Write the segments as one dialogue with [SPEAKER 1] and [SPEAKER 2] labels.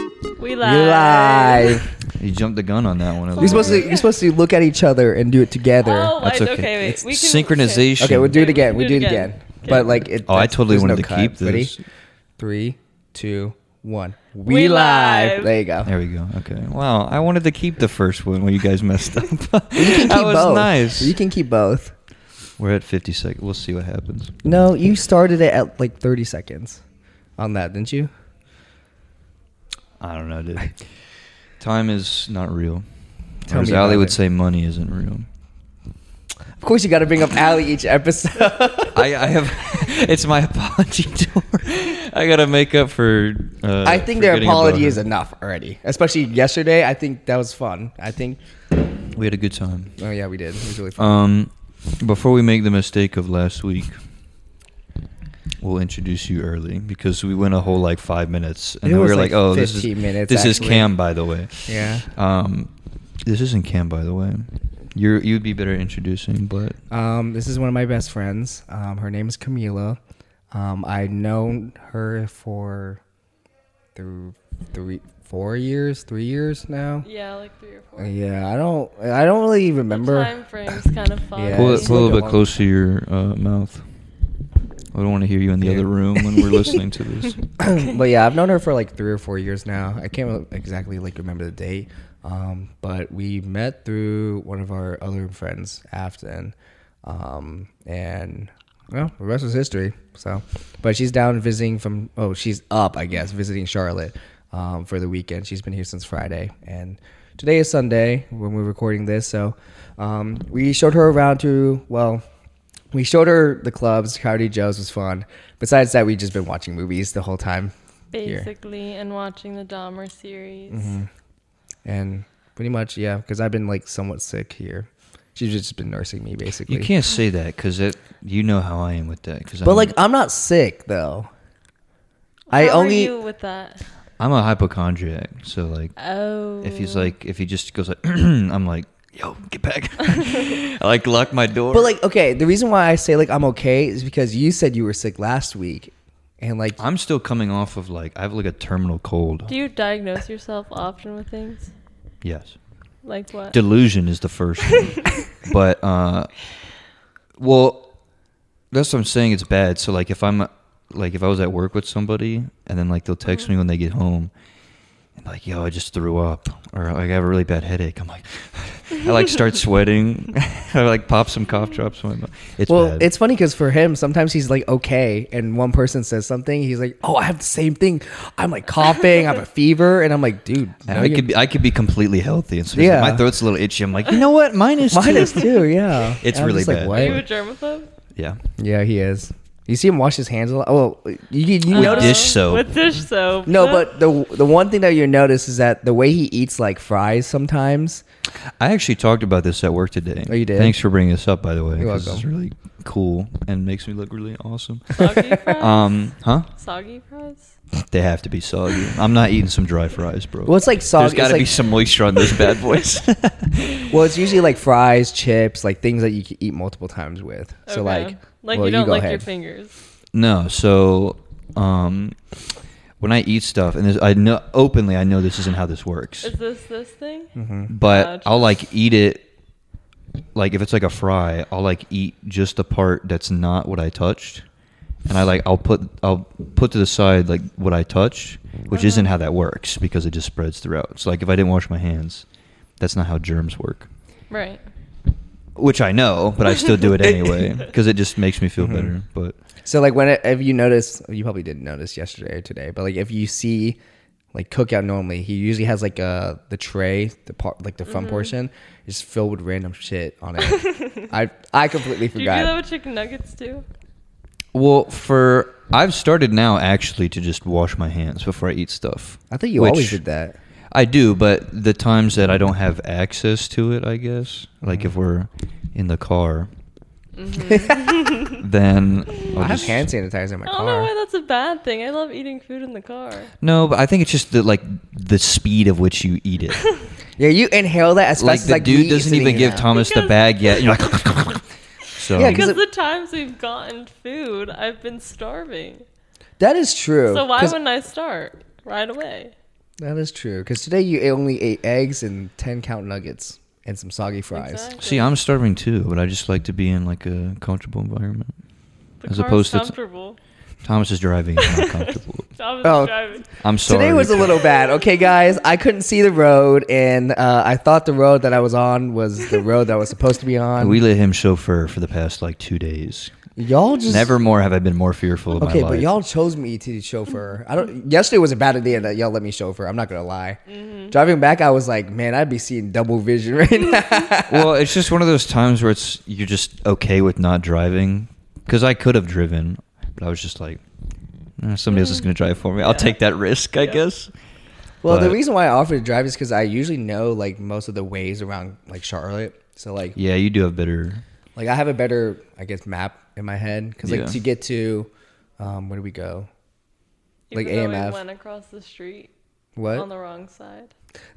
[SPEAKER 1] live.
[SPEAKER 2] You're live.
[SPEAKER 3] You jumped the gun on that one. a
[SPEAKER 1] You're Oh,
[SPEAKER 3] little
[SPEAKER 2] You're supposed to
[SPEAKER 3] bit.
[SPEAKER 1] yeah.
[SPEAKER 2] you're supposed to look at each other and do it together.
[SPEAKER 1] Oh,
[SPEAKER 3] That's
[SPEAKER 1] I-
[SPEAKER 3] okay.
[SPEAKER 1] okay. wait,
[SPEAKER 3] It's
[SPEAKER 1] we can,
[SPEAKER 3] synchronization.
[SPEAKER 2] okay, we'll do it again. We
[SPEAKER 1] Do
[SPEAKER 2] do
[SPEAKER 1] it
[SPEAKER 2] it
[SPEAKER 1] again.
[SPEAKER 2] again.
[SPEAKER 1] Okay.
[SPEAKER 2] But like, it,
[SPEAKER 3] Oh, I
[SPEAKER 2] that's-
[SPEAKER 3] totally
[SPEAKER 2] there's
[SPEAKER 3] wanted
[SPEAKER 2] no
[SPEAKER 3] to keep
[SPEAKER 2] cut. Ready?
[SPEAKER 3] this.
[SPEAKER 2] Three, two, one.
[SPEAKER 1] We
[SPEAKER 2] We,
[SPEAKER 1] live.
[SPEAKER 2] live. There you go.
[SPEAKER 3] There we go. Okay. Wow. I wanted to keep the first one when you guys messed up.
[SPEAKER 2] You can keep
[SPEAKER 3] that was
[SPEAKER 2] both.
[SPEAKER 3] nice.
[SPEAKER 2] You can keep both.
[SPEAKER 3] We're at 50 seconds. We'll see what happens.
[SPEAKER 2] No, you started it at like 30 seconds on that, didn't you?
[SPEAKER 3] I don't know, dude. Time is not real.
[SPEAKER 2] Tell
[SPEAKER 3] or as
[SPEAKER 2] me about
[SPEAKER 3] Ali would
[SPEAKER 2] it.
[SPEAKER 3] say, money isn't real.
[SPEAKER 2] Of course, you got to bring up Allie each episode.
[SPEAKER 3] I, I have. it's my apology tour. I gotta make up for. Uh,
[SPEAKER 2] I think
[SPEAKER 3] for
[SPEAKER 2] their
[SPEAKER 3] getting above
[SPEAKER 2] apology
[SPEAKER 3] her.
[SPEAKER 2] is enough already. Especially yesterday, I think that was fun. I think.
[SPEAKER 3] We had a good time.
[SPEAKER 2] Oh yeah, we did. It was really fun.
[SPEAKER 3] Um, before we make the mistake of last week, we'll introduce you early because we went a whole like five minutes, and
[SPEAKER 2] It
[SPEAKER 3] then we
[SPEAKER 2] was,
[SPEAKER 3] were
[SPEAKER 2] like,
[SPEAKER 3] like, "Oh, this is
[SPEAKER 2] 15 minutes,
[SPEAKER 3] this
[SPEAKER 2] actually.
[SPEAKER 3] is Cam, by the way."
[SPEAKER 2] Yeah.
[SPEAKER 3] Um, this isn't Cam, by the way. You're you'd be better introducing, but
[SPEAKER 2] Um, this is one of my best friends. Um, her name is Camila. Um, I've known her for through three, four years, three years now.
[SPEAKER 1] Yeah, like three or four.
[SPEAKER 2] Yeah, I don't, I don't really remember.
[SPEAKER 1] The time frame's kind of fun.
[SPEAKER 2] Yeah,
[SPEAKER 3] pull
[SPEAKER 2] it's
[SPEAKER 3] it pull it
[SPEAKER 2] like a
[SPEAKER 3] a little bit
[SPEAKER 2] long-
[SPEAKER 3] closer to your uh, mouth. I don't want to hear you in the
[SPEAKER 2] Yeah.
[SPEAKER 3] other room when we're listening to this.
[SPEAKER 2] but yeah, I've known her for like three or four years now. I can't really exactly like remember the date, um, but we met through one of our other friends, Afton, um, and well, the rest was history. So, but she's down visiting from oh, she's up, I guess, visiting Charlotte um, for the weekend. She's been here since Friday, and today is Sunday when we're recording this. So, um, we showed her around to well, we showed her the clubs. Coyote Joe's was fun. Besides that, we just been watching movies the whole time here, Mm-hmm.
[SPEAKER 1] Basically, and watching the Dahmer series.
[SPEAKER 2] and pretty much yeah, because I've been like somewhat sick here. She's just been nursing me basically.
[SPEAKER 3] You can't say that because it. You know how I am with that. Because
[SPEAKER 2] but like I'm not sick though. I
[SPEAKER 1] How are
[SPEAKER 2] only
[SPEAKER 1] you with that.
[SPEAKER 3] I'm a hypochondriac, so like
[SPEAKER 1] Oh.
[SPEAKER 3] if he's like if he just goes like I'm like yo get back, I like lock my door.
[SPEAKER 2] But like okay, the reason why I say like I'm okay is because you said you were sick last week, and like
[SPEAKER 3] I'm still coming off of like I have like a terminal cold.
[SPEAKER 1] Do you diagnose yourself often with things?
[SPEAKER 3] yes,
[SPEAKER 1] Like what?
[SPEAKER 3] delusion is the first one, but uh, well, that's what I'm saying. It's bad. So like if I'm like if I was at work with somebody and then like they'll text me when they get home. and Like yo, I just threw up, or like I have a really bad headache. I'm like, I like start sweating. I like pop some cough drops. In my mouth. It's
[SPEAKER 2] well,
[SPEAKER 3] bad.
[SPEAKER 2] it's funny because for him, sometimes he's like okay, and one person says something, he's like, "Oh, I have the same thing. I'm like coughing, I have a fever," and I'm like, "Dude,
[SPEAKER 3] And
[SPEAKER 2] no,
[SPEAKER 3] I
[SPEAKER 2] you're
[SPEAKER 3] could be, I could be completely healthy, and so he's like,
[SPEAKER 2] Yeah.
[SPEAKER 3] my throat's a little itchy. I'm like, you know what? Mine is
[SPEAKER 2] Mine
[SPEAKER 3] too."
[SPEAKER 2] is too, yeah.
[SPEAKER 3] It's
[SPEAKER 2] And I'm
[SPEAKER 3] really
[SPEAKER 2] just like,
[SPEAKER 3] bad.
[SPEAKER 1] Are you
[SPEAKER 2] what?
[SPEAKER 1] a germaphobe?
[SPEAKER 3] Yeah,
[SPEAKER 2] Yeah, he is. You see him wash his hands a lot. Well, you you
[SPEAKER 1] Oh.
[SPEAKER 2] notice.
[SPEAKER 3] dish soap.
[SPEAKER 1] With dish soap.
[SPEAKER 2] No, but the the one thing that you notice is that the way he eats like fries sometimes.
[SPEAKER 3] I actually talked about this at work today.
[SPEAKER 2] Oh, you did?
[SPEAKER 3] Thanks for bringing this up, by the way.
[SPEAKER 2] You're
[SPEAKER 3] 'cause It's
[SPEAKER 2] welcome.
[SPEAKER 3] really cool and makes me look really awesome.
[SPEAKER 1] Soggy fries?
[SPEAKER 3] Um, huh?
[SPEAKER 1] Soggy fries?
[SPEAKER 3] They have to be soggy. I'm not eating some dry fries, bro.
[SPEAKER 2] Well, it's like
[SPEAKER 3] There's
[SPEAKER 2] soggy.
[SPEAKER 3] got to
[SPEAKER 2] like,
[SPEAKER 3] be some moisture on those bad boys.
[SPEAKER 2] Well, it's usually like fries, chips, like things that you can eat multiple times with. So
[SPEAKER 1] Okay.
[SPEAKER 2] like,
[SPEAKER 1] like
[SPEAKER 2] well,
[SPEAKER 1] you don't
[SPEAKER 2] go
[SPEAKER 1] lick your
[SPEAKER 2] ahead.
[SPEAKER 1] fingers.
[SPEAKER 3] No, so um, when I eat stuff, and this, I know openly, I know this isn't how this works.
[SPEAKER 1] Is this this thing?
[SPEAKER 2] Mm. Mm-hmm.
[SPEAKER 3] but
[SPEAKER 1] Gotcha.
[SPEAKER 3] I'll like eat it. Like if it's like a fry, I'll like eat just the part that's not what I touched, and I like I'll put I'll put to the side like what I touched, which
[SPEAKER 1] Uh-huh.
[SPEAKER 3] isn't how that works because it just spreads throughout. So like if I didn't wash my hands, that's not how germs work,
[SPEAKER 1] Right.
[SPEAKER 3] which I know, but I still do it anyway because it just makes me feel
[SPEAKER 2] Mhm.
[SPEAKER 3] better. But
[SPEAKER 2] So like when it, if you notice, you probably didn't notice yesterday or today, but like if you see like cookout normally, he usually has like uh the tray, the part like the front
[SPEAKER 1] Mm-hmm.
[SPEAKER 2] portion is filled with random shit on it. I I completely
[SPEAKER 1] Do you do that
[SPEAKER 2] forgot.
[SPEAKER 1] with chicken nuggets too?
[SPEAKER 3] well, for I've started now actually to just wash my hands before I eat stuff.
[SPEAKER 2] I think you
[SPEAKER 3] which-
[SPEAKER 2] always did that.
[SPEAKER 3] I do, but the times that I don't have access to it, I guess,
[SPEAKER 2] Mm-hmm.
[SPEAKER 3] like if we're in the car, then I'll
[SPEAKER 2] I have
[SPEAKER 3] just-
[SPEAKER 2] hand sanitizer in my
[SPEAKER 1] Mm-hmm. I don't know
[SPEAKER 2] car.
[SPEAKER 1] why that's a bad thing. I love eating food in the car.
[SPEAKER 3] No, but I think it's just the like the speed of which you eat it.
[SPEAKER 2] Yeah, you inhale that as
[SPEAKER 3] like
[SPEAKER 2] fast as
[SPEAKER 3] the
[SPEAKER 2] like
[SPEAKER 3] dude
[SPEAKER 2] me
[SPEAKER 3] doesn't
[SPEAKER 2] sitting
[SPEAKER 3] even
[SPEAKER 2] here
[SPEAKER 3] give
[SPEAKER 2] now.
[SPEAKER 3] Thomas the
[SPEAKER 1] Because-
[SPEAKER 3] bag yet. and You're like, so
[SPEAKER 2] Yeah,
[SPEAKER 1] Because
[SPEAKER 2] it-
[SPEAKER 1] the times we've gotten food, I've been starving.
[SPEAKER 2] That is true.
[SPEAKER 1] So why
[SPEAKER 2] 'Cause-
[SPEAKER 1] wouldn't I start right away?
[SPEAKER 2] That is true. Because today you only ate eggs and 10 count nuggets and some soggy fries.
[SPEAKER 1] Exactly.
[SPEAKER 3] See, I'm starving too, but I just like to be in like a comfortable environment.
[SPEAKER 1] The
[SPEAKER 3] as
[SPEAKER 1] car's
[SPEAKER 3] opposed to-
[SPEAKER 1] comfortable.
[SPEAKER 3] Thomas is driving. I'm not comfortable.
[SPEAKER 1] Thomas
[SPEAKER 2] Oh.
[SPEAKER 1] is driving.
[SPEAKER 3] I'm sorry.
[SPEAKER 2] Today was a little bad. Okay, guys, I couldn't see the road, and uh, I thought the road that I was on was the road that I was supposed to be on.
[SPEAKER 3] We let him chauffeur for the past like two days.
[SPEAKER 2] y'all just
[SPEAKER 3] Never more have I been more fearful of
[SPEAKER 2] Okay,
[SPEAKER 3] my life.
[SPEAKER 2] but y'all chose me to chauffeur. I don't. Yesterday was a bad idea that y'all let me chauffeur. I'm not gonna lie.
[SPEAKER 1] Mm-hmm.
[SPEAKER 2] Driving back, I was like, man, I'd be seeing double vision right now.
[SPEAKER 3] well, it's just one of those times where it's you're just okay with not driving because I could have driven, but I was just like, "Eh, somebody else is going to drive for me. I'll take that risk,
[SPEAKER 1] Mm.
[SPEAKER 3] I
[SPEAKER 1] Yeah.
[SPEAKER 3] guess.
[SPEAKER 2] well, the
[SPEAKER 3] But-
[SPEAKER 2] reason why I offered to drive is because I usually know like most of the ways around like Charlotte. So like,
[SPEAKER 3] Yeah, you do have better.
[SPEAKER 2] like I have a better, I guess, map in my head because like
[SPEAKER 3] Yeah.
[SPEAKER 2] to get to, um, where do we go? Like
[SPEAKER 1] Even though
[SPEAKER 2] AMF.
[SPEAKER 1] We went across the street
[SPEAKER 2] What?
[SPEAKER 1] on the wrong side.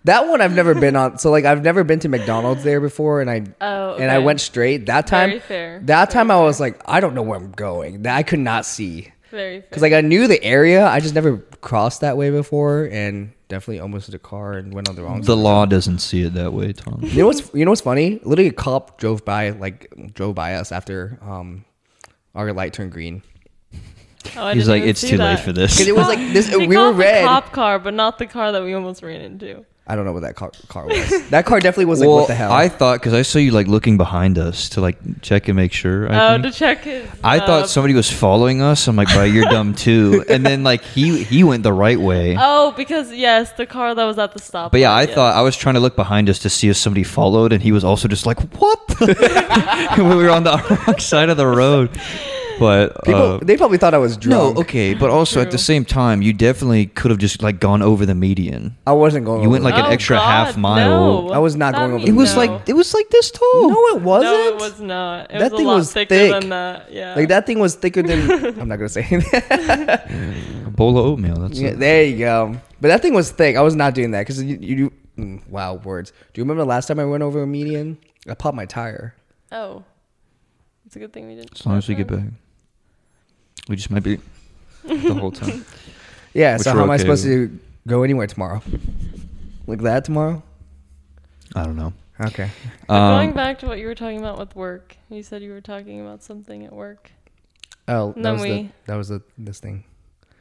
[SPEAKER 2] That one I've never been on. So like I've never been to McDonald's there before, and I
[SPEAKER 1] Oh,
[SPEAKER 2] and I
[SPEAKER 1] okay.
[SPEAKER 2] went straight that time.
[SPEAKER 1] Very fair.
[SPEAKER 2] That
[SPEAKER 1] Very
[SPEAKER 2] time I was like, I don't know where I'm going. That I could not see
[SPEAKER 1] Very fair.
[SPEAKER 2] because like I knew the area, I just never crossed that way before, and definitely almost hit a car and went on the wrong.
[SPEAKER 3] The law doesn't see it that way, Tom.
[SPEAKER 2] You know what's you know what's funny? Literally, a cop drove by like drove by us after um our light turned green
[SPEAKER 1] Oh, I
[SPEAKER 3] He's
[SPEAKER 1] didn't
[SPEAKER 3] like,
[SPEAKER 1] even
[SPEAKER 3] it's
[SPEAKER 1] see
[SPEAKER 3] too
[SPEAKER 1] that.
[SPEAKER 3] late for this.
[SPEAKER 2] because it was like this.
[SPEAKER 1] They
[SPEAKER 2] we were
[SPEAKER 1] called the
[SPEAKER 2] red.
[SPEAKER 1] cop car, but not the car that we almost ran into.
[SPEAKER 2] I don't know what that car, car was. That car definitely was like
[SPEAKER 3] well,
[SPEAKER 2] what the hell.
[SPEAKER 3] I thought because I saw you like looking behind us to like check and make sure.
[SPEAKER 2] Mm-hmm.
[SPEAKER 3] I
[SPEAKER 1] Oh,
[SPEAKER 3] think.
[SPEAKER 1] to check his.
[SPEAKER 3] I
[SPEAKER 1] uh,
[SPEAKER 3] thought somebody was following us. I'm like, bro, you're dumb too. And then like he he went the right way.
[SPEAKER 1] Oh, because yes, the car that was at the stop.
[SPEAKER 3] But yeah, I
[SPEAKER 1] yes.
[SPEAKER 3] thought I was trying to look behind us to see if somebody followed, and he was also just like, "What?" the-" we were on the wrong side of the road. But
[SPEAKER 2] People,
[SPEAKER 3] uh,
[SPEAKER 2] they probably thought I was drunk.
[SPEAKER 3] no, okay. But also at the
[SPEAKER 1] True.
[SPEAKER 3] same time, you definitely could have just like gone over the median.
[SPEAKER 2] I wasn't going.
[SPEAKER 3] You went
[SPEAKER 2] over
[SPEAKER 3] like
[SPEAKER 2] it.
[SPEAKER 3] an extra half mile.
[SPEAKER 1] Oh, no.
[SPEAKER 2] I was not
[SPEAKER 1] That
[SPEAKER 2] going over
[SPEAKER 1] means
[SPEAKER 3] It was
[SPEAKER 1] no.
[SPEAKER 3] like it was like this tall.
[SPEAKER 2] No, it wasn't.
[SPEAKER 1] No, it was not. It
[SPEAKER 2] That
[SPEAKER 1] was
[SPEAKER 2] thing
[SPEAKER 1] a lot
[SPEAKER 2] was
[SPEAKER 1] thicker
[SPEAKER 2] thick.
[SPEAKER 1] than that. Yeah.
[SPEAKER 2] Like that thing was thicker than I'm not gonna say.
[SPEAKER 3] a bowl of oatmeal. That's
[SPEAKER 2] yeah,
[SPEAKER 3] it.
[SPEAKER 2] there you go. But that thing was thick. I was not doing that because you, you, mm, wow words. Do you remember the last time I went over a median? I popped my tire.
[SPEAKER 1] Oh. It's a good thing we didn't.
[SPEAKER 3] as long as we get back, we just might be the whole time.
[SPEAKER 2] Yeah.
[SPEAKER 3] Which
[SPEAKER 2] so
[SPEAKER 3] we're
[SPEAKER 2] how am I
[SPEAKER 3] okay
[SPEAKER 2] supposed to go anywhere tomorrow? Like that tomorrow?
[SPEAKER 3] I don't know.
[SPEAKER 2] Okay.
[SPEAKER 1] But going
[SPEAKER 3] Um,
[SPEAKER 1] back to what you were talking about with work, you said you were talking about something at work.
[SPEAKER 2] Oh, that
[SPEAKER 1] Then
[SPEAKER 2] was the,
[SPEAKER 1] we-
[SPEAKER 2] that was the this thing.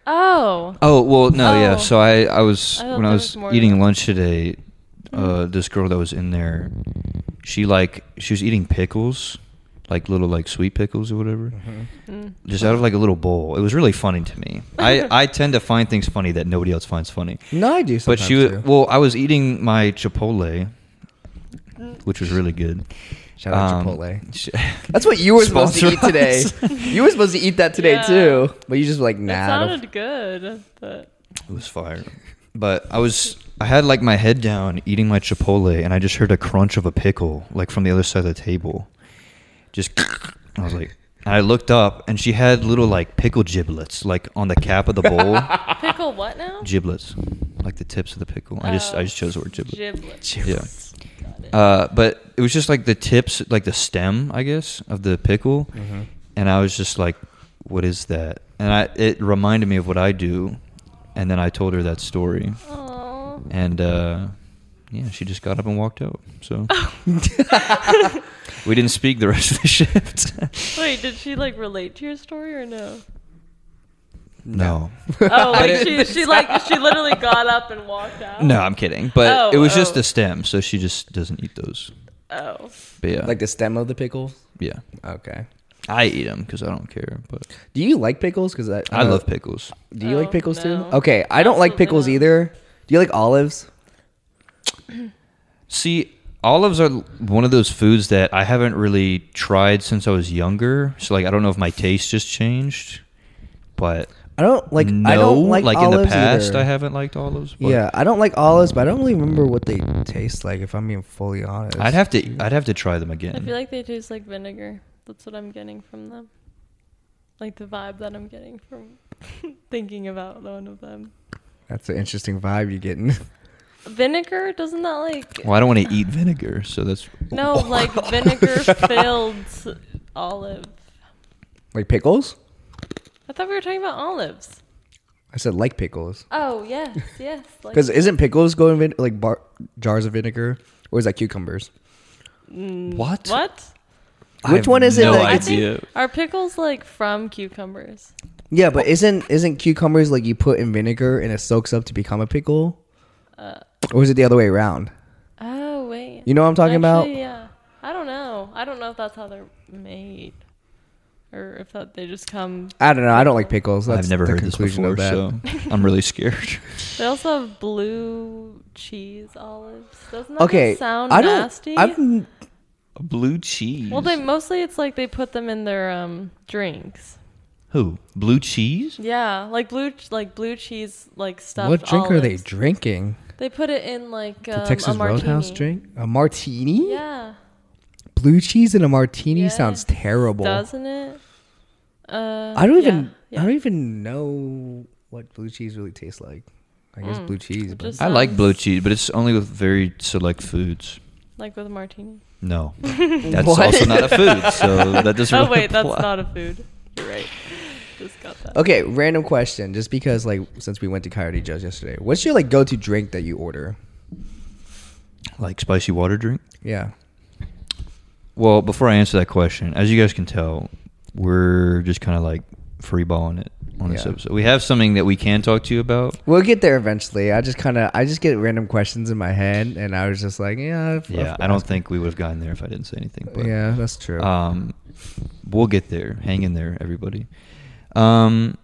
[SPEAKER 1] Oh.
[SPEAKER 3] Oh well, no, yeah.
[SPEAKER 1] Oh.
[SPEAKER 3] So I, I was
[SPEAKER 1] I thought
[SPEAKER 3] when I
[SPEAKER 1] there
[SPEAKER 3] was,
[SPEAKER 1] was more. Mm.
[SPEAKER 3] eating lunch today. Uh, this girl that was in there, she like she was eating pickles, like little like sweet pickles or whatever,
[SPEAKER 2] Mm-hmm.
[SPEAKER 1] Mm.
[SPEAKER 3] just out of like a little bowl. It was really funny to me. I I tend to find things funny that nobody else finds funny.
[SPEAKER 2] No, I do.
[SPEAKER 3] But
[SPEAKER 2] Sometimes
[SPEAKER 3] she
[SPEAKER 2] too.
[SPEAKER 3] was, well, I was eating my Chipotle, which was really good.
[SPEAKER 2] shout out
[SPEAKER 3] Um,
[SPEAKER 2] Chipotle.
[SPEAKER 3] sh-
[SPEAKER 2] That's what you were supposed to eat
[SPEAKER 3] Sponsor
[SPEAKER 2] today.
[SPEAKER 3] us.
[SPEAKER 2] you were supposed to eat that today
[SPEAKER 1] Yeah.
[SPEAKER 2] too, but you just were like nah.
[SPEAKER 1] It
[SPEAKER 2] I don't-
[SPEAKER 1] sounded good, but
[SPEAKER 3] It was fire. But I was I had like my head down eating my chipotle and I just heard a crunch of a pickle like from the other side of the table. Just I was like and I looked up and she had little like pickle giblets like on the cap of the bowl.
[SPEAKER 1] pickle what now?
[SPEAKER 3] giblets. Like the tips of the pickle. I just I
[SPEAKER 1] Oh.
[SPEAKER 3] just chose the word giblet.
[SPEAKER 1] Giblets.
[SPEAKER 3] Giblets. Uh, but it was just like the tips, like the stem, I guess, of the pickle, and I was just like, "What is that?" And I, it reminded me of what I do, and then I told her that story,
[SPEAKER 1] Aw.
[SPEAKER 3] and uh, yeah, she just got up and walked out. So
[SPEAKER 1] Oh.
[SPEAKER 2] Mm-hmm.
[SPEAKER 3] we didn't speak the rest of the shift.
[SPEAKER 1] Wait, did she like relate to your story or no?
[SPEAKER 3] no,
[SPEAKER 1] Oh, like
[SPEAKER 3] it-
[SPEAKER 1] she, she like she literally got up and walked out.
[SPEAKER 3] no, I'm kidding. But
[SPEAKER 1] Oh,
[SPEAKER 3] it was
[SPEAKER 1] oh.
[SPEAKER 3] just the stem, so she just doesn't eat those.
[SPEAKER 1] Oh.
[SPEAKER 3] But yeah,
[SPEAKER 2] Like the stem of the pickles.
[SPEAKER 3] yeah,
[SPEAKER 2] Okay.
[SPEAKER 3] I eat them because I don't care. But
[SPEAKER 2] Do you like pickles? Because I,
[SPEAKER 3] I love pickles.
[SPEAKER 2] Do you like
[SPEAKER 1] Oh,
[SPEAKER 2] pickles too?
[SPEAKER 1] no.
[SPEAKER 2] Okay, I don't like
[SPEAKER 1] Absolutely
[SPEAKER 2] pickles
[SPEAKER 1] not.
[SPEAKER 2] either. Do you like olives?
[SPEAKER 3] See, olives are one of those foods that I haven't really tried since I was younger. So like I don't know if my taste just changed, but
[SPEAKER 2] I don't like.
[SPEAKER 3] no,
[SPEAKER 2] I don't like,
[SPEAKER 3] like, in
[SPEAKER 2] olives
[SPEAKER 3] the past
[SPEAKER 2] either.
[SPEAKER 3] I haven't liked olives. But
[SPEAKER 2] Yeah, I don't like olives, but I don't really remember what they taste like. If I'm being fully honest,
[SPEAKER 3] I'd have to I'd have to try them again.
[SPEAKER 1] I feel like they taste like vinegar. That's what I'm getting from them. Like the vibe that I'm getting from thinking about one of them.
[SPEAKER 2] That's an interesting vibe you're getting.
[SPEAKER 1] Vinegar doesn't that like
[SPEAKER 3] well, I don't want to eat vinegar, so that's
[SPEAKER 1] no like vinegar filled olive.
[SPEAKER 2] like pickles?
[SPEAKER 1] I thought we were talking about olives.
[SPEAKER 2] I said like pickles.
[SPEAKER 1] Oh yes, yes. Like,
[SPEAKER 2] Because isn't pickles going vin- like bar- jars of vinegar, or is that cucumbers?
[SPEAKER 1] Mm,
[SPEAKER 3] What?
[SPEAKER 1] What?
[SPEAKER 3] I
[SPEAKER 2] Which
[SPEAKER 3] have
[SPEAKER 2] one is it
[SPEAKER 3] no
[SPEAKER 2] that-
[SPEAKER 1] I
[SPEAKER 2] It's-
[SPEAKER 1] think-
[SPEAKER 3] idea.
[SPEAKER 1] Are pickles like from cucumbers?
[SPEAKER 2] Yeah, but isn't isn't cucumbers like you put in vinegar and it soaks up to become a pickle,
[SPEAKER 1] Uh,
[SPEAKER 2] or is it the other way around?
[SPEAKER 1] oh wait.
[SPEAKER 2] You know what I'm talking about?
[SPEAKER 1] Actually, Yeah. I don't know. I don't know if that's how they're made, or if that they just come.
[SPEAKER 2] I don't know. I don't like pickles. That's
[SPEAKER 3] I've never
[SPEAKER 2] the
[SPEAKER 3] heard this
[SPEAKER 2] conclusion
[SPEAKER 3] before,
[SPEAKER 2] of that.
[SPEAKER 3] so I'm really scared.
[SPEAKER 1] They also have blue cheese olives. Doesn't that
[SPEAKER 2] Okay,
[SPEAKER 1] sound
[SPEAKER 2] I don't.
[SPEAKER 1] nasty?
[SPEAKER 2] I've n-
[SPEAKER 3] A blue cheese.
[SPEAKER 1] well, they mostly it's like they put them in their um drinks.
[SPEAKER 3] who blue cheese?
[SPEAKER 1] Yeah, like blue, ch- like blue cheese, like stuffed.
[SPEAKER 2] what drink are they
[SPEAKER 1] olives.
[SPEAKER 2] drinking?
[SPEAKER 1] They put it in like um,
[SPEAKER 2] the Texas
[SPEAKER 1] a martini.
[SPEAKER 2] Roadhouse drink? A martini?
[SPEAKER 1] Yeah,
[SPEAKER 2] Blue cheese and a martini
[SPEAKER 1] Yeah.
[SPEAKER 2] sounds terrible.
[SPEAKER 1] doesn't it? Uh,
[SPEAKER 2] I don't even
[SPEAKER 1] yeah,
[SPEAKER 2] I
[SPEAKER 1] yeah.
[SPEAKER 2] don't even know what blue cheese really tastes like. I
[SPEAKER 1] Mm.
[SPEAKER 2] guess blue cheese, but
[SPEAKER 1] Just
[SPEAKER 3] I like
[SPEAKER 1] sounds-
[SPEAKER 3] blue cheese, but it's only with very select foods.
[SPEAKER 1] like with a martini.
[SPEAKER 3] No, that's
[SPEAKER 2] What?
[SPEAKER 3] also not a food, so that doesn't.
[SPEAKER 1] Oh
[SPEAKER 3] really
[SPEAKER 1] wait, that's
[SPEAKER 3] apply.
[SPEAKER 1] not a food. You're right. Just got that.
[SPEAKER 2] Okay, random question. Just because like since we went to Coyote Joe's yesterday, what's your like go to drink that you order?
[SPEAKER 3] like spicy water drink.
[SPEAKER 2] Yeah.
[SPEAKER 3] Well, before I answer that question, as you guys can tell, we're just kind of like freeballing it on this
[SPEAKER 2] Yeah.
[SPEAKER 3] episode. We have something that we can talk to you about.
[SPEAKER 2] We'll get there eventually. I just kind of I just get random questions in my head, and I was just like, yeah, if-
[SPEAKER 3] Yeah,
[SPEAKER 2] if-
[SPEAKER 3] I don't think we would have gotten there if I didn't say anything. But
[SPEAKER 2] Yeah, that's true.
[SPEAKER 3] Um, we'll get there. Hang in there, everybody. Um,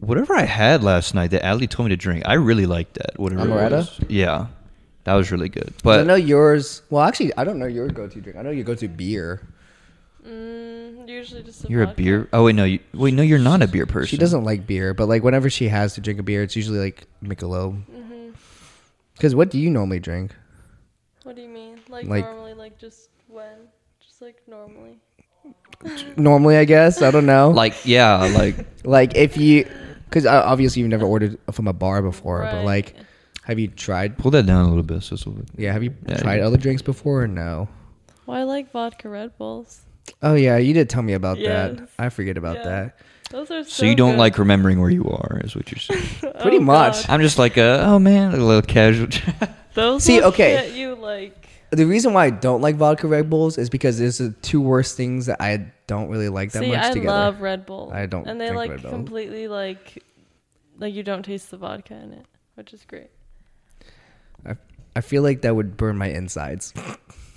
[SPEAKER 3] whatever I had last night that Ali told me to drink, I really liked that. Whatever. it
[SPEAKER 2] Amaretto?
[SPEAKER 3] was. Yeah, that was really good.
[SPEAKER 2] 'Cause I
[SPEAKER 3] But
[SPEAKER 2] know yours. Well, actually, I don't know your go to drink. I know your go to beer.
[SPEAKER 1] Mm, usually just. A
[SPEAKER 3] you're a
[SPEAKER 1] vodka.
[SPEAKER 3] beer. Oh wait, no, you, wait, no, you're not a beer person.
[SPEAKER 2] She doesn't like beer, but like whenever she has to drink a beer, it's usually like Michelob. Because what do you normally drink?
[SPEAKER 1] What do you mean? Like,
[SPEAKER 2] Like-
[SPEAKER 1] normally, like just when, just like normally.
[SPEAKER 2] Normally, I guess I don't know. Like,
[SPEAKER 3] like. Yeah, like
[SPEAKER 2] if you, because obviously you've never ordered from a bar before, but
[SPEAKER 1] Right.
[SPEAKER 2] like, have you tried?
[SPEAKER 3] pull that down a little bit. So it's a little-
[SPEAKER 2] Yeah, have you
[SPEAKER 3] Yeah,
[SPEAKER 2] tried
[SPEAKER 3] you-
[SPEAKER 2] other drinks before? Or no.
[SPEAKER 1] Well, I like vodka Red Bulls.
[SPEAKER 2] Oh yeah, you did tell me about that.
[SPEAKER 1] Yes.
[SPEAKER 2] I forget about
[SPEAKER 1] Yeah.
[SPEAKER 2] that.
[SPEAKER 1] Those are so.
[SPEAKER 3] so you don't
[SPEAKER 1] good.
[SPEAKER 3] like remembering where you are, is what you're saying.
[SPEAKER 1] Oh,
[SPEAKER 2] pretty
[SPEAKER 1] God.
[SPEAKER 2] much.
[SPEAKER 3] I'm just like, uh, oh man, a little casual.
[SPEAKER 1] Those
[SPEAKER 2] See,
[SPEAKER 1] will
[SPEAKER 2] okay.
[SPEAKER 1] get you like.
[SPEAKER 2] The reason why I don't like vodka Red Bulls is because there's the two worst things that I don't really like that
[SPEAKER 1] See,
[SPEAKER 2] much
[SPEAKER 1] I
[SPEAKER 2] together.
[SPEAKER 1] love Red Bull.
[SPEAKER 2] I don't
[SPEAKER 1] And they
[SPEAKER 2] drink
[SPEAKER 1] like
[SPEAKER 2] Red Bull.
[SPEAKER 1] completely like, like you don't taste the vodka in it, which is great.
[SPEAKER 2] I, I feel like that would burn my insides.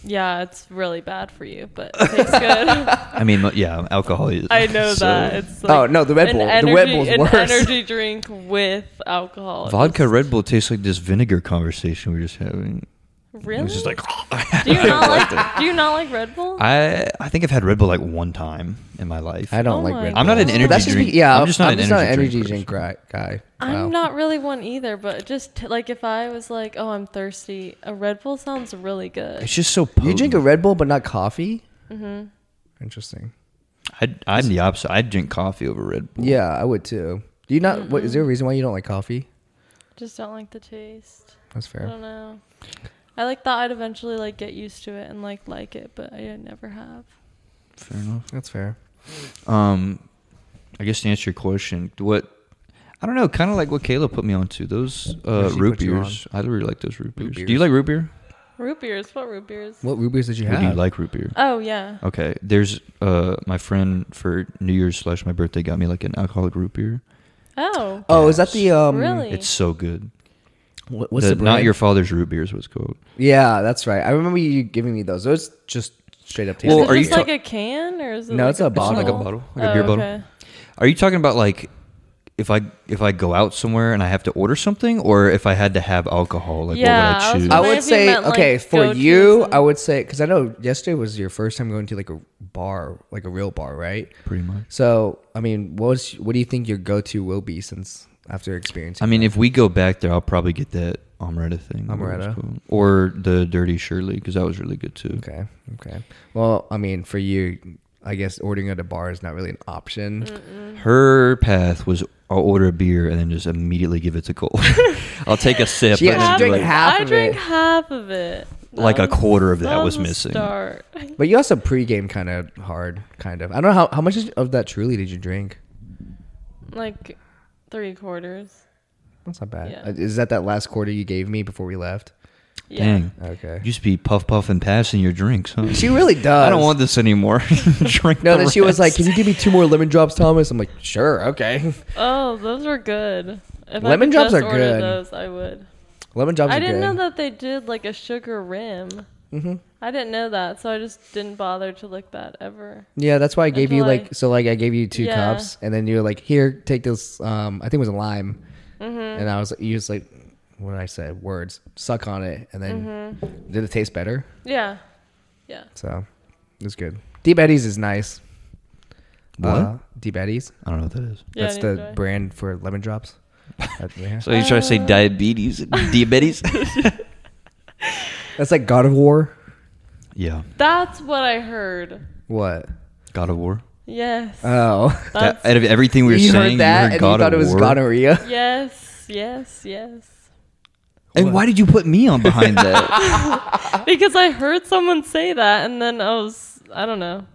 [SPEAKER 1] Yeah, it's really bad for you, but it tastes good.
[SPEAKER 3] I mean, yeah, alcohol is.
[SPEAKER 1] I know
[SPEAKER 3] so-
[SPEAKER 1] that. It's like
[SPEAKER 2] Oh, no, the Red
[SPEAKER 1] an
[SPEAKER 2] Bull- the Red Bull's
[SPEAKER 1] an
[SPEAKER 2] worse.
[SPEAKER 1] energy drink with alcohol. It
[SPEAKER 3] Vodka
[SPEAKER 1] just-
[SPEAKER 3] Red Bull tastes like this vinegar conversation we were just having.
[SPEAKER 1] Really?
[SPEAKER 3] It's just like
[SPEAKER 1] do you not like? Do you not like Red Bull?
[SPEAKER 3] I I think I've had Red Bull like one time in my life.
[SPEAKER 2] I don't
[SPEAKER 1] Oh
[SPEAKER 2] like
[SPEAKER 1] my
[SPEAKER 2] Red
[SPEAKER 1] I'm
[SPEAKER 3] not an
[SPEAKER 2] Bulls.
[SPEAKER 3] energy
[SPEAKER 2] That's just
[SPEAKER 3] drink-
[SPEAKER 2] be- yeah,
[SPEAKER 3] I'm just not an energy
[SPEAKER 2] energy drink
[SPEAKER 3] drink
[SPEAKER 2] guy. guy. Wow.
[SPEAKER 1] I'm not really one either, but just t- like if I was like, oh, I'm thirsty, a Red Bull sounds really good.
[SPEAKER 3] It's just so potent.
[SPEAKER 2] You drink a Red Bull but not coffee? Mm-hmm. Interesting.
[SPEAKER 3] I, I'm the opposite. I drink coffee over Red Bull.
[SPEAKER 2] Yeah, I would too. Do you not? What,
[SPEAKER 1] Mm-hmm.
[SPEAKER 2] is there a reason why you don't like coffee?
[SPEAKER 1] Just don't like the taste.
[SPEAKER 2] That's
[SPEAKER 1] I
[SPEAKER 2] fair.
[SPEAKER 1] don't know. I like thought I'd eventually like get used to it and like like it, but I never have.
[SPEAKER 3] Fair enough.
[SPEAKER 2] That's fair.
[SPEAKER 3] Um, I guess to answer your question, what I don't know, kind of like what Caleb put me onto those uh,
[SPEAKER 2] Yes, he
[SPEAKER 3] root
[SPEAKER 2] put you
[SPEAKER 3] beers. I really like those root beers.
[SPEAKER 2] Root
[SPEAKER 3] Do you
[SPEAKER 2] beers.
[SPEAKER 3] like root beer?
[SPEAKER 1] Root beers, what root beers?
[SPEAKER 2] What root beers did you
[SPEAKER 3] Or
[SPEAKER 2] have?
[SPEAKER 3] do you like root beer?
[SPEAKER 1] Oh yeah.
[SPEAKER 3] Okay, there's uh my friend for New Year's slash my birthday got me like an alcoholic root beer.
[SPEAKER 1] Oh.
[SPEAKER 2] Oh, is that the um?
[SPEAKER 1] Really?
[SPEAKER 3] It's so good.
[SPEAKER 2] wha- What's
[SPEAKER 3] The-
[SPEAKER 2] the,
[SPEAKER 3] not
[SPEAKER 2] brand?
[SPEAKER 3] your father's root beer is what it's called.
[SPEAKER 2] Yeah, that's right. I remember you giving me those. Those just straight up.
[SPEAKER 3] Well,
[SPEAKER 1] is it
[SPEAKER 3] are you
[SPEAKER 1] just like
[SPEAKER 3] ta-
[SPEAKER 1] a can or is it
[SPEAKER 2] No,
[SPEAKER 1] like Oh,
[SPEAKER 2] it's a bottle.
[SPEAKER 3] It's like a bottle, like a beer bottle.
[SPEAKER 1] okay.
[SPEAKER 3] Are you talking about like if I if I go out somewhere and I have to order something, or if I had to have alcohol? Like
[SPEAKER 1] Yeah, I was
[SPEAKER 3] what would I choose?
[SPEAKER 2] I
[SPEAKER 1] Maybe
[SPEAKER 2] would
[SPEAKER 1] if you
[SPEAKER 2] say
[SPEAKER 1] meant, like,
[SPEAKER 2] okay for
[SPEAKER 1] go-tos
[SPEAKER 2] you.
[SPEAKER 1] and-
[SPEAKER 2] I would say because I know yesterday was your first time going to like a bar, like a real bar, right?
[SPEAKER 3] Pretty much.
[SPEAKER 2] So I mean, what was what do you think your go to will be since after experiencing?
[SPEAKER 3] I mean, if we go back there, I'll probably get that amaretto thing, whatever it's
[SPEAKER 2] Amaretto.
[SPEAKER 3] called. or the dirty Shirley because that was really good too.
[SPEAKER 2] okay, okay. Well, I mean, for you, I guess ordering at a bar is not really an
[SPEAKER 1] Mm.
[SPEAKER 2] option.
[SPEAKER 3] Her path was I'll order a beer and then just immediately give it to Cole. I'll take a sip.
[SPEAKER 2] She
[SPEAKER 3] and
[SPEAKER 2] has
[SPEAKER 3] then
[SPEAKER 2] to drink
[SPEAKER 3] like,
[SPEAKER 2] half
[SPEAKER 1] I
[SPEAKER 2] of
[SPEAKER 1] drank
[SPEAKER 2] it.
[SPEAKER 1] half of it.
[SPEAKER 3] like a
[SPEAKER 1] That
[SPEAKER 3] quarter of that
[SPEAKER 1] that
[SPEAKER 3] was
[SPEAKER 1] a
[SPEAKER 3] missing.
[SPEAKER 1] Start.
[SPEAKER 2] But you also pregame kind of hard, kind of. I don't know how how much of that truly did you drink?
[SPEAKER 1] Like three quarters.
[SPEAKER 2] That's not bad.
[SPEAKER 1] Yeah.
[SPEAKER 2] Uh, Is that that last quarter you gave me before we left?
[SPEAKER 1] Yeah.
[SPEAKER 3] Dang.
[SPEAKER 2] Okay.
[SPEAKER 3] You just be puff puff and passing your drinks, huh?
[SPEAKER 2] she really does.
[SPEAKER 3] I don't want this anymore. Drink
[SPEAKER 2] No,
[SPEAKER 3] the
[SPEAKER 2] then she was like,
[SPEAKER 3] rest.
[SPEAKER 2] "Can you give me two more lemon drops, Thomas?" I'm like, "Sure, okay."
[SPEAKER 1] Oh, those were good. If
[SPEAKER 2] Lemon
[SPEAKER 1] I could
[SPEAKER 2] drops
[SPEAKER 1] just
[SPEAKER 2] are
[SPEAKER 1] order
[SPEAKER 2] good.
[SPEAKER 1] Those I would.
[SPEAKER 2] Lemon drops.
[SPEAKER 1] I
[SPEAKER 2] are
[SPEAKER 1] didn't
[SPEAKER 2] good.
[SPEAKER 1] know that they did like a sugar rim.
[SPEAKER 2] Mhm.
[SPEAKER 1] I didn't know that, so I just didn't bother to look that ever.
[SPEAKER 2] Yeah, that's why I gave you
[SPEAKER 1] Until I-
[SPEAKER 2] like so like I gave you two
[SPEAKER 1] Yeah.
[SPEAKER 2] cups and then you were like, "Here, take this um I think it was a lime."
[SPEAKER 1] Mm-hmm.
[SPEAKER 2] And I was you was like what did I say? Words. Suck on it and then did it taste better?
[SPEAKER 1] Mm-hmm. Yeah. Yeah.
[SPEAKER 2] So, it was good. Deep Eddies is nice. Uh,
[SPEAKER 3] What?
[SPEAKER 2] Deep Eddies?
[SPEAKER 3] I don't know what that is.
[SPEAKER 1] Yeah,
[SPEAKER 2] that's
[SPEAKER 1] neither
[SPEAKER 2] the
[SPEAKER 1] do I.
[SPEAKER 2] brand for lemon drops. That we have.
[SPEAKER 3] So you try to say diabetes, diabetes?
[SPEAKER 2] that's like God of War.
[SPEAKER 3] yeah,
[SPEAKER 1] That's what I heard.
[SPEAKER 2] What?
[SPEAKER 3] God of War.
[SPEAKER 1] Yes.
[SPEAKER 2] Oh.
[SPEAKER 3] Uh, That,
[SPEAKER 1] That's-
[SPEAKER 3] out of everything we were
[SPEAKER 2] you heard
[SPEAKER 3] saying,
[SPEAKER 2] that
[SPEAKER 3] you heard
[SPEAKER 2] and
[SPEAKER 3] God
[SPEAKER 2] you thought
[SPEAKER 3] of
[SPEAKER 2] it was
[SPEAKER 3] War.
[SPEAKER 2] gonorrhea.
[SPEAKER 1] yes. Yes. Yes.
[SPEAKER 3] and why did you put me on behind that? Ah.
[SPEAKER 1] Because I heard someone say that, and then I was, I don't know.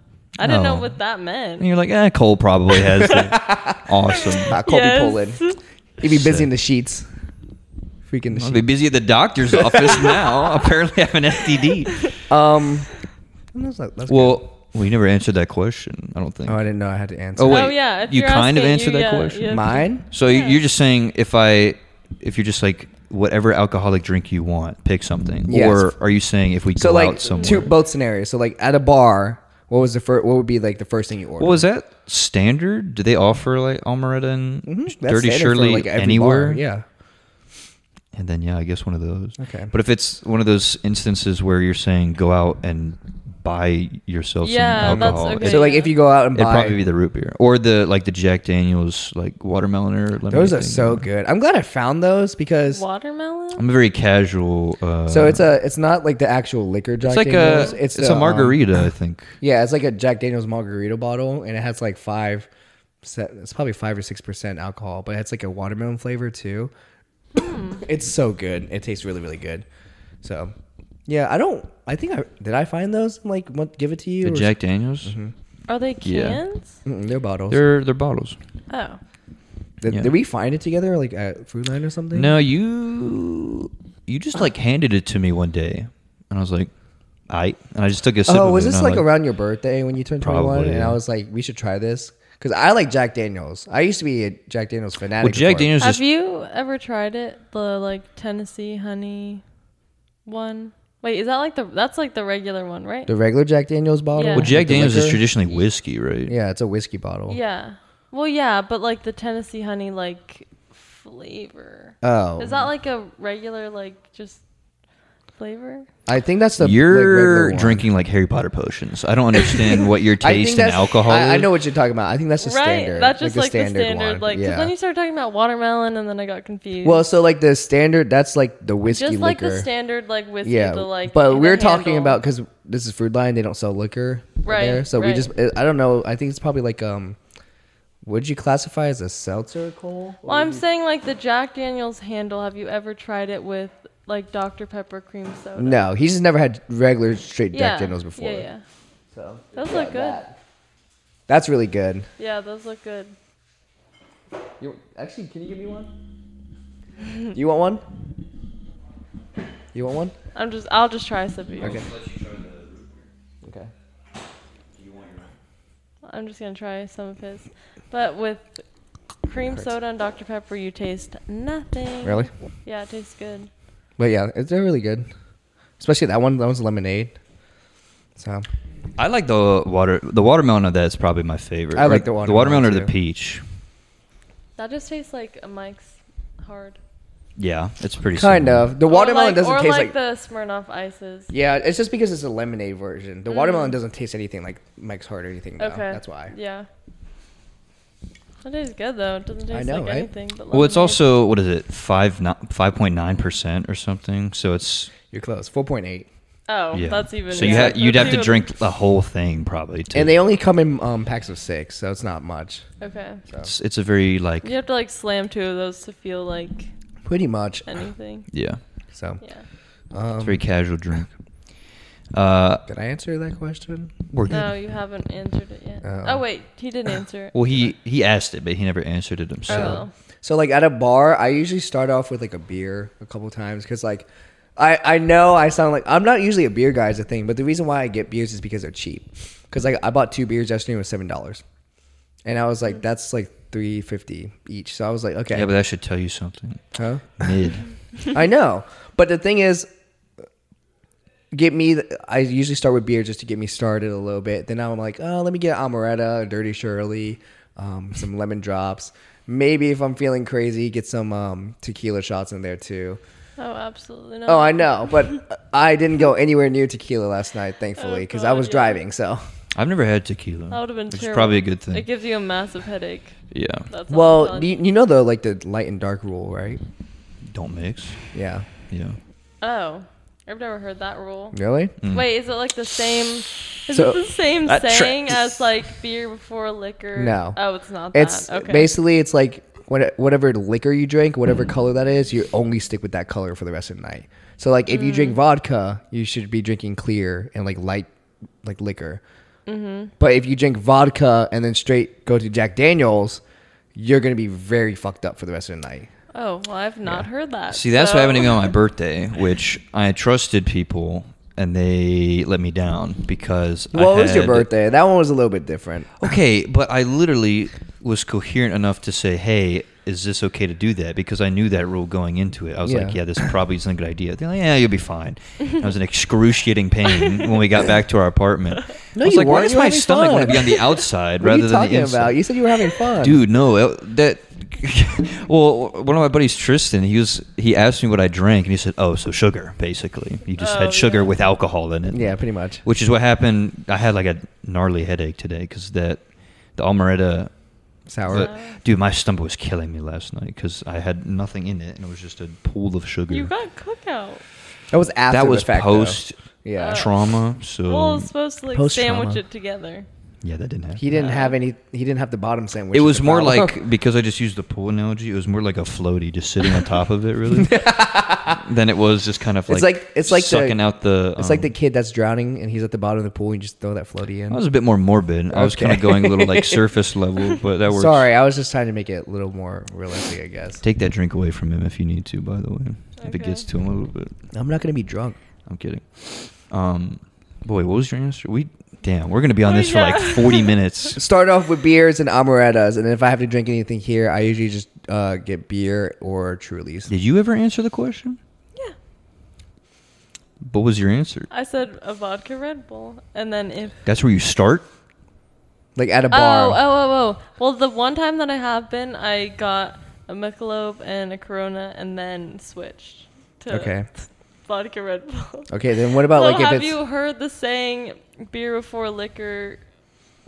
[SPEAKER 1] I didn't know
[SPEAKER 3] Oh.
[SPEAKER 1] what that meant.
[SPEAKER 3] and you're like, eh, Cole probably has that. awesome.
[SPEAKER 2] Ah, Colby
[SPEAKER 1] Yes.
[SPEAKER 2] Poland. He'd be busy
[SPEAKER 3] Shit.
[SPEAKER 2] in the sheets. Freaking the
[SPEAKER 3] I'll be
[SPEAKER 2] sheets.
[SPEAKER 3] busy at the doctor's office now. Apparently, I have an STD.
[SPEAKER 2] Um, that's not- that's good.
[SPEAKER 3] Well, we never answered that question. I don't think.
[SPEAKER 2] Oh, I didn't know I had to answer.
[SPEAKER 3] Oh, wait.
[SPEAKER 1] oh, yeah. If
[SPEAKER 3] you
[SPEAKER 1] you're
[SPEAKER 3] kind of
[SPEAKER 1] asking,
[SPEAKER 3] answered
[SPEAKER 1] you-
[SPEAKER 3] that
[SPEAKER 1] yeah,
[SPEAKER 3] question.
[SPEAKER 1] yeah.
[SPEAKER 2] mine.
[SPEAKER 3] So you- you're just saying if I, if you're just like whatever alcoholic drink you want, pick something,
[SPEAKER 2] Yes.
[SPEAKER 3] or are you saying if we
[SPEAKER 2] So
[SPEAKER 3] go
[SPEAKER 2] like
[SPEAKER 3] out somewhere?
[SPEAKER 2] two both scenarios. So like at a bar, what was the first? What would be like the first thing you order?
[SPEAKER 3] well, is that standard? Do they offer like Almeretta and
[SPEAKER 2] Mhm, that's
[SPEAKER 3] Dirty
[SPEAKER 2] standard for,
[SPEAKER 3] Shirley
[SPEAKER 2] like, every
[SPEAKER 3] anywhere?
[SPEAKER 2] bar, Yeah.
[SPEAKER 3] And then yeah, I guess one of those.
[SPEAKER 2] Okay.
[SPEAKER 3] But if it's one of those instances where you're saying go out and buy yourself
[SPEAKER 1] Yeah,
[SPEAKER 3] some
[SPEAKER 1] that's
[SPEAKER 3] alcohol,
[SPEAKER 1] okay.
[SPEAKER 3] it,
[SPEAKER 2] So like if you go out and
[SPEAKER 3] would
[SPEAKER 2] buy,
[SPEAKER 3] probably be the root beer or the like the Jack Daniels like watermelon or lemonade
[SPEAKER 2] those are
[SPEAKER 3] thing.
[SPEAKER 2] so good. I'm glad I found those because
[SPEAKER 1] Watermelon?
[SPEAKER 3] I'm a very casual. Uh,
[SPEAKER 2] so it's a it's not like the actual liquor. Jack
[SPEAKER 3] it's like
[SPEAKER 2] Daniels,
[SPEAKER 3] a it's,
[SPEAKER 2] the,
[SPEAKER 3] a
[SPEAKER 2] um,
[SPEAKER 3] margarita, I think.
[SPEAKER 2] yeah, it's like a Jack Daniel's margarita bottle, and it has like five. se- It's probably five or six percent alcohol, but it's like a watermelon flavor too. it's so good. It tastes really, really good. So, yeah, I don't. I think I did. I find those and like what, give it Mm-hmm. to you.
[SPEAKER 3] The
[SPEAKER 2] or-
[SPEAKER 3] Jack Daniels,
[SPEAKER 1] Are they
[SPEAKER 3] Yeah.
[SPEAKER 1] cans?
[SPEAKER 2] Mm-mm, they're bottles.
[SPEAKER 3] they're they're bottles.
[SPEAKER 1] Oh.
[SPEAKER 2] did,
[SPEAKER 3] yeah.
[SPEAKER 2] did we find it together, like at Foodland or something?
[SPEAKER 3] No, you you just like handed it to me one day, and I was like, I and I just took a sip.
[SPEAKER 2] Oh,
[SPEAKER 3] of
[SPEAKER 2] was
[SPEAKER 3] it, and
[SPEAKER 2] this
[SPEAKER 3] I,
[SPEAKER 2] like around your birthday when you turned twenty one?
[SPEAKER 3] Probably,
[SPEAKER 2] And
[SPEAKER 3] yeah.
[SPEAKER 2] I was like, we should try this because I like Jack Daniels. I used to be a Jack Daniels fanatic.
[SPEAKER 3] Well, Jack
[SPEAKER 2] before.
[SPEAKER 3] Daniels
[SPEAKER 1] Have
[SPEAKER 3] is
[SPEAKER 1] you ever tried it? The like Tennessee honey one? Wait, is that like the, that's like the regular one, right?
[SPEAKER 2] the regular Jack Daniels bottle.
[SPEAKER 1] Yeah.
[SPEAKER 3] well, Jack
[SPEAKER 2] with the
[SPEAKER 3] Daniels is
[SPEAKER 2] liquor?
[SPEAKER 3] traditionally whiskey, right?
[SPEAKER 2] Yeah, it's a whiskey bottle.
[SPEAKER 1] yeah. Well, yeah, but like the Tennessee honey, like flavor.
[SPEAKER 2] Oh,
[SPEAKER 1] Is that like a regular, like just flavor?
[SPEAKER 2] I think that's the like,
[SPEAKER 3] You're
[SPEAKER 2] regular one.
[SPEAKER 3] drinking like Harry Potter potions. I don't understand what your
[SPEAKER 2] I think
[SPEAKER 3] taste in
[SPEAKER 2] that's-
[SPEAKER 3] alcohol
[SPEAKER 2] I, I
[SPEAKER 3] is.
[SPEAKER 2] know what you're talking about. I think that's the
[SPEAKER 1] right.
[SPEAKER 2] standard.
[SPEAKER 1] That's just like the standard,
[SPEAKER 2] one.
[SPEAKER 1] like 'cause
[SPEAKER 2] yeah.
[SPEAKER 1] then you started talking about watermelon, and then I got confused.
[SPEAKER 2] well, so like the standard, that's like the whiskey
[SPEAKER 1] just like
[SPEAKER 2] liquor.
[SPEAKER 1] the standard, like whiskey,
[SPEAKER 2] yeah,
[SPEAKER 1] the like.
[SPEAKER 2] but
[SPEAKER 1] the
[SPEAKER 2] we're talking
[SPEAKER 1] handle.
[SPEAKER 2] about because this is Food Line. They don't sell liquor
[SPEAKER 1] Right,
[SPEAKER 2] there, so we
[SPEAKER 1] right.
[SPEAKER 2] just. I don't know. I think it's probably like um, would you classify as a seltzer, Cole?
[SPEAKER 1] Well, I'm saying like the Jack Daniel's handle. Have you ever tried it with like Dr Pepper cream soda?
[SPEAKER 2] No, he's just never had regular straight
[SPEAKER 1] Yeah.
[SPEAKER 2] Jack Daniels before.
[SPEAKER 1] Yeah, yeah.
[SPEAKER 2] So
[SPEAKER 1] Those
[SPEAKER 2] yeah,
[SPEAKER 1] look good.
[SPEAKER 2] that- That's really good.
[SPEAKER 1] Yeah, those look good.
[SPEAKER 2] You, actually, can you give me one? you want one? You want one?
[SPEAKER 1] I'm just. I'll just try a sip of yours.
[SPEAKER 2] Okay. Okay.
[SPEAKER 1] I'm just gonna try some of his, but with cream soda and Dr Pepper, you taste nothing.
[SPEAKER 2] Really?
[SPEAKER 1] Yeah, it tastes good.
[SPEAKER 2] But yeah, it's, they're really good. Especially that one. That one's lemonade. So
[SPEAKER 3] I like the water. The watermelon of that is probably my favorite.
[SPEAKER 2] I
[SPEAKER 3] Or
[SPEAKER 2] like the
[SPEAKER 3] The
[SPEAKER 2] watermelon,
[SPEAKER 3] watermelon or the
[SPEAKER 2] too.
[SPEAKER 3] peach.
[SPEAKER 1] That just tastes like a Mike's hard.
[SPEAKER 3] Yeah, it's pretty.
[SPEAKER 2] kind
[SPEAKER 3] similar.
[SPEAKER 2] of the
[SPEAKER 1] Or
[SPEAKER 2] watermelon
[SPEAKER 1] like-
[SPEAKER 2] doesn't
[SPEAKER 1] or
[SPEAKER 2] taste
[SPEAKER 1] like,
[SPEAKER 2] like.
[SPEAKER 1] the Smirnoff ices.
[SPEAKER 2] yeah, it's just because it's a lemonade version. The watermelon doesn't taste anything like Mike's Hard or anything. Now.
[SPEAKER 1] Mm. Okay,
[SPEAKER 2] That's why.
[SPEAKER 1] Yeah, that tastes good though. It doesn't taste
[SPEAKER 2] know,
[SPEAKER 1] like
[SPEAKER 2] right?
[SPEAKER 1] anything. But
[SPEAKER 3] Well, it's
[SPEAKER 1] lemonade.
[SPEAKER 3] also what is it five five point nine percent or something? So it's
[SPEAKER 2] You're close. Four point eight.
[SPEAKER 1] oh,
[SPEAKER 3] yeah.
[SPEAKER 1] that's even.
[SPEAKER 3] so you
[SPEAKER 1] yeah,
[SPEAKER 3] ha- you'd
[SPEAKER 1] that's
[SPEAKER 3] have to
[SPEAKER 1] even-
[SPEAKER 3] drink the whole thing probably. To,
[SPEAKER 2] And they only come in um, packs of six, so it's not much.
[SPEAKER 1] Okay,
[SPEAKER 3] it's, it's a very like
[SPEAKER 1] you have to like slam two of those to feel like
[SPEAKER 2] Pretty much.
[SPEAKER 1] anything.
[SPEAKER 3] yeah,
[SPEAKER 2] So um,
[SPEAKER 1] Yeah.
[SPEAKER 3] it's a very casual drink. Uh,
[SPEAKER 2] Did I answer that question?
[SPEAKER 3] we're good.
[SPEAKER 1] No, you haven't answered it yet.
[SPEAKER 2] Oh.
[SPEAKER 1] Oh, wait, he did answer it.
[SPEAKER 3] Well, he he asked it, but he never answered it
[SPEAKER 1] oh.
[SPEAKER 3] himself.
[SPEAKER 2] So like at a bar, I usually start off with like a beer a couple times because like I I know I sound like I'm not usually a beer guy is a thing, but the reason why I get beers is because they're cheap. Because like I bought two beers yesterday with seven dollars, and I was like that's like three fifty each. So I was like okay,
[SPEAKER 3] Yeah, but that should tell you something.
[SPEAKER 2] huh?
[SPEAKER 3] Mid.
[SPEAKER 2] I know, but the thing is, get me. I usually start with beer just to get me started a little bit. Then I'm like, oh, let me get amaretto, dirty Shirley, um, some lemon drops. Maybe if I'm feeling crazy, get some um, tequila shots in there too.
[SPEAKER 1] Oh, absolutely not.
[SPEAKER 2] Oh, I know, but I didn't go anywhere near tequila last night, thankfully, because I
[SPEAKER 1] Oh, God,
[SPEAKER 2] was
[SPEAKER 1] yeah.
[SPEAKER 2] driving. So,
[SPEAKER 3] I've never had tequila.
[SPEAKER 1] That would have been
[SPEAKER 3] Which is
[SPEAKER 1] terrible.
[SPEAKER 3] probably a good thing.
[SPEAKER 1] It gives you a massive headache.
[SPEAKER 3] yeah.
[SPEAKER 1] That's all I'm
[SPEAKER 2] well,
[SPEAKER 1] telling
[SPEAKER 2] you,
[SPEAKER 1] you.
[SPEAKER 2] you know the like the light and dark rule, right?
[SPEAKER 3] Don't mix.
[SPEAKER 2] Yeah.
[SPEAKER 3] Yeah.
[SPEAKER 1] Oh, I've never heard that rule.
[SPEAKER 2] Really?
[SPEAKER 3] Mm.
[SPEAKER 1] Wait, is it like the same? Is
[SPEAKER 2] So-
[SPEAKER 1] it the same
[SPEAKER 3] That
[SPEAKER 1] saying
[SPEAKER 3] tracks.
[SPEAKER 1] as like beer before liquor?
[SPEAKER 2] No.
[SPEAKER 1] Oh, it's not. That.
[SPEAKER 2] It's
[SPEAKER 1] okay.
[SPEAKER 2] basically it's like what- whatever liquor you drink, whatever
[SPEAKER 3] Mm.
[SPEAKER 2] color that is, you only stick with that color for the rest of the night. So like if you drink vodka, you should be drinking clear and like light like liquor. But if you drink vodka and then straight go to Jack Daniels, you're gonna be very fucked up for the rest of the night.
[SPEAKER 1] Oh well, I've not heard that.
[SPEAKER 3] See, that's
[SPEAKER 1] so-
[SPEAKER 3] what happened to me on my birthday, which I trusted people and they let me down because. I
[SPEAKER 2] Well, it was your
[SPEAKER 3] had-
[SPEAKER 2] birthday. That one was a little bit different.
[SPEAKER 3] Okay, but I literally was coherent enough to say, "Hey, is this okay to do that?" Because I knew that rule going into it. I was like,
[SPEAKER 2] Yeah.
[SPEAKER 3] "Yeah, this probably isn't a good idea." They're like, "Yeah, you'll be fine." I was in excruciating pain when we got back to our apartment.
[SPEAKER 2] No,
[SPEAKER 3] I was
[SPEAKER 2] you
[SPEAKER 3] like, "Why
[SPEAKER 2] weren't.
[SPEAKER 3] does
[SPEAKER 2] You were
[SPEAKER 3] my
[SPEAKER 2] having
[SPEAKER 3] stomach
[SPEAKER 2] fun."
[SPEAKER 3] want to be on the outside
[SPEAKER 2] What are
[SPEAKER 3] rather
[SPEAKER 2] you
[SPEAKER 3] than
[SPEAKER 2] talking
[SPEAKER 3] the inside?"
[SPEAKER 2] about? You said you were having fun,
[SPEAKER 3] dude no it- that well one of my buddies tristan he was he asked me what i drank and he said oh so sugar basically you just
[SPEAKER 1] Oh,
[SPEAKER 3] had sugar
[SPEAKER 1] yeah.
[SPEAKER 3] with alcohol in it
[SPEAKER 2] Yeah, pretty much.
[SPEAKER 3] which is what happened i had like a gnarly headache today because that the almeretta
[SPEAKER 2] Sour.
[SPEAKER 3] the- dude my stomach was killing me last night because i had nothing in it and it was just a pool of sugar
[SPEAKER 1] You got cookout.
[SPEAKER 2] that was after
[SPEAKER 3] that
[SPEAKER 2] the
[SPEAKER 3] was
[SPEAKER 2] fact, though.
[SPEAKER 3] post
[SPEAKER 2] Yeah.
[SPEAKER 3] Oh. trauma so
[SPEAKER 1] Uh, well, it's supposed to like
[SPEAKER 2] Post-trauma.
[SPEAKER 1] sandwich it together.
[SPEAKER 3] yeah that didn't happen
[SPEAKER 2] He didn't have any. He didn't have the bottom sandwich.
[SPEAKER 3] it
[SPEAKER 2] to
[SPEAKER 3] was more
[SPEAKER 2] follow.
[SPEAKER 3] like because I just used the pool analogy. It was more like a floaty, just sitting on top of it, really. than it was just kind of like
[SPEAKER 2] It's like- it's like the-
[SPEAKER 3] sucking out the.
[SPEAKER 2] It's like
[SPEAKER 3] um,
[SPEAKER 2] the kid that's drowning and he's at the bottom of the pool and you just throw that floaty
[SPEAKER 3] I
[SPEAKER 2] in.
[SPEAKER 3] was a bit more morbid. I was kind of
[SPEAKER 2] Okay.
[SPEAKER 3] going a little like surface level, but that works.
[SPEAKER 2] Sorry, I was just trying to make it a little more realistic, I guess.
[SPEAKER 3] Take that drink away from him if you need to. By the way, if it
[SPEAKER 1] Okay.
[SPEAKER 3] gets to him a little bit,
[SPEAKER 2] I'm not gonna be drunk.
[SPEAKER 3] I'm kidding. Um, boy, what was your answer? We damn, we're gonna be on
[SPEAKER 1] Oh,
[SPEAKER 3] this
[SPEAKER 1] yeah.
[SPEAKER 3] for like 40 minutes.
[SPEAKER 2] Start off with beers and amarettas, and if I have to drink anything here, I usually just uh, get beer or Trulies.
[SPEAKER 3] Did you ever answer the question?
[SPEAKER 1] Yeah,
[SPEAKER 3] What was your answer?
[SPEAKER 1] I said a vodka Red Bull, and then if
[SPEAKER 3] That's where you start.
[SPEAKER 2] Like at a
[SPEAKER 1] Oh,
[SPEAKER 2] bar.
[SPEAKER 1] oh, oh, oh. Well, the one time that I have been, I got a Michelob and a Corona, and then switched to
[SPEAKER 2] Okay.
[SPEAKER 1] vodka Red Bull.
[SPEAKER 2] Okay, then what about
[SPEAKER 1] so
[SPEAKER 2] like if
[SPEAKER 1] have
[SPEAKER 2] it's
[SPEAKER 1] you heard the saying "beer before liquor"?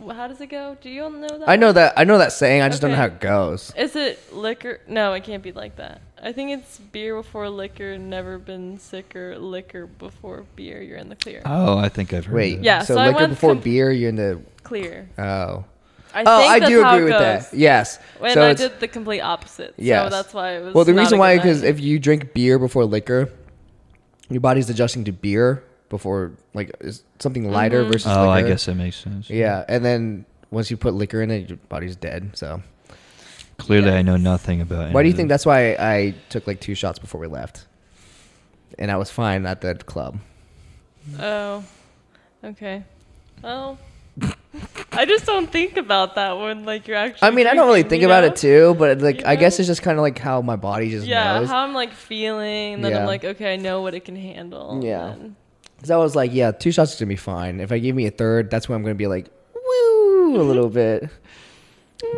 [SPEAKER 1] Wh- How does it go? Do you all know that?
[SPEAKER 2] I know
[SPEAKER 1] one?
[SPEAKER 2] that I know that saying, I just don't know
[SPEAKER 1] Okay.
[SPEAKER 2] how it goes.
[SPEAKER 1] Is it liquor? No, it can't be like that. I think it's beer before liquor, never been sicker. Liquor before beer, you're in the clear.
[SPEAKER 3] Oh, I think I've heard.
[SPEAKER 2] Wait,
[SPEAKER 3] that.
[SPEAKER 1] Yeah,
[SPEAKER 2] So,
[SPEAKER 1] so I
[SPEAKER 2] liquor
[SPEAKER 1] went
[SPEAKER 2] before
[SPEAKER 1] com-
[SPEAKER 2] beer, you're in the
[SPEAKER 1] clear.
[SPEAKER 2] oh.
[SPEAKER 1] I
[SPEAKER 2] oh,
[SPEAKER 1] think
[SPEAKER 2] I
[SPEAKER 1] that's
[SPEAKER 2] do
[SPEAKER 1] how
[SPEAKER 2] agree
[SPEAKER 1] it
[SPEAKER 2] with
[SPEAKER 1] goes.
[SPEAKER 2] that. Yes.
[SPEAKER 1] When
[SPEAKER 2] so
[SPEAKER 1] I
[SPEAKER 2] it's-
[SPEAKER 1] did the complete opposite.
[SPEAKER 2] Yes.
[SPEAKER 1] So that's why it was.
[SPEAKER 2] Well, the
[SPEAKER 1] not
[SPEAKER 2] reason
[SPEAKER 1] a
[SPEAKER 2] why
[SPEAKER 1] good
[SPEAKER 2] because
[SPEAKER 1] idea.
[SPEAKER 2] if you drink beer before liquor, your body's adjusting to beer before like is something
[SPEAKER 1] Mm-hmm.
[SPEAKER 2] lighter versus
[SPEAKER 3] Oh, I
[SPEAKER 2] liquor.
[SPEAKER 3] guess that makes sense.
[SPEAKER 2] Yeah, and then once you put liquor in it, your body's dead. So
[SPEAKER 3] Clearly, I know nothing about. any
[SPEAKER 2] why do you
[SPEAKER 3] of
[SPEAKER 2] think
[SPEAKER 3] this.
[SPEAKER 2] that's why I took like two shots before we left, and I was fine at the club.
[SPEAKER 1] Oh, okay. Well, I just don't think about that when like you're actually.
[SPEAKER 2] I mean, I don't really
[SPEAKER 1] drinking,
[SPEAKER 2] think
[SPEAKER 1] you
[SPEAKER 2] about
[SPEAKER 1] know?
[SPEAKER 2] it too, but like
[SPEAKER 1] You
[SPEAKER 2] I guess
[SPEAKER 1] know?
[SPEAKER 2] it's just kind of like how my body just
[SPEAKER 1] Yeah,
[SPEAKER 2] knows.
[SPEAKER 1] how I'm like feeling, and then
[SPEAKER 2] Yeah.
[SPEAKER 1] I'm like, okay, I know what it can handle. and
[SPEAKER 2] Yeah.
[SPEAKER 1] then-
[SPEAKER 2] Because I was like, yeah, two shots is gonna be fine. If I give me a third, that's when I'm gonna be like, woo, a little bit.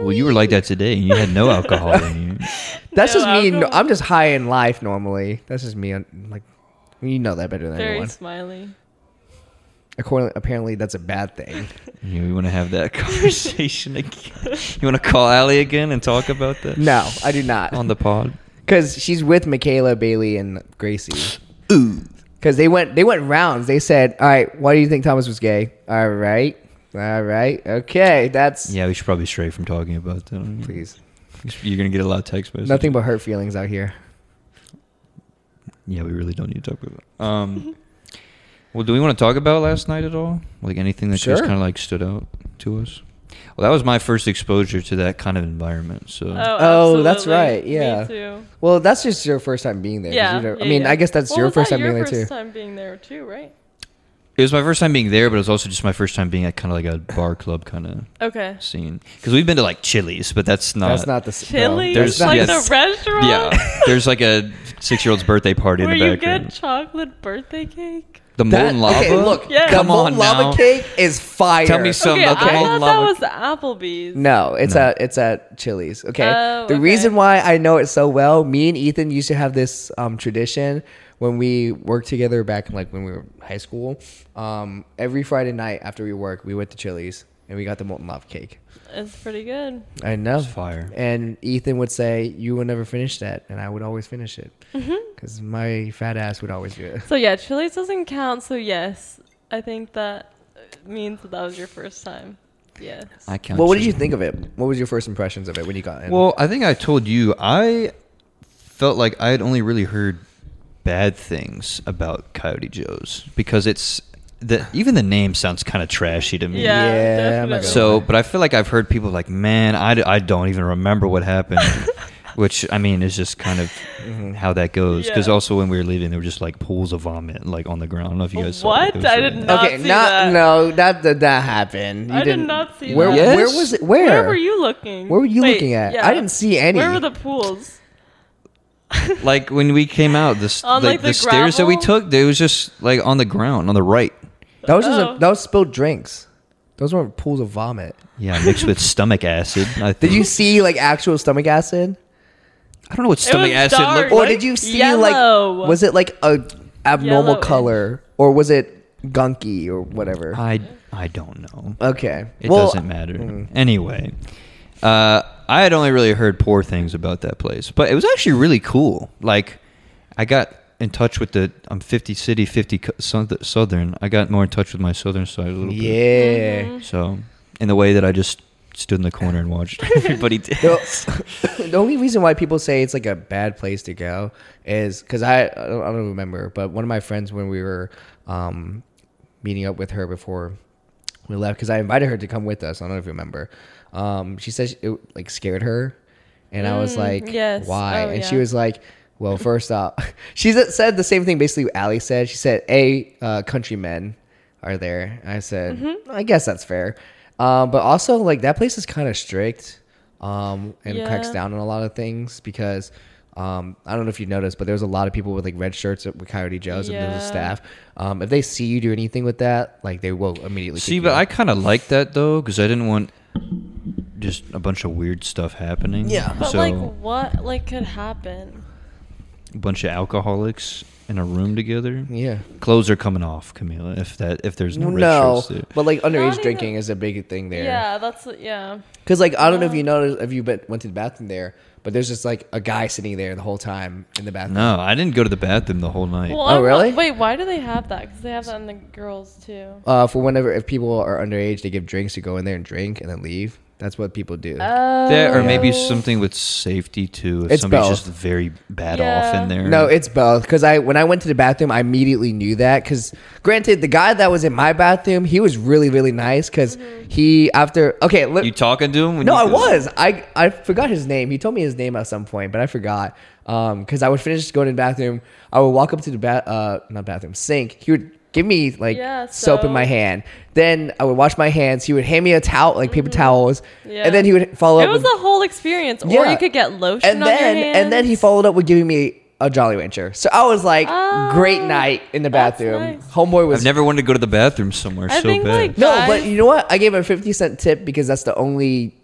[SPEAKER 3] Well, you were like that today, and you had no alcohol in you.
[SPEAKER 2] That's
[SPEAKER 1] No,
[SPEAKER 2] just me.
[SPEAKER 1] alcohol-
[SPEAKER 2] I'm just high in life normally. That's just me. i like, you know that better than
[SPEAKER 1] very
[SPEAKER 2] anyone.
[SPEAKER 1] smiley.
[SPEAKER 2] According, apparently, that's a bad thing.
[SPEAKER 3] You know, we want to have that conversation again. You want to call Allie again and talk about that?
[SPEAKER 2] No, I do not.
[SPEAKER 3] On the pod.
[SPEAKER 2] Because she's with Michaela, Bailey, and Gracie.
[SPEAKER 3] Ooh.
[SPEAKER 2] Because they went, they went rounds. They said, "All right, why do you think Thomas was gay?" All right, all right, okay. That's
[SPEAKER 3] Yeah, we should probably stray from talking about that.
[SPEAKER 2] please
[SPEAKER 3] You're going to get a lot of text messages.
[SPEAKER 2] nothing but hurt feelings out here.
[SPEAKER 3] Yeah, we really don't need to talk about that. Um, Well, do we want to talk about last night at all? Like anything that
[SPEAKER 2] Sure.
[SPEAKER 3] just kind of like stood out to us? Well, that was my first exposure to that kind of environment. So
[SPEAKER 2] Oh, that's
[SPEAKER 1] absolutely.
[SPEAKER 2] right, yeah.
[SPEAKER 1] Me too.
[SPEAKER 2] Well, that's just your first time being there. 'cause
[SPEAKER 1] Yeah,
[SPEAKER 2] you never-
[SPEAKER 1] yeah,
[SPEAKER 2] I mean,
[SPEAKER 1] yeah.
[SPEAKER 2] I guess that's
[SPEAKER 1] Well,
[SPEAKER 2] your
[SPEAKER 1] was
[SPEAKER 2] first
[SPEAKER 1] that
[SPEAKER 2] time being there
[SPEAKER 1] Your
[SPEAKER 2] too.
[SPEAKER 1] first time being there too, right?
[SPEAKER 3] it was my first time being there, but it was also just my first time being at kind of like a bar club kind of
[SPEAKER 1] Okay.
[SPEAKER 3] scene. Because we've been to like Chili's, but that's not.
[SPEAKER 2] That's not the s- no,
[SPEAKER 1] Chili,
[SPEAKER 3] there's-
[SPEAKER 2] that's not
[SPEAKER 1] like
[SPEAKER 3] yeah,
[SPEAKER 2] the
[SPEAKER 1] the restaurant.
[SPEAKER 3] Yeah, there's like a six-year-old's birthday party
[SPEAKER 1] Where
[SPEAKER 3] in the
[SPEAKER 1] you
[SPEAKER 3] back. room.
[SPEAKER 1] get chocolate birthday cake.
[SPEAKER 3] The
[SPEAKER 2] That,
[SPEAKER 3] molten lava.
[SPEAKER 2] Okay, look,
[SPEAKER 1] Yeah.
[SPEAKER 2] the
[SPEAKER 1] Come
[SPEAKER 2] molten
[SPEAKER 3] on
[SPEAKER 2] lava
[SPEAKER 3] now.
[SPEAKER 2] cake is fire.
[SPEAKER 3] Tell me some.
[SPEAKER 1] okay,
[SPEAKER 3] okay.
[SPEAKER 1] I thought
[SPEAKER 3] Molten lava-
[SPEAKER 1] that was the Applebee's.
[SPEAKER 2] No, it's
[SPEAKER 3] No.
[SPEAKER 2] at it's at Chili's. Okay.
[SPEAKER 1] Oh,
[SPEAKER 2] the
[SPEAKER 1] okay.
[SPEAKER 2] reason why I know it so well, me and Ethan used to have this um, tradition when we worked together back in like when we were in high school. Um, every Friday night after we worked, we went to Chili's and we got the molten lava cake.
[SPEAKER 1] It's pretty good.
[SPEAKER 2] I know.
[SPEAKER 3] It's fire.
[SPEAKER 2] And Ethan would say, "You will never finish that," and I would always finish it because my fat ass would always do it.
[SPEAKER 1] So yeah, Chili's doesn't count. So yes, I think that means that that was your first time. Yes.
[SPEAKER 3] I count.
[SPEAKER 2] Well, what did
[SPEAKER 3] Chili's.
[SPEAKER 2] you think of it? What was your first impressions of it when you got in?
[SPEAKER 3] Well, I think I told you I felt like I had only really heard bad things about Coyote Joe's because it's the even the name sounds kind of trashy to me.
[SPEAKER 1] yeah.
[SPEAKER 2] Yeah, I'm not
[SPEAKER 1] definitely.
[SPEAKER 2] gonna
[SPEAKER 3] So, but I feel like I've heard people like, man, I, d- I don't even remember what happened, which I mean is just kind of
[SPEAKER 2] Mhm.
[SPEAKER 3] how that goes. Because
[SPEAKER 1] Mm-hmm. Yeah.
[SPEAKER 3] also when we were leaving, there were just like pools of vomit like on the ground. I don't know if you guys saw
[SPEAKER 1] What?
[SPEAKER 3] it. It was
[SPEAKER 1] I
[SPEAKER 3] really
[SPEAKER 1] did
[SPEAKER 3] bad.
[SPEAKER 1] not
[SPEAKER 2] okay,
[SPEAKER 1] see
[SPEAKER 2] not
[SPEAKER 1] that.
[SPEAKER 2] no, that that, that happened. You
[SPEAKER 1] I did
[SPEAKER 2] didn't-
[SPEAKER 1] not see
[SPEAKER 2] where,
[SPEAKER 1] that.
[SPEAKER 2] Where
[SPEAKER 3] Yes?
[SPEAKER 2] was it? Where?
[SPEAKER 1] Where were you looking?
[SPEAKER 2] Where were you
[SPEAKER 1] Wait,
[SPEAKER 2] looking at?
[SPEAKER 1] yeah.
[SPEAKER 2] I didn't see any.
[SPEAKER 1] Where were the pools?
[SPEAKER 3] Like when we came out, this
[SPEAKER 1] On,
[SPEAKER 3] like,
[SPEAKER 1] like,
[SPEAKER 3] the,
[SPEAKER 1] the
[SPEAKER 3] stairs that we
[SPEAKER 1] gravel?
[SPEAKER 3] took, there was just like on the ground on the right.
[SPEAKER 2] that was just
[SPEAKER 1] Oh.
[SPEAKER 2] a, that was spilled drinks. Those weren't pools of vomit.
[SPEAKER 3] Yeah, mixed with stomach acid. I
[SPEAKER 2] Did
[SPEAKER 3] think.
[SPEAKER 2] you see like actual stomach acid,
[SPEAKER 3] I don't know what stomach
[SPEAKER 1] was
[SPEAKER 3] acid
[SPEAKER 1] dark.
[SPEAKER 3] looked
[SPEAKER 2] or
[SPEAKER 3] like.
[SPEAKER 1] What?
[SPEAKER 2] did you see
[SPEAKER 1] Yellow.
[SPEAKER 2] like was it like a abnormal
[SPEAKER 1] Yellow-ish.
[SPEAKER 2] color, or was it gunky or whatever?
[SPEAKER 3] I I don't know.
[SPEAKER 2] okay,
[SPEAKER 3] It
[SPEAKER 2] Well, mm.
[SPEAKER 3] doesn't matter. Anyway, uh, I had only really heard poor things about that place, but it was actually really cool. Like, I got in touch with the I'm 50 city 50 co- south- southern. I got more in touch with my southern side a little bit.
[SPEAKER 2] Yeah.
[SPEAKER 1] Mhm.
[SPEAKER 3] So in the way that I just stood in the corner and watched everybody
[SPEAKER 2] the,
[SPEAKER 3] dance.
[SPEAKER 2] the only reason why people say it's like a bad place to go is because I I don't, I don't remember, but one of my friends when we were um, meeting up with her before we left, because I invited her to come with us. I don't know if you remember. Um, she said it like scared her, and I was
[SPEAKER 1] Mm,
[SPEAKER 2] like,
[SPEAKER 1] yes.
[SPEAKER 2] why?
[SPEAKER 1] Oh,
[SPEAKER 2] and she
[SPEAKER 1] yeah.
[SPEAKER 2] was like. Well, first off, she said the same thing basically what Allie said. She said, A, uh, countrymen are there. I said,
[SPEAKER 1] Mm-hmm.
[SPEAKER 2] I guess that's fair. Um, but also, like, that place is kind of strict. Um, and cracks
[SPEAKER 1] Yeah.
[SPEAKER 2] down on a lot of things because um, I don't know if you noticed, but there's a lot of people with like red shirts at- with Coyote Joe's and there's
[SPEAKER 1] Yeah.
[SPEAKER 2] a staff. Um, if they see you do anything with that, like they will immediately
[SPEAKER 3] See,
[SPEAKER 2] kick
[SPEAKER 3] but
[SPEAKER 2] you
[SPEAKER 3] I
[SPEAKER 2] out.
[SPEAKER 3] kind of like that though, because I didn't want just a bunch of weird stuff happening.
[SPEAKER 2] Yeah.
[SPEAKER 1] But
[SPEAKER 3] so
[SPEAKER 1] like, what like could happen?
[SPEAKER 3] a bunch of alcoholics in a room together.
[SPEAKER 2] yeah,
[SPEAKER 3] Clothes are coming off, Camila. If that if there's no,
[SPEAKER 2] no,
[SPEAKER 3] red shirts there.
[SPEAKER 2] but like underage
[SPEAKER 1] even-
[SPEAKER 2] drinking is a big thing there.
[SPEAKER 1] Yeah, that's yeah.
[SPEAKER 2] because like I don't know if you noticed if you bet- went to the bathroom there, but there's just like a guy sitting there the whole time in the bathroom.
[SPEAKER 3] no, I didn't go to the bathroom the whole night.
[SPEAKER 1] Well,
[SPEAKER 2] Oh,
[SPEAKER 1] I'm not-
[SPEAKER 2] really?
[SPEAKER 1] wait, why do they have that? Because they have that in the girls too.
[SPEAKER 3] Oh.
[SPEAKER 2] Uh, for whenever if people are underage, they give drinks to go in there and drink and then leave. That's what people do.
[SPEAKER 1] Oh.
[SPEAKER 3] there or maybe something with safety too. If
[SPEAKER 2] It's
[SPEAKER 3] somebody's
[SPEAKER 2] both.
[SPEAKER 3] just very bad off
[SPEAKER 1] Yeah.
[SPEAKER 3] in there.
[SPEAKER 2] No, it's both. Because I when I went to the bathroom, I immediately knew that. Because granted, the guy that was in my bathroom, he was really really nice. Because he after okay, let,
[SPEAKER 3] you talking to him? When
[SPEAKER 2] no,
[SPEAKER 3] you
[SPEAKER 2] I
[SPEAKER 3] go-
[SPEAKER 2] was. I I forgot his name. He told me his name at some point, but I forgot. Um, because I would finish going to the bathroom, I would walk up to the bath, uh, not bathroom sink. He would give me like
[SPEAKER 1] Yeah,
[SPEAKER 2] soap in my
[SPEAKER 1] soap.
[SPEAKER 2] hand. Then I would wash my hands. He would hand me a towel, like paper towels,
[SPEAKER 1] Mm-hmm. Yeah.
[SPEAKER 2] and then he would follow
[SPEAKER 1] It
[SPEAKER 2] up.
[SPEAKER 1] was
[SPEAKER 2] with,
[SPEAKER 1] a whole experience. Or
[SPEAKER 2] Yeah.
[SPEAKER 1] you could get lotion
[SPEAKER 2] and
[SPEAKER 1] on your
[SPEAKER 2] then and then he
[SPEAKER 1] hands.
[SPEAKER 2] followed up with giving me a Jolly Rancher. So I was like, great
[SPEAKER 1] Oh,
[SPEAKER 2] night in the
[SPEAKER 1] that's
[SPEAKER 2] bathroom.
[SPEAKER 1] nice.
[SPEAKER 2] Homeboy was
[SPEAKER 3] I've never wanted to go to the bathroom somewhere
[SPEAKER 1] I
[SPEAKER 3] so
[SPEAKER 1] think,
[SPEAKER 3] bad.
[SPEAKER 1] like-
[SPEAKER 2] no,
[SPEAKER 1] Guys.
[SPEAKER 2] but you know what? I gave him a fifty cent tip because that's the only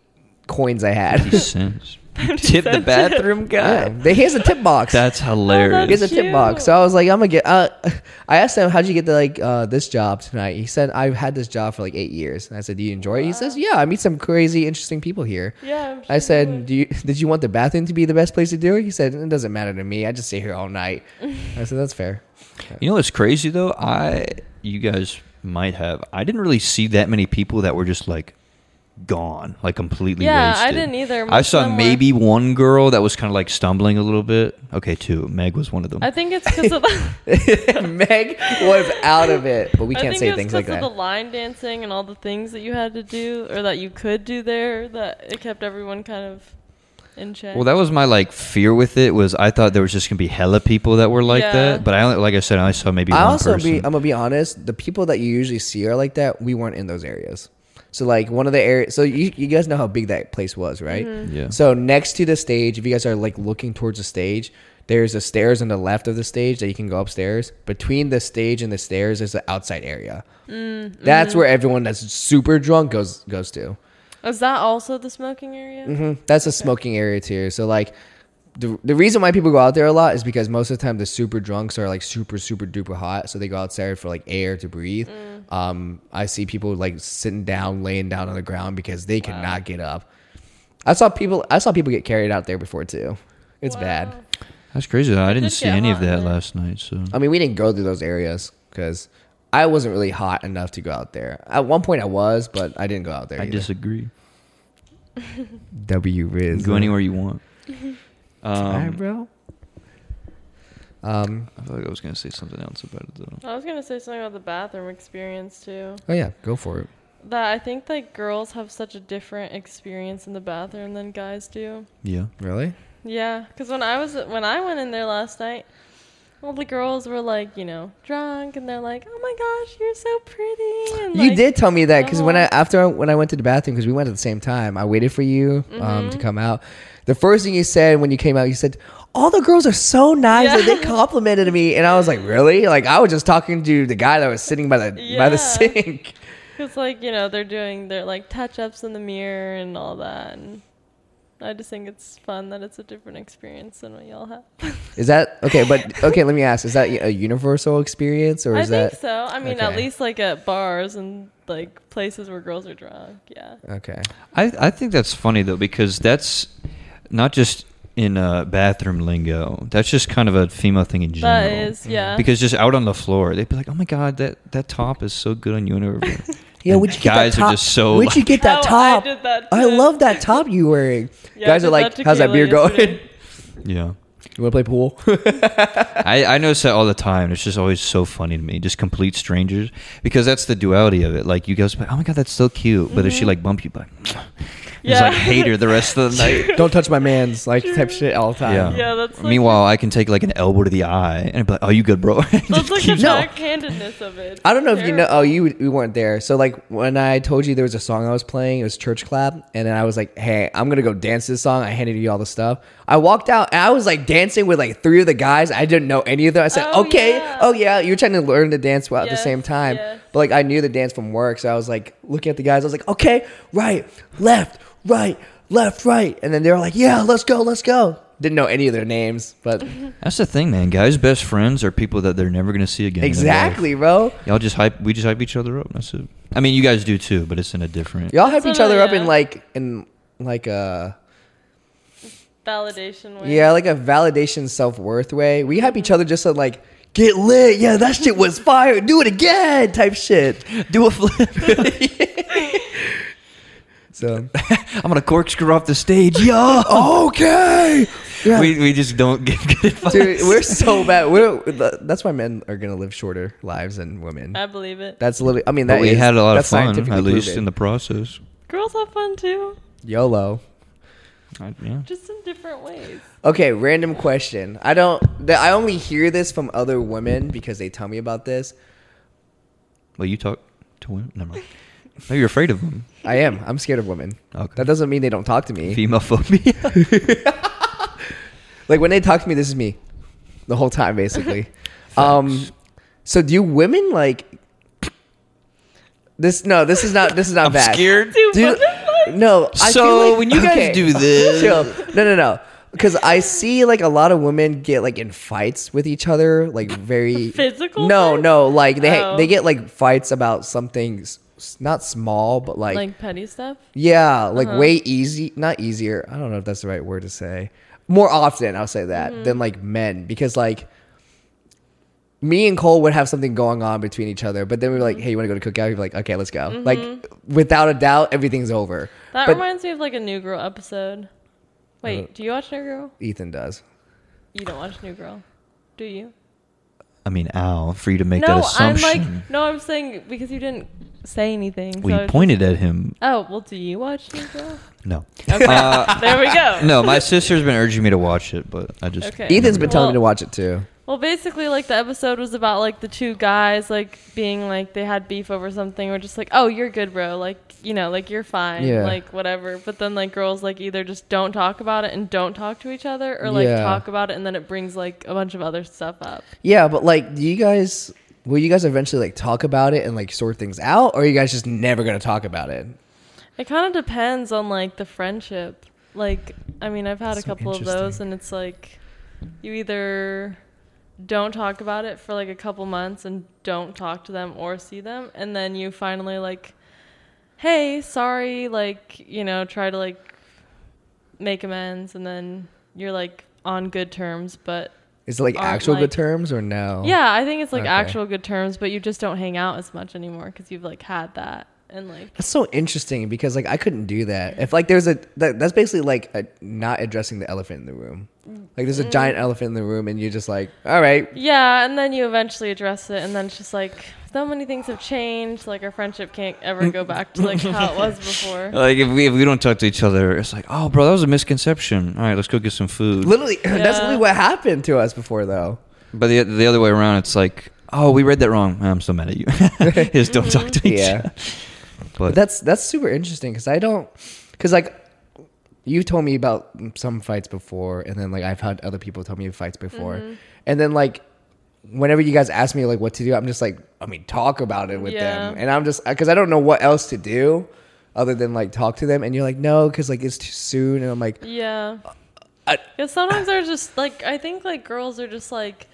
[SPEAKER 2] coins I had.
[SPEAKER 3] 50 cents. You Tip the bathroom guy.
[SPEAKER 2] Yeah. They- He has a tip box.
[SPEAKER 3] That's
[SPEAKER 2] he has
[SPEAKER 3] hilarious.
[SPEAKER 2] a tip box. So I was like, I'm gonna get. Uh, I asked him, "How'd you get the, like uh, this job tonight?" He said, "I've had this job for like eight years." And I said, "Do you enjoy it?" He says, "Yeah, I meet some crazy, interesting people here."
[SPEAKER 1] Yeah. I'm sure
[SPEAKER 2] I
[SPEAKER 1] you
[SPEAKER 2] said,
[SPEAKER 1] would.
[SPEAKER 2] "Do you did you want the bathroom to be the best place to do it?" He said, "It doesn't matter to me. I just stay here all night." I said, "That's fair."
[SPEAKER 3] You know what's crazy though? I you guys might have. I didn't really see that many people that were just like gone, like completely.
[SPEAKER 1] yeah,
[SPEAKER 3] wasted.
[SPEAKER 1] I didn't either.
[SPEAKER 3] I
[SPEAKER 1] Most of
[SPEAKER 3] saw
[SPEAKER 1] them were-
[SPEAKER 3] maybe one girl that was kind of like stumbling a little bit. Okay, two. Meg was one of them.
[SPEAKER 1] I think it's because of the.
[SPEAKER 2] Meg was out of it, but we
[SPEAKER 1] I
[SPEAKER 2] can't
[SPEAKER 1] think
[SPEAKER 2] say
[SPEAKER 1] it's
[SPEAKER 2] things like
[SPEAKER 1] 'cause
[SPEAKER 2] that.
[SPEAKER 1] of the line dancing and all the things that you had to do or that you could do there that it kept everyone kind of in check.
[SPEAKER 3] well, that was my like fear with it was I thought there was just gonna be hella people that were like
[SPEAKER 1] Yeah.
[SPEAKER 3] that, but I only like I said I only saw maybe
[SPEAKER 2] I
[SPEAKER 3] one
[SPEAKER 2] also
[SPEAKER 3] person.
[SPEAKER 2] be I'm gonna be honest, the people that you usually see are like that, we weren't in those areas. So like one of the areas so you, you guys know how big that place was, right?
[SPEAKER 1] Mm-hmm.
[SPEAKER 3] Yeah.
[SPEAKER 2] So next to the stage, if you guys are like looking towards the stage, there's a stairs on the left of the stage that you can go upstairs. Between the stage and the stairs is the outside area. That's where everyone that's super drunk goes goes to.
[SPEAKER 1] was that also the smoking area?
[SPEAKER 2] hmm That's a smoking area too. So like the the reason why people go out there a lot is because most of the time the super drunks are like super super duper hot, so they go outside for like air to breathe. Um, I see people like sitting down, laying down on the ground because they cannot get up. I saw people. I saw people get carried out there before too. It's bad.
[SPEAKER 1] Wow.
[SPEAKER 3] That's crazy. I didn't
[SPEAKER 1] did
[SPEAKER 3] see
[SPEAKER 1] get
[SPEAKER 3] any of
[SPEAKER 1] hot in
[SPEAKER 3] that
[SPEAKER 1] there.
[SPEAKER 3] last night. So
[SPEAKER 2] I mean, we didn't go through those areas because I wasn't really hot enough to go out there. At one point, I was, but I didn't go out there.
[SPEAKER 3] I
[SPEAKER 2] either.
[SPEAKER 3] disagree.
[SPEAKER 2] W Riz.
[SPEAKER 3] Go anywhere you want. Um,
[SPEAKER 2] bro. Um.
[SPEAKER 3] I feel like I was gonna say something else about it though.
[SPEAKER 1] I was gonna say something about the bathroom experience too.
[SPEAKER 2] Oh yeah, go for it.
[SPEAKER 1] That I think like girls have such a different experience in the bathroom than guys do.
[SPEAKER 3] Yeah.
[SPEAKER 2] Really?
[SPEAKER 1] Yeah, because when I was when I went in there last night, all the girls were like, you know, drunk, and they're like, "Oh my gosh, you're so pretty." And
[SPEAKER 2] you
[SPEAKER 1] like-
[SPEAKER 2] did tell me that because when I
[SPEAKER 1] Uh-huh.
[SPEAKER 2] after I, when I went to the bathroom because we went at the same time, I waited for you
[SPEAKER 1] Mm-hmm.
[SPEAKER 2] um, to come out. The first thing you said when you came out, you said, "All the girls are so nice that they
[SPEAKER 1] Yeah.
[SPEAKER 2] complimented me," and I was like, "Really?" Like I was just talking to the guy that was sitting by the by
[SPEAKER 1] Yeah.
[SPEAKER 2] the sink.
[SPEAKER 1] Because, like, you know, they're doing their, like, touch ups in the mirror and all that. And I just think it's fun that it's a different experience than what y'all have.
[SPEAKER 2] Is that okay? But okay, let me ask: Is that a universal experience or
[SPEAKER 1] I
[SPEAKER 2] is that
[SPEAKER 1] think so. I mean, at
[SPEAKER 2] Okay.
[SPEAKER 1] least, like, at bars and, like, places where girls are drunk. Yeah.
[SPEAKER 2] okay?
[SPEAKER 3] I, I think that's funny though because that's not just in uh, bathroom lingo. That's just kind of a female thing in general. Mm.
[SPEAKER 1] That is, yeah.
[SPEAKER 3] Because just out on the floor, they'd be like, "Oh my god, that, that top is so good on you and everything."
[SPEAKER 2] Yeah,
[SPEAKER 3] And
[SPEAKER 2] would you
[SPEAKER 3] guys
[SPEAKER 2] get that top?
[SPEAKER 3] are just so.
[SPEAKER 2] would you
[SPEAKER 3] like-
[SPEAKER 2] get that
[SPEAKER 1] Oh, I
[SPEAKER 2] top?
[SPEAKER 1] did that
[SPEAKER 2] I
[SPEAKER 1] too.
[SPEAKER 2] love that top you wearing.
[SPEAKER 1] Yeah, I
[SPEAKER 2] guys are
[SPEAKER 1] did
[SPEAKER 2] like,
[SPEAKER 1] that
[SPEAKER 2] "How's that beer
[SPEAKER 1] tequila
[SPEAKER 2] going?
[SPEAKER 1] yesterday.
[SPEAKER 2] you
[SPEAKER 3] yeah.
[SPEAKER 2] want to play pool?"
[SPEAKER 3] I, I notice that all the time. It's just always so funny to me. Just complete strangers. Because that's the duality of it. Like, you guys, be like, oh my God, that's so cute. But if she, like, bump you, by,
[SPEAKER 1] Mm-hmm. Yeah.
[SPEAKER 3] like, hate her the rest of the night.
[SPEAKER 2] Don't touch my man's like type shit all the time.
[SPEAKER 3] Yeah.
[SPEAKER 1] Yeah, that's like-
[SPEAKER 3] Meanwhile, I can take, like, an elbow to the eye and be like, oh, you good, bro. And
[SPEAKER 1] That's like
[SPEAKER 3] just
[SPEAKER 1] the
[SPEAKER 3] keep-
[SPEAKER 2] No.
[SPEAKER 1] backhandedness of it.
[SPEAKER 2] I don't know if you know.
[SPEAKER 1] Terrible.
[SPEAKER 2] Oh, you you weren't there. So like when I told you there was a song I was playing, it was Church Clap, and then I was like, "Hey, I'm gonna go dance this song." I handed you all the stuff. I walked out and I was like dancing with like three of the guys. I didn't know any of them. I said,
[SPEAKER 1] Oh,
[SPEAKER 2] "Okay,
[SPEAKER 1] yeah.
[SPEAKER 2] oh yeah, you're trying to learn to dance while at the
[SPEAKER 1] Yes,
[SPEAKER 2] same time."
[SPEAKER 1] yes.
[SPEAKER 2] But like I knew the dance from work, so I was like looking at the guys. I was like, "Okay, right, left, right, left, right," and then they were like, "Yeah, let's go, let's go." Didn't know any of their names, but
[SPEAKER 3] That's the thing, man. Guys' best friends are people that they're never going to see again. in their life.
[SPEAKER 2] exactly, bro.
[SPEAKER 3] Y'all just hype, we just hype each other up. That's it. I mean, you guys do too, but it's in a different.
[SPEAKER 2] Y'all hype
[SPEAKER 1] So,
[SPEAKER 2] each other up in
[SPEAKER 1] yeah.
[SPEAKER 2] like in like a
[SPEAKER 1] Validation. Way.
[SPEAKER 2] yeah like a validation self worth way. We hype each other just to like get lit. Yeah, that shit was fire. Do it again, type shit.
[SPEAKER 3] Do a flip.
[SPEAKER 2] So
[SPEAKER 3] I'm going to corkscrew off the stage. Yo.
[SPEAKER 2] okay, yeah.
[SPEAKER 3] We, we just don't give good advice.
[SPEAKER 2] dude, we're so bad. We're that's why men are gonna live shorter lives than women.
[SPEAKER 1] I believe it.
[SPEAKER 2] That's literally. I mean, that
[SPEAKER 3] But we
[SPEAKER 2] is-
[SPEAKER 3] had a lot of
[SPEAKER 2] that's
[SPEAKER 3] fun,
[SPEAKER 2] scientifically
[SPEAKER 3] at least
[SPEAKER 2] proven.
[SPEAKER 3] in the process.
[SPEAKER 1] Girls have fun too,
[SPEAKER 2] YOLO.
[SPEAKER 3] I- yeah.
[SPEAKER 1] just in different ways.
[SPEAKER 2] Okay, random question. I don't. th- I only hear this from other women because they tell me about this.
[SPEAKER 3] Well, you talk to women. Never mind. No, you're afraid of them.
[SPEAKER 2] I am. I'm scared of women.
[SPEAKER 3] Okay.
[SPEAKER 2] That doesn't mean they don't talk to me.
[SPEAKER 3] Female phobia.
[SPEAKER 2] Like when they talk to me, this is me, the whole time basically. um, so do women like this? No, this is not. This is not
[SPEAKER 3] I'm
[SPEAKER 2] bad.
[SPEAKER 3] scared.
[SPEAKER 1] Dude,
[SPEAKER 2] Do- no. I
[SPEAKER 3] So,
[SPEAKER 2] feel like-
[SPEAKER 3] when you guys do this-
[SPEAKER 2] chill. No, no, no. Because I see like a lot of women get like in fights with each other, like very
[SPEAKER 1] Physical
[SPEAKER 2] No,
[SPEAKER 1] fights?
[SPEAKER 2] no, like they
[SPEAKER 1] Oh.
[SPEAKER 2] they get like fights about something s- s- not small, but like,
[SPEAKER 1] like petty stuff.
[SPEAKER 2] yeah, like
[SPEAKER 1] Uh-huh.
[SPEAKER 2] way easy, not easier. I don't know if that's the right word
[SPEAKER 1] Mm-hmm.
[SPEAKER 2] to say. More often, I'll say that than like men because like me and Cole would have something going on between each other, but then we were
[SPEAKER 1] Mm-hmm.
[SPEAKER 2] like, "Hey, you want to go to cookout?" We'd be like, "Okay, let's go." Like, without a doubt, everything's over.
[SPEAKER 1] That
[SPEAKER 2] but
[SPEAKER 1] reminds me of like a New Girl episode.
[SPEAKER 3] Uh-huh.
[SPEAKER 1] Wait, do you watch New Girl?
[SPEAKER 2] Ethan does.
[SPEAKER 1] You don't watch New Girl, do you?
[SPEAKER 3] I mean, ow, for you to make that
[SPEAKER 1] no, I'm
[SPEAKER 3] assumption.
[SPEAKER 1] like no, I'm saying because you didn't say anything.
[SPEAKER 3] we
[SPEAKER 1] so I was
[SPEAKER 3] pointed at him.
[SPEAKER 1] just- oh well, do you watch New Girl?
[SPEAKER 3] No.
[SPEAKER 1] Okay,
[SPEAKER 3] Uh,
[SPEAKER 1] there we go.
[SPEAKER 3] No, my sister's been urging me to watch it, but I just
[SPEAKER 1] Oh. Okay.
[SPEAKER 2] Ethan's been telling me
[SPEAKER 1] Well-
[SPEAKER 2] to watch it too.
[SPEAKER 1] Well, basically, like the episode was about like the two guys like being like they had beef over something, or just like, oh, you're good, bro. Like you know, like you're fine,
[SPEAKER 2] Yeah.
[SPEAKER 1] like whatever. But then like girls like either just don't talk about it and don't talk to each other, or like
[SPEAKER 2] Yeah.
[SPEAKER 1] talk about it and then it brings like a bunch of other stuff up.
[SPEAKER 2] Yeah, but like, do you guys will you guys eventually like talk about it and like sort things out, or are you guys just never gonna talk about it?
[SPEAKER 1] It kind of depends on like the friendship. Like, I mean, I've had a
[SPEAKER 2] So
[SPEAKER 1] couple of those,
[SPEAKER 2] interesting.
[SPEAKER 1] and it's like you either don't talk about it for like a couple months and don't talk to them or see them, and then you finally like, hey, sorry, like, you know, try to like make amends, and then you're like on good terms, but
[SPEAKER 2] Is it like
[SPEAKER 1] Aren't,
[SPEAKER 2] actual
[SPEAKER 1] like-
[SPEAKER 2] good terms or no?
[SPEAKER 1] yeah, I think it's like
[SPEAKER 2] Oh. Okay.
[SPEAKER 1] actual good terms, but you just don't hang out as much anymore because you've like had that and like
[SPEAKER 2] That's so interesting because like I couldn't do that. If like there's a that, that's basically like a, not addressing the elephant in the room. Like there's a giant elephant in the room, and you're just like, all right,
[SPEAKER 1] Yeah, and then you eventually address it, and then it's just like so many things have changed. Like our friendship can't ever go back to like how it was before.
[SPEAKER 3] like if we if we don't talk to each other, it's like, oh, bro, that was a misconception. All right, let's go get some food.
[SPEAKER 2] literally, that's
[SPEAKER 1] Yeah.
[SPEAKER 2] literally what happened to us before though.
[SPEAKER 3] But the the other way around, it's like, oh, we read that wrong. I'm so mad at you. Just don't talk to each
[SPEAKER 2] Yeah.
[SPEAKER 3] other.
[SPEAKER 2] But
[SPEAKER 3] But
[SPEAKER 2] that's that's super interesting because I don't because like you told me about some fights before, and then like I've had other people tell me fights before,
[SPEAKER 1] Mm-hmm.
[SPEAKER 2] and then like whenever you guys ask me like what to do, I'm just like I mean talk about it with them,
[SPEAKER 1] Yeah.
[SPEAKER 2] and I'm just because I don't know what else to do other than like talk to them, and you're like no because like it's too soon, and I'm like
[SPEAKER 1] Yeah,
[SPEAKER 2] I,
[SPEAKER 1] because sometimes they're just like I think like girls are just like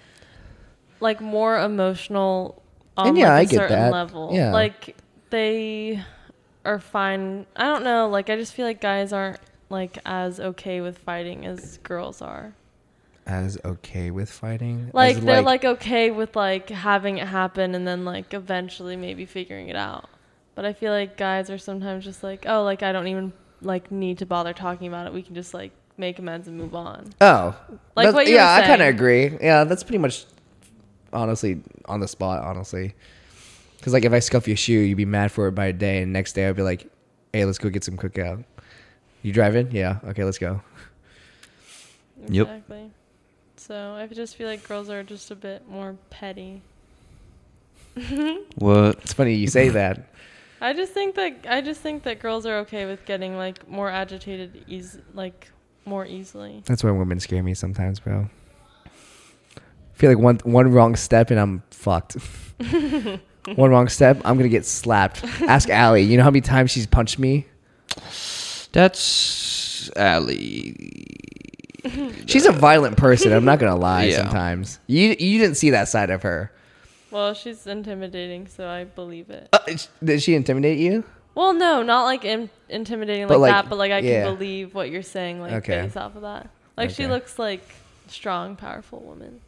[SPEAKER 1] like more emotional on
[SPEAKER 2] And yeah,
[SPEAKER 1] like, a
[SPEAKER 2] I get
[SPEAKER 1] certain
[SPEAKER 2] that.
[SPEAKER 1] level.
[SPEAKER 2] Yeah.
[SPEAKER 1] like they are fine. I don't know. Like I just feel like guys aren't like as okay with fighting as girls are.
[SPEAKER 2] as okay with fighting,
[SPEAKER 1] like
[SPEAKER 2] as,
[SPEAKER 1] they're like, okay with like having it happen and then like eventually maybe figuring it out but i feel like guys are sometimes just like oh like i don't even like need to bother talking about it we can just like make amends and move on
[SPEAKER 2] Oh,
[SPEAKER 1] Like
[SPEAKER 2] That's-
[SPEAKER 1] what you were
[SPEAKER 2] yeah, I kind of
[SPEAKER 1] saying.
[SPEAKER 2] agree. Yeah, that's pretty much, honestly, on the spot. Honestly, because like if I scuff your shoe, you'd be mad for it by a day, and next day I'd be like, "Hey, let's go get some cookout." You driving? Yeah. Okay, let's go.
[SPEAKER 3] Yep.
[SPEAKER 1] exactly so i just feel like girls are just a bit more petty
[SPEAKER 3] what?
[SPEAKER 2] It's funny you say that.
[SPEAKER 1] i just think that i just think that girls are okay with getting like more agitated eas- like more easily
[SPEAKER 2] That's why women scare me sometimes, bro. feel like one one wrong step and I'm fucked. one wrong step, I'm gonna get slapped. Ask Allie. You know how many times she's punched me?
[SPEAKER 3] That's Allie.
[SPEAKER 2] She's a violent person. I'm not gonna lie.
[SPEAKER 3] Yeah.
[SPEAKER 2] Sometimes you you didn't see that side of her.
[SPEAKER 1] well she's intimidating so i believe it
[SPEAKER 2] Uh, sh- did she intimidate you?
[SPEAKER 1] Well, no, not like in- intimidating
[SPEAKER 2] But,
[SPEAKER 1] like,
[SPEAKER 2] like,
[SPEAKER 1] that, but like I
[SPEAKER 2] yeah.
[SPEAKER 1] can believe what you're saying, like
[SPEAKER 2] Okay.
[SPEAKER 1] based off of that. Like she
[SPEAKER 2] Okay.
[SPEAKER 1] looks like strong, powerful woman.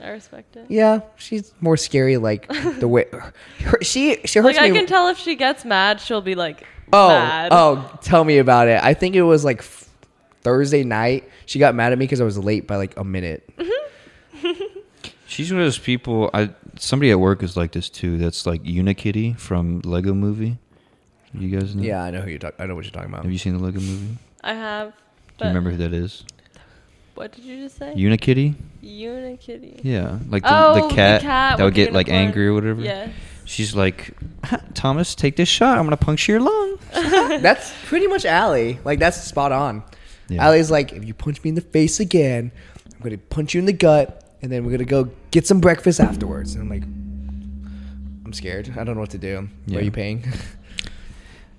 [SPEAKER 1] I respect it.
[SPEAKER 2] Yeah, she's more scary. Like the way her, she she hurts
[SPEAKER 1] Like I
[SPEAKER 2] me.
[SPEAKER 1] can tell if she gets mad, she'll be like
[SPEAKER 2] oh
[SPEAKER 1] mad.
[SPEAKER 2] oh, tell me about it. I think it was like f- Thursday night. She got mad at me because I was late by like a minute.
[SPEAKER 3] She's one of those people. I somebody at work is like this too. That's like Unikitty from Lego Movie. You guys know?
[SPEAKER 2] yeah, I know who you're talking. I know what you're talking about.
[SPEAKER 3] Have you seen the Lego Movie?
[SPEAKER 1] I have.
[SPEAKER 3] Do
[SPEAKER 1] But
[SPEAKER 3] you remember who that is?
[SPEAKER 1] what did you just say?
[SPEAKER 3] Unikitty.
[SPEAKER 1] Unikitty.
[SPEAKER 3] Yeah, like the,
[SPEAKER 1] Oh,
[SPEAKER 3] the, cat, that would
[SPEAKER 1] with
[SPEAKER 3] get like
[SPEAKER 1] unicorn.
[SPEAKER 3] angry or whatever.
[SPEAKER 1] Yes.
[SPEAKER 3] She's like, "Ha, Thomas, take this shot. I'm gonna puncture your lung.
[SPEAKER 2] that's pretty much Allie. Like that's spot on.
[SPEAKER 3] Yeah.
[SPEAKER 2] Allie's like, if you punch me in the face again, I'm gonna punch you in the gut, and then we're gonna go get some breakfast afterwards. And I'm like, I'm scared. I don't know what to do.
[SPEAKER 3] Yeah.
[SPEAKER 2] Are you paying?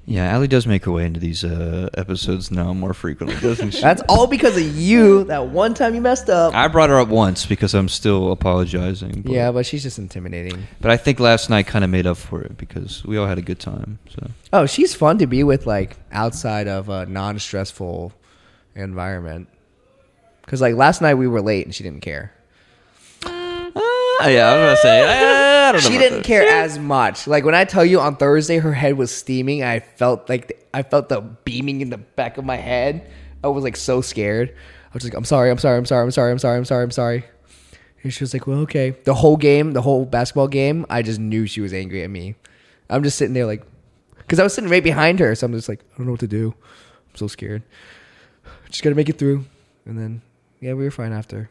[SPEAKER 3] Yeah, Allie does make her way into these uh, episodes now more frequently, doesn't she?
[SPEAKER 2] That's all because of you. That one time you messed up.
[SPEAKER 3] I brought her up once because I'm still apologizing. But,
[SPEAKER 2] yeah, but she's just intimidating.
[SPEAKER 3] but I think last night kind of made up for it because we all had a good time. So
[SPEAKER 2] Oh, she's fun to be with, like outside of a non-stressful environment. Cause like last night we were late and she didn't care.
[SPEAKER 3] yeah, I'm gonna say I, I don't know.
[SPEAKER 2] Ah, She
[SPEAKER 3] about
[SPEAKER 2] didn't
[SPEAKER 3] that.
[SPEAKER 2] care as much. Like when I tell you on Thursday, her head was steaming. I felt like the, I felt the beaming in the back of my head. I was like so scared. I was like, I'm sorry, I'm sorry, I'm sorry, I'm sorry, I'm sorry, I'm sorry, I'm sorry. And she was like, Well, okay. The whole game, the whole basketball game, I just knew she was angry at me. I'm just sitting there like, because I was sitting right behind her, so I'm just like, I don't know what to do. I'm so scared. Just gotta make it through, and then yeah, we were fine after.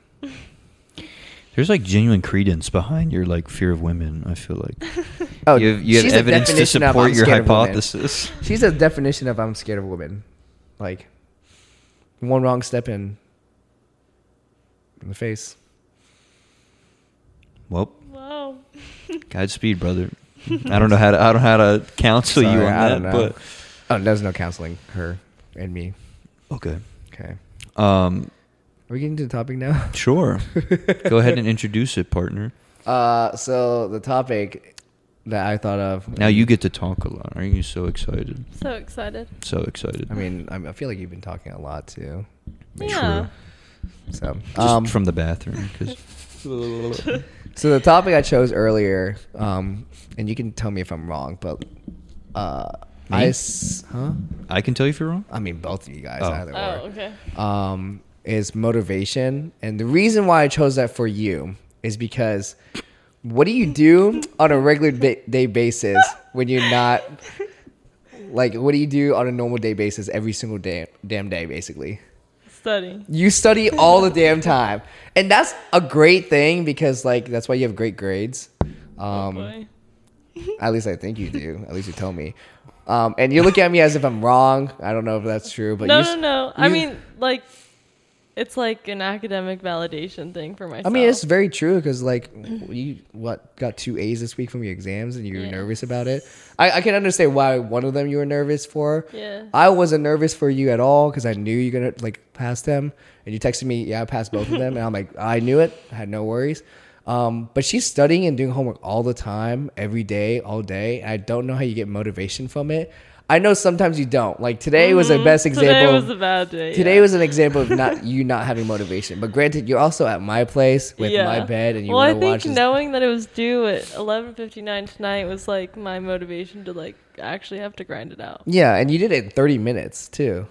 [SPEAKER 3] There's like genuine credence behind your like fear of women. I feel like
[SPEAKER 2] Oh,
[SPEAKER 3] you have, you have
[SPEAKER 2] she's a
[SPEAKER 3] evidence to
[SPEAKER 2] definition of
[SPEAKER 3] support
[SPEAKER 2] I'm
[SPEAKER 3] your
[SPEAKER 2] scared of women.
[SPEAKER 3] hypothesis.
[SPEAKER 2] She's a definition of I'm scared of women. Like one wrong step in in the face.
[SPEAKER 3] Well,
[SPEAKER 1] Wow.
[SPEAKER 3] Godspeed, brother. I don't know how to I don't know how to counsel you
[SPEAKER 2] Sorry,
[SPEAKER 3] on
[SPEAKER 2] I
[SPEAKER 3] that,
[SPEAKER 2] don't know.
[SPEAKER 3] but
[SPEAKER 2] Oh, there's no counseling her and me.
[SPEAKER 3] okay.
[SPEAKER 2] Okay. Are
[SPEAKER 3] Oh, Um,
[SPEAKER 2] we getting to the topic now?
[SPEAKER 3] sure. Go ahead and introduce it, partner.
[SPEAKER 2] Uh so the topic that I thought of
[SPEAKER 3] Now you get to talk a lot. Aren't you so excited?
[SPEAKER 1] So excited.
[SPEAKER 3] So excited.
[SPEAKER 2] I mean, uh, I'm- I feel like you've been talking a lot too.
[SPEAKER 1] Yeah.
[SPEAKER 2] So,
[SPEAKER 3] Just
[SPEAKER 2] um,
[SPEAKER 3] from the bathroom, because
[SPEAKER 2] So the topic I chose earlier, um, and you can tell me if I'm wrong, but uh,
[SPEAKER 3] Me?
[SPEAKER 2] I s- huh?
[SPEAKER 3] I can tell you if you're wrong.
[SPEAKER 2] I mean, both of you guys,
[SPEAKER 3] Oh.
[SPEAKER 2] either
[SPEAKER 1] Oh,
[SPEAKER 2] or.
[SPEAKER 1] okay.
[SPEAKER 2] Um, is motivation, and the reason why I chose that for you is because what do you do on a regular ba- day basis when you're not like what do you do on a normal day basis every single day damn day basically
[SPEAKER 1] Study.
[SPEAKER 2] you study all the damn time and that's a great thing because like that's why you have great grades um
[SPEAKER 1] Boy.
[SPEAKER 2] at least I think you do. At least you tell me. Um, and you look at me as if I'm wrong. I don't know if that's true, but
[SPEAKER 1] No,
[SPEAKER 2] you,
[SPEAKER 1] no, no. I
[SPEAKER 2] you-
[SPEAKER 1] mean, like, it's like an academic validation thing for myself.
[SPEAKER 2] I mean, it's very true because like
[SPEAKER 1] Mm-hmm.
[SPEAKER 2] you what got two A's this week from your exams and you were
[SPEAKER 1] Yeah.
[SPEAKER 2] nervous about it. I, I can understand why one of them you were nervous for.
[SPEAKER 1] Yeah.
[SPEAKER 2] I wasn't nervous for you at all because I knew you're gonna like pass them, and you texted me, "Yeah, I passed both of them," and I'm like, "I knew it, I had no worries." Um, but she's studying and doing homework all the time, every day, all day. I don't know how you get motivation from it. I know sometimes you don't. Like today was the best example.
[SPEAKER 1] Mm-hmm. Today was
[SPEAKER 2] of-
[SPEAKER 1] a bad day.
[SPEAKER 2] Today
[SPEAKER 1] yeah.
[SPEAKER 2] was an example of not you not having motivation. But granted, you're also at my place with
[SPEAKER 1] Yeah.
[SPEAKER 2] my bed, and you
[SPEAKER 1] well, I
[SPEAKER 2] want to
[SPEAKER 1] think
[SPEAKER 2] watch. this-
[SPEAKER 1] knowing that it was due at 11:59 tonight was like my motivation to like actually have to grind it out
[SPEAKER 2] yeah, and you did it in 30 minutes too.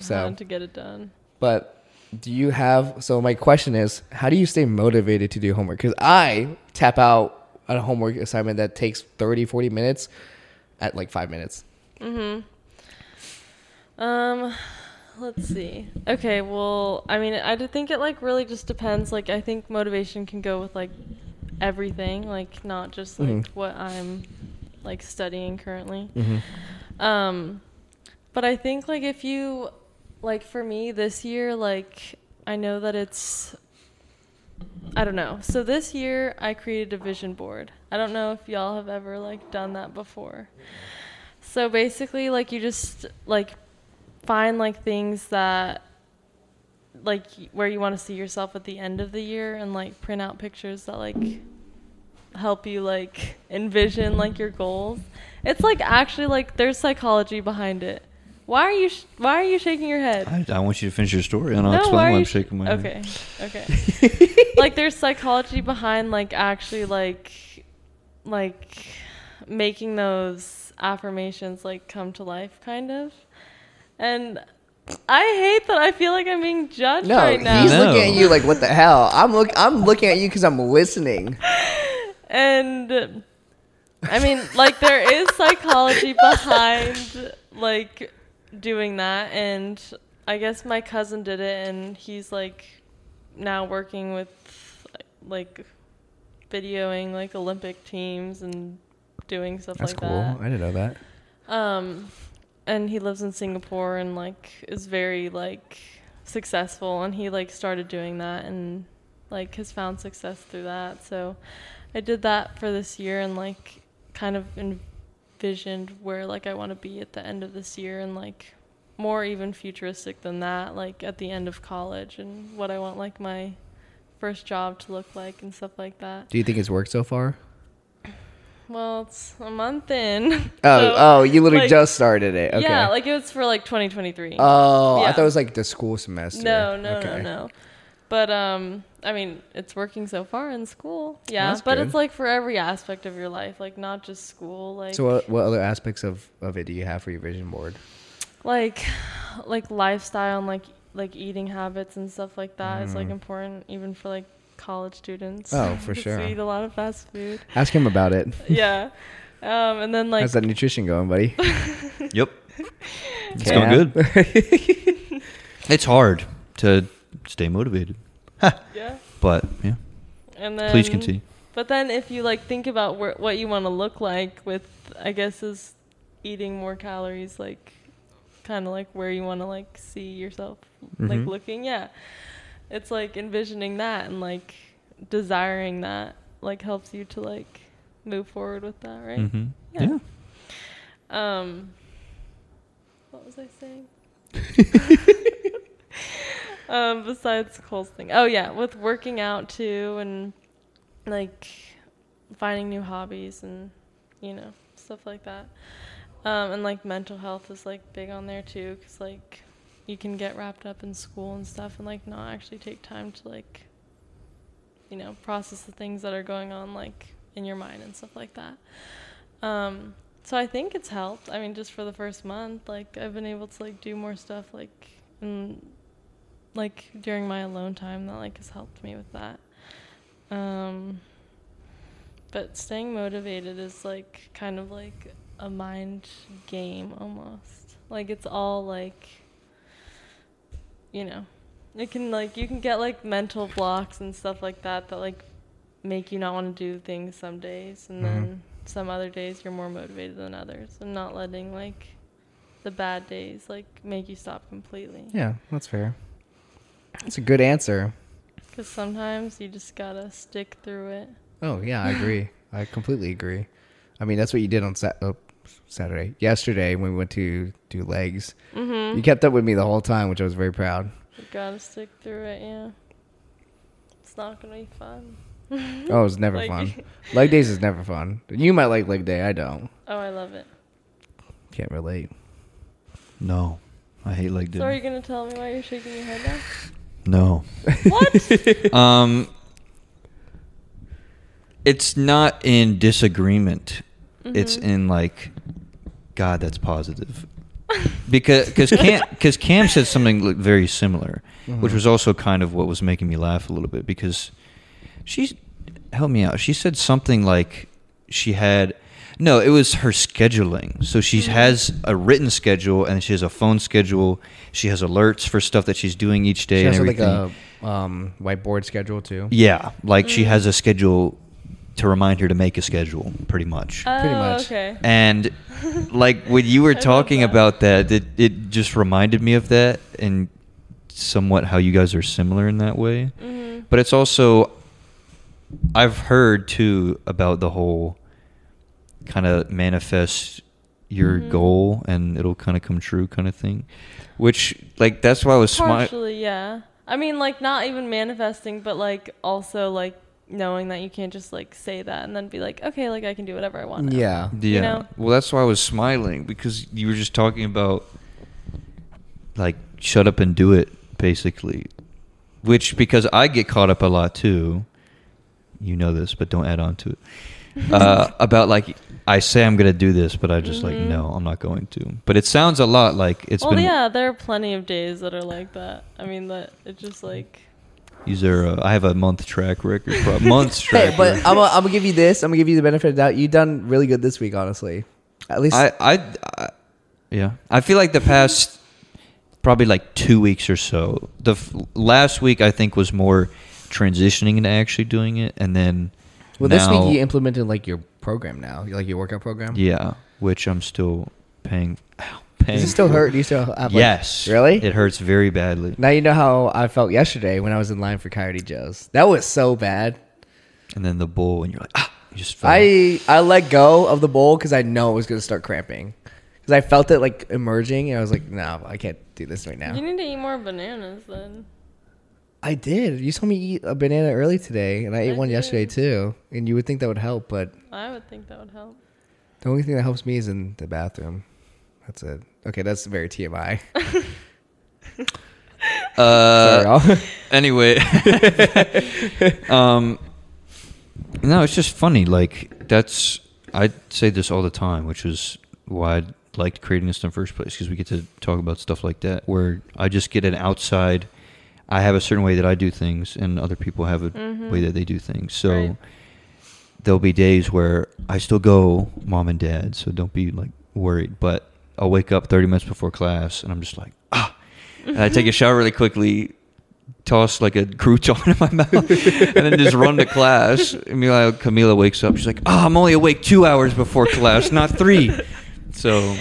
[SPEAKER 1] uh,
[SPEAKER 2] So,
[SPEAKER 1] to get it done.
[SPEAKER 2] but do you have? So my question is, how do you stay motivated to do homework? Because I tap out on a homework assignment that takes 30, 40 minutes at like five minutes.
[SPEAKER 1] Um, let's see. Okay, well, I mean, I do think it like really just depends. Like, I think motivation can go with like everything, like not just like
[SPEAKER 2] Mhm.
[SPEAKER 1] what I'm like studying currently.
[SPEAKER 2] Mm. Mm-hmm.
[SPEAKER 1] Um, but I think like if you like for me this year, like I know that it's I don't know. So this year I created a vision board. I don't know if y'all have ever like done that before. So basically like you just like find like things that like y- where you want to see yourself at the end of the year and like print out pictures that like help you like envision like your goals. It's like actually like there's psychology behind it. Why are you sh- why are you shaking your head?
[SPEAKER 3] I, I want you to finish your story, and I'll
[SPEAKER 1] No,
[SPEAKER 3] explain
[SPEAKER 1] why
[SPEAKER 3] why
[SPEAKER 1] are
[SPEAKER 3] I'm
[SPEAKER 1] you-
[SPEAKER 3] shaking my head.
[SPEAKER 1] okay, Okay. like there's psychology behind like actually like like making those affirmations like come to life kind of. And I hate that I feel like I'm being judged
[SPEAKER 2] No,
[SPEAKER 1] right now.
[SPEAKER 2] he's
[SPEAKER 3] No.
[SPEAKER 2] looking at you like, "What the hell?" I'm look, I'm looking at you because I'm listening.
[SPEAKER 1] And I mean, like there is psychology behind like doing that and I guess my cousin did it and he's like now working with like videoing like Olympic teams and doing stuff
[SPEAKER 2] That's
[SPEAKER 1] like
[SPEAKER 2] cool.
[SPEAKER 1] that.
[SPEAKER 2] I didn't know that.
[SPEAKER 1] Um, and he lives in Singapore and like is very like successful, and he like started doing that and like has found success through that. So I did that for this year and like kind of envisioned where like I want to be at the end of this year and like more even futuristic than that, like at the end of college and what I want like my first job to look like and stuff like that.
[SPEAKER 2] Do you think it's worked so far?
[SPEAKER 1] Well, it's a month in.
[SPEAKER 2] Oh,
[SPEAKER 1] so,
[SPEAKER 2] oh, you literally
[SPEAKER 1] like,
[SPEAKER 2] just started it. Okay.
[SPEAKER 1] Yeah, like it was for like 2023.
[SPEAKER 2] Oh, I
[SPEAKER 1] Yeah.
[SPEAKER 2] thought it was like the school semester.
[SPEAKER 1] no, no,
[SPEAKER 2] Okay.
[SPEAKER 1] no, no. But um, I mean, it's working so far in school. Yeah,
[SPEAKER 2] that's
[SPEAKER 1] but
[SPEAKER 2] good.
[SPEAKER 1] it's like for every aspect of your life, like not just school, like
[SPEAKER 2] So uh, what, what other aspects of, of it do you have for your vision board?
[SPEAKER 1] like like lifestyle and like like eating habits and stuff like that is like
[SPEAKER 2] Mm.
[SPEAKER 1] important even for like college students.
[SPEAKER 2] Oh, for
[SPEAKER 1] 'Cause
[SPEAKER 2] sure.
[SPEAKER 1] We eat a lot of fast food.
[SPEAKER 2] Ask him about it.
[SPEAKER 1] yeah. Um, and then like
[SPEAKER 2] How's that nutrition going, buddy?
[SPEAKER 3] Yep. It's
[SPEAKER 2] Okay.
[SPEAKER 3] going good. it's hard to stay motivated,
[SPEAKER 1] yeah.
[SPEAKER 3] but yeah.
[SPEAKER 1] And then
[SPEAKER 3] Please continue.
[SPEAKER 1] But then if you like think about where, what you want to look like with I guess is eating more calories like kind of like where you want to like see yourself like
[SPEAKER 2] Mhm.
[SPEAKER 1] looking yeah it's like envisioning that and like desiring that like helps you to like move forward with that right
[SPEAKER 3] Mm-hmm.
[SPEAKER 1] Yeah.
[SPEAKER 3] yeah.
[SPEAKER 1] um what was I saying um besides Cole's thing oh yeah with working out too and like finding new hobbies and you know stuff like that um and like mental health is like big on there too because like you can get wrapped up in school and stuff and like not actually take time to like you know process the things that are going on like in your mind and stuff like that um so i think it's helped i mean just for the first month like i've been able to like do more stuff like and like during my alone time that like has helped me with that um but staying motivated is like kind of like a mind game almost like it's all like you know it can like you can get like mental blocks and stuff like that that like make you not want to do things some days and
[SPEAKER 2] Mhm.
[SPEAKER 1] then some other days you're more motivated than others and not letting like the bad days like make you stop completely
[SPEAKER 2] Yeah, that's fair. That's a good answer.
[SPEAKER 1] because sometimes you just gotta stick through it
[SPEAKER 2] Oh yeah, I agree. I completely agree. I mean, that's what you did on sat- oh, Saturday, yesterday when we went to do legs.
[SPEAKER 1] mm-hmm
[SPEAKER 2] You kept up with me the whole time, which I was very proud.
[SPEAKER 1] You gotta stick through it, yeah. It's not gonna be fun.
[SPEAKER 2] Oh, it's never
[SPEAKER 1] Like-
[SPEAKER 2] fun. Leg days is never fun. You might like leg day. I don't.
[SPEAKER 1] Oh, I love it.
[SPEAKER 2] Can't relate.
[SPEAKER 3] No, I hate leg day.
[SPEAKER 1] So are you gonna tell me why you're shaking your head now?
[SPEAKER 3] no.
[SPEAKER 1] What?
[SPEAKER 3] um, it's not in disagreement. It's
[SPEAKER 1] Mhm.
[SPEAKER 3] in like, God, that's positive. Because because Cam, cause Cam said something like very similar, which
[SPEAKER 2] Mhm.
[SPEAKER 3] was also kind of what was making me laugh a little bit because she's help me out. She said something like she had no, it was her scheduling. So she
[SPEAKER 1] Mhm.
[SPEAKER 3] has a written schedule and she has a phone schedule. She has alerts for stuff that she's doing each day
[SPEAKER 2] She
[SPEAKER 3] and
[SPEAKER 2] has like
[SPEAKER 3] everything.
[SPEAKER 2] a um, whiteboard schedule too.
[SPEAKER 3] Yeah, like she
[SPEAKER 1] Mm.
[SPEAKER 3] has a schedule to remind her to make a schedule, pretty much.
[SPEAKER 1] Oh,
[SPEAKER 2] much.
[SPEAKER 1] Okay.
[SPEAKER 3] and like when you
[SPEAKER 1] I
[SPEAKER 3] were
[SPEAKER 1] love
[SPEAKER 3] talking
[SPEAKER 1] that.
[SPEAKER 3] about that, it, it just reminded me of that and somewhat how you guys are similar in that way.
[SPEAKER 1] Mhm.
[SPEAKER 3] But it's also, I've heard too about the whole kind of manifest your
[SPEAKER 1] Mhm.
[SPEAKER 3] goal and it'll kind of come true kind of thing. Which, like, that's why I was smiling.
[SPEAKER 1] Partially, yeah. I mean, like not even manifesting, but like also like knowing that you can't just like say that and then be like, okay, like I can do whatever I want. now.
[SPEAKER 2] Yeah.
[SPEAKER 3] Yeah.
[SPEAKER 1] know?
[SPEAKER 3] Well, that's why I was smiling because you were just talking about like shut up and do it basically. Which because I get caught up a lot too. You know this, but don't add on to it. Uh, about like I say I'm going to do this, but I just like
[SPEAKER 1] Mhm.
[SPEAKER 3] no, I'm not going to. But it sounds a lot like it's
[SPEAKER 1] well,
[SPEAKER 3] been
[SPEAKER 1] yeah, there are plenty of days that are like that. I mean, that it just like.
[SPEAKER 3] These are uh, I have a month track record, pro- months track.
[SPEAKER 2] Hey, but
[SPEAKER 3] record.
[SPEAKER 2] I'm gonna I'm gonna give you this. I'm gonna give you the benefit of the doubt. You done really good this week, honestly. At least
[SPEAKER 3] I, I, I, yeah. I feel like the past probably like two weeks or so. The f- last week I think was more transitioning into actually doing it, and then
[SPEAKER 2] well, this
[SPEAKER 3] now,
[SPEAKER 2] week you implemented like your program now, like your workout program.
[SPEAKER 3] yeah, which I'm still paying. ow, paying
[SPEAKER 2] Does it still
[SPEAKER 3] for.
[SPEAKER 2] hurt? Do you still have? like-
[SPEAKER 3] yes,
[SPEAKER 2] really?
[SPEAKER 3] It hurts very badly,
[SPEAKER 2] now you know how I felt yesterday when I was in line for Coyote Joe's. That was so bad.
[SPEAKER 3] and then the bowl, and you're like, ah, you just fell.
[SPEAKER 2] I I let go of the bowl because I know it was gonna start cramping. Because I felt it like emerging, and I was like, "No, I can't do this right now."
[SPEAKER 1] You need to eat more bananas then.
[SPEAKER 2] I did. You saw me eat a banana early today, and I ate
[SPEAKER 1] I
[SPEAKER 2] one yesterday
[SPEAKER 1] did.
[SPEAKER 2] too. And you would think that would help, but
[SPEAKER 1] I would think that would help.
[SPEAKER 2] The only thing that helps me is in the bathroom. That's it. Okay, that's very TMI.
[SPEAKER 3] Uh,
[SPEAKER 2] Sorry, I'll-
[SPEAKER 3] anyway um no it's just funny like that's i say this all the time which is why i liked creating this in the first place because we get to talk about stuff like that where i just get an outside i have a certain way that i do things and other people have a
[SPEAKER 1] Mhm.
[SPEAKER 3] way that they do things so
[SPEAKER 1] Right.
[SPEAKER 3] there'll be days where i still go mom and dad so don't be like worried but i'll wake up 30 minutes before class and i'm just like ah and i take a shower really quickly toss like a crouton in my mouth and then just run to class. Meanwhile, Camila wakes up. She's like, oh, I'm only awake two hours before class, not three. So,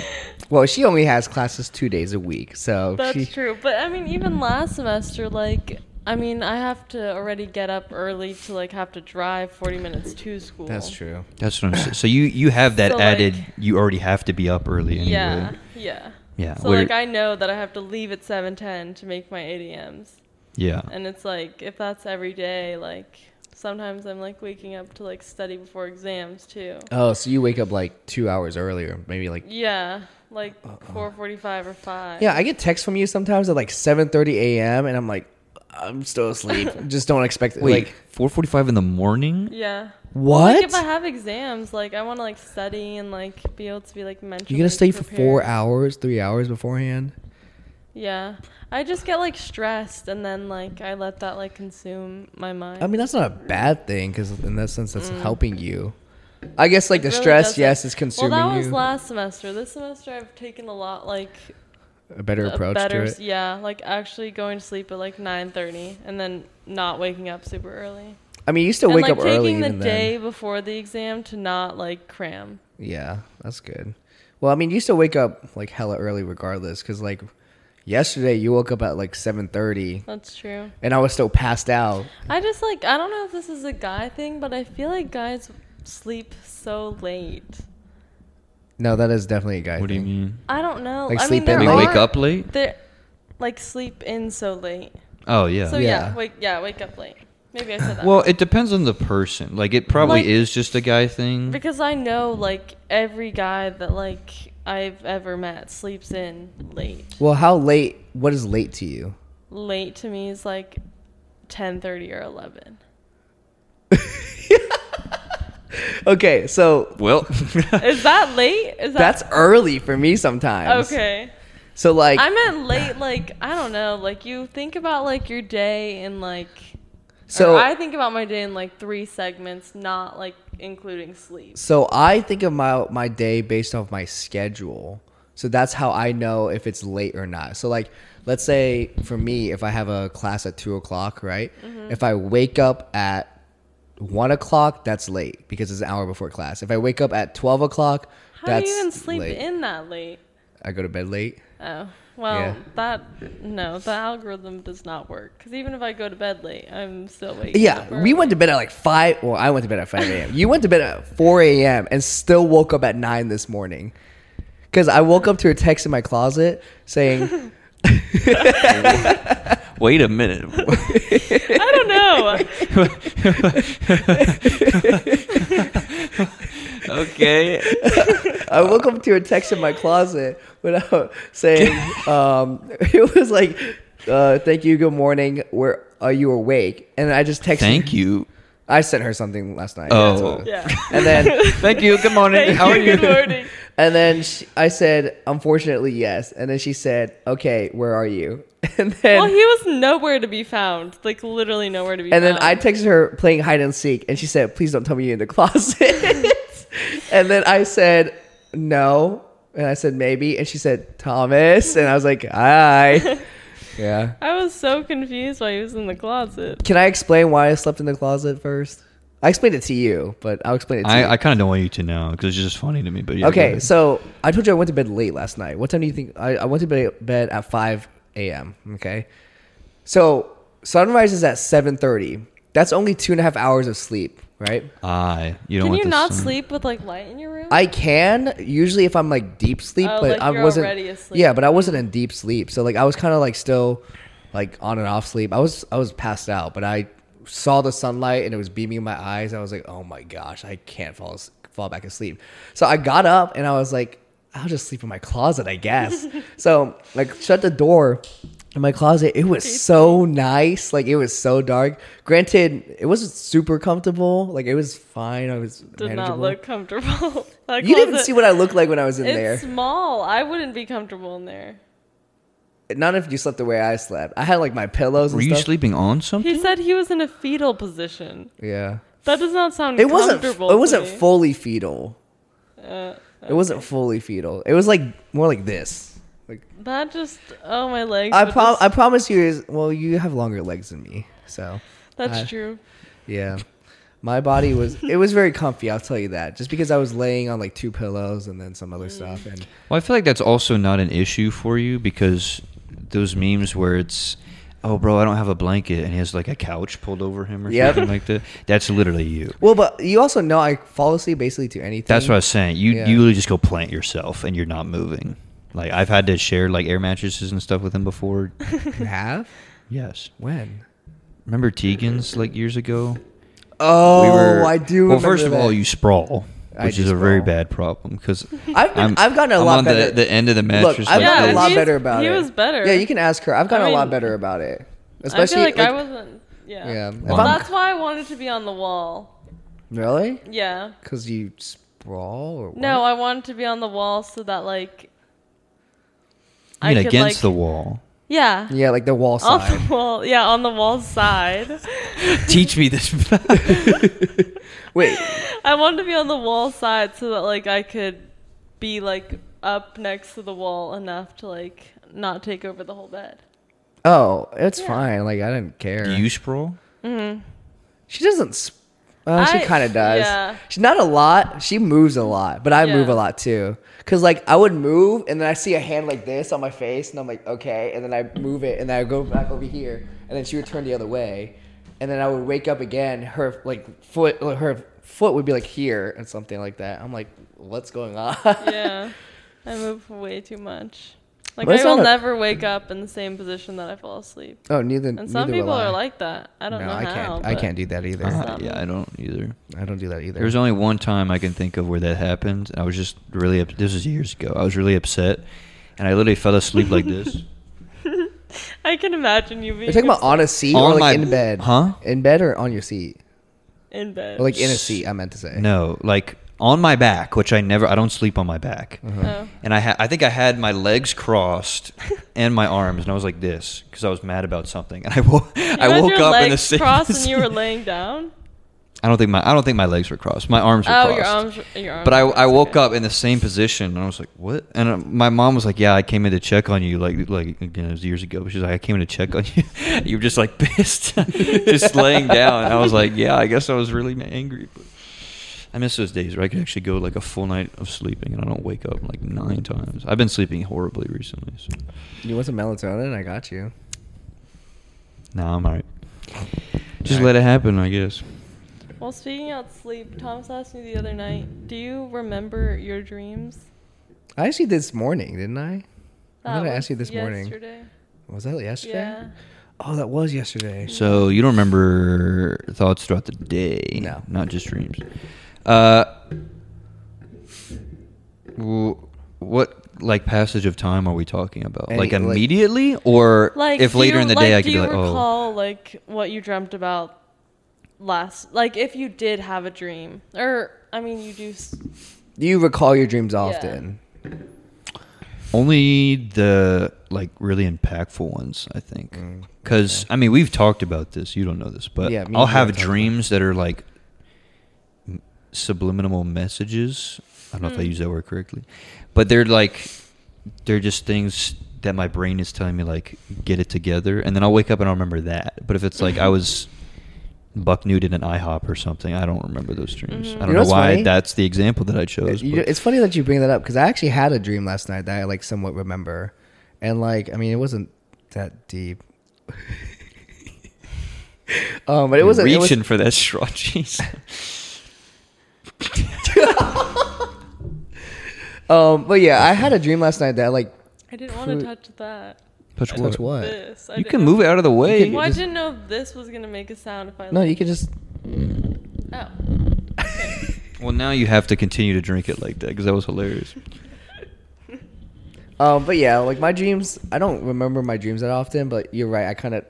[SPEAKER 2] well, she only has classes two days a week, so
[SPEAKER 1] That's
[SPEAKER 2] she,
[SPEAKER 1] true. But I mean, even last semester, like, I mean, I have to already get up early to like have to drive 40 minutes to school.
[SPEAKER 2] That's true.
[SPEAKER 3] that's what I'm saying. So you, you have that
[SPEAKER 1] So, like-
[SPEAKER 3] added, you already have to be up early anyway.
[SPEAKER 1] Yeah, yeah.
[SPEAKER 3] Yeah,
[SPEAKER 1] So
[SPEAKER 3] where-
[SPEAKER 1] like I know that I have to leave at 7:10 to make my ADMs.
[SPEAKER 3] Yeah.
[SPEAKER 1] And it's like if that's every day, like sometimes I'm like waking up to like study before exams too.
[SPEAKER 2] Oh, so you wake up like two hours earlier, maybe like.
[SPEAKER 1] Yeah, like 4:45 or 5.
[SPEAKER 2] Yeah, I get texts from you sometimes at like 7:30 a.m. and I'm like, I'm still asleep. Just don't expect
[SPEAKER 3] Wait,
[SPEAKER 2] like
[SPEAKER 3] 4.45 in the morning?
[SPEAKER 1] Yeah. Like
[SPEAKER 2] what?
[SPEAKER 1] if I have exams, like I want to like study and like be able to be like mentally.
[SPEAKER 2] You're gonna stay for four
[SPEAKER 1] prepared.
[SPEAKER 2] hours, three hours beforehand.
[SPEAKER 1] Yeah, I just get like stressed, and then like I let that like consume my mind.
[SPEAKER 2] I mean, that's not
[SPEAKER 1] mm.
[SPEAKER 2] a bad thing because in that sense, that's helping you. I guess like the
[SPEAKER 1] It really
[SPEAKER 2] stress,
[SPEAKER 1] doesn't-
[SPEAKER 2] yes, is consuming
[SPEAKER 1] Well, that was
[SPEAKER 2] you.
[SPEAKER 1] last semester. This semester, I've taken a lot like
[SPEAKER 2] a better
[SPEAKER 1] a
[SPEAKER 2] approach
[SPEAKER 1] better,
[SPEAKER 2] to it.
[SPEAKER 1] yeah, like actually going to sleep at like nine thirty, and then not waking up super early.
[SPEAKER 2] I mean, you still
[SPEAKER 1] and
[SPEAKER 2] wake
[SPEAKER 1] like
[SPEAKER 2] up early.
[SPEAKER 1] taking the
[SPEAKER 2] even
[SPEAKER 1] day before the exam to not like cram.
[SPEAKER 2] Then. Yeah, that's good. Well, I mean, you still wake up like hella early regardless because like yesterday you woke up at like 7:30
[SPEAKER 1] That's true.
[SPEAKER 2] and I was still passed out.
[SPEAKER 1] I just like I don't know if this is a guy thing, but I feel like guys sleep so late.
[SPEAKER 2] No, that is definitely a guy.
[SPEAKER 3] What do you
[SPEAKER 2] thing.
[SPEAKER 3] mean?
[SPEAKER 1] I don't know.
[SPEAKER 2] Like
[SPEAKER 1] I
[SPEAKER 2] sleep
[SPEAKER 1] mean, there
[SPEAKER 2] in
[SPEAKER 3] We
[SPEAKER 2] late?
[SPEAKER 1] are,
[SPEAKER 3] wake up late?
[SPEAKER 1] There, like sleep in so late.
[SPEAKER 3] Oh, yeah.
[SPEAKER 1] So yeah.
[SPEAKER 2] Yeah.
[SPEAKER 1] wake yeah, wake up late. Maybe I said that.
[SPEAKER 3] Well, it depends on the person. Like, it probably
[SPEAKER 1] Like-
[SPEAKER 3] is just a guy
[SPEAKER 2] Mm-hmm.
[SPEAKER 3] thing.
[SPEAKER 1] because I know like every guy that like I've ever met sleeps in late.
[SPEAKER 2] Well, how late? What is late to you?
[SPEAKER 1] Late to me is like ten thirty or eleven.
[SPEAKER 2] Okay, so
[SPEAKER 3] well,
[SPEAKER 1] Is that late? Is that
[SPEAKER 2] that's early for me sometimes.
[SPEAKER 1] okay?
[SPEAKER 2] So like,
[SPEAKER 1] I meant late. Like I don't know. Like you think about like your day in like. So
[SPEAKER 2] so
[SPEAKER 1] I think about my day in like three segments, not like including sleep.
[SPEAKER 2] So I think of my my day based off my schedule. So that's how I know if it's late or not. So like, let's say for me, if I have a class at two o'clock, right?
[SPEAKER 1] Mm-hmm.
[SPEAKER 2] If I wake up at one o'clock, that's late because it's an hour before class. If I wake up at twelve o'clock,
[SPEAKER 1] How
[SPEAKER 2] that's
[SPEAKER 1] do you even sleep
[SPEAKER 2] late.
[SPEAKER 1] in that late?
[SPEAKER 2] I go to bed late.
[SPEAKER 1] Oh well,
[SPEAKER 2] Yeah.
[SPEAKER 1] that no, the algorithm does not work. Because even if I go to bed late, I'm still waking. up
[SPEAKER 2] Yeah, we
[SPEAKER 1] early.
[SPEAKER 2] went to bed at like five. Well, I went to bed at five a.m. You went to bed at four a.m. and still woke up at nine this morning. Because I woke up to a text in my closet saying,
[SPEAKER 3] wait a minute.
[SPEAKER 1] I don't know.
[SPEAKER 3] okay.
[SPEAKER 2] I woke up to a text in my closet without saying, um, it was like, uh, thank you, good morning, where are you awake? And I just texted.
[SPEAKER 3] Thank you.
[SPEAKER 2] I sent her something last night.
[SPEAKER 3] Oh.
[SPEAKER 1] Yeah.
[SPEAKER 2] And then,
[SPEAKER 3] Thank you. Good morning.
[SPEAKER 1] Thank
[SPEAKER 3] How
[SPEAKER 1] you.
[SPEAKER 3] are you?
[SPEAKER 1] Good morning.
[SPEAKER 2] and then she, I said, unfortunately, yes. And then she said, okay, where are you? And then,
[SPEAKER 1] well, he was nowhere to be found. Like literally nowhere to be.
[SPEAKER 2] and
[SPEAKER 1] found.
[SPEAKER 2] then I texted her playing hide and seek, and she said, please don't tell me you're in the closet. and then I said, no. And I said, maybe. And she said, Thomas. And I was like, hi. yeah.
[SPEAKER 1] I was so confused why he was in the closet.
[SPEAKER 2] Can I explain why I slept in the closet first? I explained it to you, but I'll explain it to
[SPEAKER 3] I,
[SPEAKER 2] you.
[SPEAKER 3] I kind of don't want you to know because it's just funny to me. But yeah, go
[SPEAKER 2] okay,
[SPEAKER 3] ahead.
[SPEAKER 2] so I told you I went to bed late last night. What time do you think? I, I went to bed, bed at 5 a.m. Okay. So sunrise is at 7.30. That's only two and a half hours of sleep, right?
[SPEAKER 3] I you don't
[SPEAKER 1] Can
[SPEAKER 3] want
[SPEAKER 1] you
[SPEAKER 3] this
[SPEAKER 1] not
[SPEAKER 3] to-
[SPEAKER 1] sleep with like light in your room?
[SPEAKER 2] I can usually if I'm like deep sleep,
[SPEAKER 1] Oh,
[SPEAKER 2] but
[SPEAKER 1] like
[SPEAKER 2] I
[SPEAKER 1] you're
[SPEAKER 2] wasn't.
[SPEAKER 1] already asleep.
[SPEAKER 2] Yeah, but I wasn't in deep sleep, so like I was kind of like still, like on and off sleep. I was I was passed out, but I saw the sunlight and it was beaming in my eyes. I was like, oh my gosh, I can't fall as- fall back asleep. So I got up and I was like, I'll just sleep in my closet, I guess. so like shut the door, in my closet. It was so nice. Like it was so dark. Granted, it wasn't super comfortable. Like it was fine. I was
[SPEAKER 1] Did
[SPEAKER 2] manageable.
[SPEAKER 1] not look comfortable. That
[SPEAKER 2] You didn't
[SPEAKER 1] closet-
[SPEAKER 2] see what I looked like when I was in
[SPEAKER 1] it's
[SPEAKER 2] there.
[SPEAKER 1] small. I wouldn't be comfortable in there.
[SPEAKER 2] Not if you slept the way I slept. I had like my pillows.
[SPEAKER 3] Were
[SPEAKER 2] And
[SPEAKER 3] you
[SPEAKER 2] stuff.
[SPEAKER 3] sleeping on something?
[SPEAKER 1] He said he was in a fetal position.
[SPEAKER 2] Yeah.
[SPEAKER 1] That does not sound
[SPEAKER 2] It wasn't. It
[SPEAKER 1] comfortable. to
[SPEAKER 2] wasn't
[SPEAKER 1] me.
[SPEAKER 2] fully fetal.
[SPEAKER 1] Uh,
[SPEAKER 2] It wasn't fully fetal. It was like more like this. Like
[SPEAKER 1] that just oh my legs.
[SPEAKER 2] I
[SPEAKER 1] would
[SPEAKER 2] prom-
[SPEAKER 1] just-
[SPEAKER 2] I promise you is well, you have longer legs than me. So
[SPEAKER 1] that's
[SPEAKER 2] I-
[SPEAKER 1] true.
[SPEAKER 2] yeah. My body was it was very comfy, I'll tell you that. Just because I was laying on like two pillows and then some other
[SPEAKER 1] Mm.
[SPEAKER 2] stuff and
[SPEAKER 3] Well, I feel like that's also not an issue for you because those memes where it's, oh, bro, I don't have a blanket, and he has like a couch pulled over him or
[SPEAKER 2] Yep.
[SPEAKER 3] something like that. That's literally you.
[SPEAKER 2] well, but you also know I fall asleep basically to anything.
[SPEAKER 3] That's what I was saying. You
[SPEAKER 2] Yeah.
[SPEAKER 3] you literally just go plant yourself, and you're not moving. Like I've had to share like air mattresses and stuff with him before.
[SPEAKER 2] you have?
[SPEAKER 3] yes.
[SPEAKER 2] When?
[SPEAKER 3] Remember Tegan's like years ago?
[SPEAKER 2] Oh,
[SPEAKER 3] We were-
[SPEAKER 2] I do
[SPEAKER 3] Well,
[SPEAKER 2] remember
[SPEAKER 3] first of
[SPEAKER 2] that.
[SPEAKER 3] all, you sprawl,
[SPEAKER 2] I
[SPEAKER 3] which
[SPEAKER 2] do
[SPEAKER 3] is a very
[SPEAKER 2] sprawl.
[SPEAKER 3] bad problem because
[SPEAKER 2] I've been, I've gotten a
[SPEAKER 3] I'm
[SPEAKER 2] lot
[SPEAKER 3] on the-
[SPEAKER 2] better.
[SPEAKER 3] the end of the mattress
[SPEAKER 2] Look, I've
[SPEAKER 3] like
[SPEAKER 2] gotten
[SPEAKER 1] this.
[SPEAKER 2] a lot
[SPEAKER 1] Yeah,
[SPEAKER 2] better
[SPEAKER 1] he's-
[SPEAKER 2] about
[SPEAKER 1] he
[SPEAKER 2] it.
[SPEAKER 1] was better.
[SPEAKER 2] Yeah, you can ask her. I've gotten a lot
[SPEAKER 1] mean-
[SPEAKER 2] better about it.
[SPEAKER 1] I
[SPEAKER 2] Especially
[SPEAKER 1] feel like, I
[SPEAKER 2] like-
[SPEAKER 1] wasn't. Yeah.
[SPEAKER 2] Yeah, if
[SPEAKER 1] Well,
[SPEAKER 2] I'm-
[SPEAKER 1] that's why I wanted to be on the wall.
[SPEAKER 2] really
[SPEAKER 1] Yeah.
[SPEAKER 2] because you sprawl or what?
[SPEAKER 1] No, I wanted to be on the wall so that like.
[SPEAKER 3] I mean
[SPEAKER 1] could,
[SPEAKER 3] against
[SPEAKER 1] like-
[SPEAKER 3] the wall.
[SPEAKER 1] Yeah.
[SPEAKER 2] Yeah, like the wall
[SPEAKER 1] On
[SPEAKER 2] side.
[SPEAKER 1] the wall, yeah, on the wall side.
[SPEAKER 3] Teach me this.
[SPEAKER 2] Wait,
[SPEAKER 1] I wanted to be on the wall side so that like I could be like up next to the wall enough to like not take over the whole bed.
[SPEAKER 2] oh, it's
[SPEAKER 1] Yeah.
[SPEAKER 2] fine. Like I didn't care.
[SPEAKER 3] Do you sprawl?
[SPEAKER 2] she doesn't. Sp- well, she
[SPEAKER 1] I-
[SPEAKER 2] kind of does.
[SPEAKER 1] yeah.
[SPEAKER 2] She's not a lot. She moves a lot, but I move
[SPEAKER 1] Yeah.
[SPEAKER 2] a lot too. Cause like I would move, and then I see a hand like this on my face, and I'm like, okay, and then I move it, and then I go back over here, and then she would turn the other way, and then I would wake up again. Her like foot, her foot would be like here, and something like that. I'm like, what's going on?
[SPEAKER 1] Yeah, I move way too much. Like
[SPEAKER 2] But it's
[SPEAKER 1] I will
[SPEAKER 2] not a-
[SPEAKER 1] never wake up in the same position that I fall asleep.
[SPEAKER 2] oh, neither.
[SPEAKER 1] And some
[SPEAKER 2] neither will
[SPEAKER 1] people
[SPEAKER 2] I.
[SPEAKER 1] are like that. I don't
[SPEAKER 2] no,
[SPEAKER 1] know
[SPEAKER 2] I
[SPEAKER 1] how.
[SPEAKER 2] can't. I
[SPEAKER 1] but-
[SPEAKER 2] can't do that either.
[SPEAKER 1] Uh-huh. Something.
[SPEAKER 3] Uh, yeah, I don't either.
[SPEAKER 2] I don't do that either.
[SPEAKER 3] There was only one time I can think of where that happened. I was just really up- this was years ago. I was really upset, and I literally fell asleep like this.
[SPEAKER 1] I can imagine you being
[SPEAKER 2] You're talking about on a seat
[SPEAKER 3] On
[SPEAKER 2] or like
[SPEAKER 3] my-
[SPEAKER 2] in bed?
[SPEAKER 3] Huh?
[SPEAKER 2] In bed or on your seat?
[SPEAKER 1] in bed.
[SPEAKER 2] Or like in a seat, I meant to say.
[SPEAKER 3] No, like on my back, which I never. I don't sleep on my back.
[SPEAKER 2] Uh-huh.
[SPEAKER 1] Oh.
[SPEAKER 3] And I ha- I think I had my legs crossed and my arms, and I was like this because I was mad about something. And I woke
[SPEAKER 1] You
[SPEAKER 3] I
[SPEAKER 1] had
[SPEAKER 3] woke
[SPEAKER 1] your
[SPEAKER 3] up in the
[SPEAKER 1] legs
[SPEAKER 3] same.
[SPEAKER 1] crossed and you were laying down.
[SPEAKER 3] I don't think my I don't think my legs were crossed. My arms were
[SPEAKER 1] Oh,
[SPEAKER 3] crossed.
[SPEAKER 1] your arms, your arms.
[SPEAKER 3] But I,
[SPEAKER 1] were
[SPEAKER 3] I
[SPEAKER 1] crossed,
[SPEAKER 3] woke
[SPEAKER 1] okay.
[SPEAKER 3] up in the same position and I was like, what? And uh, my mom was like, yeah, I came in to check on you. Like, like again, it was years ago. But she's like, I came in to check on you. you were just like pissed, just laying down. And I was like, yeah, I guess I was really ma- angry. But I miss those days where I could actually go like a full night of sleeping and I don't wake up like nine times. I've been sleeping horribly recently. So.
[SPEAKER 2] You want some melatonin? I got you.
[SPEAKER 3] Nah, I'm all right. Just let it happen, I guess.
[SPEAKER 1] Well, speaking of sleep, Thomas asked me the other night, "Do you remember your dreams?"
[SPEAKER 2] I asked you this morning, didn't I? I
[SPEAKER 1] That
[SPEAKER 2] thought I
[SPEAKER 1] was
[SPEAKER 2] asked you this morning.
[SPEAKER 1] Yesterday.
[SPEAKER 2] Was that yesterday?
[SPEAKER 1] Yeah.
[SPEAKER 2] Oh, that was yesterday.
[SPEAKER 3] So you don't remember thoughts throughout the day?
[SPEAKER 2] No.
[SPEAKER 3] not just dreams. Uh, w- what like passage of time are we talking about?
[SPEAKER 2] Any-
[SPEAKER 3] like
[SPEAKER 2] like-
[SPEAKER 3] immediately, or
[SPEAKER 1] Like
[SPEAKER 3] if
[SPEAKER 1] do
[SPEAKER 3] later
[SPEAKER 1] you-
[SPEAKER 3] in the day
[SPEAKER 1] like,
[SPEAKER 3] I
[SPEAKER 1] do
[SPEAKER 3] could be
[SPEAKER 1] you
[SPEAKER 3] like, oh,
[SPEAKER 1] recall like what you dreamt about last? Like if you did have a dream, or I mean, you do. s-
[SPEAKER 2] Do you recall your dreams often?
[SPEAKER 3] only the like really impactful ones, I think. Because I mean, we've talked about this. You don't know this, but
[SPEAKER 2] Mm, Yeah, me and
[SPEAKER 3] I'll
[SPEAKER 2] you have
[SPEAKER 3] have
[SPEAKER 2] talked about
[SPEAKER 3] dreams that are like m- subliminal messages. I don't know if I use that word correctly, but they're like they're just things that my brain is telling me like get it together, and then I'll wake up and I'll remember that. But if it's like I was. Buck Newton and IHOP or something. I don't remember those dreams.
[SPEAKER 1] Mhm.
[SPEAKER 3] I
[SPEAKER 2] You
[SPEAKER 3] don't
[SPEAKER 2] know
[SPEAKER 3] know
[SPEAKER 2] what's
[SPEAKER 3] why
[SPEAKER 2] funny?
[SPEAKER 3] that's the example that I chose.
[SPEAKER 2] You-
[SPEAKER 3] but-
[SPEAKER 2] it's funny that you bring that up because I actually had a dream last night that I like somewhat remember, and like I mean it wasn't that deep. um, but it
[SPEAKER 3] You're
[SPEAKER 2] was a- it was-
[SPEAKER 3] reaching for that straw cheese.
[SPEAKER 2] um, but yeah, I had a dream last night that like
[SPEAKER 1] I didn't want
[SPEAKER 2] Pru-
[SPEAKER 1] to touch that.
[SPEAKER 3] Touch
[SPEAKER 2] touch what?
[SPEAKER 1] This. I
[SPEAKER 3] You
[SPEAKER 1] didn't
[SPEAKER 3] can
[SPEAKER 1] know-
[SPEAKER 3] move it out of the way.
[SPEAKER 2] can-
[SPEAKER 1] Well, I
[SPEAKER 2] just-
[SPEAKER 1] didn't know if this was gonna make a sound if I.
[SPEAKER 2] No,
[SPEAKER 1] like-
[SPEAKER 2] you could just.
[SPEAKER 1] Oh.
[SPEAKER 3] Well, now you have to continue to drink it like that because that was hilarious.
[SPEAKER 2] Um, but yeah, like my dreams, I don't remember my dreams that often. But you're right, I kind of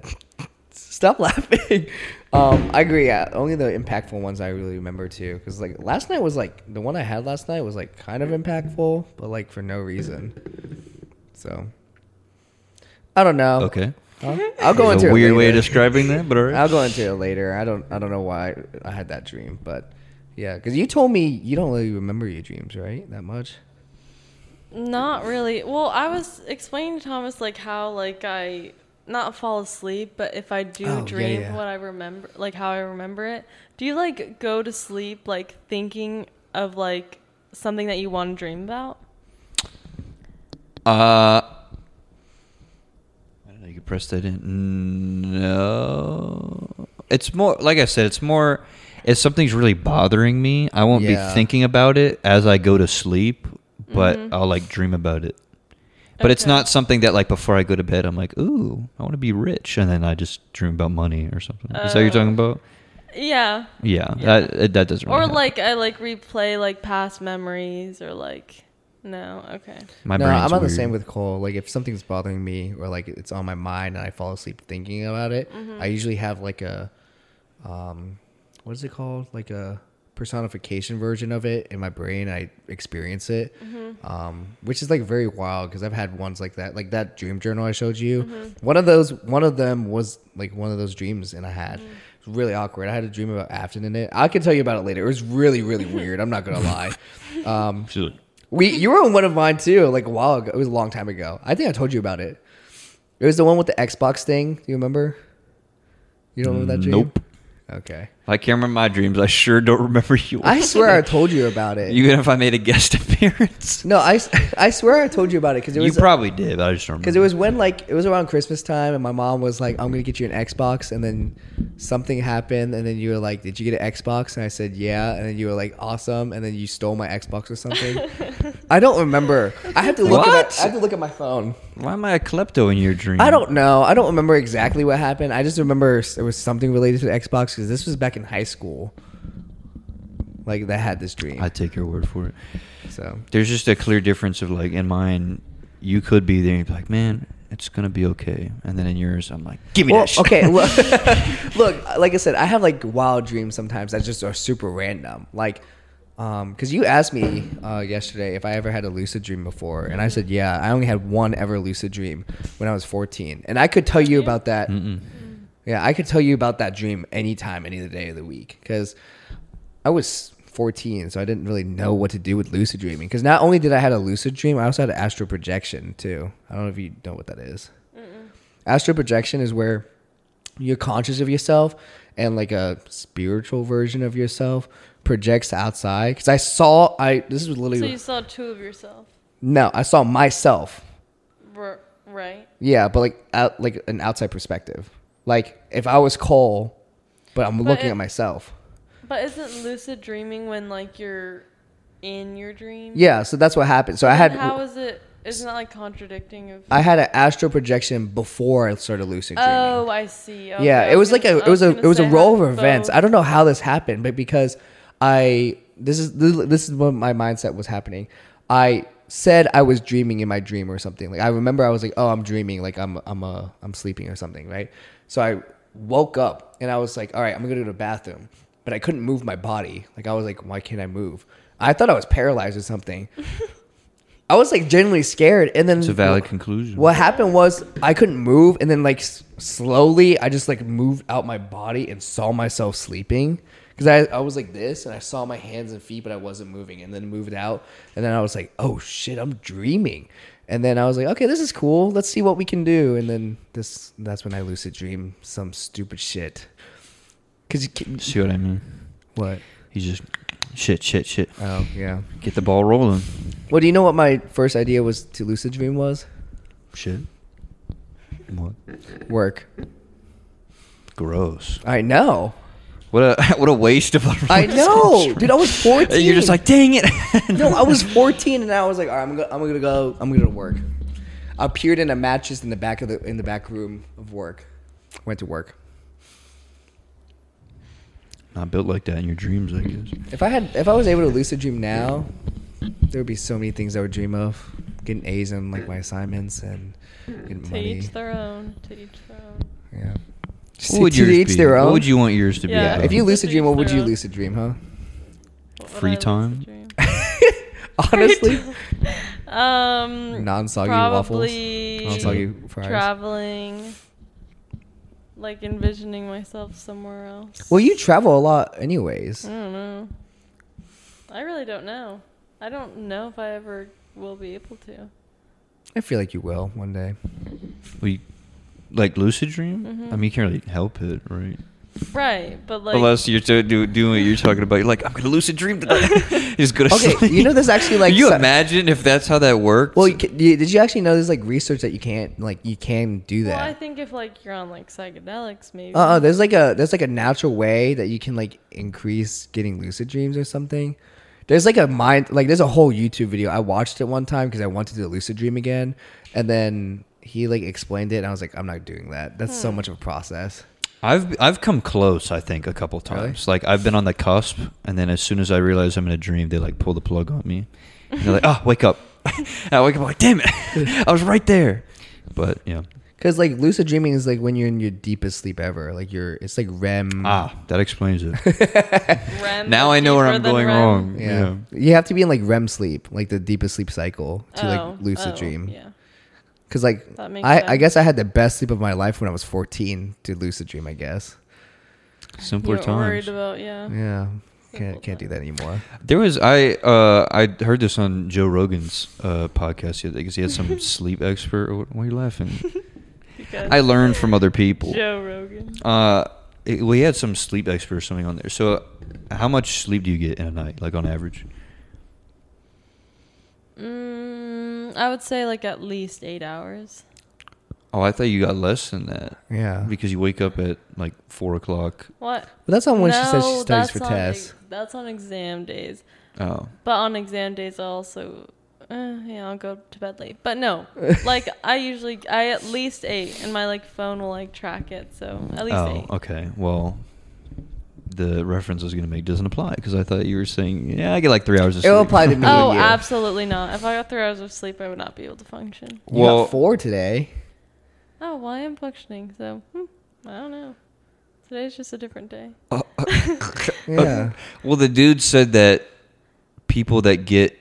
[SPEAKER 2] stop laughing. Um, I agree. Yeah, only the impactful ones I really remember too. Because like last night was like the one I had last night was like kind of impactful, but like for no reason. So I don't know.
[SPEAKER 3] Okay.
[SPEAKER 2] Huh? I'll Oh. go
[SPEAKER 3] It's
[SPEAKER 2] into
[SPEAKER 3] a
[SPEAKER 2] it
[SPEAKER 3] weird way of
[SPEAKER 2] later.
[SPEAKER 3] describing that, but all right.
[SPEAKER 2] I'll go into it later. I don't. I don't know why I had that dream, but yeah, because you told me you don't really remember your dreams, right? That much.
[SPEAKER 1] Not really. Well, I was explaining to Thomas like how like I not fall asleep, but if I do
[SPEAKER 2] Oh, yeah,
[SPEAKER 1] dream
[SPEAKER 2] yeah.
[SPEAKER 1] what I remember, like how I remember it. Do you like go to sleep like thinking of like something that you want to dream about?
[SPEAKER 3] Uh, I don't know. You could press that in. No, it's more like I said. It's more if something's really bothering me, I won't
[SPEAKER 2] Yeah.
[SPEAKER 3] be thinking about it as I go to sleep, but I'll like dream about it. But it's
[SPEAKER 1] Mm-hmm. Okay.
[SPEAKER 3] not something that like before I go to bed, I'm like, ooh, I want to be rich, and then I just dream about money or something. Is that what you're
[SPEAKER 1] Oh.
[SPEAKER 3] talking about?
[SPEAKER 1] Yeah.
[SPEAKER 3] Yeah,
[SPEAKER 1] Yeah.
[SPEAKER 3] that it- that doesn't. Really
[SPEAKER 1] Or
[SPEAKER 3] happen.
[SPEAKER 1] like I like replay like past memories or like no, okay.
[SPEAKER 3] my
[SPEAKER 2] no,
[SPEAKER 3] brain's
[SPEAKER 2] I'm on the
[SPEAKER 3] weird.
[SPEAKER 2] same with Cole. Like if something's bothering me or like it's on my mind and I fall asleep thinking about it, I usually have like a, um, what is it called? Like a personification version of it in my brain. I experience it, um, which is like very wild because I've had ones like that, like that dream journal I showed you. One of those, one of them was like one of those dreams, and I had. It was really awkward. I had a dream about Afton in it. I can tell you about it later. It was really, really weird. I'm not gonna lie. Um,
[SPEAKER 3] She's like,
[SPEAKER 2] we you were on one of mine too, like a while ago. It was a long time ago. I think I told you about it. It was the one with the Xbox thing. Do you remember? You don't remember that dream?
[SPEAKER 3] Nope.
[SPEAKER 2] Okay.
[SPEAKER 3] I can't remember my dreams. I sure don't remember you.
[SPEAKER 2] I swear I told you about it.
[SPEAKER 3] Even if I made a guest appearance.
[SPEAKER 2] no, I, s- I swear I told you about it because it
[SPEAKER 3] You
[SPEAKER 2] was
[SPEAKER 3] probably did, but I just don't remember.
[SPEAKER 2] because it was when like it was around Christmas time, and my mom was like, "I'm gonna get you an Xbox," and then something happened, and then you were like, "Did you get an Xbox?" And I said, "Yeah," and then you were like, "Awesome," and then you stole my Xbox or something. I don't remember. I had to look. At
[SPEAKER 3] What?
[SPEAKER 2] my, I had to look at my phone.
[SPEAKER 3] Why am I a klepto in your dream?
[SPEAKER 2] I don't know. I don't remember exactly what happened. I just remember s- it was something related to the Xbox because this was back in high school. Like that had this dream.
[SPEAKER 3] I take your word for it.
[SPEAKER 2] so
[SPEAKER 3] There's just a clear difference of like in mine, you could be there and be like, man, it's gonna be okay, and then in yours, I'm like, give me
[SPEAKER 2] well,
[SPEAKER 3] that shit.
[SPEAKER 2] okay, look, look, like I said, I have like wild dreams sometimes that just are super random. Like, um, because you asked me uh, yesterday if I ever had a lucid dream before, and I said yeah, I only had one ever lucid dream when I was 14, and I could tell you about that. Yeah, I could tell you about that dream anytime, any of the day of the week, because I was 14, so I didn't really know what to do with lucid dreaming. Because not only did I had a lucid dream, I also had an astral projection too. I don't know if you know what that is. Astral projection is where you're conscious of yourself and like a spiritual version of yourself projects outside. Because I saw, I this was
[SPEAKER 1] So
[SPEAKER 2] literally
[SPEAKER 1] you saw two of yourself,
[SPEAKER 2] no, I saw myself.
[SPEAKER 1] r- right?
[SPEAKER 2] Yeah, but like out, like an outside perspective. Like if I was Cole, but I'm
[SPEAKER 1] But
[SPEAKER 2] looking
[SPEAKER 1] it-
[SPEAKER 2] at myself.
[SPEAKER 1] But isn't lucid dreaming when like you're in your dream?
[SPEAKER 2] Yeah, so that's what happened. So I
[SPEAKER 1] Then
[SPEAKER 2] had
[SPEAKER 1] How is it? Isn't that like contradicting of?
[SPEAKER 2] I had an astral projection before I started lucid dreaming.
[SPEAKER 1] oh, I see. Okay,
[SPEAKER 2] yeah,
[SPEAKER 1] I
[SPEAKER 2] it was like
[SPEAKER 1] gonna-
[SPEAKER 2] a
[SPEAKER 1] I
[SPEAKER 2] it was a
[SPEAKER 1] gonna
[SPEAKER 2] it was a
[SPEAKER 1] say
[SPEAKER 2] roll of
[SPEAKER 1] how
[SPEAKER 2] events.
[SPEAKER 1] both-
[SPEAKER 2] I don't know how this happened, but because I this is this is what my mindset was happening. I said I was dreaming in my dream or something. Like I remember I was like, "Oh, I'm dreaming, like I'm I'm uh, I'm sleeping or something," right? So I woke up and I was like, "All right, I'm going to go to the bathroom." But I couldn't move my body. Like I was like, "Why can't I move?" I thought I was paralyzed or something. I was like genuinely scared and then
[SPEAKER 3] It's a valid conclusion.
[SPEAKER 2] what happened was I couldn't move, and then like s- slowly, I just like moved out my body and saw myself sleeping because I, I was like this, and I saw my hands and feet, but I wasn't moving, and then moved out, and then I was like, oh shit, I'm dreaming, and then I was like, okay, this is cool, let's see what we can do, and then this that's when I lucid dream some stupid shit, cause you can,
[SPEAKER 3] See what I mean?
[SPEAKER 2] what
[SPEAKER 3] He's just shit, shit, shit.
[SPEAKER 2] oh yeah,
[SPEAKER 3] Get the ball rolling.
[SPEAKER 2] well do you know what my first idea was to lucid dream was
[SPEAKER 3] Shit. What?
[SPEAKER 2] work
[SPEAKER 3] Gross.
[SPEAKER 2] I know.
[SPEAKER 3] What a what a waste of a.
[SPEAKER 2] I know, dude. I was
[SPEAKER 3] And
[SPEAKER 2] fourteen.
[SPEAKER 3] You're just like, dang it.
[SPEAKER 2] no, I was 14 and I was like, all right, I'm gonna, I'm gonna go, I'm gonna work. I appeared in a match just in the back of the in the back room of work. Went to work.
[SPEAKER 3] Not built like that in your dreams, I guess.
[SPEAKER 2] If I had, if I was able to lucid dream now, there would be so many things I would dream of. getting A's in like my assignments and getting
[SPEAKER 1] To
[SPEAKER 2] money.
[SPEAKER 1] each their own. To each their own.
[SPEAKER 2] yeah.
[SPEAKER 3] What would
[SPEAKER 2] to
[SPEAKER 3] yours
[SPEAKER 2] each
[SPEAKER 3] be?
[SPEAKER 2] their own.
[SPEAKER 3] What would you want yours to be?
[SPEAKER 1] Yeah.
[SPEAKER 3] though?
[SPEAKER 2] If you
[SPEAKER 1] To
[SPEAKER 2] lucid
[SPEAKER 1] each
[SPEAKER 2] dream, what would
[SPEAKER 1] their
[SPEAKER 2] you
[SPEAKER 1] own.
[SPEAKER 2] lucid dream, huh?
[SPEAKER 1] What would
[SPEAKER 3] Free
[SPEAKER 1] I lose
[SPEAKER 3] time?
[SPEAKER 1] to dream?
[SPEAKER 2] Honestly,
[SPEAKER 1] um,
[SPEAKER 2] non-soggy
[SPEAKER 1] probably
[SPEAKER 2] waffles, non-soggy fries.
[SPEAKER 1] traveling, like envisioning myself somewhere else.
[SPEAKER 2] Well, you travel a lot, anyways.
[SPEAKER 1] I don't know. I really don't know. I don't know if I ever will be able to.
[SPEAKER 2] I feel like you will one day.
[SPEAKER 3] We, like lucid dream.
[SPEAKER 1] Mhm.
[SPEAKER 3] I mean, you can't really help it, right?
[SPEAKER 1] Right, but like
[SPEAKER 3] Unless you're to do, doing what you're talking about, you're like, I'm gonna lucid dream tonight. you just go to
[SPEAKER 2] Okay,
[SPEAKER 3] sleep.
[SPEAKER 2] you know, there's actually, like,
[SPEAKER 3] Can you
[SPEAKER 2] so-
[SPEAKER 3] imagine if that's how that worked?
[SPEAKER 2] Well, you, ca- you- did you actually know there's like research that you can't like you can do that?
[SPEAKER 1] Well, I think if like you're on like psychedelics, maybe.
[SPEAKER 2] Uh, uh there's like a there's like a natural way that you can like increase getting lucid dreams or something. There's like a mind like there's a whole YouTube video I watched it one time because I wanted to lucid dream again, and then he like explained it and I was like I'm not doing that. That's
[SPEAKER 1] Hmm.
[SPEAKER 2] so much of a process.
[SPEAKER 3] I've I've come close, I think, a couple
[SPEAKER 2] Really?
[SPEAKER 3] times. Like I've been on the cusp, and then as soon as I realize I'm in a dream, they like pull the plug on me. And they're like, "Oh, wake up!" I wake up, like, "Damn it, I was right there." But yeah,
[SPEAKER 2] Because like lucid dreaming is like when you're in your deepest sleep ever. Like you're it's like REM.
[SPEAKER 3] ah, that explains it.
[SPEAKER 1] REM,
[SPEAKER 3] now
[SPEAKER 1] like,
[SPEAKER 3] I know where
[SPEAKER 1] deeper
[SPEAKER 3] I'm
[SPEAKER 1] than
[SPEAKER 3] going
[SPEAKER 1] REM.
[SPEAKER 3] wrong.
[SPEAKER 2] Yeah. you have to be in like REM sleep, like the deepest sleep cycle, to
[SPEAKER 1] Oh,
[SPEAKER 2] like lucid
[SPEAKER 1] oh,
[SPEAKER 2] dream.
[SPEAKER 1] Yeah.
[SPEAKER 2] Because like
[SPEAKER 1] That makes
[SPEAKER 2] I, I
[SPEAKER 1] sense.
[SPEAKER 2] guess I had the best sleep of my life when I was 14 to lucid dream. I guess.
[SPEAKER 3] Simpler
[SPEAKER 1] You're
[SPEAKER 3] times.
[SPEAKER 1] worried about yeah.
[SPEAKER 2] Yeah,
[SPEAKER 1] Simple
[SPEAKER 2] can't can't do that anymore.
[SPEAKER 3] There was I uh I heard this on Joe Rogan's uh podcast the other day because he had some sleep expert. or- Why are you laughing?
[SPEAKER 1] Because
[SPEAKER 3] I learned from other people.
[SPEAKER 1] Joe Rogan.
[SPEAKER 3] Uh, it, we had some sleep expert or something on there. So, uh, how much sleep do you get in a night, like on average?
[SPEAKER 1] Mm, I would say like at least eight hours.
[SPEAKER 3] Oh, I thought you got less than that.
[SPEAKER 2] Yeah.
[SPEAKER 3] Because you wake up at like four o'clock.
[SPEAKER 1] What?
[SPEAKER 2] But that's not when she says she
[SPEAKER 1] No,
[SPEAKER 2] studies for
[SPEAKER 1] that's on ex-
[SPEAKER 2] tests.
[SPEAKER 1] that's on exam days.
[SPEAKER 3] Oh,
[SPEAKER 1] But on exam days, I also, uh, yeah, I'll go to bed late. But no, like I usually, I at least eight, and my like phone will like track it. So at least
[SPEAKER 3] oh,
[SPEAKER 1] eight.
[SPEAKER 3] okay. Well, the reference I was gonna make doesn't apply because I thought you were saying, yeah, I get like three hours of
[SPEAKER 2] It
[SPEAKER 3] sleep.
[SPEAKER 2] will apply to me.
[SPEAKER 1] Oh,
[SPEAKER 2] Yeah.
[SPEAKER 1] absolutely not. If I got three hours of sleep, I would not be able to function.
[SPEAKER 2] You got
[SPEAKER 3] Well-
[SPEAKER 2] four today.
[SPEAKER 1] Oh, well, I am functioning, so hmm, I don't know. Today's just a different day.
[SPEAKER 3] Uh, uh,
[SPEAKER 2] Oh, Yeah.
[SPEAKER 3] well, the dude said that people that get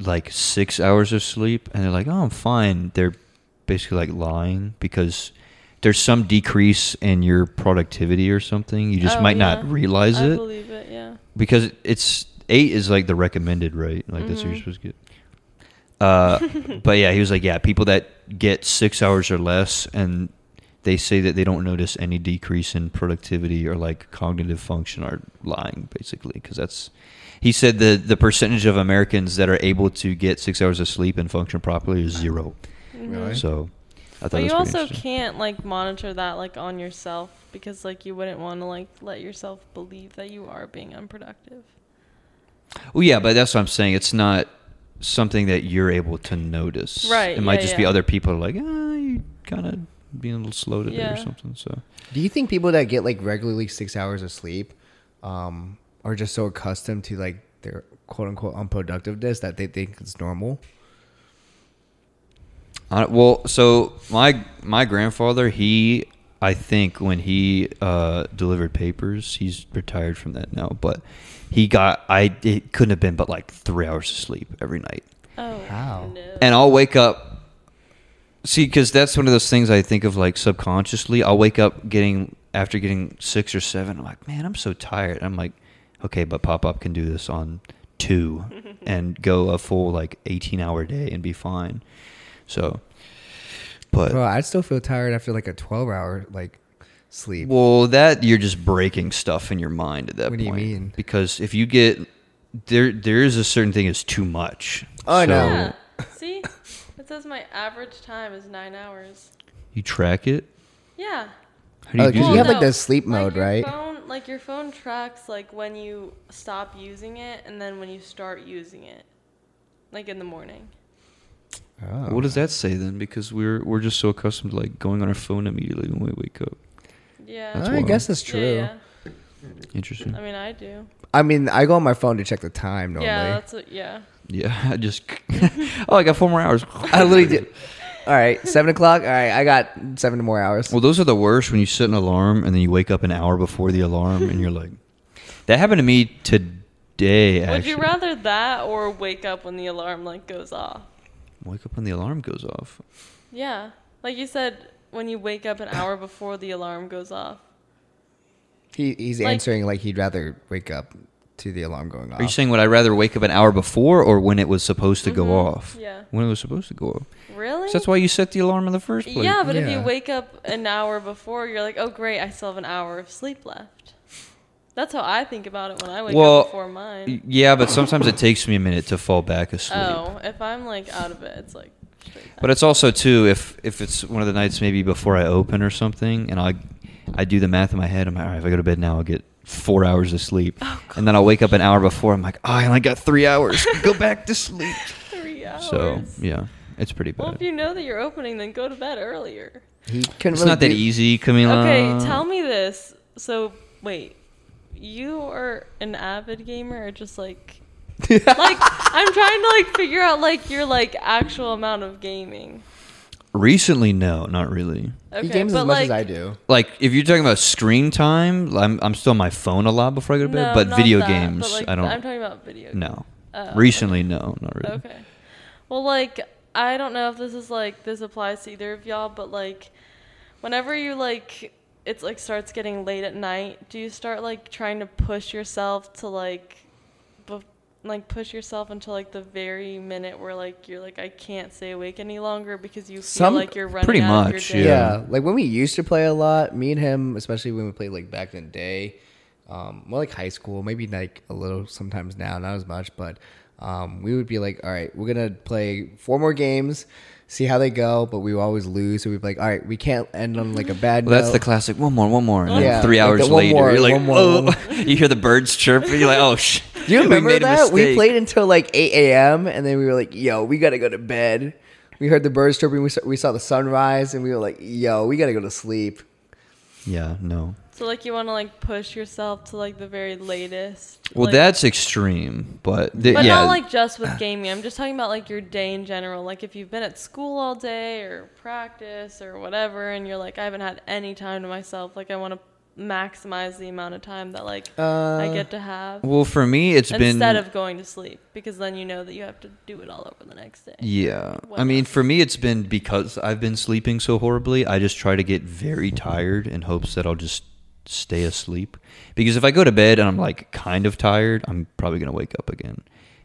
[SPEAKER 3] like six hours of sleep and they're like, "Oh, I'm fine," they're basically like lying because there's some decrease in your productivity or something. You just
[SPEAKER 1] Oh,
[SPEAKER 3] might not
[SPEAKER 1] yeah.
[SPEAKER 3] realize
[SPEAKER 1] I
[SPEAKER 3] it
[SPEAKER 1] believe it, yeah.
[SPEAKER 3] because it's eight is like the recommended rate. Like that's what you're
[SPEAKER 1] Mhm.
[SPEAKER 3] supposed to get. Uh, but yeah, he was like, yeah, people that get six hours or less and they say that they don't notice any decrease in productivity or like cognitive function are lying basically because that's he said the the percentage of Americans that are able to get six hours of sleep and function properly is zero.
[SPEAKER 1] Mm-hmm.
[SPEAKER 2] Really?
[SPEAKER 3] So I thought
[SPEAKER 1] But
[SPEAKER 3] it
[SPEAKER 1] you
[SPEAKER 3] was pretty
[SPEAKER 1] also
[SPEAKER 3] interesting.
[SPEAKER 1] can't like monitor that like on yourself because like you wouldn't want to like let yourself believe that you are being unproductive.
[SPEAKER 3] Well, yeah, but that's what I'm saying. It's not something that you're able to notice.
[SPEAKER 1] Right,
[SPEAKER 3] It might
[SPEAKER 1] yeah,
[SPEAKER 3] just be
[SPEAKER 1] yeah.
[SPEAKER 3] other people are like, ah, you kind of being a little slow today
[SPEAKER 1] Yeah.
[SPEAKER 3] or something. So
[SPEAKER 2] Do you think people that get like regularly six hours of sleep, um, are just so accustomed to like their quote unquote unproductiveness that they think it's normal?
[SPEAKER 3] I, well, so my my grandfather, he I think when he uh, delivered papers, he's retired from that now, but he got I it couldn't have been but like three hours of sleep every night,
[SPEAKER 1] Oh
[SPEAKER 2] How?
[SPEAKER 1] no.
[SPEAKER 3] and I'll wake up. See, because that's one of those things I think of like subconsciously. I'll wake up getting after getting six or seven. I'm like, man, I'm so tired. I'm like, okay, but pop up can do this on two and go a full like 18 hour day and be fine. So, but
[SPEAKER 2] Bro, I'd still feel tired after like a twelve hour like sleep.
[SPEAKER 3] Well, that you're just breaking stuff in your mind at that
[SPEAKER 2] What do
[SPEAKER 3] point.
[SPEAKER 2] you mean?
[SPEAKER 3] Because if you get there, there is a certain thing is too much.
[SPEAKER 2] Oh, I know.
[SPEAKER 1] yeah. See? It says my average time is nine hours.
[SPEAKER 3] You track it.
[SPEAKER 1] Yeah.
[SPEAKER 3] How do you
[SPEAKER 2] Oh,
[SPEAKER 3] do
[SPEAKER 2] 'cause
[SPEAKER 3] that?
[SPEAKER 2] you have, like, the sleep mode,
[SPEAKER 1] your
[SPEAKER 2] right?
[SPEAKER 1] Phone, like your phone tracks like when you stop using it and then when you start using it. Like in the morning.
[SPEAKER 2] Oh.
[SPEAKER 3] What does that say then? Because we're we're just so accustomed to like going on our phone immediately when we wake up.
[SPEAKER 1] Yeah.
[SPEAKER 3] That's
[SPEAKER 2] I
[SPEAKER 3] wild.
[SPEAKER 2] guess it's
[SPEAKER 1] Yeah,
[SPEAKER 2] true.
[SPEAKER 1] yeah.
[SPEAKER 3] Interesting.
[SPEAKER 1] I mean, I do.
[SPEAKER 2] I mean, I go on my phone to check the time normally.
[SPEAKER 1] Yeah, that's a, yeah.
[SPEAKER 3] Yeah, I just. oh, I got four more hours.
[SPEAKER 2] I literally did. All right, seven o'clock. All right, I got seven more hours.
[SPEAKER 3] Well, those are the worst when you set an alarm and then you wake up an hour before the alarm and you're like, that happened to me today.
[SPEAKER 1] Would
[SPEAKER 3] actually.
[SPEAKER 1] you rather that or wake up when the alarm like goes off?
[SPEAKER 3] wake up when the alarm goes off?
[SPEAKER 1] Yeah, like you said, when you wake up an hour before the alarm goes off.
[SPEAKER 2] he, he's
[SPEAKER 1] Like-
[SPEAKER 2] answering like he'd rather wake up to the alarm going off.
[SPEAKER 3] Are you saying would I rather wake up an hour before or when it was supposed to go off?
[SPEAKER 1] Mm-hmm. yeah.
[SPEAKER 3] When it was supposed to go off.
[SPEAKER 1] Really?
[SPEAKER 3] 'Cause that's why you set the alarm in the first place.
[SPEAKER 1] Yeah, but if you
[SPEAKER 2] Yeah.
[SPEAKER 1] wake up an hour before, you're like, oh great, I still have an hour of sleep left. That's how I think about it when I wake
[SPEAKER 3] Well,
[SPEAKER 1] up before mine.
[SPEAKER 3] Y- Yeah, but sometimes it takes me a minute to fall back asleep.
[SPEAKER 1] Oh, if I'm like out of it, it's like. straight back.
[SPEAKER 3] But it's also too if if it's one of the nights maybe before I open or something, and I I do the math in my head. I'm like, all right, if I go to bed now, I'll get four hours of sleep,
[SPEAKER 1] Oh,
[SPEAKER 3] and then I'll wake up an hour before. I'm like, oh, I only got three hours. go back to sleep.
[SPEAKER 1] three hours.
[SPEAKER 3] So yeah, it's pretty bad.
[SPEAKER 1] Well, if you know that you're opening, then go to bed earlier.
[SPEAKER 2] He couldn't
[SPEAKER 3] it's
[SPEAKER 2] really
[SPEAKER 3] not that
[SPEAKER 2] do-
[SPEAKER 3] easy, Camila.
[SPEAKER 1] Okay, tell me this. So wait, you are an avid gamer, or just like, like I'm trying to like figure out like your like actual amount of gaming.
[SPEAKER 3] Recently, no, not really.
[SPEAKER 1] Okay,
[SPEAKER 2] He games as
[SPEAKER 1] but,
[SPEAKER 2] much
[SPEAKER 1] like,
[SPEAKER 2] as I do.
[SPEAKER 3] Like if you're talking about screen time, I'm I'm still on my phone a lot before I go to bed.
[SPEAKER 1] No,
[SPEAKER 3] but
[SPEAKER 1] not
[SPEAKER 3] video
[SPEAKER 1] that,
[SPEAKER 3] games,
[SPEAKER 1] but, like,
[SPEAKER 3] I don't.
[SPEAKER 1] I'm talking about video. games.
[SPEAKER 3] no.
[SPEAKER 1] Oh,
[SPEAKER 3] Recently, no, not really.
[SPEAKER 1] Okay. Well, like I don't know if this is like this applies to either of y'all, but like whenever you like it's like starts getting late at night, do you start like trying to push yourself to like bef- like push yourself until like the very minute where like you're like I can't stay awake any longer because you feel
[SPEAKER 2] Some-
[SPEAKER 1] like you're running
[SPEAKER 3] pretty
[SPEAKER 1] out
[SPEAKER 3] much,
[SPEAKER 1] of your day.
[SPEAKER 2] Yeah.
[SPEAKER 3] Yeah.
[SPEAKER 2] like when we used to play a lot, me and him, especially when we played like back in the day, um, more like high school, maybe like a little sometimes now, not as much, but um, we would be like, all right, we're gonna play four more games, see how they go, but we would always lose, so we'd be like, all right, we can't end on like a bad.
[SPEAKER 3] Well, that's
[SPEAKER 2] note.
[SPEAKER 3] the classic. One more, one more. And then
[SPEAKER 2] Yeah,
[SPEAKER 3] three
[SPEAKER 2] like
[SPEAKER 3] hours
[SPEAKER 2] the one
[SPEAKER 3] later,
[SPEAKER 2] more,
[SPEAKER 3] you're like,
[SPEAKER 2] one more,
[SPEAKER 3] oh,
[SPEAKER 2] one
[SPEAKER 3] you hear the birds chirping. You're like, oh, sh-
[SPEAKER 2] Do you remember
[SPEAKER 3] we made A
[SPEAKER 2] that?
[SPEAKER 3] mistake.
[SPEAKER 2] We played until like 8 a.m. and then we were like, yo, we gotta go to bed. We heard the birds chirping. We saw, we saw the sunrise and we were like, yo, we gotta go to sleep.
[SPEAKER 3] Yeah, no.
[SPEAKER 1] So like you want to like push yourself to like the very latest.
[SPEAKER 3] Well,
[SPEAKER 1] like-
[SPEAKER 3] that's extreme, but, th-
[SPEAKER 1] But
[SPEAKER 3] yeah,
[SPEAKER 1] not like just with gaming. I'm just talking about like your day in general. Like if you've been at school all day or practice or whatever, and you're like, I haven't had any time to myself. Like I want to maximize the amount of time that like I
[SPEAKER 2] Uh,
[SPEAKER 1] get to have
[SPEAKER 3] well, for me, it's been
[SPEAKER 1] instead of going to sleep, because then you know that you have to do it all over the next day.
[SPEAKER 3] yeah. I
[SPEAKER 1] Whatever.
[SPEAKER 3] mean, for me, it's been because I've been sleeping so horribly. I just try to get very tired in hopes that I'll just stay asleep. Because if I go to bed and I'm like kind of tired, I'm probably gonna wake up again.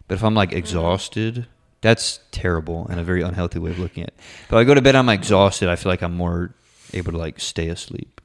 [SPEAKER 3] But if I'm like exhausted, that's terrible and a very unhealthy way of looking at. it. But if I go to bed, I'm exhausted. I feel like I'm more able to like stay asleep.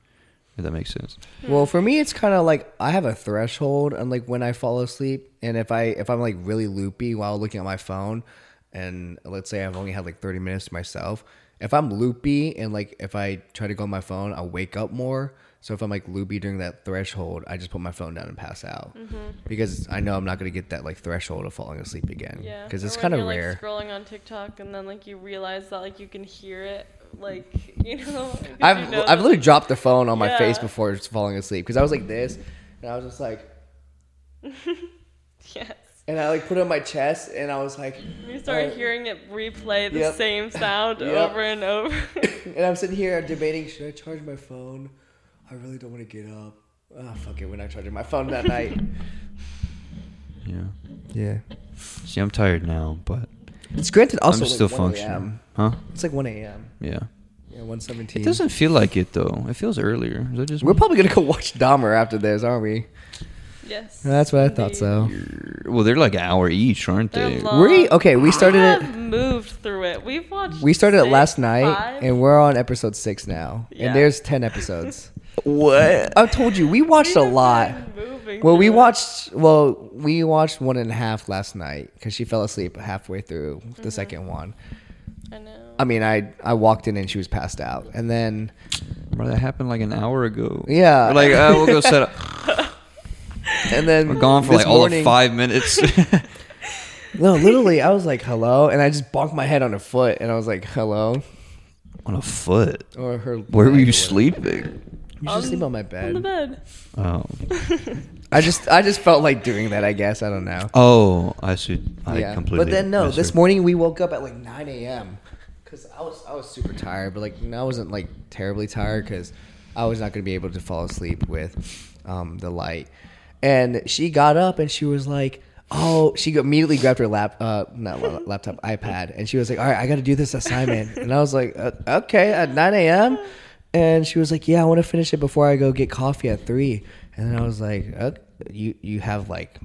[SPEAKER 3] If that makes sense.
[SPEAKER 2] Well, for me, it's kind of like I have a threshold on like when I fall asleep, and if I if I'm like really loopy while looking at my phone, and let's say I've only had like 30 minutes to myself, if I'm loopy and like if I try to go on my phone, I'll wake up more. So if I'm like loopy during that threshold, I just put my phone down and pass out
[SPEAKER 1] Mm-hmm.
[SPEAKER 2] because I know I'm not gonna get that like threshold of falling asleep again.
[SPEAKER 1] Yeah.
[SPEAKER 2] because
[SPEAKER 1] Or
[SPEAKER 2] it's
[SPEAKER 1] when
[SPEAKER 2] kind of
[SPEAKER 1] you're, like,
[SPEAKER 2] rare.
[SPEAKER 1] scrolling on TikTok and then like you realize that like you can hear it, like you know. 'cause you
[SPEAKER 2] I've
[SPEAKER 1] know
[SPEAKER 2] I've
[SPEAKER 1] that-
[SPEAKER 2] literally dropped the phone on my
[SPEAKER 1] Yeah.
[SPEAKER 2] face before it's falling asleep because I was like this, and I was just like.
[SPEAKER 1] yes.
[SPEAKER 2] And I like put it on my chest, and I was like,
[SPEAKER 1] You started
[SPEAKER 2] Alright.
[SPEAKER 1] hearing it replay the
[SPEAKER 2] Uh, Yep.
[SPEAKER 1] same sound
[SPEAKER 2] Yep.
[SPEAKER 1] over and over.
[SPEAKER 2] And I'm sitting here debating, should I charge my phone? I really don't want to get up. Ah, fuck it, we're not charging my phone that night.
[SPEAKER 3] Yeah.
[SPEAKER 2] Yeah.
[SPEAKER 3] See, I'm tired now, but
[SPEAKER 2] It's granted also
[SPEAKER 3] I'm still
[SPEAKER 2] like 1
[SPEAKER 3] functioning.
[SPEAKER 2] a.m.
[SPEAKER 3] Huh?
[SPEAKER 2] It's like 1 a.m.
[SPEAKER 3] Yeah.
[SPEAKER 2] Yeah, 117.
[SPEAKER 3] It doesn't feel like it though. It feels earlier. Is that just
[SPEAKER 2] we're
[SPEAKER 3] me?
[SPEAKER 2] probably going to go watch Dahmer after this, aren't we?
[SPEAKER 1] yes.
[SPEAKER 2] That's what I thought
[SPEAKER 1] indeed.
[SPEAKER 2] so.
[SPEAKER 3] well, they're like an hour each, aren't
[SPEAKER 1] They're
[SPEAKER 3] they?
[SPEAKER 1] long.
[SPEAKER 2] We okay, we started
[SPEAKER 1] I
[SPEAKER 2] it
[SPEAKER 1] have moved through it. We've watched.
[SPEAKER 2] we started it
[SPEAKER 1] six,
[SPEAKER 2] last night
[SPEAKER 1] five.
[SPEAKER 2] and we're on episode 6 now.
[SPEAKER 1] Yeah.
[SPEAKER 2] And there's 10 episodes.
[SPEAKER 3] What?
[SPEAKER 2] I told you, we watched a
[SPEAKER 1] We've been
[SPEAKER 2] lot.
[SPEAKER 1] moving
[SPEAKER 2] Well, we
[SPEAKER 1] through it.
[SPEAKER 2] watched. Well, we watched one and a half last night because she fell asleep halfway through the second one.
[SPEAKER 1] I know.
[SPEAKER 2] I mean, I I walked in and she was passed out, and then
[SPEAKER 3] Bro, that happened like an hour ago.
[SPEAKER 2] Yeah.
[SPEAKER 3] We're like, uh, we'll go set up.
[SPEAKER 2] and then
[SPEAKER 3] We're gone for
[SPEAKER 2] this
[SPEAKER 3] like all
[SPEAKER 2] morning-
[SPEAKER 3] of five minutes.
[SPEAKER 2] No, literally, I was like, "Hello," and I just bonked my head on her foot, and I was like, "Hello,"
[SPEAKER 3] On a foot.
[SPEAKER 2] or her.
[SPEAKER 3] Where were
[SPEAKER 2] leg or
[SPEAKER 3] you
[SPEAKER 2] whatever.
[SPEAKER 3] sleeping?
[SPEAKER 2] You should sleep
[SPEAKER 1] Um,
[SPEAKER 2] on my
[SPEAKER 1] on the
[SPEAKER 2] bed.
[SPEAKER 1] bed.
[SPEAKER 3] Oh,
[SPEAKER 2] I just I just felt like doing that. I guess I don't know.
[SPEAKER 3] oh, I should. I completely.
[SPEAKER 2] But then no,
[SPEAKER 3] misheard.
[SPEAKER 2] this morning we woke up at like 9 a.m. because I was I was super tired, but like I wasn't like terribly tired because I was not gonna be able to fall asleep with um, the light. And she got up and she was like. Oh, she immediately grabbed her lap, uh, not la- laptop, iPad, and she was like, "All right, I got to do this assignment." And I was like, uh, "Okay, at 9 a.m." And she was like, "Yeah, I want to finish it before I go get coffee at 3. And then I was like, uh, "You you have like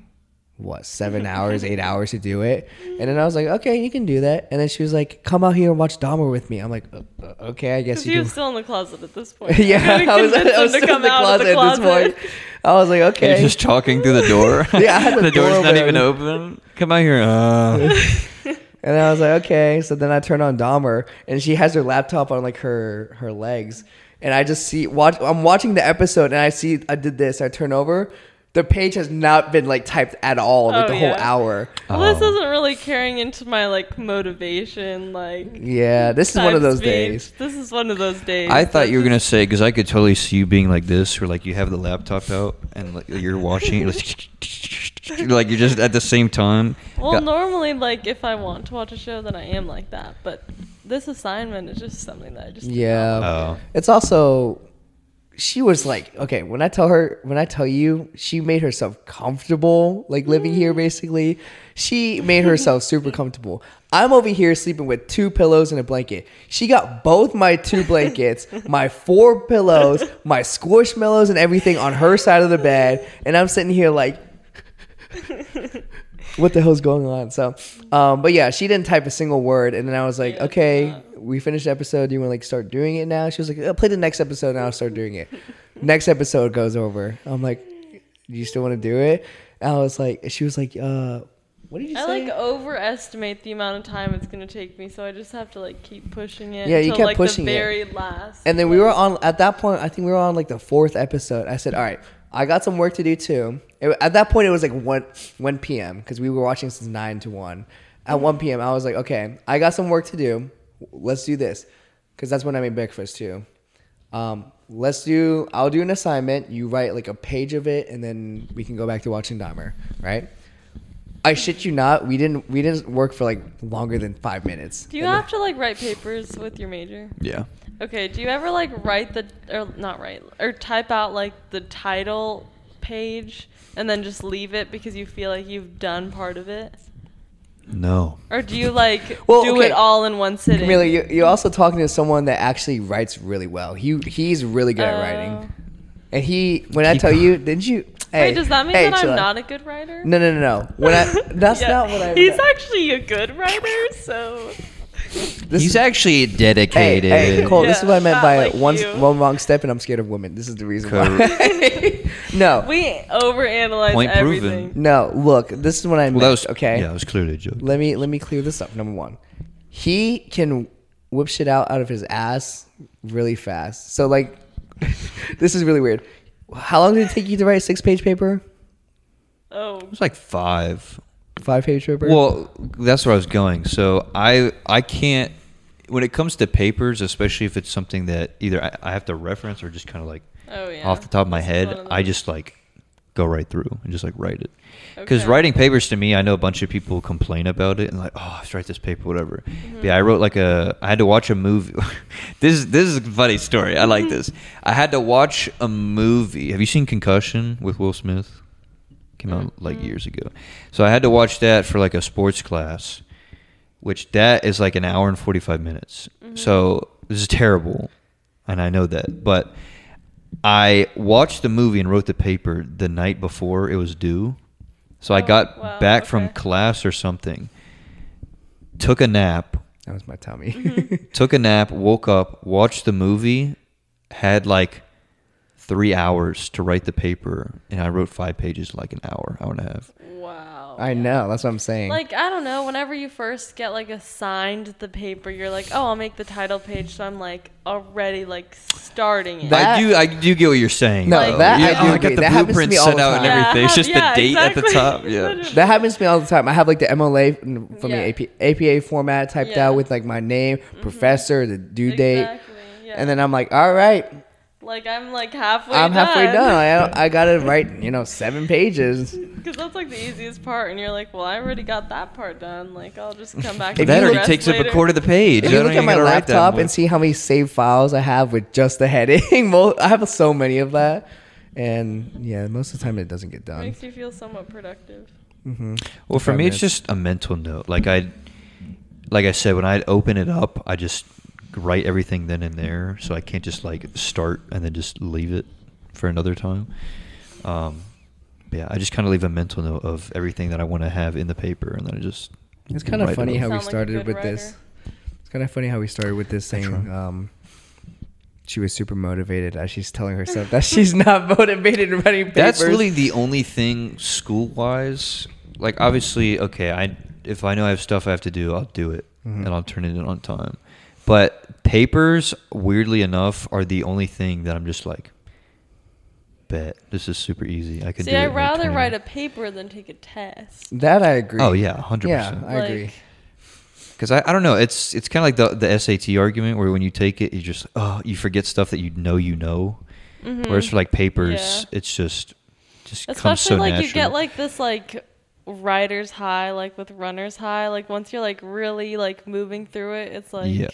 [SPEAKER 2] what seven hours, eight hours to do it. And then I was like, okay, you can do that. And then she was like, come out here and watch Dahmer with me. I'm like, "Uh, uh, okay, I guess
[SPEAKER 1] Because
[SPEAKER 2] you
[SPEAKER 1] he
[SPEAKER 2] can.
[SPEAKER 1] was still in the closet at this point.
[SPEAKER 2] yeah,
[SPEAKER 1] couldn't
[SPEAKER 2] I was,
[SPEAKER 1] convince
[SPEAKER 2] I
[SPEAKER 1] him
[SPEAKER 2] was
[SPEAKER 1] to
[SPEAKER 2] still in
[SPEAKER 1] come
[SPEAKER 2] the
[SPEAKER 1] out of
[SPEAKER 2] closet
[SPEAKER 1] the
[SPEAKER 2] at this point. I was like, okay.
[SPEAKER 3] You're just talking through the door.
[SPEAKER 2] Yeah, I had the
[SPEAKER 3] the door's
[SPEAKER 2] door
[SPEAKER 3] not even
[SPEAKER 2] open.
[SPEAKER 3] open. Come out here. Uh,
[SPEAKER 2] And I was like, okay. So then I turn on Dahmer, and she has her laptop on like her her legs, and I just see watch. I'm watching the episode, and I see I did this. I turn over. The page has not been like typed at all, like
[SPEAKER 1] Oh,
[SPEAKER 2] the
[SPEAKER 1] yeah.
[SPEAKER 2] whole hour.
[SPEAKER 1] Well, this
[SPEAKER 3] Oh.
[SPEAKER 1] isn't really carrying into my like motivation. Like
[SPEAKER 2] Yeah, this is one
[SPEAKER 1] type
[SPEAKER 2] of those
[SPEAKER 1] speech.
[SPEAKER 2] days.
[SPEAKER 1] This is one of those days.
[SPEAKER 3] I thought you were gonna say because I could totally see you being like this, where like you have the laptop out and like you're watching, you're like, like you're just at the same time.
[SPEAKER 1] Well,
[SPEAKER 3] Got-
[SPEAKER 1] normally, like if I want to watch a show, then I am like that. But this assignment is just something that I just
[SPEAKER 2] Yeah.
[SPEAKER 3] Oh.
[SPEAKER 2] It's also she was like, okay, when I tell her, when I tell you, she made herself comfortable, like living here basically. She made herself super comfortable. I'm over here sleeping with two pillows and a blanket. She got both my two blankets, my four pillows, my squishmallows and everything on her side of the bed, and I'm sitting here like what the hell's going on? So, um, but yeah, she didn't type a single word, and then I was like, okay, we finished the episode. Do you want to like start doing it now? She was like, uh play the next episode, and I'll start doing it. next episode goes over. I'm like, you still want to do it? And I was like, she was like, uh, what did you
[SPEAKER 1] I
[SPEAKER 2] say?
[SPEAKER 1] like overestimate the amount of time it's gonna take me, so I just have to like keep pushing it.
[SPEAKER 2] Yeah, you
[SPEAKER 1] until,
[SPEAKER 2] kept
[SPEAKER 1] like,
[SPEAKER 2] pushing it.
[SPEAKER 1] the very last.
[SPEAKER 2] And then we were on at that point. I think we were on like the fourth episode. I said, "All right, I got some work to do too." It- at that point, it was like one one p.m. because we were watching since nine to one. At one p.m., I was like, "Okay, I got some work to do. Let's do this," because that's when I made breakfast too. Um, let's do. I'll do an assignment. You write like a page of it, and then we can go back to watching Dahmer, right? I shit you not. We didn't. We didn't work for like longer than five minutes.
[SPEAKER 1] Do you
[SPEAKER 2] And then-
[SPEAKER 1] have to like write papers with your major?
[SPEAKER 3] Yeah.
[SPEAKER 1] Okay. Do you ever like write the or not write or type out like the title page and then just leave it because you feel like you've done part of it,
[SPEAKER 3] No.
[SPEAKER 1] or do you like
[SPEAKER 2] Well,
[SPEAKER 1] do
[SPEAKER 2] okay.
[SPEAKER 1] it all in one sitting?
[SPEAKER 2] Camila, you, you're also talking to someone that actually writes really well. He he's really good at
[SPEAKER 1] Oh.
[SPEAKER 2] writing, and he when I
[SPEAKER 3] Keep
[SPEAKER 2] tell
[SPEAKER 3] going.
[SPEAKER 2] you, didn't you? Hey,
[SPEAKER 1] Wait, does that mean
[SPEAKER 2] hey,
[SPEAKER 1] that I'm
[SPEAKER 2] chill out.
[SPEAKER 1] not a good writer?
[SPEAKER 2] No, no, no, no. When I that's
[SPEAKER 1] Yeah.
[SPEAKER 2] not what I.
[SPEAKER 1] He's actually a good writer, so.
[SPEAKER 2] this,
[SPEAKER 3] He's actually
[SPEAKER 2] Hey,
[SPEAKER 3] dedicated.
[SPEAKER 2] hey, Cole, this is
[SPEAKER 1] Yeah,
[SPEAKER 2] what I meant
[SPEAKER 1] not
[SPEAKER 2] by
[SPEAKER 1] like
[SPEAKER 2] one,
[SPEAKER 1] you.
[SPEAKER 2] one wrong step, and I'm scared of women. This is the reason
[SPEAKER 3] Cor-
[SPEAKER 2] why. no,
[SPEAKER 1] We overanalyze
[SPEAKER 3] Point proven.
[SPEAKER 1] everything.
[SPEAKER 2] no. Look, this is what I meant.
[SPEAKER 3] Well, that was
[SPEAKER 2] okay.
[SPEAKER 3] Yeah, it was clearly a joke.
[SPEAKER 2] let me let me clear this up. Number one, he can whip shit out out of his ass really fast. So like, this is really weird. How long did it take you to write a six page paper,
[SPEAKER 1] Oh,
[SPEAKER 3] It's like five.
[SPEAKER 2] five page paper?
[SPEAKER 3] Well, that's where I was going. So I I can't when it comes to papers, especially if it's something that either I, I have to reference or just kind of like
[SPEAKER 1] oh yeah.
[SPEAKER 3] off the top of my
[SPEAKER 1] This is
[SPEAKER 3] head,
[SPEAKER 1] one of
[SPEAKER 3] I
[SPEAKER 1] those.
[SPEAKER 3] just like go right through and just like write it. Because
[SPEAKER 1] Okay.
[SPEAKER 3] writing papers to me, I know a bunch of people complain about it and like, oh, I have to write this paper, whatever. But yeah, I wrote like a. I had to watch a movie. this is this is a funny story. I like this. I had to watch a movie. Have you seen Concussion with Will Smith? Came out like years ago. So I had to watch that for like a sports class, which that is like an hour and forty five minutes. So this is terrible, and I know that, but. I watched the movie and wrote the paper the night before it was due. So I
[SPEAKER 1] Oh,
[SPEAKER 3] got
[SPEAKER 1] wow,
[SPEAKER 3] back from
[SPEAKER 1] okay.
[SPEAKER 3] class or something, took a nap,
[SPEAKER 2] that was my tummy.
[SPEAKER 1] Mm-hmm.
[SPEAKER 3] took a nap, woke up, watched the movie, had like three hours to write the paper, and I wrote five pages in, like an hour, hour and a half.
[SPEAKER 1] Wow.
[SPEAKER 2] I know. That's what I'm saying.
[SPEAKER 1] Like I don't know. Whenever you first get like assigned the paper, you're like, oh, I'll make the title page. So I'm like already like starting it.
[SPEAKER 2] That-
[SPEAKER 3] I do, I do get what you're saying.
[SPEAKER 2] No,
[SPEAKER 3] though.
[SPEAKER 1] that
[SPEAKER 3] You-
[SPEAKER 1] I do
[SPEAKER 3] you
[SPEAKER 2] agree.
[SPEAKER 3] got the
[SPEAKER 2] That happens to
[SPEAKER 3] blueprint
[SPEAKER 2] me all
[SPEAKER 3] set
[SPEAKER 2] the
[SPEAKER 3] out and
[SPEAKER 2] time.
[SPEAKER 1] Yeah,
[SPEAKER 3] everything.
[SPEAKER 1] I
[SPEAKER 3] It's just
[SPEAKER 1] have- yeah,
[SPEAKER 3] the date at the
[SPEAKER 1] exactly.
[SPEAKER 3] top. Yeah.
[SPEAKER 1] Literally.
[SPEAKER 2] that happens to me all the time. I have like the MLA n- from
[SPEAKER 1] Yeah.
[SPEAKER 2] the AP, APA format typed
[SPEAKER 1] Yeah.
[SPEAKER 2] out with like my name, professor, the due date,
[SPEAKER 1] Exactly, yeah.
[SPEAKER 2] and then I'm like, all right,
[SPEAKER 1] Like I'm like halfway.
[SPEAKER 2] I'm halfway done. I, I gotta write, you know, seven pages.
[SPEAKER 1] Because that's like the easiest part, and you're like, well, I already got that part done. Like I'll just come back. and
[SPEAKER 2] If
[SPEAKER 1] do the
[SPEAKER 2] you
[SPEAKER 3] that already
[SPEAKER 1] rest
[SPEAKER 3] takes up
[SPEAKER 1] later.
[SPEAKER 3] a quarter of the page.
[SPEAKER 2] If
[SPEAKER 3] I
[SPEAKER 2] you
[SPEAKER 3] don't
[SPEAKER 2] look at
[SPEAKER 3] even
[SPEAKER 2] my
[SPEAKER 3] gotta write that
[SPEAKER 2] laptop and
[SPEAKER 3] much.
[SPEAKER 2] see how many saved files I have with just the heading, mo- I have so many of that. And yeah, most of the time it doesn't get done.
[SPEAKER 1] Makes you feel somewhat productive.
[SPEAKER 2] hmm
[SPEAKER 3] Well, for me, it's just a mental note. Like I, like I said, when I open it up, I just write everything then and there, so I can't just like start and then just leave it for another time. Um, yeah, I just kind of leave a mental note of everything that I want to have in the paper, and then I just.
[SPEAKER 2] It's kind of
[SPEAKER 3] write it
[SPEAKER 2] funny
[SPEAKER 3] up.
[SPEAKER 2] how
[SPEAKER 1] Sound like
[SPEAKER 2] we
[SPEAKER 1] a
[SPEAKER 2] started
[SPEAKER 1] good
[SPEAKER 2] with this.
[SPEAKER 1] writer.
[SPEAKER 2] It's kind of funny how we started with this
[SPEAKER 3] That's
[SPEAKER 2] saying
[SPEAKER 3] right.
[SPEAKER 2] um, she was super motivated as she's telling herself that she's not motivated in writing papers.
[SPEAKER 3] That's really the only thing school wise. Like obviously, okay, I if I know I have stuff I have to do, I'll do it
[SPEAKER 1] Mm-hmm.
[SPEAKER 2] Mhm.
[SPEAKER 3] and I'll turn it in on time. But papers, weirdly enough, are the only thing that I'm just like, bet this is super easy. I could
[SPEAKER 1] See,
[SPEAKER 3] do it.
[SPEAKER 1] I'd
[SPEAKER 3] in, like,
[SPEAKER 1] rather
[SPEAKER 3] 20
[SPEAKER 1] write a paper than take a test.
[SPEAKER 2] that I agree.
[SPEAKER 3] Oh yeah, hundred
[SPEAKER 2] yeah,
[SPEAKER 3] percent.
[SPEAKER 2] I agree.
[SPEAKER 1] Like-
[SPEAKER 3] Because I, I don't know, it's it's kind of like the the SAT argument where when you take it, you just oh you forget stuff that you know you know. Whereas for like papers,
[SPEAKER 1] Mm-hmm. Yeah.
[SPEAKER 3] it's just just comes
[SPEAKER 1] Especially
[SPEAKER 3] so
[SPEAKER 1] like
[SPEAKER 3] natural.
[SPEAKER 1] you get like this like rider's high, like with runner's high. Like once you're like really like moving through it, it's like
[SPEAKER 3] yeah.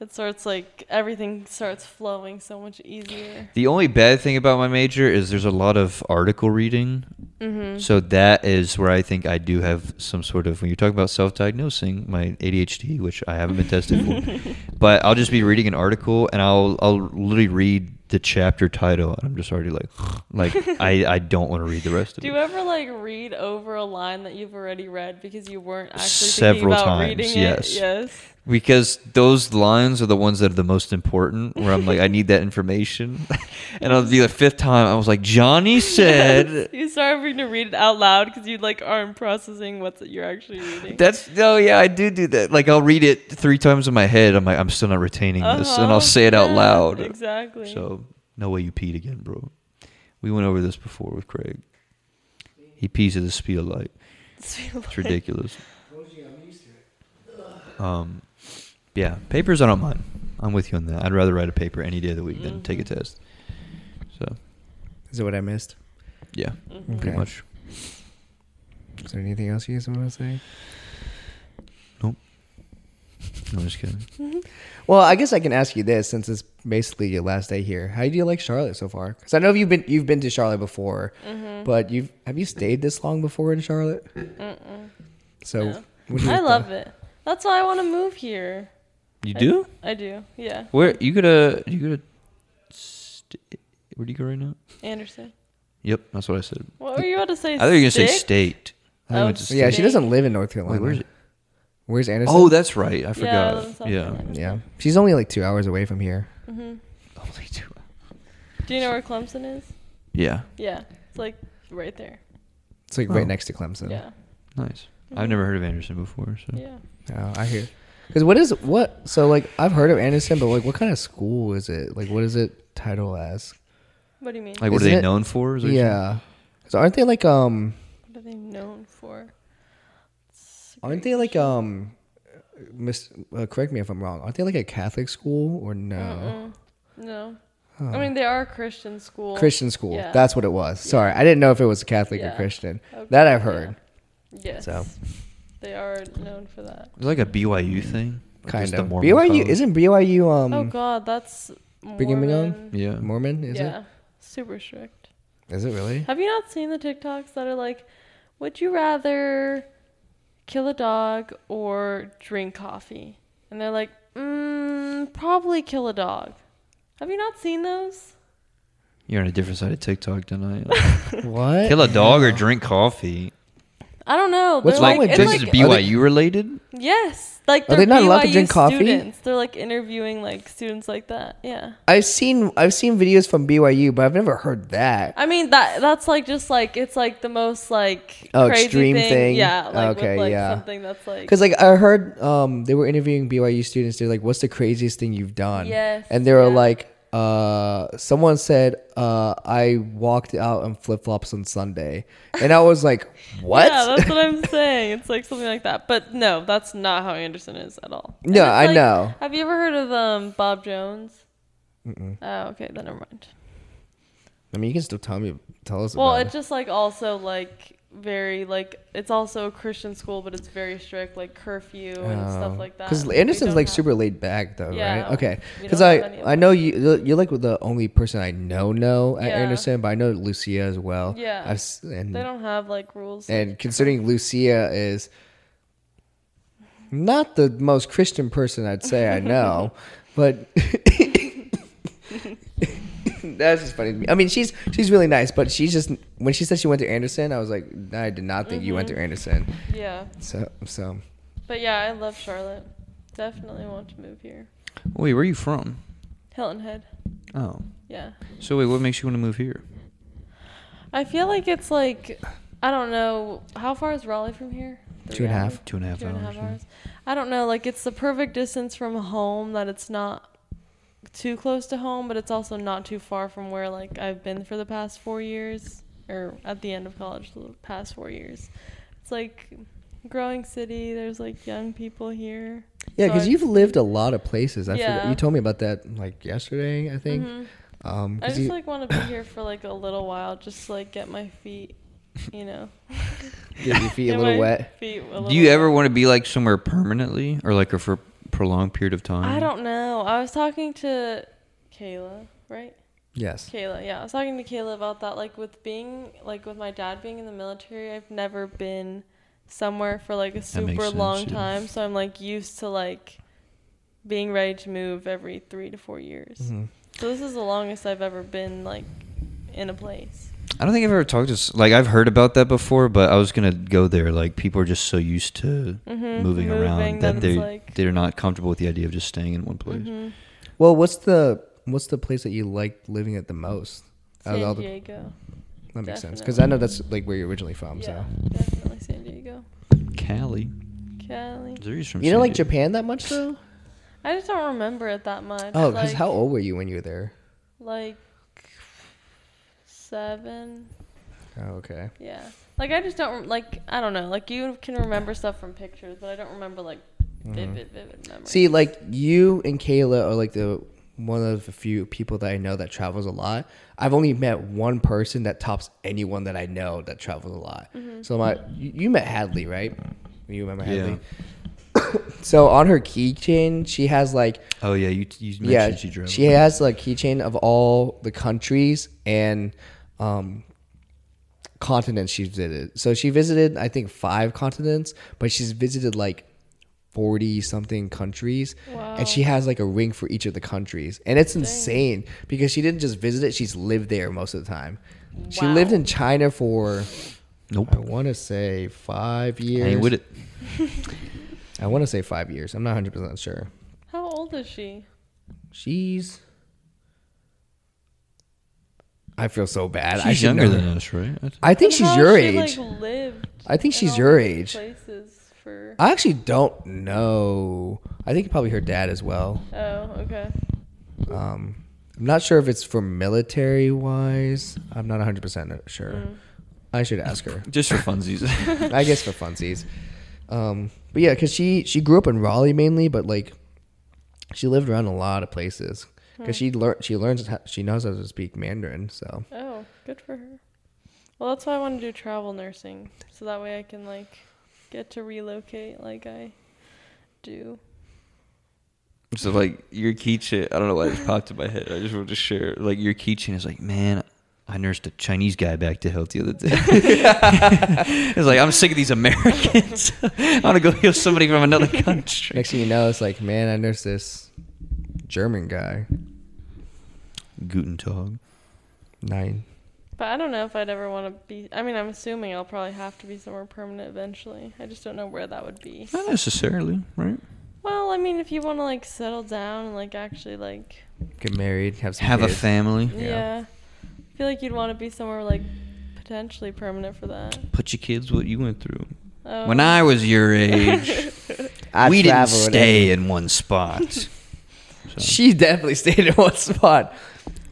[SPEAKER 1] it starts like everything starts flowing so much easier.
[SPEAKER 3] The only bad thing about my major is there's a lot of article reading.
[SPEAKER 1] Mm-hmm.
[SPEAKER 3] So that is where I think I do have some sort of when you're talking about self-diagnosing my ADHD, which I haven't been tested for. But I'll just be reading an article and I'll I'll literally read the chapter title and I'm just already like like I, I don't want to read the rest of
[SPEAKER 1] Do you
[SPEAKER 3] it.
[SPEAKER 1] ever like read over a line that you've already read because you weren't actually
[SPEAKER 3] Several
[SPEAKER 1] thinking about
[SPEAKER 3] times,
[SPEAKER 1] reading
[SPEAKER 3] yes.
[SPEAKER 1] it? Yes.
[SPEAKER 3] Because those lines are the ones that are the most important where I'm like I need that information. and I'll be the fifth time I was like Johnny said
[SPEAKER 1] you start having to read it out loud because you like aren't processing what you're actually reading.
[SPEAKER 3] That's no, yeah, I do do that. Like I'll read it three times in my head. I'm like, I'm still not retaining this, and
[SPEAKER 1] Uh-huh.
[SPEAKER 3] I'll say it out
[SPEAKER 1] Yeah,
[SPEAKER 3] loud.
[SPEAKER 1] Exactly.
[SPEAKER 3] So no way you peed again, bro. We went over this before with Craig. He pees at the speed of light. It's ridiculous. Um, yeah, papers I don't mind. I'm with you on that. I'd rather write a paper any day of the week than take a
[SPEAKER 1] Mm-hmm.
[SPEAKER 3] test. So
[SPEAKER 2] Is that what I missed?
[SPEAKER 3] yeah, pretty
[SPEAKER 1] Mm-hmm.
[SPEAKER 2] Okay.
[SPEAKER 3] much.
[SPEAKER 2] Is there anything else you guys want to say?
[SPEAKER 3] Nope. I'm just kidding.
[SPEAKER 2] Well, I guess I can ask you this since it's basically your last day here. How do you like Charlotte so far? Because I know you've been you've been to Charlotte before,
[SPEAKER 1] Mm-hmm.
[SPEAKER 2] but you've have you stayed this long before in Charlotte? So
[SPEAKER 1] No.
[SPEAKER 2] what do you
[SPEAKER 1] I
[SPEAKER 2] think
[SPEAKER 1] love
[SPEAKER 2] the-
[SPEAKER 1] it. That's why I want to move here.
[SPEAKER 3] You
[SPEAKER 1] I-
[SPEAKER 3] do?
[SPEAKER 1] I do. Yeah.
[SPEAKER 3] Where you gonna you gonna st- where do you go right now?
[SPEAKER 1] Anderson.
[SPEAKER 3] Yep, that's what I said.
[SPEAKER 1] What were you about to say?
[SPEAKER 3] I thought you were gonna say
[SPEAKER 1] Stick?
[SPEAKER 3] state. I thought you
[SPEAKER 1] Oh,
[SPEAKER 3] meant to
[SPEAKER 1] it.
[SPEAKER 2] Yeah,
[SPEAKER 3] state.
[SPEAKER 2] she doesn't live in North Carolina.
[SPEAKER 3] Wait, where's it?
[SPEAKER 2] Where's Anderson?
[SPEAKER 3] Oh, that's right. I
[SPEAKER 1] Yeah, I
[SPEAKER 3] forgot.
[SPEAKER 1] live in South
[SPEAKER 3] Yeah.
[SPEAKER 1] Carolina.
[SPEAKER 2] yeah. She's only like two hours away from here.
[SPEAKER 3] Only two.
[SPEAKER 1] Do you know where Clemson is?
[SPEAKER 3] Yeah.
[SPEAKER 1] Yeah. It's like right there.
[SPEAKER 2] It's like
[SPEAKER 3] Oh.
[SPEAKER 2] right next to Clemson.
[SPEAKER 1] Yeah.
[SPEAKER 3] Nice. I've never heard of Anderson before, so
[SPEAKER 1] Yeah.
[SPEAKER 2] Oh, I hear. Because what is what? So like I've heard of Anderson, but like what kind of school is it? Like what is it title as?
[SPEAKER 1] What do you mean?
[SPEAKER 3] like what
[SPEAKER 2] Isn't
[SPEAKER 3] are they
[SPEAKER 2] it-
[SPEAKER 3] known for? Is what you're saying?
[SPEAKER 2] Yeah. So aren't they like um
[SPEAKER 1] what are they known for? It's a
[SPEAKER 2] aren't
[SPEAKER 1] great
[SPEAKER 2] they like
[SPEAKER 1] question.
[SPEAKER 2] um mis- uh, correct me if I'm wrong. Aren't they like a Catholic school or no?
[SPEAKER 1] Mm-mm. No.
[SPEAKER 2] uh,
[SPEAKER 1] I mean, they are a Christian school.
[SPEAKER 2] Christian school.
[SPEAKER 1] Yeah.
[SPEAKER 2] That's what it was. Sorry, I didn't know if it was Catholic or
[SPEAKER 1] Yeah.
[SPEAKER 2] Christian.
[SPEAKER 1] Okay,
[SPEAKER 2] That I've heard.
[SPEAKER 1] Yes.
[SPEAKER 2] So.
[SPEAKER 1] They are known for that.
[SPEAKER 3] It's like a BYU thing. Like just
[SPEAKER 2] Mm. Kind
[SPEAKER 3] a
[SPEAKER 2] of.
[SPEAKER 3] Mormon
[SPEAKER 2] BYU
[SPEAKER 3] college.
[SPEAKER 2] isn't BYU um
[SPEAKER 1] oh God, that's
[SPEAKER 2] Brigham Young?
[SPEAKER 1] Mormon.
[SPEAKER 3] Yeah.
[SPEAKER 2] Mormon, is
[SPEAKER 1] yeah. Super strict.
[SPEAKER 2] it? Is it really?
[SPEAKER 1] Have you not seen the TikToks that are like, would you rather kill a dog or drink coffee? And they're like, mm, probably kill a dog. Have you not seen those?
[SPEAKER 3] You're on a different side of TikTok tonight.
[SPEAKER 2] what?
[SPEAKER 3] Kill a dog or drink coffee.
[SPEAKER 1] I don't know.
[SPEAKER 2] What's
[SPEAKER 1] They're
[SPEAKER 2] wrong with
[SPEAKER 1] it's
[SPEAKER 3] this
[SPEAKER 2] drinking
[SPEAKER 3] is
[SPEAKER 2] Are they-
[SPEAKER 3] BYU related?
[SPEAKER 1] Yes, like
[SPEAKER 2] Are
[SPEAKER 1] they're
[SPEAKER 2] they not allowed to
[SPEAKER 1] BYU
[SPEAKER 2] drink coffee?
[SPEAKER 1] Students. They're like interviewing like students like that. Yeah,
[SPEAKER 2] I've seen I've seen videos from BYU, but I've never heard that.
[SPEAKER 1] I mean that that's like just like it's like the most like
[SPEAKER 2] Oh,
[SPEAKER 1] crazy
[SPEAKER 2] extreme thing?
[SPEAKER 1] Yeah, like
[SPEAKER 2] Okay,
[SPEAKER 1] with, like
[SPEAKER 2] yeah.
[SPEAKER 1] something that's like
[SPEAKER 2] Because like I heard um, they were interviewing BYU students. They're like, "What's the craziest thing you've done?"
[SPEAKER 1] Yes,
[SPEAKER 2] and they were
[SPEAKER 1] yeah.
[SPEAKER 2] like, uh, "Someone said uh, I walked out in flip flops on Sunday," and I was like, "What?"
[SPEAKER 1] Yeah, that's what I'm saying. It's like something like that. But no, that's not how Anderson is at all. And
[SPEAKER 2] No,
[SPEAKER 1] it's
[SPEAKER 2] I
[SPEAKER 1] like-
[SPEAKER 2] know.
[SPEAKER 1] Have you ever heard of um, Bob Jones?
[SPEAKER 2] Mm-mm.
[SPEAKER 1] Oh, okay, then never mind.
[SPEAKER 2] I mean, you can still tell me, tell us.
[SPEAKER 1] Well,
[SPEAKER 2] about
[SPEAKER 1] it's just like also like very like it's also a Christian school, but it's very strict, like curfew and stuff like that.
[SPEAKER 2] Because
[SPEAKER 1] We
[SPEAKER 2] Oh. Anderson's
[SPEAKER 1] don't
[SPEAKER 2] like
[SPEAKER 1] have-
[SPEAKER 2] super laid back though,
[SPEAKER 1] Yeah,
[SPEAKER 2] right? Okay.
[SPEAKER 1] we
[SPEAKER 2] Because
[SPEAKER 1] don't
[SPEAKER 2] I
[SPEAKER 1] have any of
[SPEAKER 2] I know you you're like the only person I know know at
[SPEAKER 1] Yeah.
[SPEAKER 2] Anderson, but I know Lucia as well.
[SPEAKER 1] Yeah.
[SPEAKER 2] I've, s- and
[SPEAKER 1] They don't have like rules.
[SPEAKER 2] and considering Lucia is not the most Christian person I'd say I know, but that's just funny to me. I mean, she's she's really nice, but she's just when she said she went to Anderson, I was like, I did not think you went
[SPEAKER 1] Mm-hmm.
[SPEAKER 2] to Anderson.
[SPEAKER 1] yeah,
[SPEAKER 2] So so
[SPEAKER 1] but yeah, I love Charlotte. Definitely want to move here.
[SPEAKER 3] Wait, where are you from?
[SPEAKER 1] Hilton Head.
[SPEAKER 3] Oh,
[SPEAKER 1] Yeah.
[SPEAKER 3] so wait, what makes you want to move here?
[SPEAKER 1] I feel like it's like I don't know how far is Raleigh from here. Three
[SPEAKER 2] Two and a half.
[SPEAKER 1] hours?
[SPEAKER 3] Two and a half
[SPEAKER 1] Two and a half
[SPEAKER 3] hours, yeah.
[SPEAKER 1] hours. I don't know. Like it's the perfect distance from home that it's not too close to home, but it's also not too far from where like I've been for the past four years, or at the end of college, the past four years. It's like growing city. There's like young people here.
[SPEAKER 2] Yeah,
[SPEAKER 1] So
[SPEAKER 2] because
[SPEAKER 1] I-
[SPEAKER 2] you've lived a lot of places. I forgot.
[SPEAKER 1] Yeah.
[SPEAKER 2] You told me about that like yesterday, I think.
[SPEAKER 1] Mhm.
[SPEAKER 2] Um,
[SPEAKER 1] I
[SPEAKER 2] 'cause
[SPEAKER 1] just
[SPEAKER 2] you-
[SPEAKER 1] like want to be here for like a little while, just to, like get my feet, you know.
[SPEAKER 2] Get your feet a
[SPEAKER 1] Get
[SPEAKER 2] little
[SPEAKER 1] my
[SPEAKER 2] wet.
[SPEAKER 1] Feet a little
[SPEAKER 3] Do you
[SPEAKER 1] wet.
[SPEAKER 3] ever want to be like somewhere permanently or like a for prolonged period of time?
[SPEAKER 1] I don't know. I was talking to Kayla, right?
[SPEAKER 2] yes.
[SPEAKER 1] Kayla, yeah. I was talking to Kayla about that. Like with being, like with my dad being in the military, I've never been somewhere for like a super
[SPEAKER 3] sense,
[SPEAKER 1] long
[SPEAKER 3] yeah.
[SPEAKER 1] time. So I'm like used to like being ready to move every three to four years.
[SPEAKER 2] Mhm.
[SPEAKER 1] So this is the longest I've ever been like in a place.
[SPEAKER 3] I don't think I've ever talked to s- like I've heard about that before, but I was gonna go there. Like people are just so used to
[SPEAKER 1] Mhm,
[SPEAKER 3] moving,
[SPEAKER 1] moving
[SPEAKER 3] around
[SPEAKER 1] that
[SPEAKER 3] that
[SPEAKER 1] it's
[SPEAKER 3] they
[SPEAKER 1] like-
[SPEAKER 3] they're not comfortable with the idea of just staying in one place.
[SPEAKER 1] Mhm.
[SPEAKER 2] Well, what's the what's the place that you liked living at the most? Out of all
[SPEAKER 1] San
[SPEAKER 2] the-
[SPEAKER 1] Diego.
[SPEAKER 2] that makes sense because I know that's like where you're originally from.
[SPEAKER 1] Yeah,
[SPEAKER 2] So
[SPEAKER 1] definitely San Diego.
[SPEAKER 3] Cali,
[SPEAKER 1] Cali.
[SPEAKER 3] Zuri's from
[SPEAKER 2] you didn't
[SPEAKER 3] San
[SPEAKER 2] like
[SPEAKER 3] Diego.
[SPEAKER 2] Japan that much though.
[SPEAKER 1] I just don't remember it that much.
[SPEAKER 2] Oh, because
[SPEAKER 1] Like-
[SPEAKER 2] how old were you when you were there?
[SPEAKER 1] like seven
[SPEAKER 2] Oh, okay.
[SPEAKER 1] yeah like i just don't rem- like i don't know like you can remember stuff from pictures but i don't remember like vivid vivid memories
[SPEAKER 2] Mm-hmm. See, like you and Kayla are like the one of the few people that I know that travels a lot. I've only met one person that tops anyone that I know that travels a lot. So my, you, you met Hadley, right? You remember
[SPEAKER 3] Yeah.
[SPEAKER 2] Hadley? so on her keychain, she has like
[SPEAKER 3] Oh yeah, you you mentioned
[SPEAKER 2] yeah,
[SPEAKER 3] she drove.
[SPEAKER 2] she has like keychain of all the countries and um continents she's visited. So she visited I think 5 continents, but she's visited like 40 something countries
[SPEAKER 1] Wow.
[SPEAKER 2] and she has like a ring for each of the countries. And it's insane because she didn't just visit it, she's lived there most of the time. She
[SPEAKER 1] Wow.
[SPEAKER 2] lived in China for I
[SPEAKER 3] nope.
[SPEAKER 2] want to say 5
[SPEAKER 3] I
[SPEAKER 2] years.
[SPEAKER 3] ain't with it.
[SPEAKER 2] I want to say 5 years. I'm not 100% sure.
[SPEAKER 1] how old is she
[SPEAKER 2] She's. I feel so bad. I
[SPEAKER 3] She's
[SPEAKER 2] should
[SPEAKER 3] younger
[SPEAKER 2] know
[SPEAKER 3] than
[SPEAKER 2] her.
[SPEAKER 3] us, right? I th-
[SPEAKER 2] I
[SPEAKER 1] And
[SPEAKER 2] think she's
[SPEAKER 1] how
[SPEAKER 2] your
[SPEAKER 1] has she,
[SPEAKER 2] age.
[SPEAKER 1] like, lived
[SPEAKER 2] I think
[SPEAKER 1] in
[SPEAKER 2] she's
[SPEAKER 1] all
[SPEAKER 2] your
[SPEAKER 1] these
[SPEAKER 2] age.
[SPEAKER 1] places for
[SPEAKER 2] I actually don't know. I think probably her dad as well.
[SPEAKER 1] oh okay
[SPEAKER 2] Um, I'm not sure if it's for military wise. I'm not 100 percent sure.
[SPEAKER 1] Mm.
[SPEAKER 2] I should ask her.
[SPEAKER 3] Just for funsies.
[SPEAKER 2] I guess for funsies. Um, but yeah, because she she grew up in Raleigh mainly, but like she lived around a lot of places
[SPEAKER 1] Hmm.
[SPEAKER 2] because she learned she learns how, she knows how to speak Mandarin. So
[SPEAKER 1] oh good for her well that's why i want to do travel nursing so that way i can like get to relocate like i do
[SPEAKER 3] So like your keychain, I don't know why it just popped in my head. I just wanted to share. Like your keychain is like, man, I nursed a Chinese guy back to health the other day. it's like I'm sick of these Americans. I want to go heal somebody from another country.
[SPEAKER 2] next thing you know, it's like man, I nursed this German guy.
[SPEAKER 3] Guten Tag.
[SPEAKER 2] Nine.
[SPEAKER 1] But I don't know if I'd ever want to be. I mean, I'm assuming I'll probably have to be somewhere permanent eventually. I just don't know where that would be.
[SPEAKER 3] Not necessarily, right?
[SPEAKER 1] Well, I mean, if you want to like settle down and like actually like
[SPEAKER 2] Get married, have some
[SPEAKER 3] Have a
[SPEAKER 2] kids.
[SPEAKER 3] family.
[SPEAKER 1] yeah, I feel like you'd want to be somewhere like potentially permanent for that.
[SPEAKER 3] Put your kids what you went through.
[SPEAKER 1] Oh.
[SPEAKER 3] When I was your age,
[SPEAKER 2] I
[SPEAKER 3] we didn't
[SPEAKER 2] traveled and-
[SPEAKER 3] stay in one spot. So-
[SPEAKER 2] She definitely stayed in one spot.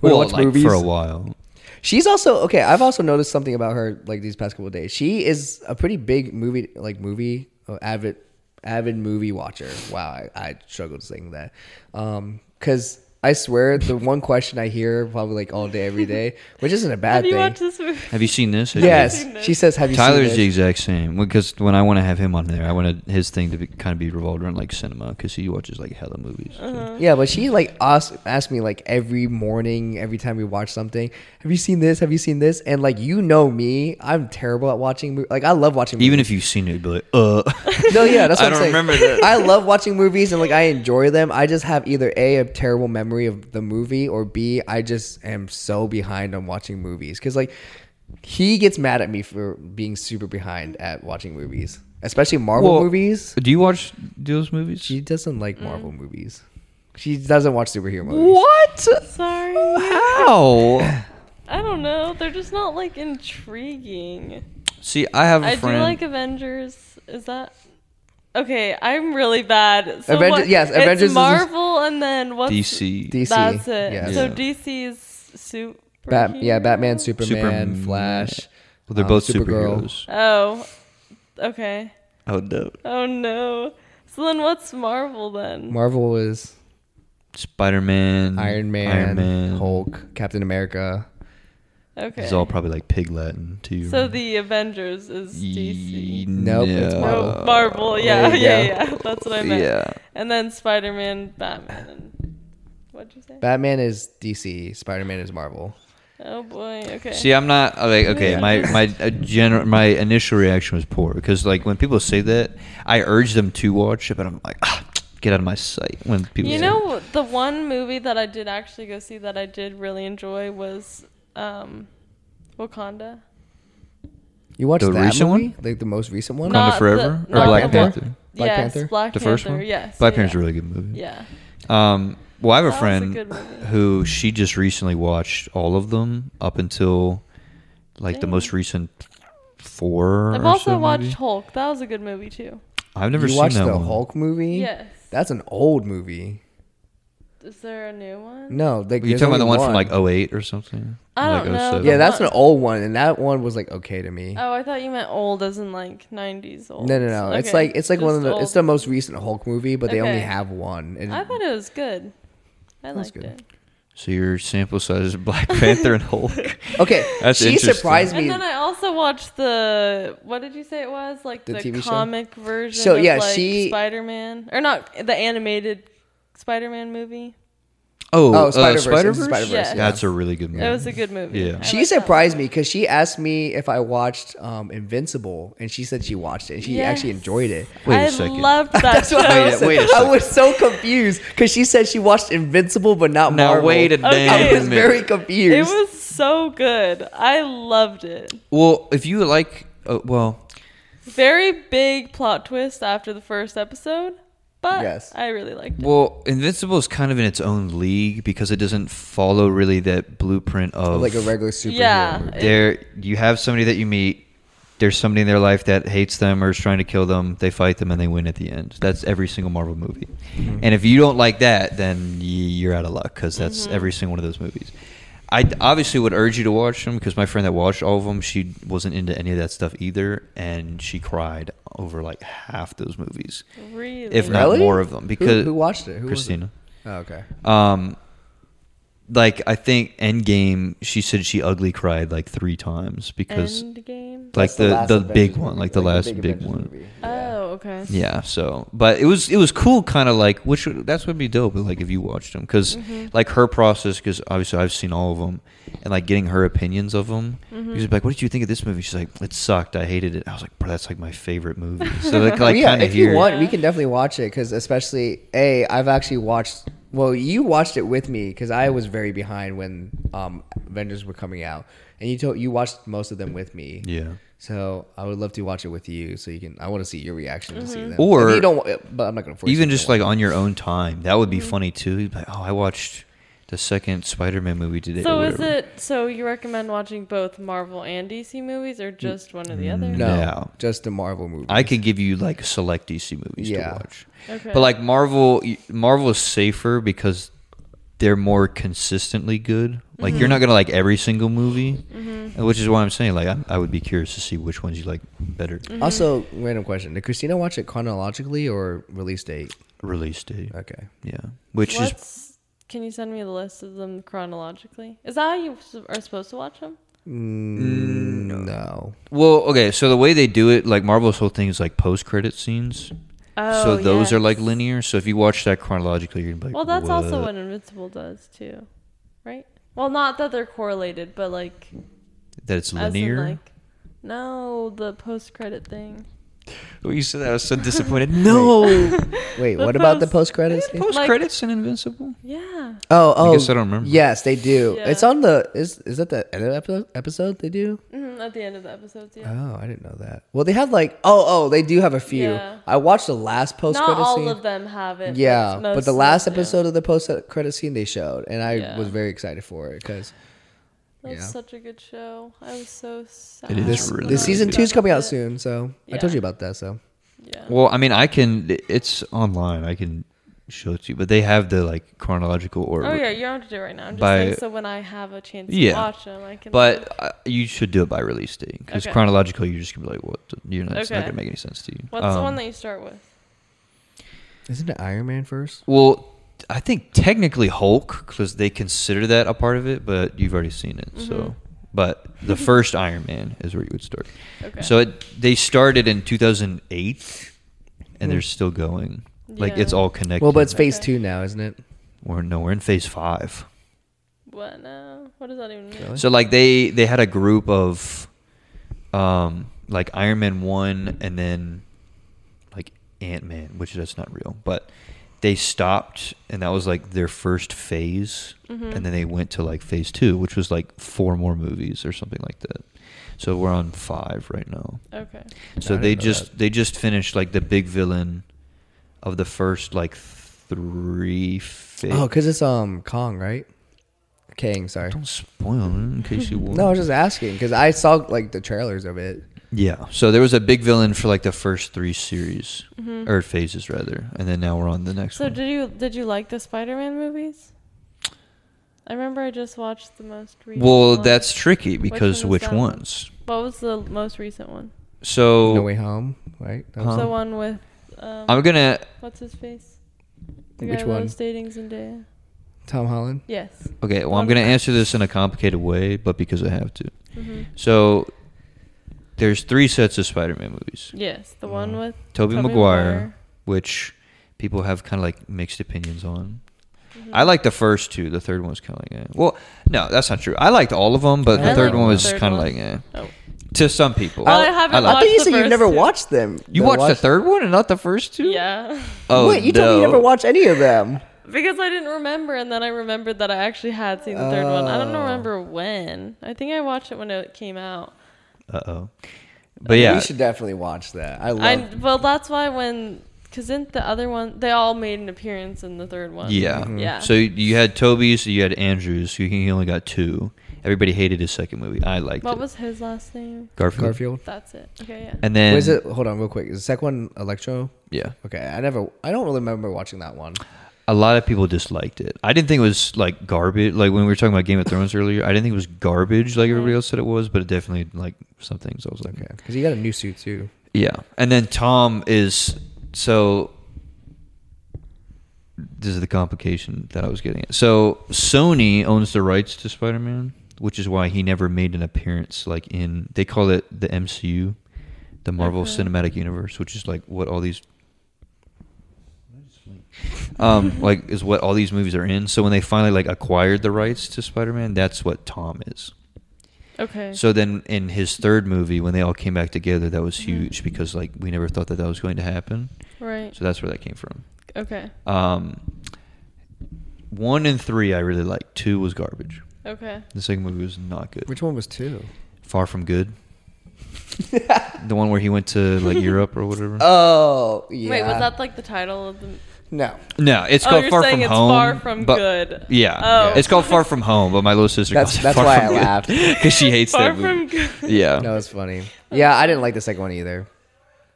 [SPEAKER 2] We
[SPEAKER 3] well,
[SPEAKER 2] watched
[SPEAKER 3] like for a while.
[SPEAKER 2] She's also okay. I've also noticed something about her like these past couple of days. She is a pretty big movie like movie oh, avid avid movie watcher. Wow, I, I struggled saying that. Um, because I swear, the one question I hear probably like all day, every day, which isn't a bad
[SPEAKER 1] Have you
[SPEAKER 2] thing.
[SPEAKER 1] watched this movie?
[SPEAKER 3] Have you seen this? Have you-
[SPEAKER 2] yes,
[SPEAKER 1] seen this?
[SPEAKER 2] she says, "Have you
[SPEAKER 3] Tyler's the
[SPEAKER 2] seen this?"
[SPEAKER 3] exact same because when I want to have him on there, I wanted his thing to be, kind of be revolved around like cinema because he watches like hella movies. so-
[SPEAKER 1] Uh-huh.
[SPEAKER 2] Yeah, but she like asked, asked me like every morning, every time we watch something, "Have you seen this? Have you seen this?" And like you know me, I'm terrible at watching. Mo- like I love watching. Movies.
[SPEAKER 3] Even if you've seen it, you'd be like, uh.
[SPEAKER 2] No, yeah, that's
[SPEAKER 3] I
[SPEAKER 2] what am
[SPEAKER 3] don't
[SPEAKER 2] saying.
[SPEAKER 3] remember that.
[SPEAKER 2] I love watching movies and like I enjoy them. I just have either a a terrible memory of the movie or b I just am so behind on watching movies because like he gets mad at me for being super behind at watching movies, especially Marvel
[SPEAKER 3] Well-
[SPEAKER 2] movies.
[SPEAKER 3] Do you watch those movies?
[SPEAKER 2] She doesn't like
[SPEAKER 1] Mm.
[SPEAKER 2] Marvel movies. She doesn't watch superhero movies.
[SPEAKER 3] what?
[SPEAKER 1] Sorry.
[SPEAKER 3] How?
[SPEAKER 1] I don't know. They're just not like intriguing.
[SPEAKER 3] See, I have a
[SPEAKER 1] I do
[SPEAKER 3] friend.
[SPEAKER 1] like Avengers. Is that okay? I'm really bad. So
[SPEAKER 2] Avenger-
[SPEAKER 1] what-
[SPEAKER 2] yes,
[SPEAKER 1] it's
[SPEAKER 2] Avengers is-
[SPEAKER 1] Marvel, and then what's
[SPEAKER 3] DC.
[SPEAKER 2] DC.
[SPEAKER 1] That's it.
[SPEAKER 2] yes.
[SPEAKER 1] So
[SPEAKER 3] Yeah.
[SPEAKER 1] DC's super.
[SPEAKER 2] Bat- yeah, Batman, Superman,
[SPEAKER 3] Superman.
[SPEAKER 2] Flash.
[SPEAKER 3] Well, they're
[SPEAKER 2] um,
[SPEAKER 3] both
[SPEAKER 2] Supergirl.
[SPEAKER 3] superheroes.
[SPEAKER 1] Oh, okay.
[SPEAKER 3] Oh no!
[SPEAKER 1] Oh no. So then, what's Marvel then?
[SPEAKER 2] Marvel is
[SPEAKER 3] Spider Man,
[SPEAKER 2] Iron Man,
[SPEAKER 3] Mm. Iron Man,
[SPEAKER 2] Hulk, Captain America.
[SPEAKER 1] okay.
[SPEAKER 3] It's all probably like pig Latin too.
[SPEAKER 1] so the Avengers is
[SPEAKER 3] Ye-
[SPEAKER 1] DC.
[SPEAKER 2] Nope, it's
[SPEAKER 3] no. Oh,
[SPEAKER 1] No, Marvel. Yeah,
[SPEAKER 2] There you
[SPEAKER 1] yeah,
[SPEAKER 2] go.
[SPEAKER 1] yeah. That's what I meant.
[SPEAKER 3] Yeah.
[SPEAKER 1] And then Spider-Man, Batman, and what'd you say?
[SPEAKER 2] Batman is DC. Spider Man is Marvel.
[SPEAKER 1] oh boy. Okay.
[SPEAKER 3] See, I'm not uh, like okay.
[SPEAKER 1] Yeah.
[SPEAKER 3] My my uh, general my initial reaction was poor because like when people say that, I urge them to watch it, but I'm like, ah, get out of my sight. When people,
[SPEAKER 1] You
[SPEAKER 3] say
[SPEAKER 1] know, the one movie that I did actually go see that I did really enjoy was um, Wakanda.
[SPEAKER 2] You watched
[SPEAKER 3] The
[SPEAKER 2] that
[SPEAKER 3] recent
[SPEAKER 2] movie?
[SPEAKER 3] one?
[SPEAKER 2] Like the most recent one?
[SPEAKER 3] Wakanda
[SPEAKER 1] Not the-
[SPEAKER 3] Forever or
[SPEAKER 1] not
[SPEAKER 3] Black
[SPEAKER 1] the-
[SPEAKER 3] Panther,
[SPEAKER 2] Black
[SPEAKER 1] yes,
[SPEAKER 2] Panther?
[SPEAKER 1] Black
[SPEAKER 3] the
[SPEAKER 1] Panther.
[SPEAKER 3] first one.
[SPEAKER 1] Yes.
[SPEAKER 3] Black
[SPEAKER 1] yeah.
[SPEAKER 3] Panther's a really good movie.
[SPEAKER 1] Yeah.
[SPEAKER 3] Um, well, I have a
[SPEAKER 1] That was a
[SPEAKER 3] friend
[SPEAKER 1] good movie.
[SPEAKER 3] who she just recently watched all of them up until like the
[SPEAKER 1] Dang.
[SPEAKER 3] most recent four.
[SPEAKER 1] I've
[SPEAKER 3] or
[SPEAKER 1] also
[SPEAKER 3] so,
[SPEAKER 1] watched
[SPEAKER 3] maybe.
[SPEAKER 1] Hulk. That was a good movie too.
[SPEAKER 3] I've never
[SPEAKER 2] you
[SPEAKER 3] seen
[SPEAKER 2] watched
[SPEAKER 3] that
[SPEAKER 2] the
[SPEAKER 3] one.
[SPEAKER 2] Hulk movie?
[SPEAKER 1] Yes.
[SPEAKER 2] That's an old movie.
[SPEAKER 1] Is there a new one?
[SPEAKER 2] No, like
[SPEAKER 3] Were you
[SPEAKER 2] there's
[SPEAKER 3] talking about the
[SPEAKER 2] only
[SPEAKER 3] one, from like oh, 08 or something?
[SPEAKER 1] I
[SPEAKER 3] Or,
[SPEAKER 1] don't
[SPEAKER 3] like
[SPEAKER 1] know.
[SPEAKER 3] 07?
[SPEAKER 2] Yeah, that's an
[SPEAKER 1] Not-
[SPEAKER 2] old one, and that one was like okay to me.
[SPEAKER 1] Oh, I thought you meant old, as in like '90s old.
[SPEAKER 2] no, no, no. It's
[SPEAKER 1] Okay,
[SPEAKER 2] like it's like one of
[SPEAKER 1] just
[SPEAKER 2] the
[SPEAKER 1] old.
[SPEAKER 2] it's the most recent Hulk movie, but they only
[SPEAKER 1] Okay.
[SPEAKER 2] have one. And
[SPEAKER 1] I thought it was good. I
[SPEAKER 2] That's
[SPEAKER 1] liked
[SPEAKER 2] good.
[SPEAKER 1] it.
[SPEAKER 3] So your sample size is Black Panther and Hulk.
[SPEAKER 2] okay,
[SPEAKER 3] That's
[SPEAKER 2] she
[SPEAKER 3] interesting.
[SPEAKER 2] surprised
[SPEAKER 1] And
[SPEAKER 2] me.
[SPEAKER 1] then I also watched the what did you say it was like
[SPEAKER 2] The
[SPEAKER 1] the,
[SPEAKER 2] TV show?
[SPEAKER 1] comic version.
[SPEAKER 2] So,
[SPEAKER 1] of
[SPEAKER 2] yeah,
[SPEAKER 1] like
[SPEAKER 2] she-
[SPEAKER 1] Spider Man or not the animated Spider Man movie.
[SPEAKER 3] Oh,
[SPEAKER 2] Oh,
[SPEAKER 3] uh,
[SPEAKER 2] Spider-Verse. It was
[SPEAKER 3] Spider-Verse?
[SPEAKER 2] Spider-Verse,
[SPEAKER 1] Yeah. yeah.
[SPEAKER 3] That's a really good movie.
[SPEAKER 1] It was a good movie.
[SPEAKER 3] Yeah.
[SPEAKER 1] I
[SPEAKER 2] she
[SPEAKER 1] liked that
[SPEAKER 2] surprised me because she asked me if I watched um, Invincible, and she said she watched it and she actually
[SPEAKER 1] Yes.
[SPEAKER 2] enjoyed it.
[SPEAKER 1] one.
[SPEAKER 3] Wait a
[SPEAKER 1] I
[SPEAKER 3] second.
[SPEAKER 1] loved that
[SPEAKER 2] That's
[SPEAKER 1] show.
[SPEAKER 2] what I
[SPEAKER 3] Wait a-
[SPEAKER 2] was.
[SPEAKER 3] wait a
[SPEAKER 2] I
[SPEAKER 3] second.
[SPEAKER 2] was so confused because she said she watched Invincible, but not
[SPEAKER 3] Now
[SPEAKER 2] Marvel.
[SPEAKER 3] wait a
[SPEAKER 1] Okay.
[SPEAKER 2] I
[SPEAKER 3] damn
[SPEAKER 2] was
[SPEAKER 3] minute.
[SPEAKER 2] very confused.
[SPEAKER 1] It was so good. I loved it.
[SPEAKER 3] well, if you like, uh, well,
[SPEAKER 1] Very big plot twist after the first episode, but
[SPEAKER 2] Yes.
[SPEAKER 1] I really liked it.
[SPEAKER 3] well, Invincible is kind of in its own league because it doesn't follow really that blueprint of
[SPEAKER 2] like a regular superhero.
[SPEAKER 1] Yeah.
[SPEAKER 2] movie.
[SPEAKER 3] there you have somebody that you meet there's somebody in their life that hates them or is trying to kill them they fight them and they win at the end that's every single marvel movie
[SPEAKER 2] Mm-hmm.
[SPEAKER 3] and if you don't like that then y- you're out of luck because that's every single one of those movies i d- obviously would urge you to watch them because my friend that watched all of them she wasn't into any of that stuff either and she cried over like half those movies
[SPEAKER 1] Really.
[SPEAKER 3] if not
[SPEAKER 2] Really?
[SPEAKER 3] more of them
[SPEAKER 2] who,
[SPEAKER 3] because
[SPEAKER 2] who watched it? Who was it?
[SPEAKER 3] christina
[SPEAKER 2] Oh, okay.
[SPEAKER 3] um, like I think Endgame, she said she ugly cried like three times because
[SPEAKER 1] Endgame.
[SPEAKER 3] like
[SPEAKER 2] That's
[SPEAKER 3] the
[SPEAKER 2] last
[SPEAKER 3] the,
[SPEAKER 2] Avengers
[SPEAKER 3] big
[SPEAKER 2] movie,
[SPEAKER 3] one, like the last big,
[SPEAKER 2] Avengers
[SPEAKER 3] one.
[SPEAKER 2] movie.
[SPEAKER 1] Oh, okay.
[SPEAKER 3] Yeah, so but it was it was cool, kind of like which that's would be dope. Like if you watched them, because
[SPEAKER 1] Mm-hmm.
[SPEAKER 3] like her process, because obviously I've seen all of them, and like getting her opinions of them.
[SPEAKER 1] Mm-hmm.
[SPEAKER 3] Because like, what did you think of this movie? She's like, it sucked. I hated it. I was like, bro, that's like my favorite movie. So like,
[SPEAKER 2] Well,
[SPEAKER 3] like
[SPEAKER 2] Oh, yeah,
[SPEAKER 3] kind of
[SPEAKER 2] if
[SPEAKER 3] here.
[SPEAKER 2] you want, we can definitely watch it because especially a, I've actually watched. Well, you watched it with me because I was very behind when um, Avengers were coming out, and you told you watched most of them with me.
[SPEAKER 3] yeah.
[SPEAKER 2] So I would love to watch it with you, so you can. I want to see your reaction to see them.
[SPEAKER 3] Or-
[SPEAKER 2] If you don't, wa- but I'm not gonna force you
[SPEAKER 3] even
[SPEAKER 2] to
[SPEAKER 3] just like on your own time that would
[SPEAKER 1] Mm-hmm.
[SPEAKER 3] be funny too You'd be like oh i watched the second spider-man movie today
[SPEAKER 1] So
[SPEAKER 3] or
[SPEAKER 1] is
[SPEAKER 3] whatever."
[SPEAKER 1] it so you recommend watching both Marvel and DC movies or just one or the other?
[SPEAKER 2] no,
[SPEAKER 3] Yeah.
[SPEAKER 2] just the Marvel movie.
[SPEAKER 3] i could give you like select dc movies
[SPEAKER 2] Yeah.
[SPEAKER 3] to watch
[SPEAKER 1] Okay.
[SPEAKER 3] but like marvel marvel is safer because they're more consistently good like
[SPEAKER 1] Mm-hmm.
[SPEAKER 3] you're not gonna like every single movie uh, which is why i'm saying like I, I would be curious to see which ones you like better
[SPEAKER 1] Mm.
[SPEAKER 2] Also, random question: Did Christina watch it chronologically or release date?
[SPEAKER 3] release date
[SPEAKER 2] Okay.
[SPEAKER 3] yeah which is
[SPEAKER 1] What's Can you send me the list of them chronologically? Is that how you s- are supposed to watch them?
[SPEAKER 2] Mm, no.
[SPEAKER 3] Well, okay, so the way they do it, like Marvel's whole thing is like post credit scenes.
[SPEAKER 1] Oh,
[SPEAKER 3] so those are like
[SPEAKER 1] yes.
[SPEAKER 3] linear. So if you watch that chronologically, you're gonna be like,
[SPEAKER 1] Well, that's also
[SPEAKER 3] "What?"
[SPEAKER 1] what Invincible does too, right? Well, not that they're correlated, but like
[SPEAKER 3] that it's
[SPEAKER 1] as in,
[SPEAKER 3] linear.
[SPEAKER 1] like, no, the post-credit thing.
[SPEAKER 3] Well, you said that I was so disappointed. no,
[SPEAKER 2] Wait,
[SPEAKER 1] The
[SPEAKER 2] what about the
[SPEAKER 1] post-
[SPEAKER 2] post credits?
[SPEAKER 3] post credits in Invincible.
[SPEAKER 1] Yeah.
[SPEAKER 2] Oh, oh.
[SPEAKER 3] I guess I don't remember.
[SPEAKER 2] Yes, they do.
[SPEAKER 1] Yeah.
[SPEAKER 2] It's on the. Is is that the end of episode? Episode they do.
[SPEAKER 1] hmm at the end of the episodes, yeah.
[SPEAKER 2] Oh, I didn't know that. Well, they had like. Oh, oh, they do have a few.
[SPEAKER 1] Yeah.
[SPEAKER 2] I watched the last post
[SPEAKER 1] Not
[SPEAKER 2] credit
[SPEAKER 1] all
[SPEAKER 2] scene.
[SPEAKER 1] of them have it.
[SPEAKER 2] yeah, but
[SPEAKER 1] most
[SPEAKER 2] the
[SPEAKER 1] of
[SPEAKER 2] last
[SPEAKER 1] them do.
[SPEAKER 2] episode of the post credit scene they showed, and I
[SPEAKER 1] Yeah.
[SPEAKER 2] was very excited for it because
[SPEAKER 1] That was
[SPEAKER 2] yeah.
[SPEAKER 1] such a good show. I was so sad.
[SPEAKER 3] It is
[SPEAKER 2] this
[SPEAKER 3] really
[SPEAKER 1] when
[SPEAKER 3] good.
[SPEAKER 2] this
[SPEAKER 1] I
[SPEAKER 2] season
[SPEAKER 1] was
[SPEAKER 2] two's
[SPEAKER 1] done
[SPEAKER 2] coming out
[SPEAKER 1] with it.
[SPEAKER 2] soon. So I
[SPEAKER 1] Yeah.
[SPEAKER 2] told you about that. So
[SPEAKER 1] Yeah. Oh,
[SPEAKER 3] Well, I mean, I can. It's online. I can show it to you, but they have the like chronological order.
[SPEAKER 1] oh yeah, you don't have to do it right now. I'm just
[SPEAKER 3] by-
[SPEAKER 1] saying so when I have a chance
[SPEAKER 3] Yeah.
[SPEAKER 1] to watch them, I can.
[SPEAKER 3] But uh, you should do it by release date because
[SPEAKER 1] Okay.
[SPEAKER 3] chronological, you're just gonna be like, "What? the- You're not, it's not
[SPEAKER 1] Okay.
[SPEAKER 3] gonna make any sense to you."
[SPEAKER 1] what's the
[SPEAKER 3] Um,
[SPEAKER 1] one that you start with?
[SPEAKER 2] isn't it Iron Man first?
[SPEAKER 3] Well, I think technically Hulk because they consider that a part of it, but you've already seen it.
[SPEAKER 1] Mhm.
[SPEAKER 3] So, but the first Iron Man is where you would start.
[SPEAKER 1] Okay.
[SPEAKER 3] So it, they started in 2008, and they're
[SPEAKER 2] Hmm.
[SPEAKER 3] still going. Like
[SPEAKER 1] Yeah.
[SPEAKER 3] it's all connected.
[SPEAKER 2] Well, but it's phase
[SPEAKER 1] Okay.
[SPEAKER 2] two now, isn't it?
[SPEAKER 3] we're no, we're in phase five.
[SPEAKER 1] what now? What does that even mean?
[SPEAKER 2] Really?
[SPEAKER 3] So like they they had a group of, um, like Iron Man one, and then like Ant Man, which that's not real, but they stopped, and that was like their first phase,
[SPEAKER 2] Mm-hmm.
[SPEAKER 1] Mhm.
[SPEAKER 3] and then they went to like phase two, which was like four more movies or something like that. So we're on five right now.
[SPEAKER 1] Okay.
[SPEAKER 3] So
[SPEAKER 2] I didn't
[SPEAKER 3] they
[SPEAKER 2] know
[SPEAKER 3] just
[SPEAKER 2] that.
[SPEAKER 3] they just finished like the big villain of the first like three. Fa-
[SPEAKER 2] Oh, because it's um Kong, right? Kang, sorry.
[SPEAKER 3] don't spoil it in case you want.
[SPEAKER 2] No, I was just asking because I saw like the trailers of it.
[SPEAKER 3] Yeah. So there was a big villain for like the first three series or phases rather, and then now we're on the next
[SPEAKER 1] Mm-hmm. So
[SPEAKER 3] one.
[SPEAKER 1] did you did you like the Spider-Man movies? I remember I just watched the most recent.
[SPEAKER 3] well,
[SPEAKER 1] one.
[SPEAKER 3] that's tricky
[SPEAKER 1] Which one
[SPEAKER 3] because
[SPEAKER 1] was
[SPEAKER 3] which,
[SPEAKER 1] that one?
[SPEAKER 3] ones?
[SPEAKER 1] What was the most recent one?
[SPEAKER 3] So
[SPEAKER 2] No Way Home, right? That was-
[SPEAKER 3] Huh?
[SPEAKER 1] The one with um,
[SPEAKER 3] I'm gonna.
[SPEAKER 1] what's his face? The
[SPEAKER 2] Which
[SPEAKER 1] guy
[SPEAKER 2] one?
[SPEAKER 1] That was dating Zendaya.
[SPEAKER 2] Tom Holland.
[SPEAKER 1] Yes.
[SPEAKER 3] Okay. Well, I'm gonna answer this in a complicated way, but because I have to.
[SPEAKER 1] hmm
[SPEAKER 3] So there's three sets of Spider-Man movies.
[SPEAKER 1] Yes, the one
[SPEAKER 2] Mm.
[SPEAKER 1] with Tobey
[SPEAKER 3] Tobey Uh, Maguire, which people have kind of like mixed opinions on.
[SPEAKER 1] Mhm.
[SPEAKER 3] I like the first two. The third one's kind of like, eh. well, no, that's not true. I liked all of them, but
[SPEAKER 2] I
[SPEAKER 3] the third
[SPEAKER 2] liked
[SPEAKER 3] one
[SPEAKER 2] the
[SPEAKER 3] was
[SPEAKER 1] third
[SPEAKER 3] kind of
[SPEAKER 1] one.
[SPEAKER 3] like, eh.
[SPEAKER 1] Oh.
[SPEAKER 3] to some people.
[SPEAKER 1] Well, I haven't
[SPEAKER 2] I,
[SPEAKER 1] I watched
[SPEAKER 3] like-
[SPEAKER 2] thought you
[SPEAKER 1] the
[SPEAKER 2] said you
[SPEAKER 1] first
[SPEAKER 2] never
[SPEAKER 1] two.
[SPEAKER 2] watched them.
[SPEAKER 3] you
[SPEAKER 2] Never
[SPEAKER 3] watched the third one and not the first two.
[SPEAKER 1] Yeah.
[SPEAKER 3] Oh,
[SPEAKER 2] Wait, you told me you
[SPEAKER 3] no.
[SPEAKER 2] never watched any of them.
[SPEAKER 1] Because I didn't remember, and then I remembered that I actually had seen the third one. I don't
[SPEAKER 2] Oh.
[SPEAKER 1] remember when. I think I watched it when it came out.
[SPEAKER 3] Uh oh. But yeah,
[SPEAKER 2] you should definitely watch that. I love.
[SPEAKER 1] I well, that's why when because not the other one they all made an appearance in the third one.
[SPEAKER 3] yeah,
[SPEAKER 1] Mm-hmm. Yeah.
[SPEAKER 3] So you had Toby's, you had Andrews. You he only got two. Everybody hated his second movie. I liked
[SPEAKER 1] What
[SPEAKER 3] it.
[SPEAKER 1] was his last name?
[SPEAKER 3] Garfield?
[SPEAKER 2] Garfield.
[SPEAKER 1] That's it. Okay. Yeah.
[SPEAKER 3] And then
[SPEAKER 2] What is it? Hold on, real quick. Is the second one Electro?
[SPEAKER 3] Yeah,
[SPEAKER 2] Okay, I never. I don't really remember watching that one.
[SPEAKER 3] a lot of people disliked it. I didn't think it was like garbage. Like when we were talking about Game of Thrones earlier, I didn't think it was garbage
[SPEAKER 1] Mm-hmm.
[SPEAKER 3] like everybody else said it was, but it definitely like some things. I was like,
[SPEAKER 2] Okay, because you got a new suit too.
[SPEAKER 3] Yeah. And then Tom is so this is the complication that I was getting at. So Sony owns the rights to Spider Man, which is why he never made an appearance like in they call it the MCU, the Marvel
[SPEAKER 1] Okay.
[SPEAKER 3] Cinematic Universe, which is like what all these um like is what all these movies are in. So when they finally like acquired the rights to Spider Man, that's what Tom is.
[SPEAKER 1] Okay.
[SPEAKER 3] So then, in his third movie, when they all came back together, that was
[SPEAKER 1] Mm-hmm.
[SPEAKER 3] huge because like we never thought that that was going to happen.
[SPEAKER 1] right.
[SPEAKER 3] So that's where that came from.
[SPEAKER 1] okay.
[SPEAKER 3] Um, one and three, I really liked. Two was garbage.
[SPEAKER 1] Okay.
[SPEAKER 3] The second movie was not good.
[SPEAKER 2] Which one was two?
[SPEAKER 3] Far from good. the one where he went to like Europe or whatever.
[SPEAKER 2] Oh, yeah.
[SPEAKER 1] Wait, was that like the title of the?
[SPEAKER 2] no?
[SPEAKER 3] no, it's
[SPEAKER 1] oh,
[SPEAKER 3] called
[SPEAKER 1] you're
[SPEAKER 3] Far
[SPEAKER 1] saying
[SPEAKER 3] from
[SPEAKER 1] it's
[SPEAKER 3] Home.
[SPEAKER 1] far from
[SPEAKER 3] but-
[SPEAKER 1] good.
[SPEAKER 3] Yeah,
[SPEAKER 1] Oh.
[SPEAKER 3] it's called Far from Home, but my little sister
[SPEAKER 2] That's-
[SPEAKER 3] calls it
[SPEAKER 2] that's
[SPEAKER 3] Far
[SPEAKER 2] why
[SPEAKER 3] from
[SPEAKER 2] I laughed.
[SPEAKER 3] because she hates
[SPEAKER 1] Far
[SPEAKER 3] that
[SPEAKER 1] from
[SPEAKER 3] movie.
[SPEAKER 1] good.
[SPEAKER 3] Yeah,
[SPEAKER 2] No, it's funny. Yeah, I didn't like the second one either.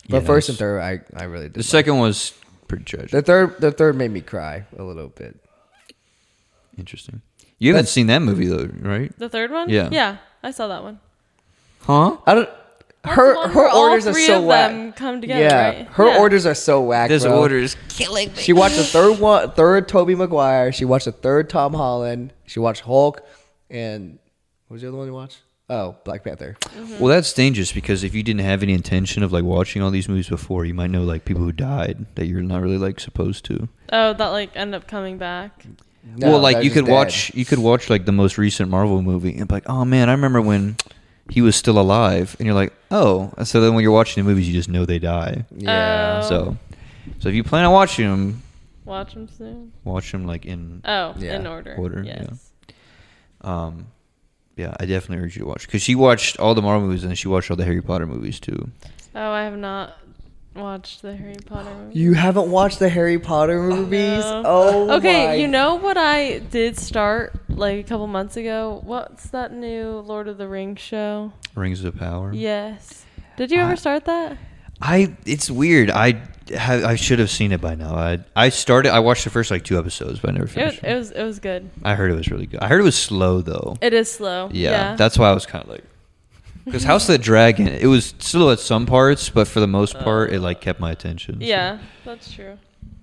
[SPEAKER 2] But
[SPEAKER 3] Yeah,
[SPEAKER 2] first
[SPEAKER 3] it's-
[SPEAKER 2] and third, I, I really did.
[SPEAKER 3] the second was pretty tragic.
[SPEAKER 2] the third, the third made me cry a little bit.
[SPEAKER 3] Interesting. You haven't
[SPEAKER 2] That's-
[SPEAKER 3] seen that movie though, right?
[SPEAKER 1] The third one.
[SPEAKER 3] Yeah.
[SPEAKER 1] Yeah. I saw that one.
[SPEAKER 3] Huh?
[SPEAKER 2] I don't.
[SPEAKER 1] That's
[SPEAKER 2] Her-
[SPEAKER 1] the one
[SPEAKER 2] her
[SPEAKER 1] where
[SPEAKER 2] orders
[SPEAKER 1] all
[SPEAKER 2] are
[SPEAKER 1] three
[SPEAKER 2] so
[SPEAKER 1] of
[SPEAKER 2] whack.
[SPEAKER 1] them come together. right?
[SPEAKER 2] her
[SPEAKER 1] Yeah.
[SPEAKER 2] orders are so whack.
[SPEAKER 3] This
[SPEAKER 2] bro.
[SPEAKER 3] order is killing me.
[SPEAKER 2] She watched the third one, third Toby Maguire. She watched the third Tom Holland. She watched Hulk, and what was the other one you watched? Oh, Black Panther.
[SPEAKER 3] Well, that's dangerous because if you didn't have any intention of like watching all these movies before, you might know like people who died that you're not really like supposed to.
[SPEAKER 1] Oh, that like end up coming back.
[SPEAKER 2] No,
[SPEAKER 3] well, like
[SPEAKER 2] they're
[SPEAKER 3] you
[SPEAKER 2] just
[SPEAKER 3] could
[SPEAKER 2] dead.
[SPEAKER 3] watch you could watch like the most recent Marvel movie and be like, oh man, I remember when he was still alive, and you're like, oh. So then when you're watching the movies, you just know they die.
[SPEAKER 2] Yeah.
[SPEAKER 1] Oh.
[SPEAKER 3] So, so if you plan on watching them,
[SPEAKER 1] Watch them soon.
[SPEAKER 3] watch them like in
[SPEAKER 1] Oh,
[SPEAKER 2] Yeah.
[SPEAKER 1] in order.
[SPEAKER 3] Order,
[SPEAKER 1] Yes.
[SPEAKER 3] um. Yeah, I definitely urge you to watch because she watched all the Marvel movies and then she watched all the Harry Potter movies too.
[SPEAKER 1] Oh, I have not watched the Harry Oh, Potter movie.
[SPEAKER 2] You haven't watched the Harry Potter movies?
[SPEAKER 1] No.
[SPEAKER 2] Oh,
[SPEAKER 1] okay,
[SPEAKER 2] my-
[SPEAKER 1] you know what I did start like a couple months ago? What's that new Lord of the Rings show?
[SPEAKER 3] Rings of Power.
[SPEAKER 1] Yes. Did you
[SPEAKER 3] I-
[SPEAKER 1] ever start that?
[SPEAKER 3] I it's weird. I have, I should have seen it by now. I I started. I watched the first like two episodes, but I never
[SPEAKER 1] It was,
[SPEAKER 3] finished.
[SPEAKER 1] it was it was good.
[SPEAKER 3] I heard it was really good. I heard it was slow though.
[SPEAKER 1] It is slow.
[SPEAKER 3] yeah, that's why I was kind of like because House of the Dragon. It was slow at some parts, but for the most part, it like kept my attention. so-
[SPEAKER 1] Uh. Yeah, that's true.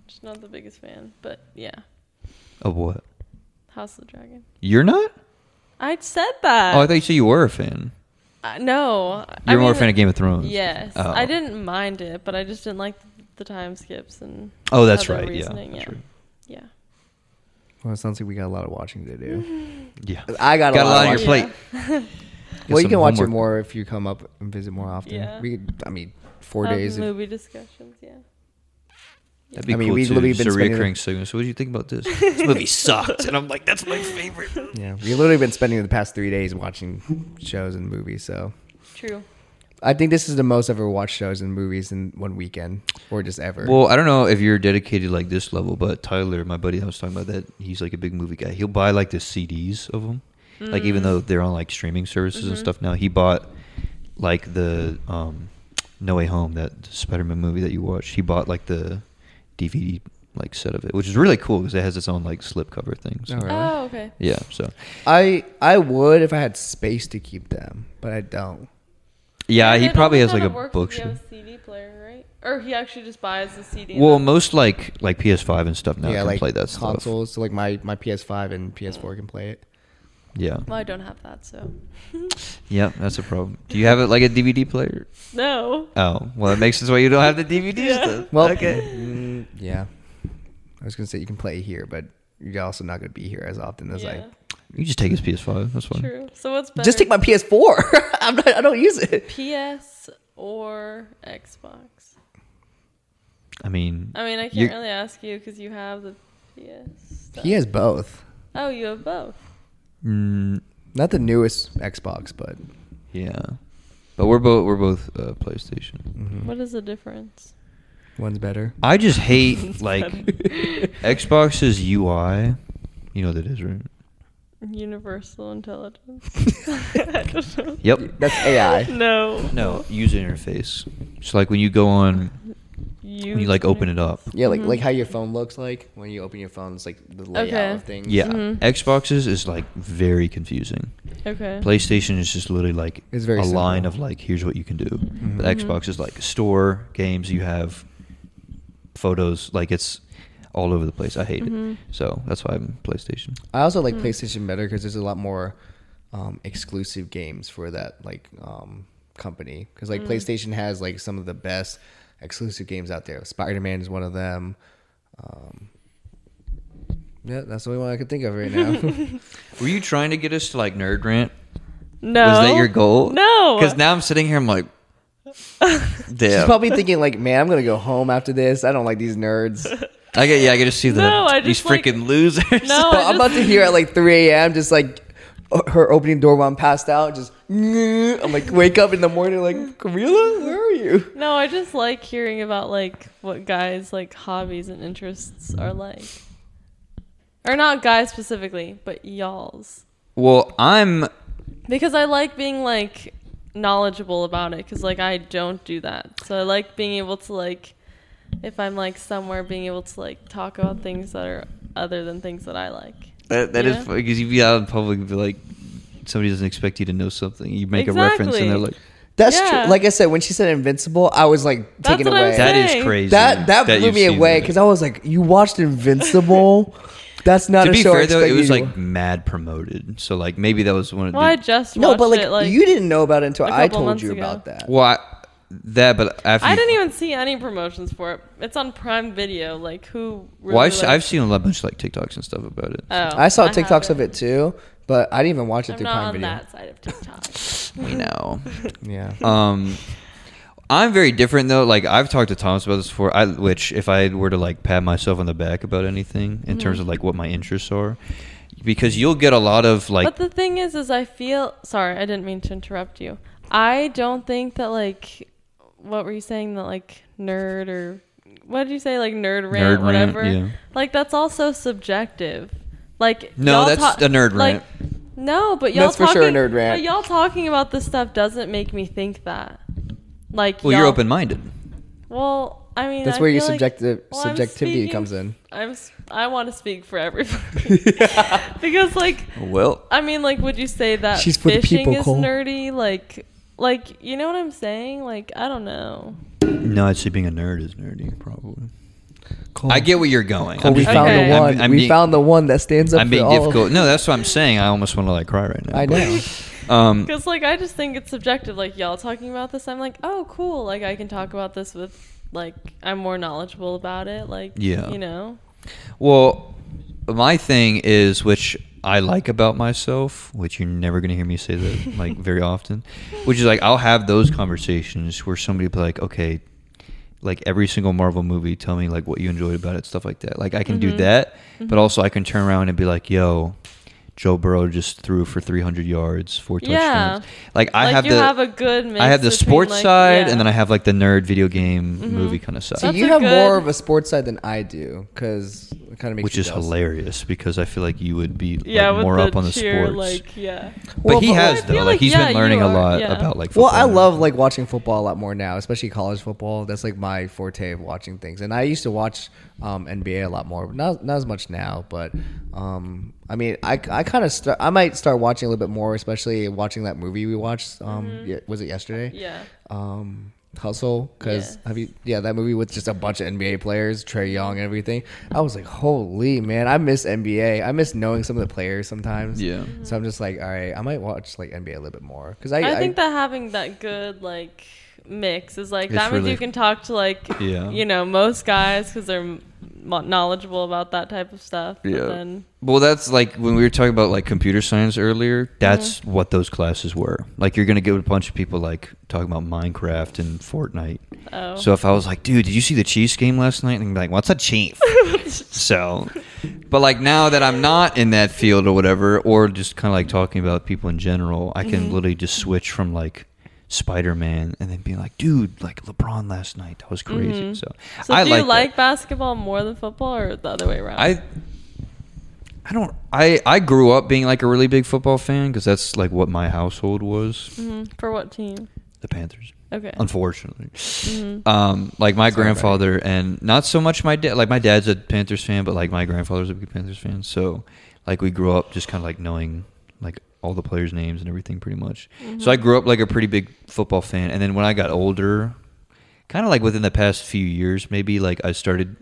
[SPEAKER 1] Just not the biggest fan, but yeah.
[SPEAKER 3] Of what?
[SPEAKER 1] House of the Dragon.
[SPEAKER 3] You're not?
[SPEAKER 1] I said that.
[SPEAKER 3] oh, I thought you said you were a fan.
[SPEAKER 1] I- no. Uh, I
[SPEAKER 3] You're more a
[SPEAKER 1] mean,
[SPEAKER 3] fan of Game of Thrones.
[SPEAKER 1] Yes,
[SPEAKER 3] Oh.
[SPEAKER 1] I didn't mind it, but I just didn't like the time skips and.
[SPEAKER 3] Oh, that's
[SPEAKER 1] other
[SPEAKER 3] right. Yeah,
[SPEAKER 1] reasoning,
[SPEAKER 3] that's
[SPEAKER 1] yeah.
[SPEAKER 3] right.
[SPEAKER 1] Yeah.
[SPEAKER 2] Well, it sounds like we got a lot of watching to
[SPEAKER 1] Mm-hmm.
[SPEAKER 2] do.
[SPEAKER 3] Yeah.
[SPEAKER 2] I got,
[SPEAKER 3] Got a lot on
[SPEAKER 2] of
[SPEAKER 3] your
[SPEAKER 2] watching.
[SPEAKER 3] plate. Get
[SPEAKER 2] Well, you
[SPEAKER 3] some
[SPEAKER 2] can watch
[SPEAKER 3] homework.
[SPEAKER 2] it more if you come up and visit more often.
[SPEAKER 1] Yeah.
[SPEAKER 2] We, could, I mean, four
[SPEAKER 1] Of
[SPEAKER 2] days. if-
[SPEAKER 1] movie discussions. Yeah.
[SPEAKER 3] That'd be
[SPEAKER 2] I mean,
[SPEAKER 3] cool
[SPEAKER 2] we've
[SPEAKER 3] too.
[SPEAKER 2] literally
[SPEAKER 3] Just
[SPEAKER 2] been
[SPEAKER 3] a
[SPEAKER 2] spending-
[SPEAKER 3] recurring segment. So, what do you think about this? this movie sucked, and I'm like, that's my favorite.
[SPEAKER 2] yeah, we've literally been spending the past three days watching shows and movies. So
[SPEAKER 1] True.
[SPEAKER 2] I think this is the most I've ever watched shows and movies in one weekend, or just ever.
[SPEAKER 3] Well, I don't know if you're dedicated like this level, but Tyler, my buddy, I was talking about that. He's like a big movie guy. He'll buy like the CDs of them, like even though they're on like streaming services and stuff now. He bought like the um, No Way Home, that Spider-Man movie that you watched. He bought like the DVD like set of it, which is really cool because it has its own like slipcover thing. So.
[SPEAKER 2] Oh, really?
[SPEAKER 1] Oh, okay.
[SPEAKER 3] Yeah, so
[SPEAKER 2] I I would if I had space to keep them, but I don't.
[SPEAKER 3] yeah,
[SPEAKER 1] It
[SPEAKER 3] he
[SPEAKER 1] only
[SPEAKER 3] probably has like
[SPEAKER 1] kinda
[SPEAKER 3] a
[SPEAKER 1] works if You
[SPEAKER 3] bookshelf.
[SPEAKER 1] have a CD player, right? Or he actually just buys the CD. and
[SPEAKER 3] Well,
[SPEAKER 1] then-
[SPEAKER 3] most like like PS5 and stuff now
[SPEAKER 2] yeah,
[SPEAKER 3] can
[SPEAKER 2] like
[SPEAKER 3] play that stuff.
[SPEAKER 2] consoles. So like my my PS5 and PS4 can play it.
[SPEAKER 3] Yeah,
[SPEAKER 1] Well, I don't have that, so.
[SPEAKER 3] yeah, that's a problem. Do you have it like a DVD player?
[SPEAKER 1] no.
[SPEAKER 3] Oh, well, it makes sense why you don't have the DVDs
[SPEAKER 1] Yeah.
[SPEAKER 3] then.
[SPEAKER 2] Well,
[SPEAKER 3] okay.
[SPEAKER 2] mm, yeah. I was gonna say you can play here, but you're also not gonna be here as often as
[SPEAKER 1] Yeah.
[SPEAKER 3] You just take his PS5. That's fine.
[SPEAKER 1] True. So what's
[SPEAKER 2] I
[SPEAKER 1] better?
[SPEAKER 2] just take my PS4. I'm not. I don't use it.
[SPEAKER 1] PS or Xbox.
[SPEAKER 3] I mean,
[SPEAKER 1] I mean, I can't
[SPEAKER 3] You-
[SPEAKER 1] really ask you because you have the PS. Stuff.
[SPEAKER 2] He has both.
[SPEAKER 1] Oh, you have both.
[SPEAKER 3] mm,
[SPEAKER 2] Not the newest Xbox, but
[SPEAKER 3] yeah, but we're both we're both uh, PlayStation.
[SPEAKER 2] Mm-hmm.
[SPEAKER 1] What is the difference?
[SPEAKER 2] one's better.
[SPEAKER 3] I just hate like Xbox's UI. You know what that is, right?
[SPEAKER 1] Universal intelligence. I don't know.
[SPEAKER 3] Yep.
[SPEAKER 2] That's AI.
[SPEAKER 1] No.
[SPEAKER 3] No user interface. So like when you go on,
[SPEAKER 1] You,
[SPEAKER 3] when you like open it up.
[SPEAKER 2] Yeah, like
[SPEAKER 1] Mhm.
[SPEAKER 2] like how your phone looks like when you open your phone. It's like the layout
[SPEAKER 1] Okay.
[SPEAKER 2] of things.
[SPEAKER 3] Yeah,
[SPEAKER 1] Mhm.
[SPEAKER 3] Xboxes is like very confusing.
[SPEAKER 1] Okay.
[SPEAKER 3] PlayStation is just literally like
[SPEAKER 2] It's very
[SPEAKER 3] a
[SPEAKER 2] simple. Mm-hmm.
[SPEAKER 3] line of like here's what you can do. But
[SPEAKER 1] Mhm.
[SPEAKER 3] Xbox is like store games you have photos like it's all over the place. I hate
[SPEAKER 1] Mhm.
[SPEAKER 3] it. So that's why I'm PlayStation.
[SPEAKER 2] I also like
[SPEAKER 1] Mm.
[SPEAKER 2] PlayStation better because there's a lot more um, exclusive games for that like um, company. Because like
[SPEAKER 1] Mm.
[SPEAKER 2] PlayStation has like some of the best exclusive games out there. Spider Man is one of them. Um, yeah, that's the only one I could think of right now.
[SPEAKER 3] Were you trying to get us to like nerd rant?
[SPEAKER 1] No.
[SPEAKER 3] Was that your goal?
[SPEAKER 1] No.
[SPEAKER 3] Because now I'm sitting here, I'm like,
[SPEAKER 2] She's
[SPEAKER 3] damn.
[SPEAKER 2] probably thinking like, man, I'm gonna go home after this. I don't like these nerds.
[SPEAKER 3] I get yeah, I get to see the
[SPEAKER 1] No, I
[SPEAKER 3] these
[SPEAKER 1] just, like-
[SPEAKER 3] freaking losers.
[SPEAKER 1] No,
[SPEAKER 2] But
[SPEAKER 1] I
[SPEAKER 2] I'm about to
[SPEAKER 1] just-
[SPEAKER 2] hear at like 3 a.m. Just like o- her opening door while I'm passed out. Just I'm like, wake up in the morning like, Camila, where are you?
[SPEAKER 1] No, I just like hearing about like what guys like hobbies and interests are like. Or not guys specifically, but y'all's.
[SPEAKER 3] Well, I'm uh,
[SPEAKER 1] Because I like being like knowledgeable about it cuz like I don't do that. So I like being able to like if I'm like somewhere being able to like talk about things that are other than things that I like.
[SPEAKER 3] that that is
[SPEAKER 1] Yeah.
[SPEAKER 3] because you'd be out in public and be like somebody doesn't expect you to know something. You make a reference and
[SPEAKER 1] Exactly.
[SPEAKER 3] they're like
[SPEAKER 2] That's
[SPEAKER 1] Yeah.
[SPEAKER 2] true. Like I said, when she said invincible, I was like
[SPEAKER 1] That's
[SPEAKER 2] taken
[SPEAKER 1] what I'm
[SPEAKER 2] away.
[SPEAKER 1] saying.
[SPEAKER 3] That is
[SPEAKER 1] Dang.
[SPEAKER 3] crazy.
[SPEAKER 2] That that blew
[SPEAKER 3] you've
[SPEAKER 2] me
[SPEAKER 3] seen
[SPEAKER 2] away
[SPEAKER 3] that.
[SPEAKER 2] because I was like, you watched Invincible. That's not
[SPEAKER 3] to
[SPEAKER 2] a
[SPEAKER 3] be
[SPEAKER 2] show. I
[SPEAKER 3] fair though, it
[SPEAKER 2] expected
[SPEAKER 3] was
[SPEAKER 2] you to
[SPEAKER 3] like mad promoted. So like maybe that was one of
[SPEAKER 1] Well, I
[SPEAKER 3] the
[SPEAKER 1] just
[SPEAKER 2] no,
[SPEAKER 1] watched
[SPEAKER 2] but like,
[SPEAKER 1] it, like
[SPEAKER 2] you didn't know about it until
[SPEAKER 1] a
[SPEAKER 2] I
[SPEAKER 1] couple
[SPEAKER 2] told
[SPEAKER 1] months
[SPEAKER 2] you
[SPEAKER 1] ago.
[SPEAKER 2] about that.
[SPEAKER 3] well I, that. But after
[SPEAKER 1] I
[SPEAKER 3] you-
[SPEAKER 1] didn't even see any promotions for it. It's on Prime Video. Like who? Really
[SPEAKER 3] Well, I've,
[SPEAKER 1] like-
[SPEAKER 3] I've seen a lot bunch of like TikToks and stuff about it.
[SPEAKER 1] Oh,
[SPEAKER 2] I saw
[SPEAKER 1] haven't.
[SPEAKER 2] TikToks of it too, but I didn't even watch it
[SPEAKER 1] I'm
[SPEAKER 2] through
[SPEAKER 1] not
[SPEAKER 2] Prime
[SPEAKER 1] on
[SPEAKER 2] Video.
[SPEAKER 1] that side of TikTok.
[SPEAKER 3] We know.
[SPEAKER 2] Yeah.
[SPEAKER 3] um I'm very different though. Like I've talked to Thomas about this before. I which if I were to like pat myself on the back about anything in
[SPEAKER 1] Mm-hmm.
[SPEAKER 3] terms of like what my interests are, because you'll get a lot of like
[SPEAKER 1] but the thing is, is I feel sorry. I didn't mean to interrupt you. I don't think that like what were you saying that like nerd or what did you say like nerd
[SPEAKER 3] Nerd
[SPEAKER 1] rant
[SPEAKER 3] rant,
[SPEAKER 1] whatever
[SPEAKER 3] yeah.
[SPEAKER 1] like that's also subjective. Like
[SPEAKER 3] No,
[SPEAKER 1] y'all
[SPEAKER 3] that's
[SPEAKER 1] ta-
[SPEAKER 3] a nerd
[SPEAKER 1] like,
[SPEAKER 3] rant.
[SPEAKER 1] No, but y'all
[SPEAKER 2] That's for
[SPEAKER 1] talking,
[SPEAKER 2] sure a nerd rant.
[SPEAKER 1] But y'all talking about this stuff doesn't make me think that. Like
[SPEAKER 3] well, you're
[SPEAKER 1] y'all-
[SPEAKER 3] open minded.
[SPEAKER 1] Well, I mean
[SPEAKER 2] That's
[SPEAKER 1] I
[SPEAKER 2] where your
[SPEAKER 1] feel like-
[SPEAKER 2] subjective
[SPEAKER 1] well, I'm
[SPEAKER 2] subjectivity
[SPEAKER 1] speaking-
[SPEAKER 2] comes in.
[SPEAKER 1] I'm s- I want to speak for everybody because like
[SPEAKER 3] Well,
[SPEAKER 1] I mean, like, would you say that
[SPEAKER 2] She's for the
[SPEAKER 1] fishing
[SPEAKER 2] people,
[SPEAKER 1] is
[SPEAKER 2] Cole.
[SPEAKER 1] nerdy? Like, like you know what I'm saying? Like, I don't know.
[SPEAKER 3] no, I'd say being a nerd is nerdy probably. I get where you're going.
[SPEAKER 2] Cole,
[SPEAKER 3] I'm
[SPEAKER 2] we
[SPEAKER 3] just
[SPEAKER 2] found
[SPEAKER 1] being-
[SPEAKER 2] the
[SPEAKER 1] I'm-
[SPEAKER 2] one.
[SPEAKER 3] I'm
[SPEAKER 2] we
[SPEAKER 3] being-
[SPEAKER 2] found the one that stands up
[SPEAKER 3] I'm
[SPEAKER 2] for
[SPEAKER 3] being
[SPEAKER 2] all of-
[SPEAKER 3] difficult. No, that's what I'm saying. I almost want to like cry right now.
[SPEAKER 2] I
[SPEAKER 3] but-
[SPEAKER 2] know.
[SPEAKER 3] Um,
[SPEAKER 1] Because like, I just think it's subjective. Like, y'all talking about this, I'm like, oh, cool. Like, I can talk about this with, like, I'm more knowledgeable about it. Like,
[SPEAKER 3] Yeah.
[SPEAKER 1] you know.
[SPEAKER 3] Well, my thing is, which I like about myself, which you're never going to hear me say that like very often, which is like I'll have those conversations where somebody will be like, okay, like every single Marvel movie, tell me like what you enjoyed about it, stuff like that. Like I can
[SPEAKER 1] Mm-hmm.
[SPEAKER 3] do that, but also I can turn around and be like, yo. Joe Burrow just threw for 300 yards, four
[SPEAKER 1] Yeah.
[SPEAKER 3] touchdowns. Like I
[SPEAKER 1] Like,
[SPEAKER 3] have
[SPEAKER 1] you
[SPEAKER 3] the
[SPEAKER 1] have a good mix
[SPEAKER 3] I have the
[SPEAKER 1] between,
[SPEAKER 3] sports
[SPEAKER 1] like-
[SPEAKER 3] side,
[SPEAKER 1] yeah. Mm-hmm.
[SPEAKER 3] and then I have like the nerd video game movie kind of side.
[SPEAKER 2] So
[SPEAKER 1] That's
[SPEAKER 2] you
[SPEAKER 1] a
[SPEAKER 2] have
[SPEAKER 1] good-
[SPEAKER 2] more of a sports side than I do because it kind of makes
[SPEAKER 3] which
[SPEAKER 2] you
[SPEAKER 3] is
[SPEAKER 2] jealous.
[SPEAKER 3] hilarious because I feel like you would be like,
[SPEAKER 1] Yeah, with
[SPEAKER 3] more
[SPEAKER 1] the
[SPEAKER 3] up on the
[SPEAKER 1] cheer,
[SPEAKER 3] sports.
[SPEAKER 1] like, yeah.
[SPEAKER 3] but
[SPEAKER 2] Well,
[SPEAKER 3] he
[SPEAKER 2] but-
[SPEAKER 1] I
[SPEAKER 3] has though.
[SPEAKER 1] feel
[SPEAKER 3] Like,
[SPEAKER 1] like,
[SPEAKER 3] he's
[SPEAKER 1] yeah,
[SPEAKER 3] been learning
[SPEAKER 1] you
[SPEAKER 3] a
[SPEAKER 1] are,
[SPEAKER 3] lot
[SPEAKER 1] yeah.
[SPEAKER 3] about like.
[SPEAKER 2] Well,
[SPEAKER 3] Football
[SPEAKER 2] I
[SPEAKER 3] and
[SPEAKER 2] love
[SPEAKER 3] everything.
[SPEAKER 2] like watching football a lot more now, especially college football. That's like my forte of watching things. And I used to watch um, NBA a lot more, but not not as much now. But um, I mean, I, I kind of st- I might start watching a little bit more, especially watching that movie we watched. Um, ye- was it yesterday?
[SPEAKER 1] Yeah.
[SPEAKER 2] Um, Hustle, because
[SPEAKER 1] Yeah.
[SPEAKER 2] have you? Yeah, that movie with just a bunch of NBA players, Trey Young and everything. I was like, holy man, I miss NBA. I miss knowing some of the players sometimes.
[SPEAKER 3] Yeah.
[SPEAKER 2] So I'm just like, all right, I might watch like NBA a little bit more because I,
[SPEAKER 1] I, think that having that good like mix is like
[SPEAKER 3] It's
[SPEAKER 1] that means
[SPEAKER 3] really-
[SPEAKER 1] you can talk to like
[SPEAKER 3] Yeah.
[SPEAKER 1] you know most guys because they're m- knowledgeable about that type of stuff. But
[SPEAKER 3] Yeah.
[SPEAKER 1] Then,
[SPEAKER 3] Well, that's like when we were talking about like computer science earlier. That's what those classes were. Like you're gonna get a bunch of people like talking about Minecraft and Fortnite.
[SPEAKER 1] oh.
[SPEAKER 3] So if I was like, dude, did you see the Chiefs game last night? And they'd be like, what's a Chief? so, but like now that I'm not in that field or whatever, or just kind of like talking about people in general, I
[SPEAKER 1] Mm-hmm.
[SPEAKER 3] can literally just switch from like Spider Man and then be like, dude, like LeBron last night, that was crazy.
[SPEAKER 1] Mhm.
[SPEAKER 3] So,
[SPEAKER 1] So
[SPEAKER 3] I
[SPEAKER 1] do
[SPEAKER 3] like,
[SPEAKER 1] you like
[SPEAKER 3] that.
[SPEAKER 1] basketball more than football, or the other way around?
[SPEAKER 3] I. I don't. I I grew up being like a really big football fan because that's like what my household was.
[SPEAKER 1] Mhm. for what team?
[SPEAKER 3] The Panthers.
[SPEAKER 1] Okay. Mm-hmm.
[SPEAKER 3] Unfortunately, um, like my
[SPEAKER 2] Sorry,
[SPEAKER 3] grandfather and not so much my dad. Like my dad's a Panthers fan, but like my grandfather's a big Panthers fan. So like we grew up just kind of like knowing like all the players' names and everything pretty much. So I grew up like a pretty big football fan, and then when I got older, kind of like within the past few years, maybe like I started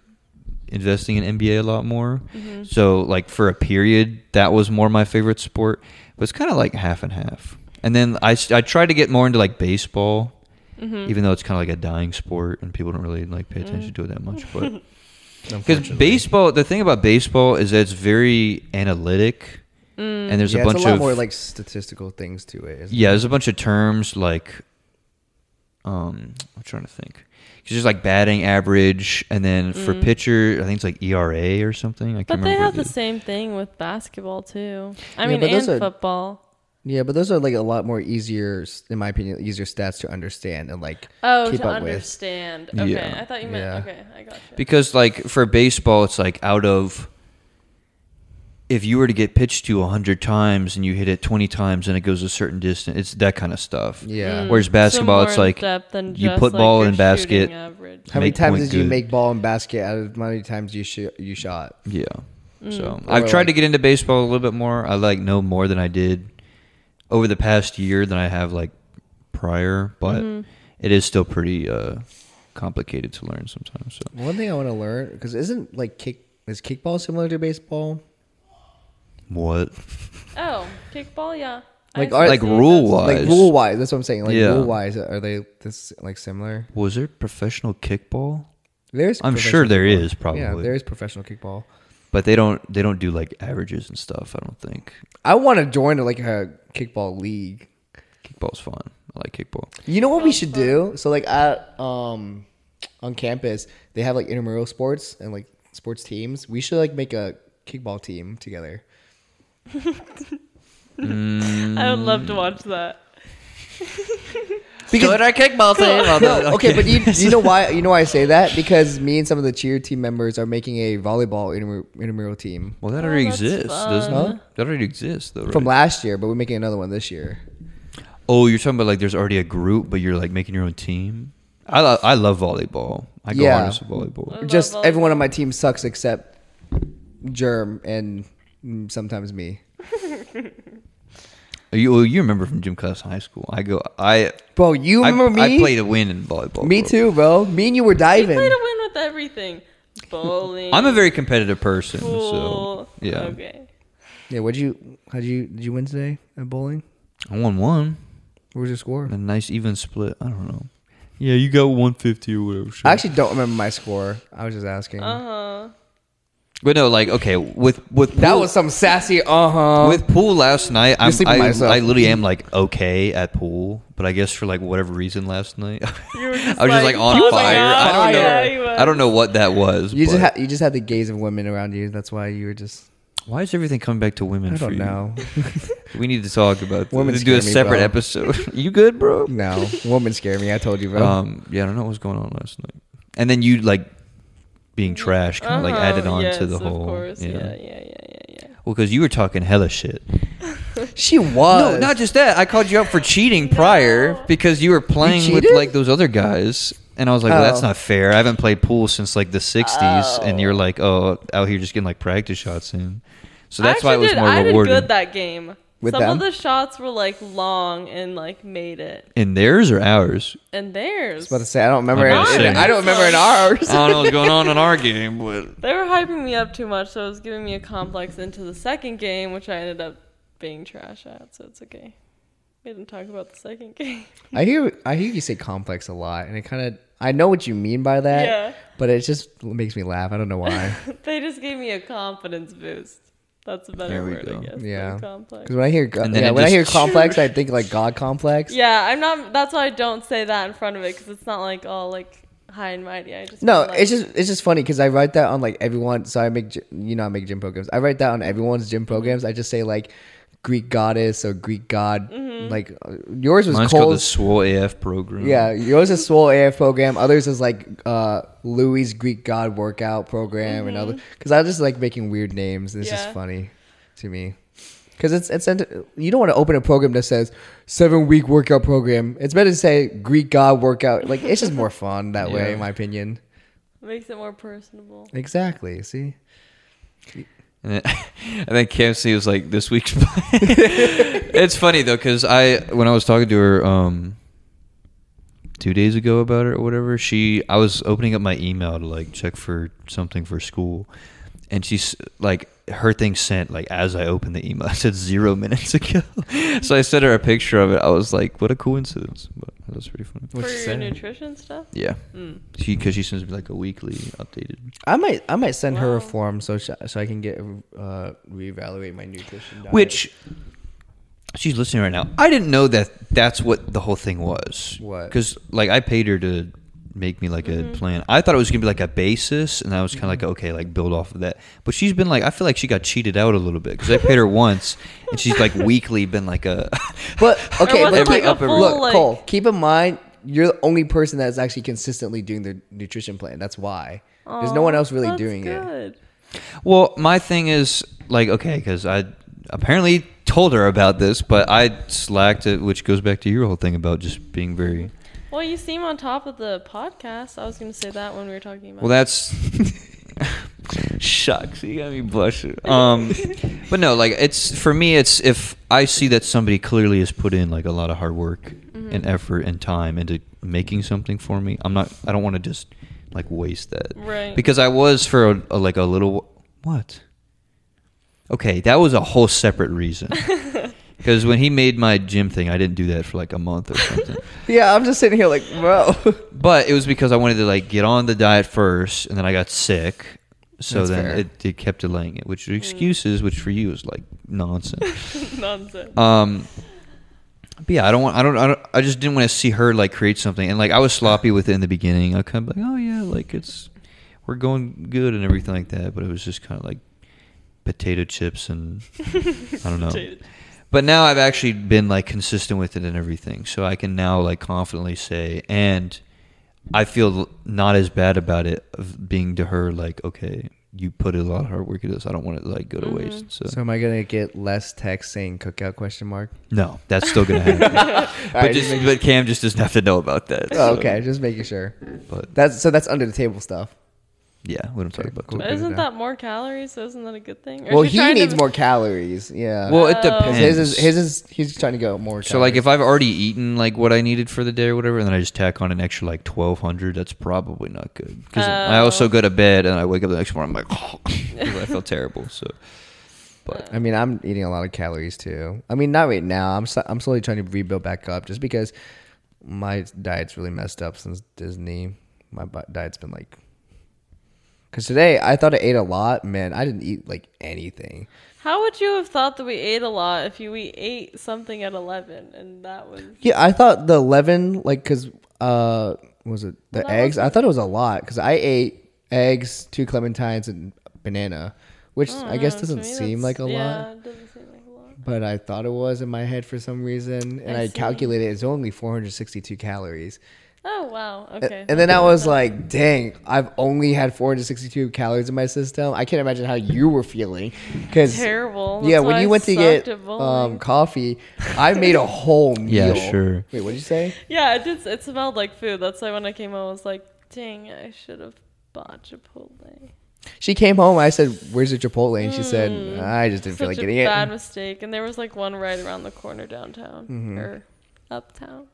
[SPEAKER 3] investing in NBA a lot more. So like for a period, that was more my favorite sport, but it's kind of like half and half. And then I s- I tried to get more into like baseball,
[SPEAKER 1] Hmm.
[SPEAKER 3] even though it's kind of like a dying sport and people don't really like pay
[SPEAKER 1] Mm.
[SPEAKER 3] attention to it that much, but because baseball, the thing about baseball is that it's very analytic,
[SPEAKER 1] Mm.
[SPEAKER 3] and there's
[SPEAKER 2] yeah,
[SPEAKER 3] a bunch
[SPEAKER 2] it's a lot
[SPEAKER 3] of
[SPEAKER 2] more like statistical things to it. Isn't
[SPEAKER 3] yeah, there's a bunch of terms like um I'm trying to think. It's just like batting average and then for pitcher, I think it's like ERA or something. I can't
[SPEAKER 1] Mm. but they
[SPEAKER 3] remember.
[SPEAKER 1] have
[SPEAKER 3] what
[SPEAKER 1] the
[SPEAKER 3] it is.
[SPEAKER 1] same thing with basketball too. I
[SPEAKER 2] Yeah,
[SPEAKER 1] mean,
[SPEAKER 2] but those
[SPEAKER 1] and
[SPEAKER 2] are-
[SPEAKER 1] football.
[SPEAKER 2] It? yeah, but those are like a lot more easier, s- in my opinion, easier stats to understand and like
[SPEAKER 1] Oh,
[SPEAKER 2] keep
[SPEAKER 1] to
[SPEAKER 2] up
[SPEAKER 1] understand.
[SPEAKER 3] Yeah.
[SPEAKER 1] Okay, I thought you meant.
[SPEAKER 2] Yeah.
[SPEAKER 1] Okay, I got you.
[SPEAKER 3] Because like for baseball, it's like out of if you were to get pitched to 100 times and you hit it 20 times and it goes a certain distance, it's that kind of stuff.
[SPEAKER 2] with. Yeah.
[SPEAKER 3] Whereas
[SPEAKER 1] Mm.
[SPEAKER 3] basketball,
[SPEAKER 1] So
[SPEAKER 3] it's
[SPEAKER 1] more
[SPEAKER 3] like
[SPEAKER 1] in-depth than
[SPEAKER 3] you
[SPEAKER 1] just,
[SPEAKER 3] put
[SPEAKER 1] like,
[SPEAKER 3] ball
[SPEAKER 1] your
[SPEAKER 3] in basket.
[SPEAKER 1] shooting average.
[SPEAKER 2] How many
[SPEAKER 3] make
[SPEAKER 2] times
[SPEAKER 3] point
[SPEAKER 2] did you
[SPEAKER 3] good.
[SPEAKER 2] make ball and basket out of how many times you sh- you shot?
[SPEAKER 3] Yeah.
[SPEAKER 1] Mm.
[SPEAKER 3] So
[SPEAKER 2] Or
[SPEAKER 3] I've tried
[SPEAKER 2] like-
[SPEAKER 3] to get into baseball a little bit more. I like know more than I did over the past year than I have like prior, but
[SPEAKER 1] Mhm.
[SPEAKER 3] it is still pretty uh, complicated to learn sometimes. So
[SPEAKER 2] One thing I want to learn because isn't like kick is kickball similar to baseball?
[SPEAKER 3] what?
[SPEAKER 1] Oh, kickball, yeah.
[SPEAKER 2] Like,
[SPEAKER 1] I
[SPEAKER 2] are-
[SPEAKER 1] see
[SPEAKER 2] Like
[SPEAKER 1] those.
[SPEAKER 3] rule-wise.
[SPEAKER 2] Like
[SPEAKER 3] Wise.
[SPEAKER 2] rule wise, that's what I'm saying. Like
[SPEAKER 3] Yeah.
[SPEAKER 2] rule wise, are they this like similar?
[SPEAKER 3] Was there professional kickball?
[SPEAKER 2] There's
[SPEAKER 3] I'm
[SPEAKER 2] professional
[SPEAKER 3] sure there
[SPEAKER 2] kickball.
[SPEAKER 3] is probably,
[SPEAKER 2] Yeah, there is professional kickball.
[SPEAKER 3] but they don't they don't do like averages and stuff. I don't think
[SPEAKER 2] I want to join like a kickball league.
[SPEAKER 3] kickball's fun. I like kickball.
[SPEAKER 2] You know what we should do? So like at um on campus, they have like intramural sports and like sports teams. We should like make a kickball team together.
[SPEAKER 1] I would love to watch that.
[SPEAKER 2] Because
[SPEAKER 3] our kickball
[SPEAKER 2] no, okay, but you, you know why you know why I say that? Because me and some of the cheer team members are making a volleyball intramur- intramural team
[SPEAKER 3] Well, that
[SPEAKER 1] Oh,
[SPEAKER 3] already
[SPEAKER 1] that's
[SPEAKER 3] exists, doesn't
[SPEAKER 2] fun.
[SPEAKER 3] it? That already exists, though.
[SPEAKER 2] from
[SPEAKER 3] right?
[SPEAKER 2] last year, but we're making another one this year.
[SPEAKER 3] oh, you're talking about like there's already a group, but you're like making your own team. I lo- I love volleyball. I go
[SPEAKER 2] Yeah.
[SPEAKER 3] hard as a volleyball.
[SPEAKER 1] love
[SPEAKER 2] Just
[SPEAKER 1] volleyball.
[SPEAKER 2] everyone on my team sucks except Germ and mm, sometimes me.
[SPEAKER 3] Uh, You well, you remember from gym class in high school? I go. I
[SPEAKER 2] Bro, you
[SPEAKER 3] I,
[SPEAKER 2] remember me?
[SPEAKER 3] I played a win in volleyball.
[SPEAKER 2] me
[SPEAKER 3] bro.
[SPEAKER 2] too, bro. Me and you were
[SPEAKER 1] You
[SPEAKER 2] diving.
[SPEAKER 1] play to win with everything. Bowling.
[SPEAKER 3] I'm a very competitive person.
[SPEAKER 1] cool.
[SPEAKER 3] So yeah,
[SPEAKER 1] Okay.
[SPEAKER 2] Yeah, what'd you how'd you did you win today at bowling?
[SPEAKER 3] I won one.
[SPEAKER 2] What was your score?
[SPEAKER 3] A nice even split. I don't know. Yeah, you got 150 or whatever. Sure.
[SPEAKER 2] I actually don't remember my score. I was just asking.
[SPEAKER 1] Uh huh.
[SPEAKER 3] but no, like okay, with with
[SPEAKER 2] that
[SPEAKER 3] pool,
[SPEAKER 2] was some sassy uh huh.
[SPEAKER 3] with pool last night. I'm,
[SPEAKER 2] sleeping
[SPEAKER 3] I,
[SPEAKER 2] myself.
[SPEAKER 3] I literally am like okay at pool, but I guess for like whatever reason last night,
[SPEAKER 1] You were
[SPEAKER 3] I was just like on
[SPEAKER 1] you were on
[SPEAKER 3] fire. I don't know.
[SPEAKER 1] fire. Yeah, you
[SPEAKER 3] I
[SPEAKER 1] were.
[SPEAKER 3] don't know what that was.
[SPEAKER 2] you just
[SPEAKER 3] but-
[SPEAKER 2] had you just had the gaze of women around you. That's why you were just
[SPEAKER 3] why is everything coming back to women?
[SPEAKER 2] I
[SPEAKER 3] for
[SPEAKER 2] don't
[SPEAKER 3] you?
[SPEAKER 2] know.
[SPEAKER 3] We need to talk about.
[SPEAKER 2] Women
[SPEAKER 3] Women to do a
[SPEAKER 2] scare me,
[SPEAKER 3] separate
[SPEAKER 2] bro.
[SPEAKER 3] episode. you good, bro?
[SPEAKER 2] no, women scare me. I told you, bro.
[SPEAKER 3] Um, yeah, I don't know what was going on last night. And then you like being trash kind of like
[SPEAKER 1] Uh-huh,
[SPEAKER 3] added on
[SPEAKER 1] yes,
[SPEAKER 3] to the
[SPEAKER 1] of
[SPEAKER 3] whole.
[SPEAKER 1] course. Yeah, yeah, yeah, yeah, yeah.
[SPEAKER 3] Well, because you were talking hella shit.
[SPEAKER 2] she was
[SPEAKER 3] No, not just that. I called you out for cheating prior
[SPEAKER 1] No.
[SPEAKER 3] because you were playing with
[SPEAKER 2] cheated?
[SPEAKER 3] like those other guys, and I was like, "Well, that's
[SPEAKER 2] Oh.
[SPEAKER 3] not fair. I haven't played pool since like the '60s," and you're
[SPEAKER 2] Oh.
[SPEAKER 3] like, "Oh, out here just getting like practice shots in." So that's
[SPEAKER 1] I
[SPEAKER 3] why it
[SPEAKER 1] actually
[SPEAKER 3] was
[SPEAKER 1] did,
[SPEAKER 3] more
[SPEAKER 1] I
[SPEAKER 3] rewarding.
[SPEAKER 1] did good that game.
[SPEAKER 2] With
[SPEAKER 1] Some
[SPEAKER 2] them?
[SPEAKER 1] of the shots were like long and like made it,
[SPEAKER 3] in theirs or ours?
[SPEAKER 1] and theirs.
[SPEAKER 2] about to say I don't remember.
[SPEAKER 3] I'm
[SPEAKER 2] It,
[SPEAKER 3] just saying.
[SPEAKER 2] I don't remember in ours.
[SPEAKER 3] I don't know what's going on in our game, but
[SPEAKER 1] They were hyping me up too much, so it was giving me a complex into the second game, which I ended up being trash at. So it's okay. We didn't talk about the second game.
[SPEAKER 2] I hear I hear you say complex a lot, and it kind of I know what you mean by that.
[SPEAKER 1] Yeah.
[SPEAKER 2] But it just makes me laugh. I don't know why.
[SPEAKER 1] they just gave me a confidence boost. That's a better
[SPEAKER 3] There we
[SPEAKER 1] word,
[SPEAKER 3] go.
[SPEAKER 1] I guess. than
[SPEAKER 2] Yeah.
[SPEAKER 1] complex.
[SPEAKER 2] Because when I hear go-
[SPEAKER 3] And then
[SPEAKER 2] yeah,
[SPEAKER 3] it
[SPEAKER 2] when I
[SPEAKER 3] just-
[SPEAKER 2] hear complex, I think like God complex.
[SPEAKER 1] Yeah, I'm not. That's why I don't say that in front of it because it's not like all like high and mighty. I just
[SPEAKER 2] No,
[SPEAKER 1] mean, like,
[SPEAKER 2] it's just it's just funny because I write that on like everyone. So I make gy- you know I make gym programs. I write that on everyone's gym programs. I just say like Greek goddess or Greek god.
[SPEAKER 1] Mm-hmm.
[SPEAKER 2] Like uh, yours was
[SPEAKER 3] mine's called the
[SPEAKER 2] Cole's.
[SPEAKER 3] Swole AF program.
[SPEAKER 2] yeah, yours is Swole AF program. Others is like uh, Louis Greek God workout program and other. Because I just like making weird names. It's
[SPEAKER 1] Mm-hmm.
[SPEAKER 2] just
[SPEAKER 1] Yeah.
[SPEAKER 2] funny to me. Because it's it's you don't want to open a program that says seven week workout program. It's better to say Greek God workout. Like it's just more fun that way,
[SPEAKER 3] Yeah.
[SPEAKER 2] in my opinion.
[SPEAKER 1] makes it more personable.
[SPEAKER 2] Exactly. See,
[SPEAKER 3] And then, and then Cam C was like, "This week's." plan." it's funny though, because I when I was talking to her um, two days ago about it or whatever, she I was opening up my email to like check for something for school, and she's like her thing sent like as I opened the email, I said zero minutes ago. so I sent her a picture of it. I was like, "What a coincidence!" But that was pretty funny.
[SPEAKER 2] What'd
[SPEAKER 1] For
[SPEAKER 2] she
[SPEAKER 1] your
[SPEAKER 2] say?
[SPEAKER 1] nutrition stuff.
[SPEAKER 3] Yeah,
[SPEAKER 1] Mm.
[SPEAKER 3] she because she sends me like a weekly updated.
[SPEAKER 2] I might I might send her
[SPEAKER 1] Wow.
[SPEAKER 2] a form so sh- so I can get uh, reevaluate my nutrition. Diet.
[SPEAKER 3] Which she's listening right now. I didn't know that that's what the whole thing was.
[SPEAKER 2] What?
[SPEAKER 3] Because like I paid her to make me like a plan. I thought it was gonna be like a basis, and I was kind of like, okay, like build off of that. But she's been like, I feel like she got cheated out a little bit because I paid her once, and she's like weekly been like a.
[SPEAKER 2] but okay,
[SPEAKER 1] was
[SPEAKER 2] but
[SPEAKER 1] it like
[SPEAKER 2] keep-
[SPEAKER 1] a full,
[SPEAKER 2] look,
[SPEAKER 1] like-
[SPEAKER 2] Cole. Keep in mind, you're the only person that's actually consistently doing their nutrition plan. That's why there's no one else really doing it.
[SPEAKER 3] Well, my thing is like okay, because I apparently told her about this, but I slacked it, which goes back to your whole thing about just being very.
[SPEAKER 1] Well, you seem on top of the podcast. I was going to say that when we were talking about.
[SPEAKER 3] Well, that's Shucks, you got me blushing. Um, but no, like it's for me, it's if I see that somebody clearly has put in like a lot of hard work and effort and time into making something for me. I'm not. I don't want to just like waste that.
[SPEAKER 1] Right.
[SPEAKER 3] Because I was for a, a, like a little what? Okay, that was a whole separate reason. Because when he made my gym thing, I didn't do that for like a month or something.
[SPEAKER 2] Yeah, I'm just sitting here like, bro.
[SPEAKER 3] But it was because I wanted to like get on the diet first, and then I got sick. So
[SPEAKER 2] That's
[SPEAKER 3] then
[SPEAKER 2] fair.
[SPEAKER 3] it, it kept delaying it, which are excuses, which for you is like nonsense.
[SPEAKER 1] Nonsense.
[SPEAKER 3] um, but yeah, I don't want. I don't. I, don't, I just didn't want to see her like create something, and like I was sloppy with it in the beginning. I kind of like, oh yeah, like it's we're going good and everything like that. But it was just kind of like potato chips and I don't know.
[SPEAKER 1] Potato-
[SPEAKER 3] But now I've actually been like consistent with it and everything, so I can now like confidently say, and I feel not as bad about it of being to her like, okay, you put a lot of hard work into this. I don't want it to like go to waste. So,
[SPEAKER 2] so am I gonna get less text saying cookout question mark?
[SPEAKER 3] no, that's still gonna happen. but
[SPEAKER 2] Alright,
[SPEAKER 3] just,
[SPEAKER 2] just
[SPEAKER 3] but Cam just doesn't have to know about that.
[SPEAKER 2] Oh,
[SPEAKER 3] so-
[SPEAKER 2] okay, just making sure.
[SPEAKER 3] But
[SPEAKER 2] That's so that's under the table stuff.
[SPEAKER 3] yeah, we don't talk about
[SPEAKER 2] Cool.
[SPEAKER 3] that.
[SPEAKER 1] But isn't
[SPEAKER 2] now.
[SPEAKER 1] that more calories? So isn't that a good thing? Or is
[SPEAKER 2] well,
[SPEAKER 1] she
[SPEAKER 2] he
[SPEAKER 1] trying to-
[SPEAKER 2] needs more calories. Yeah.
[SPEAKER 3] Well, it
[SPEAKER 1] Oh.
[SPEAKER 2] 'Cause
[SPEAKER 3] depends.
[SPEAKER 2] his is his is he's trying to go more.
[SPEAKER 3] So like
[SPEAKER 2] calories.
[SPEAKER 3] if I've already eaten like what I needed for the day or whatever, and then I just tack on an extra like twelve hundred, that's probably not good. Because I
[SPEAKER 1] Oh.
[SPEAKER 3] also go to bed and I wake up the next morning, I'm like, 'cause I feel terrible. So, but
[SPEAKER 2] I mean, I'm eating a lot of calories too. I mean, not right now. I'm so, I'm slowly trying to rebuild back up just because my diet's really messed up since Disney. My bu- diet's been like because today I thought I ate a lot. Man, I didn't eat like anything.
[SPEAKER 1] How would you have thought that we ate a lot if you we ate something at eleven and that was
[SPEAKER 2] Yeah, I thought the eleven like because uh was it the eggs? I thought it was a lot because I ate eggs, two clementines, and banana, which I, guess
[SPEAKER 1] Mm, to
[SPEAKER 2] doesn't
[SPEAKER 1] me
[SPEAKER 2] seem
[SPEAKER 1] that's-
[SPEAKER 2] like a lot.
[SPEAKER 1] yeah, it doesn't seem like a lot.
[SPEAKER 2] but I thought it was in my head for some reason, and
[SPEAKER 1] I
[SPEAKER 2] I,
[SPEAKER 1] see.
[SPEAKER 2] calculated it's only 462 calories.
[SPEAKER 1] Oh wow.
[SPEAKER 2] A-
[SPEAKER 1] Okay.
[SPEAKER 2] And then I was like, "Dang, I've only had 462 calories in my system. I can't imagine how you were feeling, because
[SPEAKER 1] terrible.
[SPEAKER 2] yeah,
[SPEAKER 1] That's
[SPEAKER 2] when
[SPEAKER 1] why
[SPEAKER 2] you
[SPEAKER 1] I
[SPEAKER 2] went to
[SPEAKER 1] sucked
[SPEAKER 2] get
[SPEAKER 1] at bowling.
[SPEAKER 2] um, coffee, I made a whole
[SPEAKER 3] Yeah,
[SPEAKER 2] meal.
[SPEAKER 3] sure.
[SPEAKER 2] Wait, what'd you say?
[SPEAKER 1] yeah, it did. It smelled like food. That's why when I came home, I was like, "Dang, I should have bought Chipotle."
[SPEAKER 2] She came home. I said, "Where's your Chipotle?" And she said, "I just didn't
[SPEAKER 1] Hmm. Such
[SPEAKER 2] feel like
[SPEAKER 1] a
[SPEAKER 2] getting it."
[SPEAKER 1] bad mistake. And there was like one right around the corner downtown or uptown.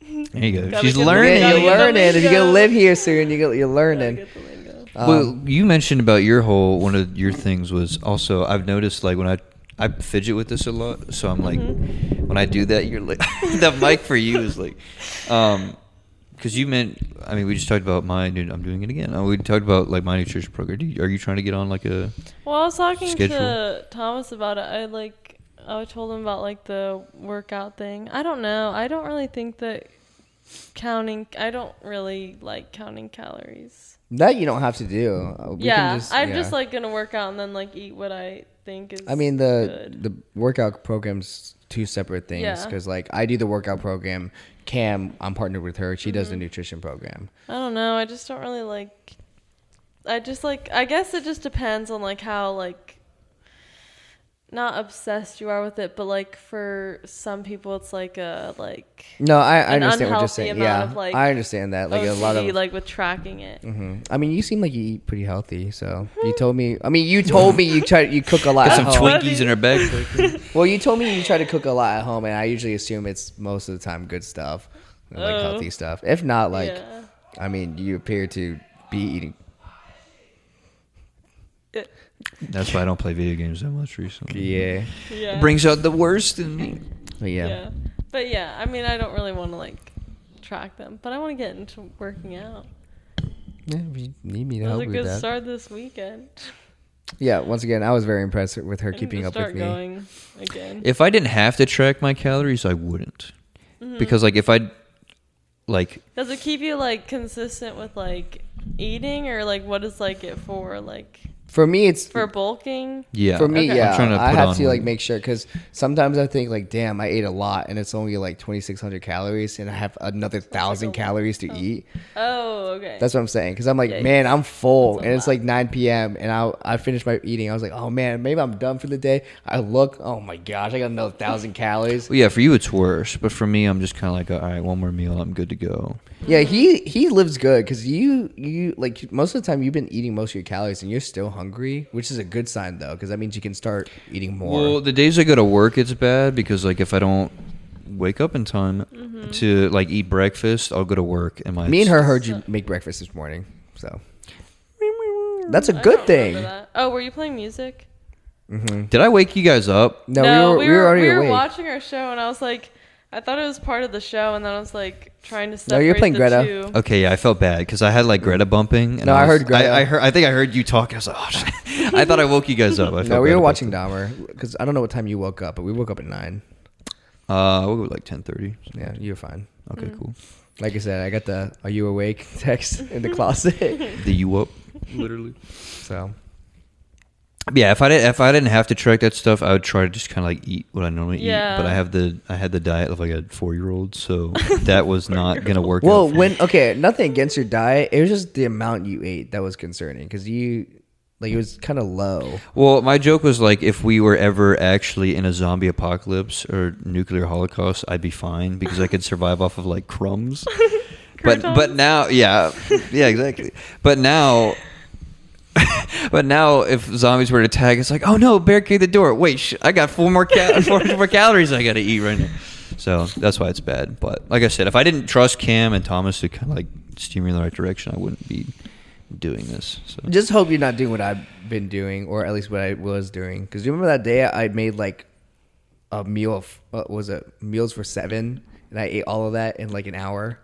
[SPEAKER 3] there you go.
[SPEAKER 1] Gotta
[SPEAKER 3] She's
[SPEAKER 1] get the
[SPEAKER 3] learning.
[SPEAKER 1] gotta
[SPEAKER 2] Yeah,
[SPEAKER 1] get
[SPEAKER 2] you
[SPEAKER 1] the
[SPEAKER 2] learn it. If you're gonna
[SPEAKER 1] lingo.
[SPEAKER 2] live here soon, you're, you're
[SPEAKER 1] Gotta
[SPEAKER 2] learning. Um,
[SPEAKER 1] get the lingo.
[SPEAKER 3] well, you mentioned about your whole one of your things was also I've noticed like when I I fidget with this a lot, so I'm like
[SPEAKER 1] Mm-hmm.
[SPEAKER 3] when I do that, you're like the mic for you is like, um, because you meant I mean we just talked about my dude I'm doing it again. Uh, We talked about like my nutrition program. Do you- Are you trying to get on like a
[SPEAKER 1] Well, I was talking
[SPEAKER 3] schedule?
[SPEAKER 1] to Thomas about it. I like I told him about like the workout thing. I don't know. I don't really think that counting. I don't really like counting calories.
[SPEAKER 2] That you don't have to do. Uh, we can
[SPEAKER 1] yeah, I'm
[SPEAKER 2] yeah.
[SPEAKER 1] just like gonna work out and then like eat what I think is.
[SPEAKER 2] I mean the
[SPEAKER 1] good.
[SPEAKER 2] the workout programs two separate things
[SPEAKER 1] Yeah.
[SPEAKER 2] because like I do the workout program. Cam, I'm partnered with her. She does
[SPEAKER 1] Mm-hmm.
[SPEAKER 2] the nutrition program.
[SPEAKER 1] I don't know. I just don't really like. I just like. I guess it just depends on like how like. Not obsessed you are with it, but like for some people, it's like a like.
[SPEAKER 2] No, I, I
[SPEAKER 1] An
[SPEAKER 2] understand what you're
[SPEAKER 1] unhealthy
[SPEAKER 2] saying.
[SPEAKER 1] amount
[SPEAKER 2] Yeah,
[SPEAKER 1] of, like,
[SPEAKER 2] I understand that. Like a lot
[SPEAKER 1] OCD,
[SPEAKER 2] of.
[SPEAKER 1] like with tracking it.
[SPEAKER 2] Mhm. I mean, you seem like you eat pretty healthy. So
[SPEAKER 1] Hmm.
[SPEAKER 2] you told me. I mean, you told me you try you cook a lot.
[SPEAKER 3] got
[SPEAKER 2] At
[SPEAKER 3] some
[SPEAKER 2] home.
[SPEAKER 1] funny.
[SPEAKER 3] Twinkies in her bag?
[SPEAKER 2] well, you told me you try to cook a lot at home, and I usually assume it's most of the time good stuff, like
[SPEAKER 1] Oh.
[SPEAKER 2] healthy stuff. If not, like,
[SPEAKER 1] Yeah.
[SPEAKER 2] I mean, you appear to be eating.
[SPEAKER 3] That's why I don't play video games that much recently.
[SPEAKER 2] Yeah.
[SPEAKER 1] Yeah.
[SPEAKER 3] brings out the worst in me.
[SPEAKER 1] Mm-hmm. yeah.
[SPEAKER 2] yeah.
[SPEAKER 1] But yeah, I mean, I don't really want to like track them, but I want to get into working out.
[SPEAKER 2] Yeah, if you need me to
[SPEAKER 1] That was
[SPEAKER 2] help
[SPEAKER 1] a
[SPEAKER 2] you with
[SPEAKER 1] good
[SPEAKER 2] that.
[SPEAKER 1] start this weekend.
[SPEAKER 2] Yeah, once again, I was very impressed with her
[SPEAKER 1] I need
[SPEAKER 2] keeping
[SPEAKER 1] to
[SPEAKER 2] up with
[SPEAKER 1] start
[SPEAKER 2] me.
[SPEAKER 1] going again.
[SPEAKER 3] If I didn't have to track my calories, I wouldn't.
[SPEAKER 1] Mm-hmm.
[SPEAKER 3] Because like if I like
[SPEAKER 1] Does it keep you like consistent with like eating or like what is like it for like
[SPEAKER 2] For me, it's
[SPEAKER 1] for
[SPEAKER 2] for,
[SPEAKER 1] bulking?
[SPEAKER 3] yeah.
[SPEAKER 2] me.
[SPEAKER 1] Okay.
[SPEAKER 2] Yeah,
[SPEAKER 3] I'm trying to
[SPEAKER 2] I
[SPEAKER 3] put
[SPEAKER 2] have
[SPEAKER 3] on
[SPEAKER 2] to like
[SPEAKER 3] weight.
[SPEAKER 2] make sure because sometimes I think like, damn, I ate a lot and it's only like twenty six hundred calories, and I have another thousand
[SPEAKER 1] lot.
[SPEAKER 2] calories to eat.
[SPEAKER 1] Oh, okay.
[SPEAKER 2] That's what I'm saying because I'm like,
[SPEAKER 1] Yeah,
[SPEAKER 2] man, I'm full,
[SPEAKER 1] that's a
[SPEAKER 2] and it's
[SPEAKER 1] lot.
[SPEAKER 2] like nine p.m. and I I finished my eating. I was like, oh man, maybe I'm done for the day. I look, oh my gosh, I got another thousand calories.
[SPEAKER 3] Well, yeah, for you it's worse, but for me I'm just kind of like, all right, one more meal, I'm good to go.
[SPEAKER 2] Yeah, he he lives good because you you like most of the time you've been eating most of your calories and you're still hungry, which is a good sign though because that means you can start eating more.
[SPEAKER 3] Well, the days I go to work, it's bad because like if I don't wake up in time
[SPEAKER 1] Mm-hmm.
[SPEAKER 3] to like eat breakfast, I'll go to work and my
[SPEAKER 2] Me and her heard you make breakfast this morning, so that's a
[SPEAKER 1] I
[SPEAKER 2] good
[SPEAKER 1] don't remember
[SPEAKER 2] thing.
[SPEAKER 1] that. Oh, were you playing music?
[SPEAKER 3] Did I wake you guys up?
[SPEAKER 2] No, we, were, we were already
[SPEAKER 1] we were
[SPEAKER 2] awake.
[SPEAKER 1] watching our show, and I was like, I thought it was part of the show, and then I was like trying to
[SPEAKER 2] No,
[SPEAKER 1] separate
[SPEAKER 2] you're playing
[SPEAKER 1] the
[SPEAKER 2] Greta.
[SPEAKER 1] two.
[SPEAKER 3] Okay, yeah, I felt bad because I had like Greta bumping. And
[SPEAKER 2] No, I
[SPEAKER 3] was-
[SPEAKER 2] heard Greta.
[SPEAKER 3] I, I heard. I think I heard you talk. I was like, oh, shit. I thought I woke you guys up. I felt
[SPEAKER 2] no, we
[SPEAKER 3] bad
[SPEAKER 2] were
[SPEAKER 3] about
[SPEAKER 2] watching
[SPEAKER 3] that.
[SPEAKER 2] Dahmer because I don't know what time you woke up, but we woke up at nine.
[SPEAKER 3] Uh, we'll go like ten thirty.
[SPEAKER 2] Yeah, you're fine.
[SPEAKER 3] Okay, cool.
[SPEAKER 2] Like I said, I got the "Are you awake?" text in the closet.
[SPEAKER 3] The you up? Literally.
[SPEAKER 2] so
[SPEAKER 3] Yeah, if I didn't if I didn't have to track that stuff, I would try to just kind of like eat what I normally
[SPEAKER 1] Yeah.
[SPEAKER 3] eat. But I have the I had the diet of like a four year old, so that was not gonna work.
[SPEAKER 2] well,
[SPEAKER 3] out.
[SPEAKER 2] when okay, nothing against your diet. It was just the amount you ate that was concerning because you like it was kind of low.
[SPEAKER 3] well, my joke was like if we were ever actually in a zombie apocalypse or nuclear holocaust, I'd be fine because I could survive off of like crumbs. but but
[SPEAKER 1] Croutons.
[SPEAKER 3] now, yeah, yeah, exactly. But now. But now, if zombies were to attack, it's like, oh no, barricade the door. Wait, sh- I got four more cal- four more calories I gotta eat right now. So that's why it's bad. But like I said, if I didn't trust Cam and Thomas to kind of like steer me in the right direction, I wouldn't be doing this. So
[SPEAKER 2] Just hope you're not doing what I've been doing, or at least what I was doing. Because you remember that day I made like a meal of what was it meals for seven, and I ate all of that in like an hour.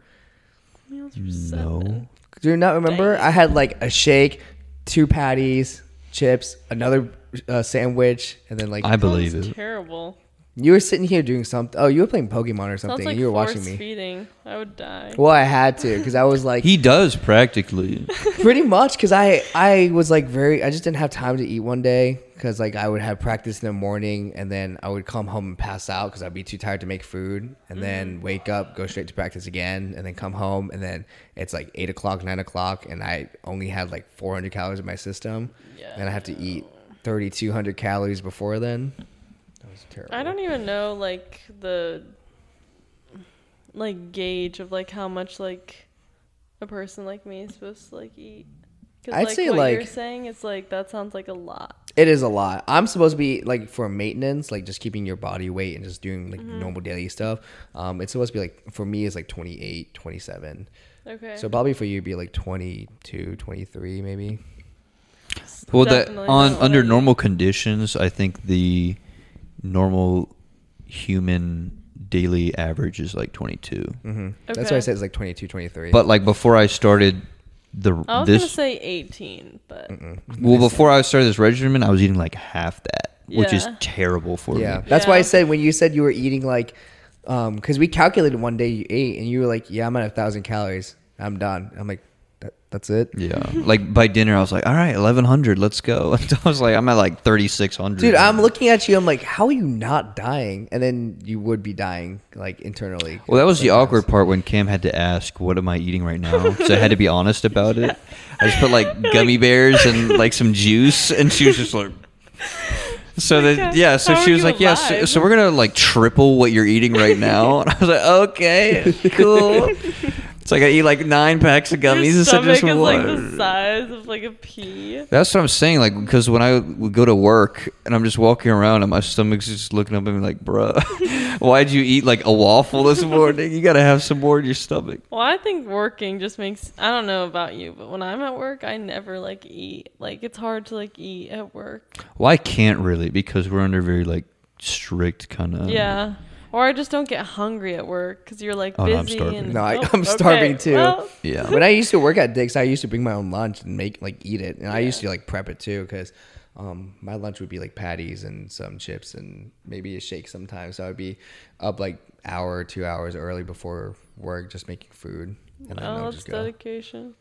[SPEAKER 1] Meals for seven.
[SPEAKER 3] no,
[SPEAKER 2] Do you not remember?
[SPEAKER 1] Dang.
[SPEAKER 2] I had like a shake, two patties, chips, another uh, sandwich, and then like
[SPEAKER 3] I
[SPEAKER 1] That
[SPEAKER 3] believe
[SPEAKER 1] was
[SPEAKER 3] it.
[SPEAKER 1] Terrible.
[SPEAKER 2] you were sitting here doing something. Oh, you were playing Pokemon or
[SPEAKER 1] Sounds
[SPEAKER 2] something.
[SPEAKER 1] like
[SPEAKER 2] and you were watching
[SPEAKER 1] force
[SPEAKER 2] me.
[SPEAKER 1] feeding. I would die.
[SPEAKER 2] Well, I had to because I was like
[SPEAKER 3] He does practically.
[SPEAKER 2] pretty much because I I was like very I just didn't have time to eat one day because like I would have practice in the morning and then I would come home and pass out because I'd be too tired to make food and then wake up go straight to practice again and then come home and then it's like eight o'clock nine o'clock and I only had like four hundred calories in my system and I have to eat thirty two hundred calories before then. That was terrible.
[SPEAKER 1] I don't even know like the like gauge of like how much like a person like me is supposed to like eat. Cause,
[SPEAKER 2] I'd
[SPEAKER 1] like,
[SPEAKER 2] say,
[SPEAKER 1] what you're
[SPEAKER 2] like-
[SPEAKER 1] saying it's like that sounds like a lot.
[SPEAKER 2] It is a lot. I'm supposed to be like for maintenance, like just keeping your body weight and just doing like
[SPEAKER 1] Mm-hmm.
[SPEAKER 2] normal daily stuff. Um, it's supposed to be like for me it's like 28, 27.
[SPEAKER 1] Okay.
[SPEAKER 2] So probably for you it'd be like 22, 23 maybe.
[SPEAKER 3] Well, that
[SPEAKER 1] Definitely
[SPEAKER 3] on
[SPEAKER 1] not
[SPEAKER 3] under
[SPEAKER 1] right.
[SPEAKER 3] normal conditions, I think the normal human daily average is like 22.
[SPEAKER 2] hmm That's why I
[SPEAKER 1] Okay.
[SPEAKER 2] said it's like 22, 23.
[SPEAKER 3] But like before I started the
[SPEAKER 1] I was gonna
[SPEAKER 3] this
[SPEAKER 1] say 18, but
[SPEAKER 3] well before I started this regimen, I was eating like half that, which is
[SPEAKER 1] Yeah.
[SPEAKER 3] terrible for
[SPEAKER 2] yeah,
[SPEAKER 3] me.
[SPEAKER 2] that's why I
[SPEAKER 1] Yeah.
[SPEAKER 2] said when you said you were eating like, um, cause we calculated one day you ate and you were like, yeah, I'm at a thousand calories. I'm done. I'm like, that, that's it.
[SPEAKER 3] Yeah, like by dinner, I was like, all right, 1100, let's go. And I was like, I'm at like 3600.
[SPEAKER 2] Dude, I'm looking at you. I'm like, how are you not dying? And then you would be dying, like internally.
[SPEAKER 3] Well, that was the
[SPEAKER 2] Sometimes.
[SPEAKER 3] awkward part when Cam had to ask, "What am I eating right now?" So I had to be honest about it. I just put like gummy bears and like some juice, and she was just like. So then,
[SPEAKER 1] Okay.
[SPEAKER 3] yeah. So
[SPEAKER 1] uh, How
[SPEAKER 3] she
[SPEAKER 1] are
[SPEAKER 3] was
[SPEAKER 1] you
[SPEAKER 3] like, "Yeah, so,
[SPEAKER 1] alive?"
[SPEAKER 3] so we're gonna like triple what you're eating right now." And I was like, "Okay, cool." it's like I eat like nine packs of gummies
[SPEAKER 1] your
[SPEAKER 3] instead
[SPEAKER 1] stomach
[SPEAKER 3] of just
[SPEAKER 1] is like the
[SPEAKER 3] one.
[SPEAKER 1] size of like a pea.
[SPEAKER 3] That's what I'm saying. Like, because when I would go to work and I'm just walking around and my stomach's just looking up at me like, bruh, why'd you eat like a waffle this morning? You got to have some more in your stomach.
[SPEAKER 1] Well, I think working just makes I don't know about you, but when I'm at work, I never like eat. Like it's hard to like eat at work.
[SPEAKER 3] Well, I can't really because we're under very like strict kind of.
[SPEAKER 1] yeah. Or I just don't get hungry at work because you're like
[SPEAKER 3] Oh, no, I'm
[SPEAKER 1] busy
[SPEAKER 3] starving.
[SPEAKER 1] and
[SPEAKER 2] No, I-
[SPEAKER 1] oh,
[SPEAKER 2] I'm starving too.
[SPEAKER 1] well,
[SPEAKER 3] Yeah.
[SPEAKER 2] when I used to work at Dick's, I used to bring my own lunch and make like eat it, and I used to like prep it too because um, my lunch would be like patties and some chips and maybe a shake sometimes. So I'd be up like hour, two hours early before work, just making food, and then I
[SPEAKER 1] oh,
[SPEAKER 2] would
[SPEAKER 1] that's
[SPEAKER 2] just go.
[SPEAKER 1] dedication.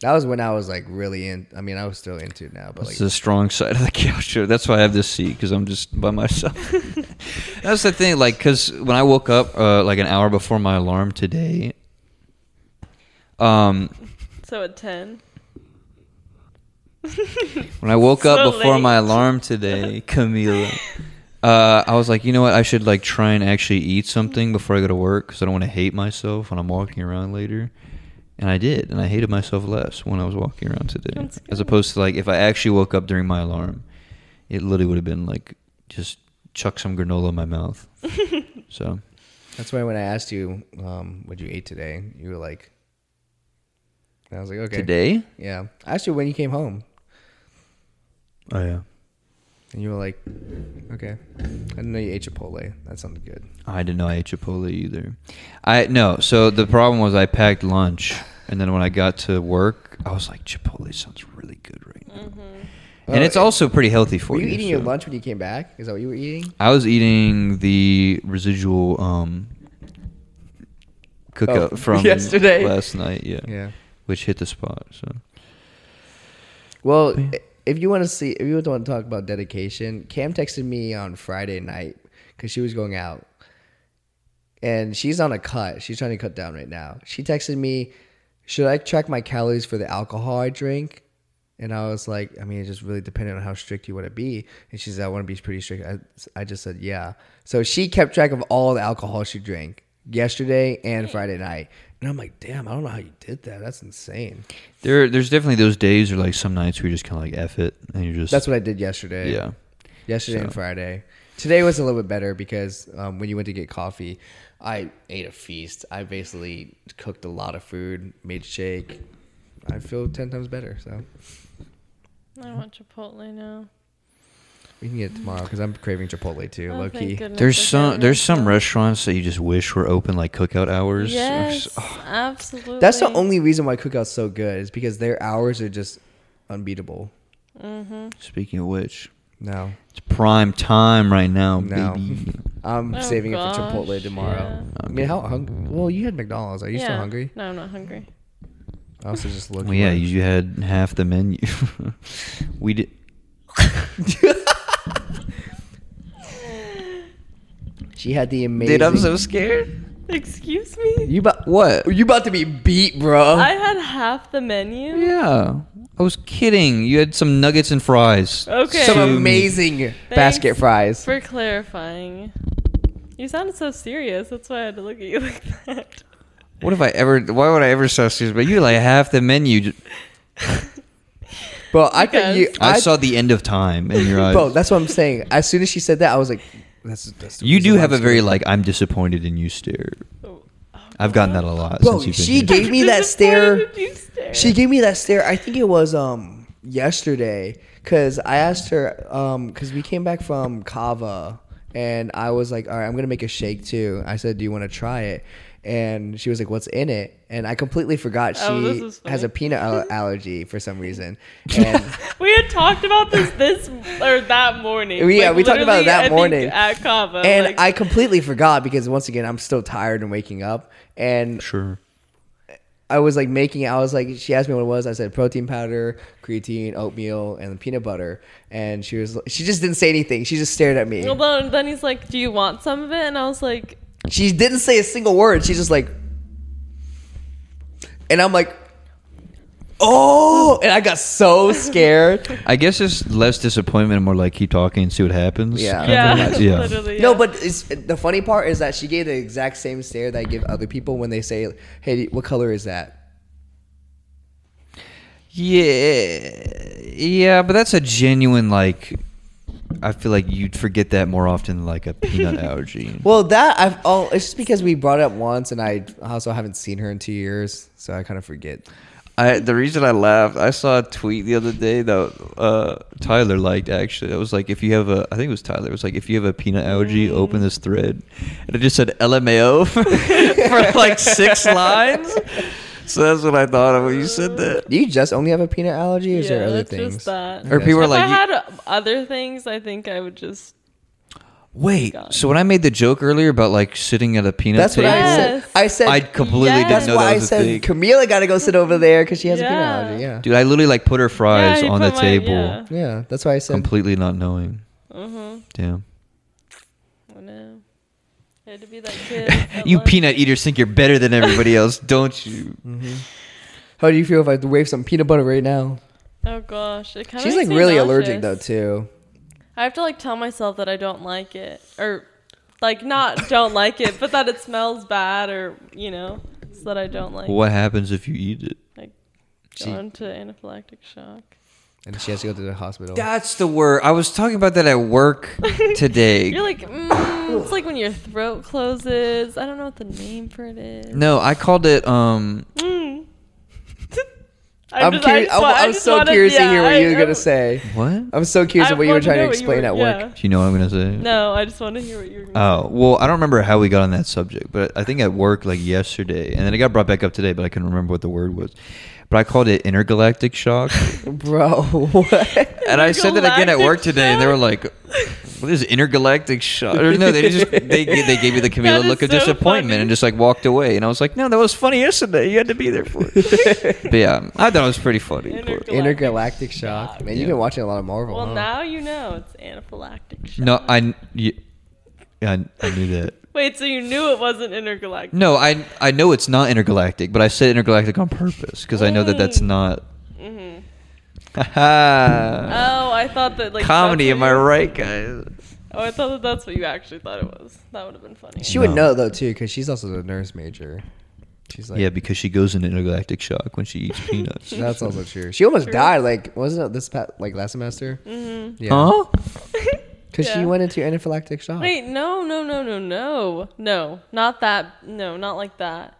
[SPEAKER 2] That was when I was like really in. I mean, I was still into it now, but like
[SPEAKER 3] It's the strong side of the couch. That's why I have this seat because I'm just by myself. That's the thing, like, because when I woke up uh, like an hour before my alarm today, um,
[SPEAKER 1] So at ten,
[SPEAKER 3] when I woke up
[SPEAKER 1] So
[SPEAKER 3] before
[SPEAKER 1] late.
[SPEAKER 3] my alarm today, Camila, uh, I was like, you know what? I should like try and actually eat something before I go to work because I don't want to hate myself when I'm walking around later. And I did, and I hated myself less when I was walking around today,
[SPEAKER 1] That's
[SPEAKER 3] as
[SPEAKER 1] good.
[SPEAKER 3] opposed to like if I actually woke up during my alarm, it literally would have been like just chuck some granola in my mouth. so
[SPEAKER 2] That's why when I asked you um, what you ate today, you were like, and I was like, okay.
[SPEAKER 3] today,
[SPEAKER 2] Yeah. I asked you when you came home,
[SPEAKER 3] oh yeah,
[SPEAKER 2] and you were like, okay. I didn't know you ate Chipotle. That sounded good.
[SPEAKER 3] I didn't know I ate Chipotle either. I no. So the problem was I packed lunch, and then when I got to work, I was like, Chipotle sounds really good right now, and
[SPEAKER 2] Oh,
[SPEAKER 3] it's
[SPEAKER 2] it-
[SPEAKER 3] also pretty healthy for
[SPEAKER 2] Were you eating your
[SPEAKER 3] so-
[SPEAKER 2] lunch when you came back? Is that what you were eating?
[SPEAKER 3] I was eating the residual um, cookout
[SPEAKER 2] Oh,
[SPEAKER 3] from
[SPEAKER 1] yesterday.
[SPEAKER 3] last night. Yeah,
[SPEAKER 2] Yeah.
[SPEAKER 3] which hit the spot. So
[SPEAKER 2] Well,
[SPEAKER 3] Yeah.
[SPEAKER 2] i- if you want to see, if you want to talk about dedication, Cam texted me on Friday night because she was going out, and she's on a cut. She's trying to cut down right now. She texted me, "Should I track my calories for the alcohol I drink?" And I was like, "I mean, it just really depended on how strict you want to be." And she said, "I want to be pretty strict." I, I just said, "Yeah." So she kept track of all the alcohol she drank yesterday and Friday night, and I'm like, "Damn, I don't know how you did that. That's insane."
[SPEAKER 3] there, there's definitely those days or like some nights where you're just kind of like f it, and you're just
[SPEAKER 2] That's what I did yesterday.
[SPEAKER 3] yeah.
[SPEAKER 2] yesterday and
[SPEAKER 3] So-
[SPEAKER 2] Friday. Today was a little bit better because um, when you went to get coffee, I ate a feast. I basically cooked a lot of food, made shake. I feel ten times better. So
[SPEAKER 1] I want Chipotle now.
[SPEAKER 2] we can get it tomorrow because I'm craving Chipotle too,
[SPEAKER 1] Oh,
[SPEAKER 2] low
[SPEAKER 1] thank
[SPEAKER 2] key.
[SPEAKER 1] goodness
[SPEAKER 3] There's
[SPEAKER 1] I
[SPEAKER 3] some
[SPEAKER 1] found
[SPEAKER 3] there's some
[SPEAKER 1] myself.
[SPEAKER 3] restaurants that you just wish were open like cookout hours. or
[SPEAKER 1] Yes,
[SPEAKER 3] s- oh,
[SPEAKER 1] absolutely.
[SPEAKER 2] That's the only reason why Cookout's so good is because their hours are just unbeatable.
[SPEAKER 3] speaking of which,
[SPEAKER 2] No,
[SPEAKER 3] it's prime time right now,
[SPEAKER 2] No.
[SPEAKER 3] baby.
[SPEAKER 2] I'm
[SPEAKER 1] Oh,
[SPEAKER 2] saving it for
[SPEAKER 1] gosh,
[SPEAKER 2] Chipotle tomorrow.
[SPEAKER 1] yeah.
[SPEAKER 2] I mean, how hungry? Well, you had McDonald's. Are you still
[SPEAKER 1] Yeah.
[SPEAKER 2] hungry?
[SPEAKER 1] No, I'm not hungry.
[SPEAKER 2] I also just looked.
[SPEAKER 3] Well, yeah,
[SPEAKER 2] one.
[SPEAKER 3] you, you had half the menu. we did.
[SPEAKER 2] she had the amazing.
[SPEAKER 3] scared.
[SPEAKER 1] Excuse me.
[SPEAKER 2] You about
[SPEAKER 3] What?
[SPEAKER 2] you about to be beat,
[SPEAKER 3] Oh.
[SPEAKER 2] bro?
[SPEAKER 1] I had half the menu.
[SPEAKER 3] Yeah. I was kidding. You had some nuggets and fries.
[SPEAKER 1] Okay.
[SPEAKER 2] Some
[SPEAKER 3] Sue me.
[SPEAKER 2] amazing basket fries.
[SPEAKER 1] For clarifying, you sounded so serious. That's why I had to look at you like that.
[SPEAKER 3] What if I ever? Why would I ever sell these? But you like half the menu.
[SPEAKER 2] Bro, I could.
[SPEAKER 1] Because-
[SPEAKER 2] You,
[SPEAKER 3] I,
[SPEAKER 2] I,
[SPEAKER 3] saw the end of time in your eyes.
[SPEAKER 2] Bro, that's what I'm saying. As soon as she said that, I was like, "That's." that's the
[SPEAKER 3] you
[SPEAKER 2] reason
[SPEAKER 3] do
[SPEAKER 2] why
[SPEAKER 3] have
[SPEAKER 2] I'm
[SPEAKER 3] a very
[SPEAKER 2] scared.
[SPEAKER 3] like I'm disappointed in you stare.
[SPEAKER 1] Oh, oh,
[SPEAKER 3] I've gotten that
[SPEAKER 1] God.
[SPEAKER 3] a lot.
[SPEAKER 2] Bro,
[SPEAKER 3] since you've
[SPEAKER 2] she
[SPEAKER 3] been here.
[SPEAKER 2] gave me that
[SPEAKER 1] Disappointed
[SPEAKER 2] stare.
[SPEAKER 1] if you stare.
[SPEAKER 2] She gave me that stare. I think it was um yesterday because I asked her um because we came back from Kava and I was like, all right, I'm gonna make a shake too. I said, do you want to try it? And she was like, what's in it? And I completely forgot she
[SPEAKER 1] Oh, this is funny.
[SPEAKER 2] has a peanut al- allergy for some reason. And
[SPEAKER 1] We had talked about this this or that morning.
[SPEAKER 2] We- yeah, we talked about
[SPEAKER 1] literally,
[SPEAKER 2] it that
[SPEAKER 1] I think,
[SPEAKER 2] morning.
[SPEAKER 1] at Kava.
[SPEAKER 2] and
[SPEAKER 1] like,
[SPEAKER 2] I completely forgot because once again, I'm still tired and waking up. And
[SPEAKER 3] sure.
[SPEAKER 2] I was like making. I was like, she asked me what it was. I said protein powder, creatine, oatmeal, and peanut butter. And she was, she just didn't say anything. She just stared at me.
[SPEAKER 1] Well, then, then he's like, "Do you want some of it?" And I was like,
[SPEAKER 2] She didn't say a single word. She's just like, and I'm like, oh, and I got so scared.
[SPEAKER 3] I guess it's less disappointment, and more like keep talking and see what happens.
[SPEAKER 2] Yeah.
[SPEAKER 3] kind of
[SPEAKER 1] "Yeah,
[SPEAKER 3] like- yeah.
[SPEAKER 1] literally."
[SPEAKER 2] No,
[SPEAKER 1] yeah.
[SPEAKER 2] but it's, the funny part is that she gave the exact same stare that I give other people when they say, "Hey, what color is that?"
[SPEAKER 3] Yeah, yeah, but that's a genuine like. I feel like you'd forget that more often, than, like a peanut allergy.
[SPEAKER 2] Well, that I've oh, it's just because we brought it up once, and I also haven't seen her in two years, so I kind of forget.
[SPEAKER 3] I the reason I laughed, I saw a tweet the other day that uh, Tyler liked. Actually, it was like if you have a, I think it was Tyler. It was like if you have a peanut allergy, open this thread, and it just said LMAO for, for like six lines. So that's what I thought of when you said that.
[SPEAKER 2] Do you just only have a peanut allergy, or is there
[SPEAKER 1] Yeah,
[SPEAKER 2] other
[SPEAKER 1] that's
[SPEAKER 2] things?
[SPEAKER 1] just that.
[SPEAKER 3] Or people are
[SPEAKER 1] if
[SPEAKER 3] like,
[SPEAKER 1] I
[SPEAKER 3] you-
[SPEAKER 1] had other things, I think I would just.
[SPEAKER 3] wait.
[SPEAKER 1] God.
[SPEAKER 3] So when I made the joke earlier about like sitting at a peanut,
[SPEAKER 2] that's what
[SPEAKER 3] table,
[SPEAKER 1] Yes.
[SPEAKER 2] I said. I
[SPEAKER 3] I
[SPEAKER 2] said.
[SPEAKER 3] completely
[SPEAKER 1] Yes.
[SPEAKER 3] didn't
[SPEAKER 2] That's
[SPEAKER 3] know
[SPEAKER 2] why
[SPEAKER 3] that
[SPEAKER 2] I
[SPEAKER 3] was a thing.
[SPEAKER 2] said Camila got to go sit over there because she has a
[SPEAKER 1] Yeah.
[SPEAKER 2] peanut allergy. Yeah.
[SPEAKER 3] Dude, I literally like put her fries
[SPEAKER 1] Yeah, I
[SPEAKER 3] on
[SPEAKER 1] put
[SPEAKER 3] the
[SPEAKER 1] mine-
[SPEAKER 3] table,
[SPEAKER 1] yeah.
[SPEAKER 2] Yeah. That's why I said.
[SPEAKER 3] completely not knowing.
[SPEAKER 1] Mhm.
[SPEAKER 3] Damn.
[SPEAKER 1] I know. I had to be that kid. that
[SPEAKER 3] You
[SPEAKER 1] loved-
[SPEAKER 3] peanut eaters think you're better than everybody else, don't you?
[SPEAKER 2] mm-hmm. How do you feel if I wave some peanut butter right now?
[SPEAKER 1] Oh gosh, it kind of.
[SPEAKER 2] She's like really allergic though too.
[SPEAKER 1] I have to like tell myself that I don't like it or like not don't like it, but that it smells bad or you know, so that I don't like
[SPEAKER 3] what happens if you eat it?
[SPEAKER 1] like
[SPEAKER 2] She-
[SPEAKER 1] go into anaphylactic shock.
[SPEAKER 2] and she has to go to the hospital.
[SPEAKER 3] That's the word. I was talking about that at work today.
[SPEAKER 1] You're like, mm, it's like when your throat closes. I don't know what the name for it is.
[SPEAKER 3] no, I called it um
[SPEAKER 1] Mm.
[SPEAKER 2] I'm,
[SPEAKER 1] just-
[SPEAKER 2] curious.
[SPEAKER 1] just wa-
[SPEAKER 2] I'm, I'm
[SPEAKER 1] just
[SPEAKER 2] so
[SPEAKER 1] wanted-
[SPEAKER 2] curious to
[SPEAKER 1] yeah,
[SPEAKER 2] hear what
[SPEAKER 1] I-
[SPEAKER 2] you were
[SPEAKER 1] I-
[SPEAKER 2] gonna say.
[SPEAKER 3] what?
[SPEAKER 2] I'm so curious
[SPEAKER 1] I
[SPEAKER 2] of what you were
[SPEAKER 1] wanted
[SPEAKER 2] trying to
[SPEAKER 1] know what you were-
[SPEAKER 2] explain at work.
[SPEAKER 1] yeah.
[SPEAKER 3] Do you know what I'm gonna say?
[SPEAKER 1] No, I just want to hear what you were gonna
[SPEAKER 3] Oh well, I don't remember how we got on that subject, but I think at work like yesterday, and then it got brought back up today, but I couldn't remember what the word was. But I called it intergalactic shock,
[SPEAKER 2] Bro, what?
[SPEAKER 3] and I said that again at work today, and they were like, "What is intergalactic shock?" Or no, they just they g- they gave me the
[SPEAKER 1] That
[SPEAKER 3] Camila
[SPEAKER 1] is
[SPEAKER 3] look of
[SPEAKER 1] so
[SPEAKER 3] disappointment
[SPEAKER 1] funny.
[SPEAKER 3] and just like walked away, and I was like, "No, that was funny yesterday. You had to be there for it." but yeah, I thought it was pretty funny. but-
[SPEAKER 1] Intergalactic
[SPEAKER 2] Intergalactic shock. Man, you've
[SPEAKER 3] Yeah.
[SPEAKER 2] been watching a lot of Marvel.
[SPEAKER 1] Well,
[SPEAKER 2] huh?
[SPEAKER 1] now you know it's anaphylactic shock.
[SPEAKER 3] No, I, y- I I knew that.
[SPEAKER 1] Wait, so you knew it wasn't intergalactic?
[SPEAKER 3] No, I I know it's not intergalactic, but I said intergalactic on purpose because I know that that's
[SPEAKER 1] Mm.
[SPEAKER 3] not.
[SPEAKER 1] Mm-hmm.
[SPEAKER 3] Haha.
[SPEAKER 1] Oh, I thought that like
[SPEAKER 3] comedy.
[SPEAKER 1] that's
[SPEAKER 3] Am
[SPEAKER 1] what
[SPEAKER 3] I
[SPEAKER 1] you-
[SPEAKER 3] right, guys?
[SPEAKER 1] Oh, I thought that that's what you actually thought it was. That would have been funny.
[SPEAKER 2] she would
[SPEAKER 3] No.
[SPEAKER 2] know though too, because she's also a nurse major. She's like,
[SPEAKER 3] yeah, because she goes into intergalactic shock when she eats peanuts.
[SPEAKER 2] That's also true. She almost
[SPEAKER 1] True.
[SPEAKER 2] died. Like, wasn't it this pa- like last semester?
[SPEAKER 1] Mm-hmm.
[SPEAKER 2] Yeah.
[SPEAKER 3] Huh?
[SPEAKER 2] Because she went into anaphylactic shock.
[SPEAKER 1] Wait, no, no, no, no, no, no, not that. No, not like that.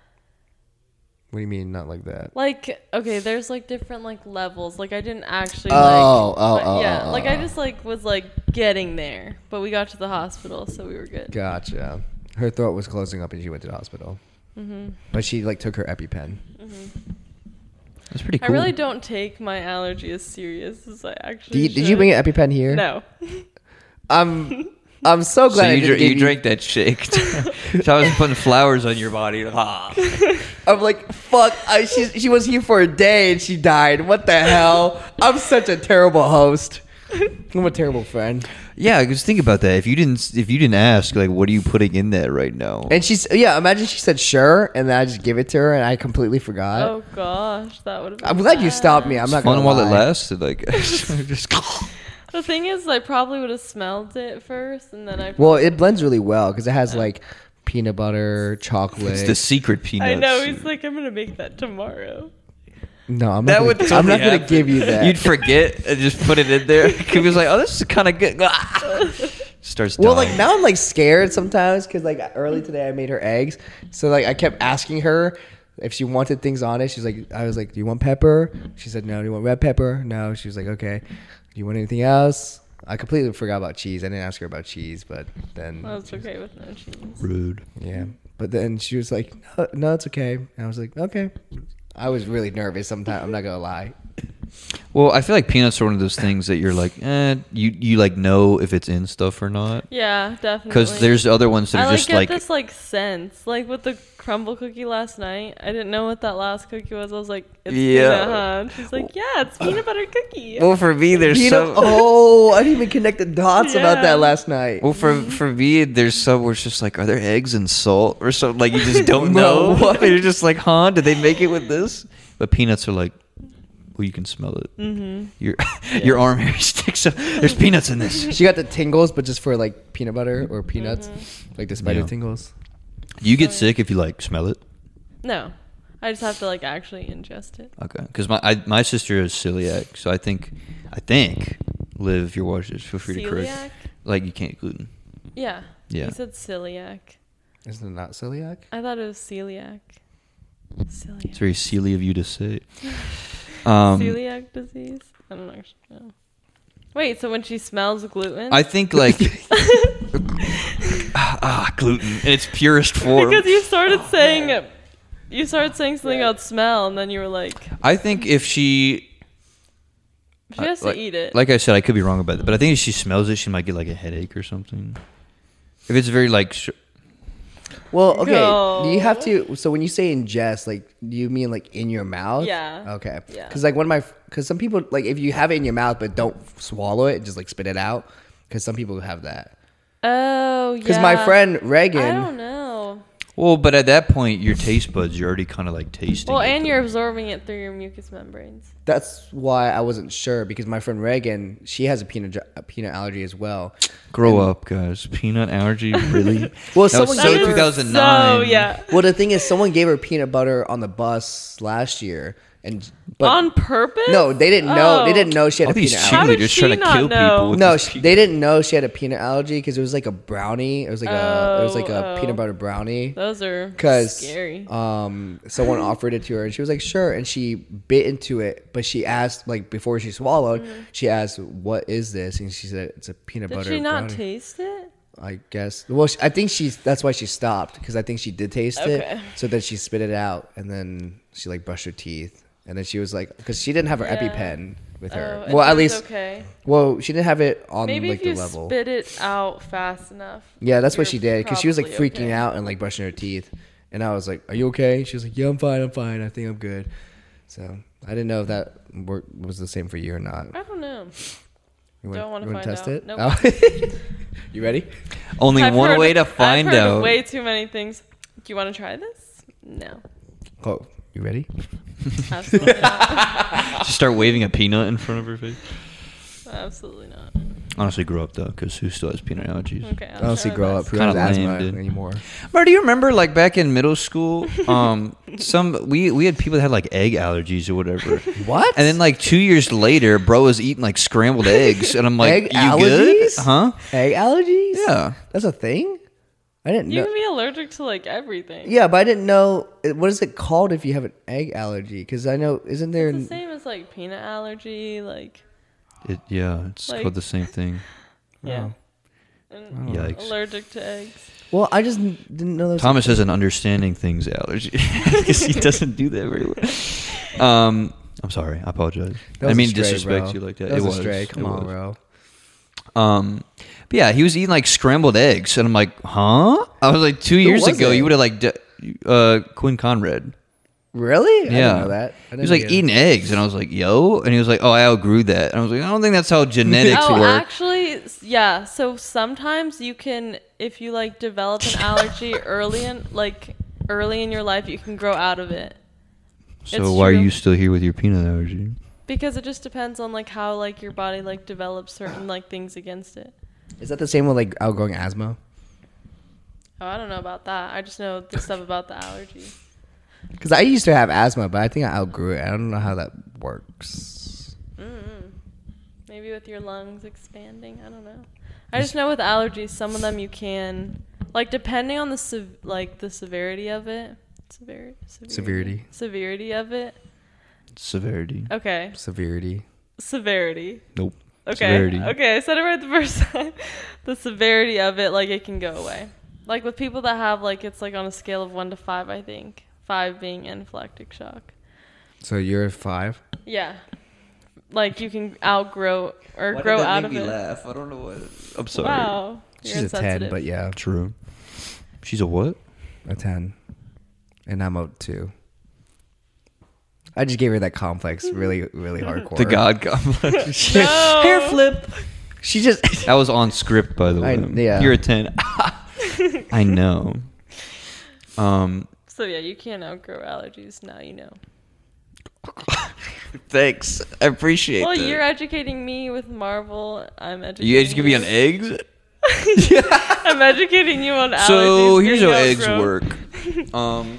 [SPEAKER 2] What do you mean, not like that?
[SPEAKER 1] Like, okay, there's like different like levels. Like, I didn't actually.
[SPEAKER 2] Oh,
[SPEAKER 1] like,
[SPEAKER 2] oh, oh,
[SPEAKER 1] yeah.
[SPEAKER 2] oh,
[SPEAKER 1] like,
[SPEAKER 2] oh,
[SPEAKER 1] I
[SPEAKER 2] oh.
[SPEAKER 1] just like was like getting there, but we got to the hospital, so we were good.
[SPEAKER 2] Gotcha. Her throat was closing up, and she went to the hospital.
[SPEAKER 1] Mm-hmm.
[SPEAKER 2] But she like took her EpiPen.
[SPEAKER 3] That's pretty
[SPEAKER 1] I
[SPEAKER 3] cool.
[SPEAKER 1] really don't take my allergy as serious as I actually.
[SPEAKER 2] Did you, did you
[SPEAKER 1] should.
[SPEAKER 2] bring an EpiPen here?
[SPEAKER 1] No.
[SPEAKER 2] I'm I'm so glad.
[SPEAKER 3] So
[SPEAKER 2] I
[SPEAKER 3] you,
[SPEAKER 2] didn't
[SPEAKER 3] dr-
[SPEAKER 2] give
[SPEAKER 3] you drank that shake. so I was putting flowers on your body. Ah.
[SPEAKER 2] I'm like fuck. I, she she was here for a day and she died. What the hell? I'm such a terrible host. I'm a terrible friend.
[SPEAKER 3] Yeah, because think about that. If you didn't, s- if you didn't ask, like, what are you putting in that right now?
[SPEAKER 2] And she's yeah. Imagine she said sure, and then I just give it to her, and I completely forgot.
[SPEAKER 1] oh gosh, that would have.
[SPEAKER 2] I'm glad you stopped me. I'm not
[SPEAKER 3] Fun
[SPEAKER 2] gonna
[SPEAKER 3] while it
[SPEAKER 2] lie.
[SPEAKER 3] lasted. Like, just.
[SPEAKER 1] The thing is, I probably would have smelled it first, and then I.
[SPEAKER 2] Well, it blends really well because it has like peanut butter, chocolate.
[SPEAKER 3] It's the secret
[SPEAKER 1] I
[SPEAKER 3] peanuts.
[SPEAKER 1] know he's like, I'm gonna make that tomorrow.
[SPEAKER 2] no, I'm
[SPEAKER 3] That
[SPEAKER 2] not.
[SPEAKER 3] would.
[SPEAKER 2] Gonna, I'm not
[SPEAKER 3] totally
[SPEAKER 2] gonna
[SPEAKER 3] happen.
[SPEAKER 2] give you that.
[SPEAKER 3] You'd forget and just put it in there. He was like, "Oh, this is kind of good." Starts.
[SPEAKER 2] well,
[SPEAKER 3] dying.
[SPEAKER 2] like now I'm like scared sometimes because like early today I made her eggs, so like I kept asking her if she wanted things on it. She's like, I was like, do you want pepper? She said no. Do you want red pepper? No. She was like, okay. Do you want anything else? I completely forgot about cheese. I didn't ask her about cheese, but then
[SPEAKER 1] I was okay with no cheese.
[SPEAKER 3] rude.
[SPEAKER 2] Yeah. But then she was like, no, no, it's okay. And I was like, okay. I was really nervous sometimes. I'm not going to lie.
[SPEAKER 3] Well, I feel like peanuts are one of those things that you're like, eh, you you like know if it's in stuff or not.
[SPEAKER 1] Yeah, definitely.
[SPEAKER 3] Because there's other ones that
[SPEAKER 1] I
[SPEAKER 3] are
[SPEAKER 1] like
[SPEAKER 3] just
[SPEAKER 1] get
[SPEAKER 3] like,
[SPEAKER 1] this like sense, like with the crumble cookie last night. I didn't know what that last cookie was. I was like, it's
[SPEAKER 3] Yeah.
[SPEAKER 1] peanut, huh? And she's like, yeah, it's peanut butter cookie.
[SPEAKER 3] well, for me, there's
[SPEAKER 2] You know,
[SPEAKER 3] some.
[SPEAKER 2] oh, I didn't even connect the dots
[SPEAKER 1] Yeah.
[SPEAKER 2] about that last night.
[SPEAKER 3] Well, for for me, there's some where it's just like, are there eggs and salt or something? Like you just don't
[SPEAKER 2] No,
[SPEAKER 3] know.
[SPEAKER 2] what?
[SPEAKER 3] You're just like, huh? Did they make it with this? But peanuts are like, well, you can smell it.
[SPEAKER 1] Mm-hmm.
[SPEAKER 3] Your your arm hair sticks up. There's peanuts in this.
[SPEAKER 2] She got the tingles, but just for like peanut butter or peanuts,
[SPEAKER 1] Mm-hmm.
[SPEAKER 2] like the spider
[SPEAKER 3] Yeah.
[SPEAKER 2] tingles.
[SPEAKER 3] You get sick if you like smell it.
[SPEAKER 1] No, I just have to like actually ingest it.
[SPEAKER 3] Okay, because my I, my sister is celiac, so I think I think live your watches. Feel free to
[SPEAKER 1] Celiac?
[SPEAKER 3] correct. Like you can't eat gluten.
[SPEAKER 1] Yeah.
[SPEAKER 3] Yeah.
[SPEAKER 1] You said celiac.
[SPEAKER 2] Isn't it not celiac?
[SPEAKER 1] I thought it was celiac. Celiac.
[SPEAKER 3] It's very silly of you to say. Um,
[SPEAKER 1] celiac disease. I don't actually know. Wait, so when she smells gluten,
[SPEAKER 3] I think like ah, ah, gluten in its purest form.
[SPEAKER 1] because you started saying you started saying something about smell, and then you were like,
[SPEAKER 3] I think if she uh,
[SPEAKER 1] she has
[SPEAKER 3] like,
[SPEAKER 1] to eat it.
[SPEAKER 3] Like I said, I could be wrong about that, but I think if she smells it, she might get like a headache or something. If it's very like, sh-
[SPEAKER 2] Well, okay. Do you have
[SPEAKER 1] No.
[SPEAKER 2] to? So when you say ingest, like, do you mean like in your mouth?
[SPEAKER 1] Yeah.
[SPEAKER 2] Okay.
[SPEAKER 1] Yeah.
[SPEAKER 2] Because like one of my, because some people like if you have it in your mouth but don't swallow it, just like spit it out. Because some people have that.
[SPEAKER 1] oh yeah.
[SPEAKER 2] Because my friend
[SPEAKER 1] I
[SPEAKER 2] Reagan,
[SPEAKER 1] don't know.
[SPEAKER 3] Well, but at that point, your taste buds, you're already kind of like tasting.
[SPEAKER 1] Well,
[SPEAKER 3] it,
[SPEAKER 1] and
[SPEAKER 3] though.
[SPEAKER 1] you're absorbing it through your mucous membranes.
[SPEAKER 2] That's why I wasn't sure because my friend Reagan, she has a peanut dr- a peanut allergy as well.
[SPEAKER 3] grow up, guys. Peanut allergy, really?
[SPEAKER 2] Well,
[SPEAKER 3] that was
[SPEAKER 2] someone
[SPEAKER 3] so
[SPEAKER 2] gave her-
[SPEAKER 1] So
[SPEAKER 3] 2009.
[SPEAKER 1] yeah,
[SPEAKER 2] Well, the thing is, someone gave her peanut butter on the bus last year, and but
[SPEAKER 1] on purpose.
[SPEAKER 2] no, they didn't know. They
[SPEAKER 1] Oh.
[SPEAKER 2] didn't know she had
[SPEAKER 3] All
[SPEAKER 2] a
[SPEAKER 3] these
[SPEAKER 2] peanut allergy.
[SPEAKER 1] How did
[SPEAKER 3] cheerleaders
[SPEAKER 1] she
[SPEAKER 3] trying to
[SPEAKER 1] not
[SPEAKER 3] kill
[SPEAKER 1] know?
[SPEAKER 3] people. With
[SPEAKER 2] No,
[SPEAKER 3] this
[SPEAKER 2] she,
[SPEAKER 3] peanut-
[SPEAKER 2] they didn't know she had a peanut allergy because it was like a brownie. It was like a it was like a
[SPEAKER 1] Oh,
[SPEAKER 2] peanut
[SPEAKER 1] oh.
[SPEAKER 2] butter brownie.
[SPEAKER 1] those are
[SPEAKER 2] Because
[SPEAKER 1] scary.
[SPEAKER 2] um, someone offered it to her and she was like, sure. And she bit into it, but she asked, like, before she swallowed, she asked, what is this? And she said, it's a peanut
[SPEAKER 1] Mm-hmm. Did
[SPEAKER 2] butter
[SPEAKER 1] she not
[SPEAKER 2] brownie.
[SPEAKER 1] taste it?
[SPEAKER 2] I guess. Well, she, I think she's that's why she stopped because I think she did taste it.
[SPEAKER 1] Okay.
[SPEAKER 2] So then she spit it out and then she like brushed her teeth and then she was like, because she didn't have her
[SPEAKER 1] Yeah.
[SPEAKER 2] EpiPen with her.
[SPEAKER 1] Oh,
[SPEAKER 2] well,
[SPEAKER 1] it
[SPEAKER 2] at
[SPEAKER 1] was
[SPEAKER 2] least.
[SPEAKER 1] okay.
[SPEAKER 2] Well, she didn't have it on
[SPEAKER 1] Maybe
[SPEAKER 2] like
[SPEAKER 1] if you
[SPEAKER 2] the level.
[SPEAKER 1] spit it out fast enough.
[SPEAKER 2] yeah, that's what
[SPEAKER 1] you're
[SPEAKER 2] she did because she was like
[SPEAKER 1] probably
[SPEAKER 2] freaking
[SPEAKER 1] okay.
[SPEAKER 2] out and like brushing her teeth. And I was like, "Are you okay?" She was like, "Yeah, I'm fine. I'm fine. I think I'm good." So I didn't know if that work was the same for you or not.
[SPEAKER 1] I don't know.
[SPEAKER 2] You
[SPEAKER 1] Don't wanna
[SPEAKER 2] you
[SPEAKER 1] find
[SPEAKER 2] test
[SPEAKER 1] out.
[SPEAKER 2] it?
[SPEAKER 1] Nope.
[SPEAKER 2] Oh. you ready?
[SPEAKER 3] Only
[SPEAKER 1] I've
[SPEAKER 3] one
[SPEAKER 1] heard-
[SPEAKER 3] way to find
[SPEAKER 1] I've heard
[SPEAKER 3] out.
[SPEAKER 1] Way too many things. Do you want to try this? No,
[SPEAKER 2] Oh, you ready?
[SPEAKER 1] absolutely not.
[SPEAKER 3] Just start waving a peanut in front of her face.
[SPEAKER 1] Absolutely not.
[SPEAKER 3] Honestly, grow up though, because who still has peanut allergies?
[SPEAKER 1] Okay. I'll
[SPEAKER 2] I don't see
[SPEAKER 1] try my
[SPEAKER 2] grow up
[SPEAKER 1] best.
[SPEAKER 2] who has
[SPEAKER 3] Kinda lame,
[SPEAKER 2] asthma
[SPEAKER 3] dude.
[SPEAKER 2] anymore.
[SPEAKER 3] Mar, do you remember like back in middle school? Um, some we we had people that had like egg allergies or whatever.
[SPEAKER 2] What?
[SPEAKER 3] And then like two years later, bro was eating like scrambled eggs, and I'm like,
[SPEAKER 2] egg
[SPEAKER 3] you
[SPEAKER 2] allergies?
[SPEAKER 3] good? Huh?
[SPEAKER 2] Egg allergies?
[SPEAKER 3] Yeah.
[SPEAKER 2] that's a thing. I didn't
[SPEAKER 1] You
[SPEAKER 2] know.
[SPEAKER 1] can be allergic to like everything.
[SPEAKER 2] Yeah, but I didn't know what is it called if you have an egg allergy? Because I know isn't there?
[SPEAKER 1] It's the same as like peanut allergy, like
[SPEAKER 3] It, yeah, it's
[SPEAKER 1] Like-
[SPEAKER 3] called the same thing.
[SPEAKER 1] yeah.
[SPEAKER 2] Oh.
[SPEAKER 1] And
[SPEAKER 3] Yikes.
[SPEAKER 1] allergic to eggs.
[SPEAKER 2] Well, I just n- didn't know. There was
[SPEAKER 3] Thomas has an understanding things allergy because he doesn't do that very well. Um, I'm sorry. I apologize.
[SPEAKER 2] That was
[SPEAKER 3] I
[SPEAKER 2] a
[SPEAKER 3] mean,
[SPEAKER 2] stray,
[SPEAKER 3] disrespect
[SPEAKER 2] bro.
[SPEAKER 3] you like that.
[SPEAKER 2] That
[SPEAKER 3] it
[SPEAKER 2] was
[SPEAKER 3] was.
[SPEAKER 2] a stray. Come
[SPEAKER 3] it
[SPEAKER 2] on,
[SPEAKER 3] was.
[SPEAKER 2] bro.
[SPEAKER 3] Um, but yeah, he was eating like scrambled eggs, and I'm like, huh? I was like, two years
[SPEAKER 2] was
[SPEAKER 3] ago,
[SPEAKER 2] it?
[SPEAKER 3] you would have like, d- uh, Quinn Conrad.
[SPEAKER 2] Really? I
[SPEAKER 3] Yeah,
[SPEAKER 2] didn't know that. I
[SPEAKER 3] He
[SPEAKER 2] didn't
[SPEAKER 3] was like
[SPEAKER 2] know-
[SPEAKER 3] eating eggs, and I was like, yo, and he was like, oh, I outgrew that, and I was like, I don't think that's how genetics
[SPEAKER 1] Oh,
[SPEAKER 3] work.
[SPEAKER 1] actually, s- yeah. So sometimes you can, if you like develop an allergy early in, like early in your life, you can grow out of it
[SPEAKER 3] so
[SPEAKER 1] it's
[SPEAKER 3] why are
[SPEAKER 1] true.
[SPEAKER 3] you still here with your peanut allergy?
[SPEAKER 1] because it just depends on like how like your body like develops certain like things against it.
[SPEAKER 2] Is that the same with like outgrowing asthma?
[SPEAKER 1] Oh, I don't know about that. I just know the stuff about the allergy.
[SPEAKER 2] Because I used to have asthma, but I think I outgrew it. I don't know how that works.
[SPEAKER 1] Maybe with your lungs expanding. I don't know. I just know with allergies, some of them you can, like depending on the sev- like the severity of it, sever- severity,
[SPEAKER 2] Severity.
[SPEAKER 1] severity of it.
[SPEAKER 3] Severity.
[SPEAKER 1] Okay,
[SPEAKER 2] Severity.
[SPEAKER 1] severity.
[SPEAKER 3] Nope.
[SPEAKER 1] Okay,
[SPEAKER 3] Severity.
[SPEAKER 1] okay. I said it right the first time. the severity of it, like it can go away. Like with people that have like it's like on a scale of one to five, I think five being anaphylactic shock.
[SPEAKER 2] So you're five.
[SPEAKER 1] Yeah, like you can outgrow or grow out of it.
[SPEAKER 3] laugh? I don't know what. I'm sorry.
[SPEAKER 1] Wow, you're
[SPEAKER 2] She's a ten,
[SPEAKER 1] insensitive.
[SPEAKER 2] but yeah,
[SPEAKER 3] True. She's a what?
[SPEAKER 2] a ten, and I'm a two. I just gave her that complex, really, really hardcore.
[SPEAKER 3] The God complex.
[SPEAKER 1] No.
[SPEAKER 2] hair flip. She just.
[SPEAKER 3] That was on script, by the
[SPEAKER 2] I-
[SPEAKER 3] way.
[SPEAKER 2] yeah.
[SPEAKER 3] You're a 10. I know. Um,
[SPEAKER 1] So yeah, you can't outgrow allergies. Now you know.
[SPEAKER 3] thanks. I appreciate
[SPEAKER 1] Well,
[SPEAKER 3] that.
[SPEAKER 1] you're educating me with Marvel. I'm educating.
[SPEAKER 3] you guys give me an eggs?
[SPEAKER 1] I'm educating you on allergies.
[SPEAKER 3] So here's
[SPEAKER 1] being
[SPEAKER 3] how eggs
[SPEAKER 1] outgrown.
[SPEAKER 3] work. Um,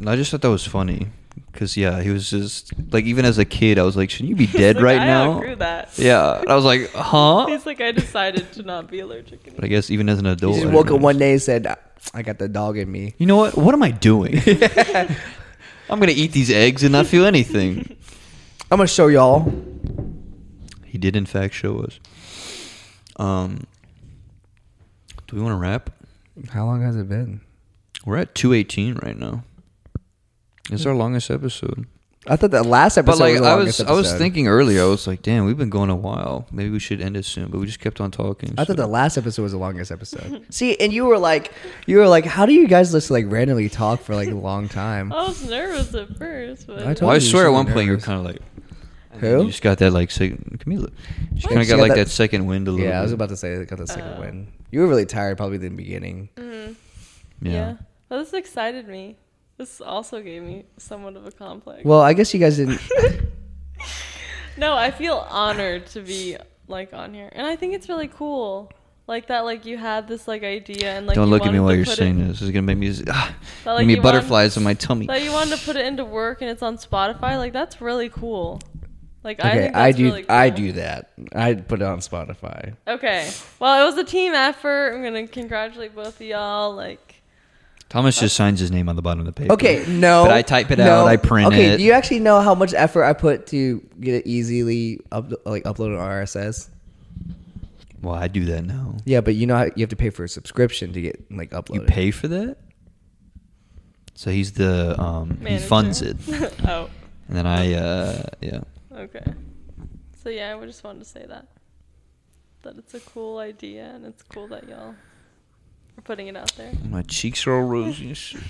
[SPEAKER 3] and I just thought that was funny. Because, yeah, he was just, like, even as a kid, I was like, shouldn't you be
[SPEAKER 1] He's
[SPEAKER 3] dead
[SPEAKER 1] like,
[SPEAKER 3] right
[SPEAKER 1] I
[SPEAKER 3] now?
[SPEAKER 1] outgrew that.
[SPEAKER 3] Yeah. And I was like, huh?
[SPEAKER 1] He's like, I decided to not be allergic.
[SPEAKER 3] But
[SPEAKER 1] Anymore.
[SPEAKER 3] I guess even as an
[SPEAKER 2] She
[SPEAKER 3] adult.
[SPEAKER 2] just
[SPEAKER 3] I
[SPEAKER 2] woke
[SPEAKER 3] don't
[SPEAKER 2] up
[SPEAKER 3] know.
[SPEAKER 2] one day and said, "I got the dog in me."
[SPEAKER 3] You know what? What am I doing? I'm going to eat these eggs and not feel anything.
[SPEAKER 2] I'm gonna show y'all.
[SPEAKER 3] He did, in fact, show us. Um, do we want to wrap?
[SPEAKER 2] How long has it been?
[SPEAKER 3] We're at 218 right now. It's our longest episode.
[SPEAKER 2] I thought that last episode.
[SPEAKER 3] But like
[SPEAKER 2] was the
[SPEAKER 3] I was,
[SPEAKER 2] longest
[SPEAKER 3] I was
[SPEAKER 2] episode.
[SPEAKER 3] thinking earlier, I was like, "Damn, we've been going a while. Maybe we should end it soon." But we just kept on talking.
[SPEAKER 2] I
[SPEAKER 3] so-
[SPEAKER 2] thought the last episode was the longest episode. See, and you were like, you were like, how do you guys just like randomly talk for like a long time?
[SPEAKER 1] I was nervous at first, but
[SPEAKER 2] I told
[SPEAKER 3] well, I
[SPEAKER 2] you
[SPEAKER 3] swear,
[SPEAKER 2] should
[SPEAKER 3] at
[SPEAKER 2] be
[SPEAKER 3] one point you're
[SPEAKER 2] nervous.
[SPEAKER 3] kind of like, and
[SPEAKER 2] Who?
[SPEAKER 3] then You just got that like second, Camila.
[SPEAKER 2] What?
[SPEAKER 3] She kind of
[SPEAKER 2] She
[SPEAKER 3] got
[SPEAKER 2] got
[SPEAKER 3] like
[SPEAKER 2] that-
[SPEAKER 3] that, second wind a little.
[SPEAKER 2] yeah, I was
[SPEAKER 3] bit.
[SPEAKER 2] about to say I got the second
[SPEAKER 1] Oh.
[SPEAKER 2] win. You were really tired probably in the beginning.
[SPEAKER 1] Mhm.
[SPEAKER 3] Yeah.
[SPEAKER 1] yeah. Well, this excited me. This also gave me somewhat of a complex.
[SPEAKER 2] Well, I guess you guys didn't.
[SPEAKER 1] no, I feel honored to be like on here, and I think it's really cool. Like that, like you had this like idea, and like
[SPEAKER 3] Don't
[SPEAKER 1] you
[SPEAKER 3] look at me
[SPEAKER 1] wanted
[SPEAKER 3] while
[SPEAKER 1] to
[SPEAKER 3] you're
[SPEAKER 1] put
[SPEAKER 3] saying
[SPEAKER 1] it,
[SPEAKER 3] this. This is gonna make me s- ah,
[SPEAKER 1] But, like,
[SPEAKER 3] give me
[SPEAKER 1] you want-
[SPEAKER 3] butterflies in my tummy.
[SPEAKER 1] That you wanted to put it into work, and it's on Spotify. Like that's really cool. Like I
[SPEAKER 2] Okay,
[SPEAKER 1] think that's
[SPEAKER 2] I, do.
[SPEAKER 1] really cool.
[SPEAKER 2] I do that. I put it on Spotify.
[SPEAKER 1] Okay. Well, it was a team effort. I'm gonna congratulate both of y'all. Like,
[SPEAKER 3] Thomas just signs his name on the bottom of the paper.
[SPEAKER 2] Okay, no.
[SPEAKER 3] But I type it
[SPEAKER 2] no.
[SPEAKER 3] out. I print
[SPEAKER 2] okay,
[SPEAKER 3] it.
[SPEAKER 2] do you actually know how much effort I put to get it easily up, like upload on RSS?
[SPEAKER 3] well, I do that now.
[SPEAKER 2] Yeah, but you know how you have to pay for a subscription to get like uploaded.
[SPEAKER 3] You pay for that. So he's the um, he
[SPEAKER 1] manager.
[SPEAKER 3] funds it,
[SPEAKER 1] oh,
[SPEAKER 3] and then I uh, yeah.
[SPEAKER 1] okay. So yeah, I just wanted to say that that it's a cool idea, and it's cool that y'all are putting it out there.
[SPEAKER 3] My cheeks are all rosy. and shit.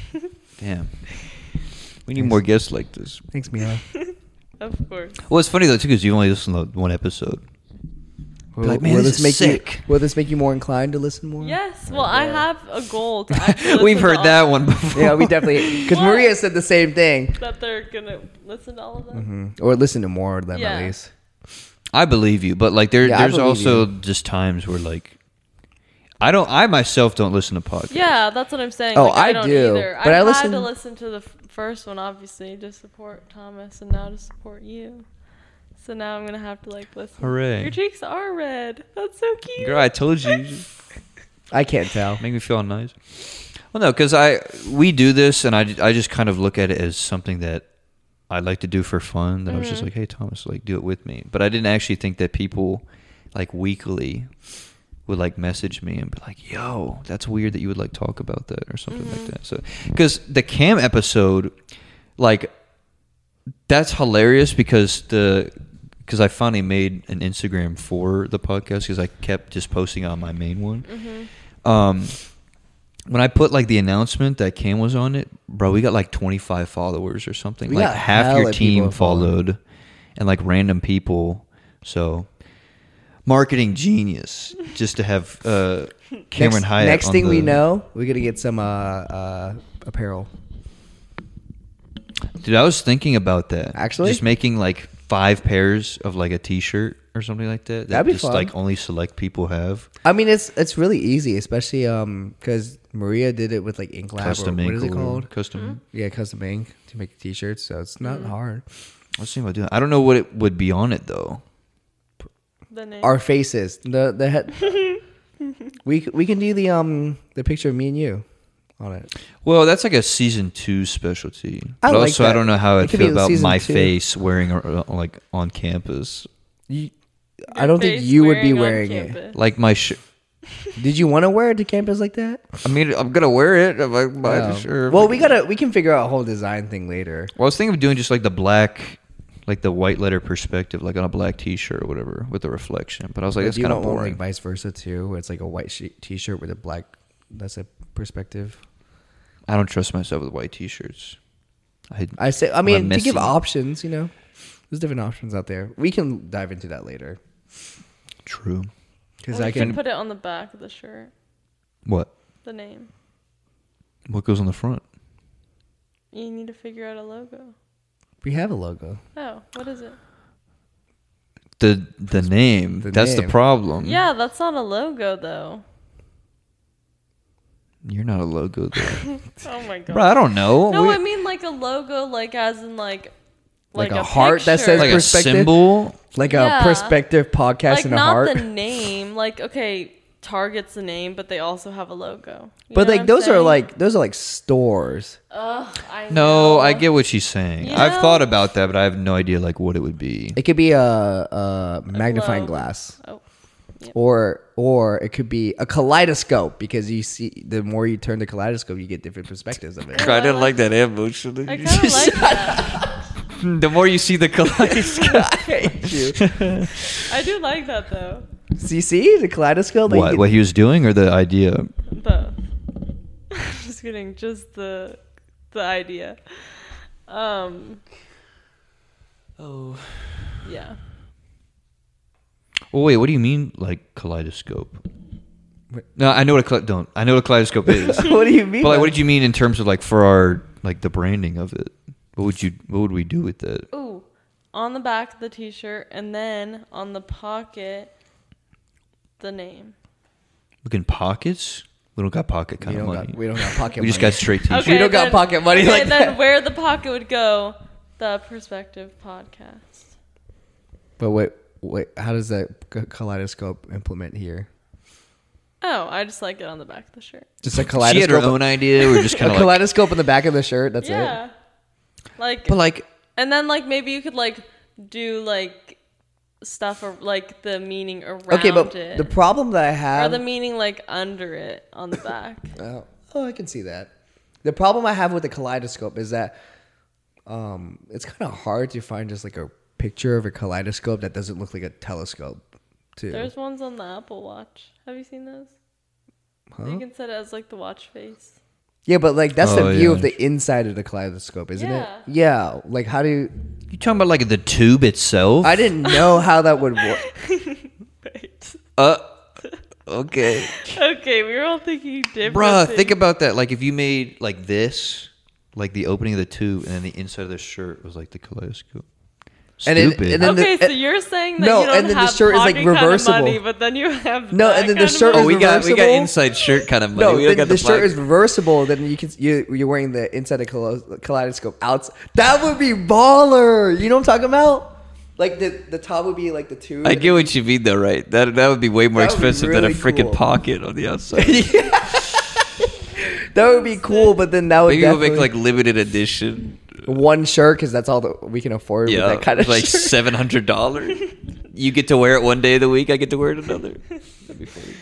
[SPEAKER 3] Damn. We need more guests like this.
[SPEAKER 2] Thanks, Mila.
[SPEAKER 1] Of course.
[SPEAKER 3] Well, it's funny though too because you only listen to one episode.
[SPEAKER 2] Will,
[SPEAKER 3] Like, man,
[SPEAKER 2] will this,
[SPEAKER 3] this is
[SPEAKER 2] make
[SPEAKER 3] sick.
[SPEAKER 2] you? Will this make you more inclined to listen more?
[SPEAKER 1] Yes. Well, I have a goal. To actually
[SPEAKER 3] We've
[SPEAKER 1] listen to
[SPEAKER 3] heard
[SPEAKER 1] all-
[SPEAKER 3] that one before.
[SPEAKER 2] Yeah, we definitely because
[SPEAKER 1] What?
[SPEAKER 2] Maria said the same thing.
[SPEAKER 1] That they're gonna listen to all of them.
[SPEAKER 3] Mm-hmm.
[SPEAKER 2] Mhm. Or listen to more of them
[SPEAKER 1] Yeah.
[SPEAKER 2] at least.
[SPEAKER 3] I believe you, but like there,
[SPEAKER 2] Yeah, I
[SPEAKER 3] there's
[SPEAKER 2] believe
[SPEAKER 3] also just times where like I don't. I myself don't listen to podcasts.
[SPEAKER 1] Yeah, that's what I'm saying.
[SPEAKER 2] Oh,
[SPEAKER 1] like, I,
[SPEAKER 2] I
[SPEAKER 1] don't
[SPEAKER 2] do,
[SPEAKER 1] Either.
[SPEAKER 2] but
[SPEAKER 1] I,
[SPEAKER 2] I
[SPEAKER 1] had
[SPEAKER 2] listen-
[SPEAKER 1] to listen to the f- first one, obviously, to support Thomas, and now to support you. So now I'm gonna have to like listen.
[SPEAKER 3] Hooray.
[SPEAKER 1] Your cheeks are red. That's so cute.
[SPEAKER 3] Girl, I told you.
[SPEAKER 2] I can't tell.
[SPEAKER 3] Make me feel nice. Well, no, because I we do this, and I, I just kind of look at it as something that I like to do for fun. That I was just like, hey, Thomas, like do it with me. But I didn't actually think that people like weekly would like message me and be like, yo, that's weird that you would like talk about that or something like that. So because the cam episode, like that's hilarious because the because I finally made an Instagram for the podcast because I kept just posting on my main one.
[SPEAKER 2] Mm-hmm.
[SPEAKER 3] Um, when I put like the announcement that Cam was on it, bro, we got like 25 followers or something.
[SPEAKER 2] We
[SPEAKER 3] like
[SPEAKER 2] got
[SPEAKER 3] half your
[SPEAKER 2] hella people
[SPEAKER 3] team
[SPEAKER 2] following.
[SPEAKER 3] followed, and like random people. So, marketing genius just to have uh, Cameron
[SPEAKER 2] next,
[SPEAKER 3] Hyatt.
[SPEAKER 2] Next
[SPEAKER 3] on
[SPEAKER 2] thing we
[SPEAKER 3] the-
[SPEAKER 2] know, we're gonna get some uh, uh, apparel.
[SPEAKER 3] Dude, I was thinking about that.
[SPEAKER 2] Actually?
[SPEAKER 3] just making like five pairs of like a T-shirt or something like that. that
[SPEAKER 2] That'd be
[SPEAKER 3] just
[SPEAKER 2] fun.
[SPEAKER 3] like only select people have.
[SPEAKER 2] I mean, it's it's really easy, especially um because Maria did it with like ink lab.
[SPEAKER 3] custom
[SPEAKER 2] or,
[SPEAKER 3] ink.
[SPEAKER 2] What is
[SPEAKER 3] or
[SPEAKER 2] it called? Hmm?
[SPEAKER 3] Custom.
[SPEAKER 2] Yeah, custom ink to make t-shirts. So it's not
[SPEAKER 1] Mm.
[SPEAKER 2] hard.
[SPEAKER 3] I was thinking about doing. I don't know what it would be on it though.
[SPEAKER 1] The name.
[SPEAKER 2] Our faces. The the head. we c- we can do the um the picture of me and you on it.
[SPEAKER 3] Well, that's like a season two specialty.
[SPEAKER 2] I
[SPEAKER 3] But
[SPEAKER 2] like
[SPEAKER 3] also, I
[SPEAKER 2] that.
[SPEAKER 3] don't know how
[SPEAKER 2] It
[SPEAKER 3] I
[SPEAKER 2] could
[SPEAKER 3] feel
[SPEAKER 2] be the
[SPEAKER 3] about
[SPEAKER 2] season
[SPEAKER 3] my
[SPEAKER 2] two.
[SPEAKER 3] face wearing a, like on campus.
[SPEAKER 2] You, I don't think you would be wearing it.
[SPEAKER 3] Like my sh-
[SPEAKER 2] Did you want to wear it to campus like that?
[SPEAKER 3] I mean, I'm gonna wear it. I'm like, buy the
[SPEAKER 2] No.
[SPEAKER 3] shirt.
[SPEAKER 2] Well, we gotta we can figure out a whole design thing later.
[SPEAKER 3] Well, I was thinking of doing just like the black, like the white letter perspective, like on a black T-shirt or whatever with the reflection. But I was like,
[SPEAKER 2] But
[SPEAKER 3] that's
[SPEAKER 2] you
[SPEAKER 3] kind of
[SPEAKER 2] don't want,
[SPEAKER 3] boring.
[SPEAKER 2] like vice versa too, where it's like a white shi- t-shirt with a black. That's a perspective.
[SPEAKER 3] I don't trust myself with white T-shirts. I,
[SPEAKER 2] I say. I
[SPEAKER 3] I'm
[SPEAKER 2] mean, to give
[SPEAKER 3] messy.
[SPEAKER 2] options, you know, there's different options out there. We can dive into that later
[SPEAKER 3] true.
[SPEAKER 2] because
[SPEAKER 1] Or
[SPEAKER 2] I
[SPEAKER 1] you
[SPEAKER 2] can.
[SPEAKER 1] put it on the back of the shirt.
[SPEAKER 3] What?
[SPEAKER 1] The name.
[SPEAKER 3] What goes on the front?
[SPEAKER 1] You need to figure out a logo.
[SPEAKER 2] We have a logo.
[SPEAKER 1] Oh, what is it?
[SPEAKER 3] The the name.
[SPEAKER 2] The
[SPEAKER 3] that's the
[SPEAKER 2] name.
[SPEAKER 3] problem.
[SPEAKER 1] Yeah, that's not a logo though.
[SPEAKER 3] You're not a logo, there.
[SPEAKER 1] Oh my god.
[SPEAKER 3] bro. I don't know.
[SPEAKER 1] No,
[SPEAKER 3] We-
[SPEAKER 1] I mean like a logo, like as in like
[SPEAKER 2] Like a heart that
[SPEAKER 1] picture.
[SPEAKER 2] says
[SPEAKER 3] like a
[SPEAKER 2] perspective.
[SPEAKER 3] symbol.
[SPEAKER 2] Like
[SPEAKER 1] Yeah.
[SPEAKER 2] a perspective podcast
[SPEAKER 1] like
[SPEAKER 2] and a
[SPEAKER 1] not
[SPEAKER 2] heart.
[SPEAKER 1] the name like okay targets the name but they also have a logo You know
[SPEAKER 2] but
[SPEAKER 1] what
[SPEAKER 2] like
[SPEAKER 1] I'm
[SPEAKER 2] those are
[SPEAKER 1] saying?
[SPEAKER 2] like those are like stores.
[SPEAKER 1] Ugh, I
[SPEAKER 3] No,
[SPEAKER 1] know.
[SPEAKER 3] I get what she's saying.
[SPEAKER 1] You
[SPEAKER 3] I've
[SPEAKER 1] know?
[SPEAKER 3] thought about that, but I have no idea like what it would be.
[SPEAKER 2] It could be a, a magnifying
[SPEAKER 1] globe.
[SPEAKER 2] glass.
[SPEAKER 1] oh
[SPEAKER 2] Or or it could be a kaleidoscope because you see the more you turn the kaleidoscope, you get different perspectives of it.
[SPEAKER 1] I didn't like
[SPEAKER 3] that emotion.
[SPEAKER 1] i kind of like that
[SPEAKER 3] the more you see the kaleidoscope.
[SPEAKER 2] I hate you.
[SPEAKER 1] i do like that though
[SPEAKER 2] See, see the kaleidoscope. like,
[SPEAKER 3] what what he was doing or the idea?
[SPEAKER 1] both just kidding just the the idea um
[SPEAKER 3] Oh.
[SPEAKER 1] yeah
[SPEAKER 3] Well, wait. What do you mean, like kaleidoscope? No, I know what a kale- don't. I know what a kaleidoscope is. but
[SPEAKER 2] what do you mean?
[SPEAKER 3] like,
[SPEAKER 2] by-
[SPEAKER 3] what did you mean in terms of like for our like the branding of it? What would you? What would we do with that?
[SPEAKER 1] Ooh, on the back of the t-shirt, and then on the pocket, the name.
[SPEAKER 3] Look in pockets. We don't got pocket
[SPEAKER 2] we
[SPEAKER 3] kind of
[SPEAKER 2] don't,
[SPEAKER 3] money.
[SPEAKER 2] got, we don't got pocket.
[SPEAKER 3] we just
[SPEAKER 2] money.
[SPEAKER 3] got straight t-shirts.
[SPEAKER 2] Okay. don't got pocket money
[SPEAKER 1] okay,
[SPEAKER 2] like
[SPEAKER 1] then
[SPEAKER 2] that.
[SPEAKER 1] where the pocket would go, the Perspective Podcast.
[SPEAKER 2] But wait, wait. How does that k- kaleidoscope implement here?
[SPEAKER 1] Oh, I just like it on the back of the shirt.
[SPEAKER 2] Just a
[SPEAKER 3] She had her
[SPEAKER 2] kaleidoscope.
[SPEAKER 3] own idea. We are just
[SPEAKER 2] a
[SPEAKER 3] kind of like,
[SPEAKER 2] kaleidoscope in the back of the shirt. That's
[SPEAKER 1] yeah.
[SPEAKER 2] it.
[SPEAKER 1] Like,
[SPEAKER 3] but like
[SPEAKER 1] and then like maybe you could like do like stuff or like the meaning around
[SPEAKER 2] Okay, but
[SPEAKER 1] it.
[SPEAKER 2] the problem that I
[SPEAKER 1] or
[SPEAKER 2] have.
[SPEAKER 1] the meaning like under it on the back.
[SPEAKER 2] Oh, oh, I can see that. The problem I have with the kaleidoscope is that um, it's kind of hard to find just like a picture of a kaleidoscope that doesn't look like a telescope, too.
[SPEAKER 1] There's ones on the Apple Watch. Have you seen those?
[SPEAKER 2] Huh?
[SPEAKER 1] You can set it as like the watch face.
[SPEAKER 2] Yeah, but like that's
[SPEAKER 3] Oh,
[SPEAKER 2] the view
[SPEAKER 3] yeah.
[SPEAKER 2] of the inside of the kaleidoscope, isn't
[SPEAKER 1] Yeah.
[SPEAKER 2] it? Yeah. Like, how do you?
[SPEAKER 3] you talking about like the tube itself?
[SPEAKER 2] I didn't know how that would work.
[SPEAKER 1] Right.
[SPEAKER 3] uh, okay,
[SPEAKER 1] Okay, we were all thinking different.
[SPEAKER 3] bruh.
[SPEAKER 1] things.
[SPEAKER 3] Think about that. Like if you made like this, like the opening of the tube, and then the inside of the shirt was like the kaleidoscope.
[SPEAKER 2] And then-
[SPEAKER 3] Stupid.
[SPEAKER 2] and then-
[SPEAKER 1] okay,
[SPEAKER 2] the-
[SPEAKER 1] so you're saying that
[SPEAKER 2] No,
[SPEAKER 1] you don't
[SPEAKER 2] and then the
[SPEAKER 1] have
[SPEAKER 2] shirt is, like,
[SPEAKER 1] pocket kind of
[SPEAKER 2] reversible.
[SPEAKER 1] money, but then you have
[SPEAKER 2] No,
[SPEAKER 1] that
[SPEAKER 2] and then the
[SPEAKER 1] kind of
[SPEAKER 2] shirt
[SPEAKER 1] money?
[SPEAKER 2] is
[SPEAKER 3] oh, we got we got
[SPEAKER 2] reversible?
[SPEAKER 3] inside shirt kind of money.
[SPEAKER 2] No,
[SPEAKER 3] we
[SPEAKER 2] the,
[SPEAKER 3] don't got
[SPEAKER 2] the shirt
[SPEAKER 3] black-
[SPEAKER 2] is reversible. Then you can you you're wearing the inside of kalo- kaleidoscope out. That would be baller. You know what I'm talking about? Like the the top would be like the two.
[SPEAKER 3] I get what you mean though, right? That that would be way more
[SPEAKER 2] That would be
[SPEAKER 3] expensive than a
[SPEAKER 2] really
[SPEAKER 3] freaking
[SPEAKER 2] cool.
[SPEAKER 3] pocket on the outside.
[SPEAKER 2] That would be cool, but then that would
[SPEAKER 3] Maybe we'll
[SPEAKER 2] definitely
[SPEAKER 3] make like limited edition.
[SPEAKER 2] one shirt because that's all that we can afford
[SPEAKER 3] Yeah,
[SPEAKER 2] with that kind of
[SPEAKER 3] like
[SPEAKER 2] shirt.
[SPEAKER 3] seven hundred dollars. you get to wear it one day of the week. I get to wear it another. That'd be funny.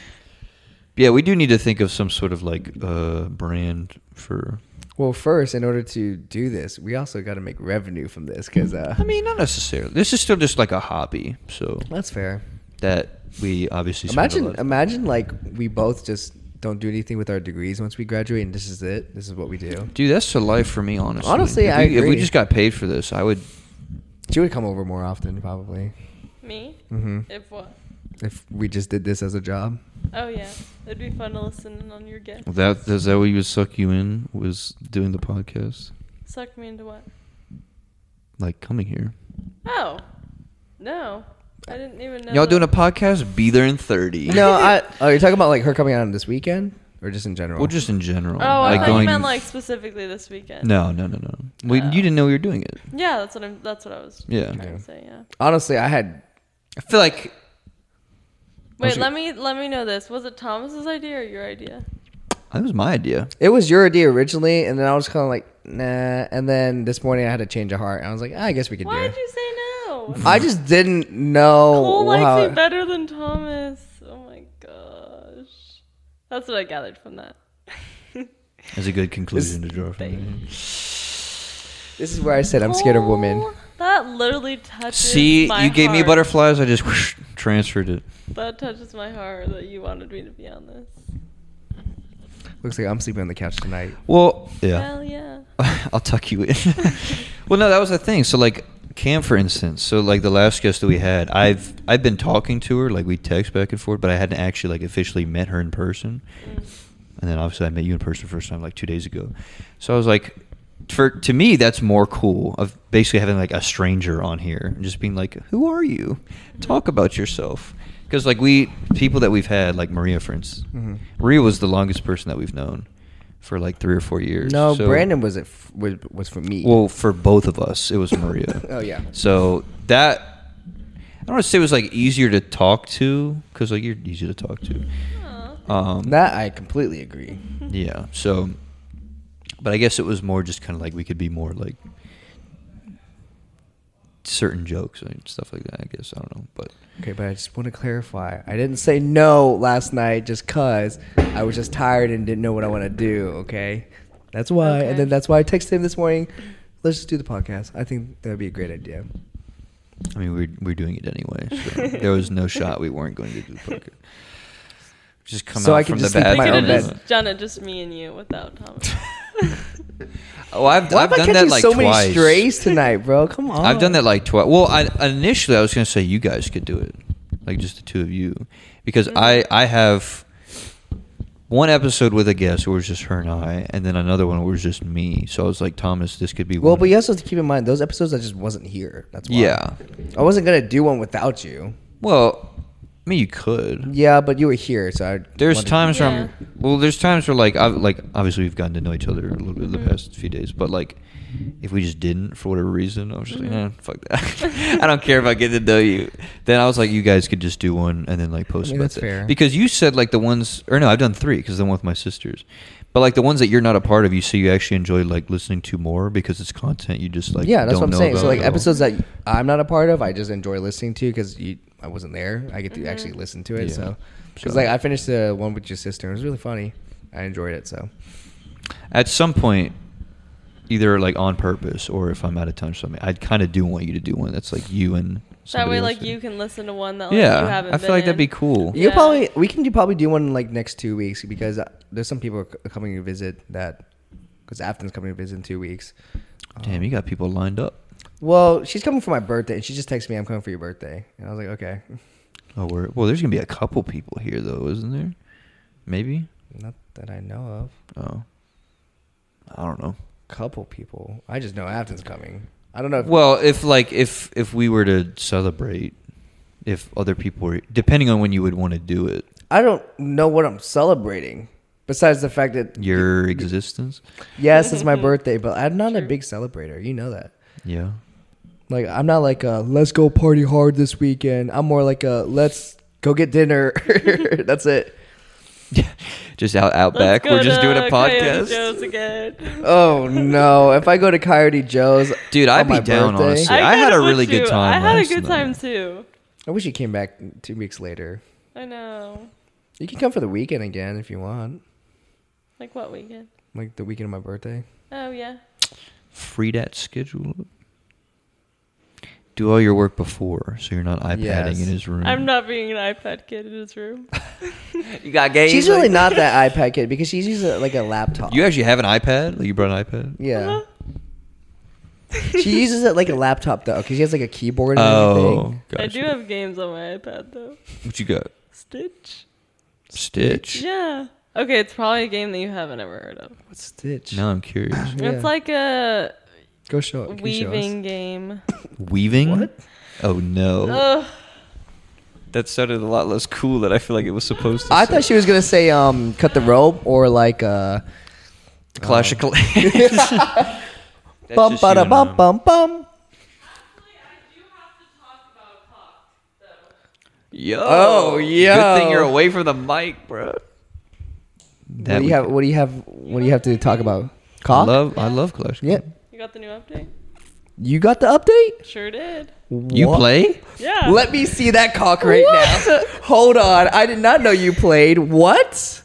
[SPEAKER 3] Yeah, we do need to think of some sort of like uh, brand for.
[SPEAKER 2] Well, first, in order to do this, we also got to make revenue from this because uh,
[SPEAKER 3] I mean, not necessarily. This is still just like a hobby, so
[SPEAKER 2] that's fair.
[SPEAKER 3] that we obviously spend a
[SPEAKER 2] Imagine,
[SPEAKER 3] lot of-
[SPEAKER 2] imagine like we both just don't do anything with our degrees once we graduate, and this is it. This is what we do.
[SPEAKER 3] Dude, that's the life for me, honestly.
[SPEAKER 2] Honestly,
[SPEAKER 3] if
[SPEAKER 2] I
[SPEAKER 3] we, if we
[SPEAKER 2] agree.
[SPEAKER 3] just got paid for this, I would.
[SPEAKER 2] She would come over more often, probably,
[SPEAKER 1] me.
[SPEAKER 2] Mhm.
[SPEAKER 1] If what?
[SPEAKER 2] if we just did this as a job.
[SPEAKER 1] Oh yeah, it'd be fun to listen in on your gift.
[SPEAKER 3] That is that what you would suck you in was doing the podcast,
[SPEAKER 1] Sucked me into what?
[SPEAKER 3] like coming here.
[SPEAKER 1] Oh, no, I didn't even know.
[SPEAKER 3] Y'all
[SPEAKER 1] that.
[SPEAKER 3] doing a podcast? Be there in thirty.
[SPEAKER 2] No, I. Oh, you're talking about like her coming on this weekend, or just in general?
[SPEAKER 3] Well, just in general.
[SPEAKER 1] Oh, I
[SPEAKER 3] like
[SPEAKER 1] thought
[SPEAKER 3] going-
[SPEAKER 1] you meant like specifically this weekend.
[SPEAKER 3] No, no, no, no. Well,
[SPEAKER 1] Oh.
[SPEAKER 3] you didn't know you were doing it.
[SPEAKER 1] Yeah, that's what I'm. That's what I was.
[SPEAKER 3] Yeah.
[SPEAKER 1] Trying to say yeah.
[SPEAKER 2] honestly, I had.
[SPEAKER 3] I feel like
[SPEAKER 1] Wait,
[SPEAKER 3] she-
[SPEAKER 1] let me let me know this. Was it Thomas's idea or your idea?
[SPEAKER 3] that was my idea.
[SPEAKER 2] It was your idea originally, and then I was kind of like, nah. And then this morning, I had a change of heart, and I was like, "Ah, I guess we could
[SPEAKER 1] Why
[SPEAKER 2] do
[SPEAKER 1] did
[SPEAKER 2] it.
[SPEAKER 1] you say no?
[SPEAKER 2] I just didn't know.
[SPEAKER 3] Oh,
[SPEAKER 1] Cole
[SPEAKER 2] how-
[SPEAKER 1] likes me better than Thomas. Oh my gosh, that's what I gathered from that.
[SPEAKER 3] That's a good conclusion to draw from that.
[SPEAKER 2] This is where I said I'm scared of women.
[SPEAKER 1] Cole, Oh, That literally touches.
[SPEAKER 3] See,
[SPEAKER 1] my
[SPEAKER 3] you gave me
[SPEAKER 1] heart.
[SPEAKER 3] butterflies. I just whoosh, transferred it.
[SPEAKER 1] That touches my heart that you wanted me to be on this.
[SPEAKER 2] Looks like I'm sleeping on the couch tonight.
[SPEAKER 3] Well, yeah.
[SPEAKER 1] Hell yeah.
[SPEAKER 3] I'll tuck you in. well, no, that was the thing. So, like Cam, for instance. So, like the last guest that we had, I've I've been talking to her. Like we text back and forth, but I hadn't actually like officially met her in person.
[SPEAKER 1] Mm.
[SPEAKER 3] and then obviously I met you in person the first time like two days ago. So I was like, for to me that's more cool of basically having like a stranger on here and just being like, who are you? Talk about yourself. Because like we people that we've had like Maria, for instance,
[SPEAKER 2] Mhm.
[SPEAKER 3] Maria was the longest person that we've known for like three or four years.
[SPEAKER 2] No,
[SPEAKER 3] So-
[SPEAKER 2] Brandon was it was, was for me.
[SPEAKER 3] Well, for both of us, it was Maria.
[SPEAKER 2] oh yeah.
[SPEAKER 3] So that I don't want to say it was like easier to talk to because like you're easy to talk to.
[SPEAKER 1] Aw.
[SPEAKER 3] Um,
[SPEAKER 2] That I completely agree.
[SPEAKER 3] yeah. So, but I guess it was more just kind of like we could be more like certain jokes and stuff like that. I guess I don't know, but
[SPEAKER 2] Okay, but I just want to clarify. I didn't say no last night just cause I was just tired and didn't know what I want to do. Okay, that's why.
[SPEAKER 1] Okay.
[SPEAKER 2] And then that's why I texted him this morning. Let's just do the podcast. I think that would be a great idea.
[SPEAKER 3] I mean we're we're doing it anyway. So there was no shot we weren't going to do the poker. Just come
[SPEAKER 2] So
[SPEAKER 3] out
[SPEAKER 2] I can
[SPEAKER 3] from
[SPEAKER 2] just
[SPEAKER 3] the
[SPEAKER 2] sleep in
[SPEAKER 3] back.
[SPEAKER 1] We
[SPEAKER 2] my
[SPEAKER 1] could
[SPEAKER 2] own
[SPEAKER 1] have
[SPEAKER 2] bed.
[SPEAKER 1] just done it just me and you without Thomas.
[SPEAKER 3] Oh, I've,
[SPEAKER 2] Why
[SPEAKER 3] I've
[SPEAKER 2] am I
[SPEAKER 3] done
[SPEAKER 2] catching
[SPEAKER 3] that like
[SPEAKER 2] so
[SPEAKER 3] twice.
[SPEAKER 2] many strays tonight, bro? Come on.
[SPEAKER 3] I've done that like twice. Well, I, initially I was gonna say you guys could do it, like just the two of you, because I I have one episode with a guest where it was just her and I, and then another one where it was just me. So I was like, Thomas, this could be
[SPEAKER 2] Well,
[SPEAKER 3] one-
[SPEAKER 2] but you also have to keep in mind those episodes I just wasn't here. That's why.
[SPEAKER 3] Yeah.
[SPEAKER 2] I wasn't gonna do one without you.
[SPEAKER 3] Well, I mean, you could.
[SPEAKER 2] Yeah, but you were here, so I
[SPEAKER 3] There's
[SPEAKER 2] wanted-
[SPEAKER 3] times where I'm,
[SPEAKER 1] Yeah.
[SPEAKER 3] well, there's times where like I've like obviously we've gotten to know each other a little bit the
[SPEAKER 1] Mhm.
[SPEAKER 3] past few days, but like if we just didn't for whatever reason, I was just like,
[SPEAKER 1] Mhm.
[SPEAKER 3] eh, fuck that. I don't care if I get to know you. Then I was like, you guys could just do one and then like post
[SPEAKER 2] mean,
[SPEAKER 3] about
[SPEAKER 2] that's
[SPEAKER 3] that.
[SPEAKER 2] fair.
[SPEAKER 3] because you said like the ones or no, I've done three because the one with my sisters, but like the ones that you're not a part of, you say you actually enjoy like listening to more because it's content you just like
[SPEAKER 2] yeah, that's
[SPEAKER 3] don't
[SPEAKER 2] what I'm
[SPEAKER 3] know
[SPEAKER 2] saying. So
[SPEAKER 3] about
[SPEAKER 2] like
[SPEAKER 3] at all.
[SPEAKER 2] episodes that I'm not a part of, I just enjoy listening to because I wasn't there. I get to
[SPEAKER 1] Mhm.
[SPEAKER 2] actually listen to it.
[SPEAKER 3] Yeah.
[SPEAKER 2] So because
[SPEAKER 3] So-
[SPEAKER 2] like I finished the one with your sister, it was really funny. I enjoyed it. So
[SPEAKER 3] at some point either like on purpose or if i'm out of time or something i'd kind of do want you to do one that's like you and
[SPEAKER 1] That
[SPEAKER 3] somebody
[SPEAKER 1] way,
[SPEAKER 3] else
[SPEAKER 1] like
[SPEAKER 3] did.
[SPEAKER 1] you can listen to one that like, you haven't.
[SPEAKER 3] i feel
[SPEAKER 1] been
[SPEAKER 3] like that'd be
[SPEAKER 1] in.
[SPEAKER 3] cool
[SPEAKER 2] you
[SPEAKER 1] Yeah.
[SPEAKER 2] probably we can do, probably do one like next two weeks because uh, there's some people c- coming to visit that because Afton's coming to visit in two weeks.
[SPEAKER 3] damn you got people lined up
[SPEAKER 2] Well, she's coming for my birthday, and she just texted me, "I'm coming for your birthday," and I was like, "Okay."
[SPEAKER 3] oh we're, well there's gonna be a couple people here though isn't there maybe
[SPEAKER 2] Not that I know of.
[SPEAKER 3] oh i don't know
[SPEAKER 2] Couple people. I just know Afton's coming. I don't know. If,
[SPEAKER 3] well if like if if we were to celebrate if other people were depending on when you would want to do it
[SPEAKER 2] I don't know what I'm celebrating besides the fact that
[SPEAKER 3] your existence
[SPEAKER 2] yes, it's my birthday, but I'm not a
[SPEAKER 1] Sure.
[SPEAKER 2] big celebrator. You know that.
[SPEAKER 3] yeah
[SPEAKER 2] Like I'm not like a let's go party hard this weekend. I'm more like a let's go get dinner. That's it.
[SPEAKER 3] just out out
[SPEAKER 1] Let's
[SPEAKER 3] back
[SPEAKER 1] go
[SPEAKER 3] we're just doing a
[SPEAKER 1] to Coyote
[SPEAKER 3] podcast
[SPEAKER 1] Joe's again.
[SPEAKER 2] Oh no! If I go to Coyote Joe's,
[SPEAKER 3] Dude,
[SPEAKER 2] on
[SPEAKER 3] I'd be
[SPEAKER 2] my
[SPEAKER 3] down,
[SPEAKER 2] birthday-
[SPEAKER 3] honestly. See, I had
[SPEAKER 1] kinda
[SPEAKER 3] a
[SPEAKER 1] would
[SPEAKER 3] really good
[SPEAKER 1] too.
[SPEAKER 3] time
[SPEAKER 1] I had a
[SPEAKER 3] last
[SPEAKER 1] good
[SPEAKER 3] night.
[SPEAKER 1] time too.
[SPEAKER 2] I wish you came back two weeks later.
[SPEAKER 1] I know.
[SPEAKER 2] You can come for the weekend again if you want,
[SPEAKER 1] Like what weekend?
[SPEAKER 2] like the weekend of my birthday.
[SPEAKER 1] Oh yeah.
[SPEAKER 3] free that schedule up. do all your work before so you're not iPadding
[SPEAKER 2] Yes.
[SPEAKER 3] in his room
[SPEAKER 1] I'm not being an iPad kid in his room.
[SPEAKER 3] you got games
[SPEAKER 2] She's really not that iPad kid because she's uses like a laptop.
[SPEAKER 3] you Uh-huh. actually have an iPad like you brought an iPad
[SPEAKER 2] yeah. she uses it like a laptop though, because she has like a keyboard and
[SPEAKER 3] oh
[SPEAKER 2] everything.
[SPEAKER 1] I do
[SPEAKER 3] gotcha.
[SPEAKER 1] have games on my iPad though.
[SPEAKER 3] what you got
[SPEAKER 1] Stitch.
[SPEAKER 3] Stitch
[SPEAKER 1] Yeah. Okay, it's probably a game that you haven't ever heard of.
[SPEAKER 2] What's Stitch?
[SPEAKER 3] now I'm curious
[SPEAKER 2] Yeah.
[SPEAKER 1] It's like a
[SPEAKER 2] Go show it. Can you show us?
[SPEAKER 1] weaving game.
[SPEAKER 3] weaving
[SPEAKER 2] What?
[SPEAKER 3] oh no
[SPEAKER 1] Ugh.
[SPEAKER 3] that sounded a lot less cool than I feel like it was supposed to
[SPEAKER 2] I thought she was gonna say um cut the rope or like uh
[SPEAKER 3] Clash of Clans That's
[SPEAKER 2] bum
[SPEAKER 3] just you
[SPEAKER 2] bada
[SPEAKER 3] and um,
[SPEAKER 2] bum
[SPEAKER 3] I.
[SPEAKER 2] bum bum.
[SPEAKER 3] Yo.
[SPEAKER 2] Oh,
[SPEAKER 3] Good
[SPEAKER 2] yo.
[SPEAKER 3] thing you're away from the mic, bro.
[SPEAKER 2] What do you have? What do you have? What do you have to talk about?
[SPEAKER 3] I
[SPEAKER 2] Cock.
[SPEAKER 3] love, I love Clash.
[SPEAKER 2] Yeah.
[SPEAKER 1] You got the new update?
[SPEAKER 2] You got the update?
[SPEAKER 1] Sure did.
[SPEAKER 3] You
[SPEAKER 2] What?
[SPEAKER 3] play?
[SPEAKER 1] Yeah.
[SPEAKER 2] Let me see that cock right now. Hold on. I did not know you played. What?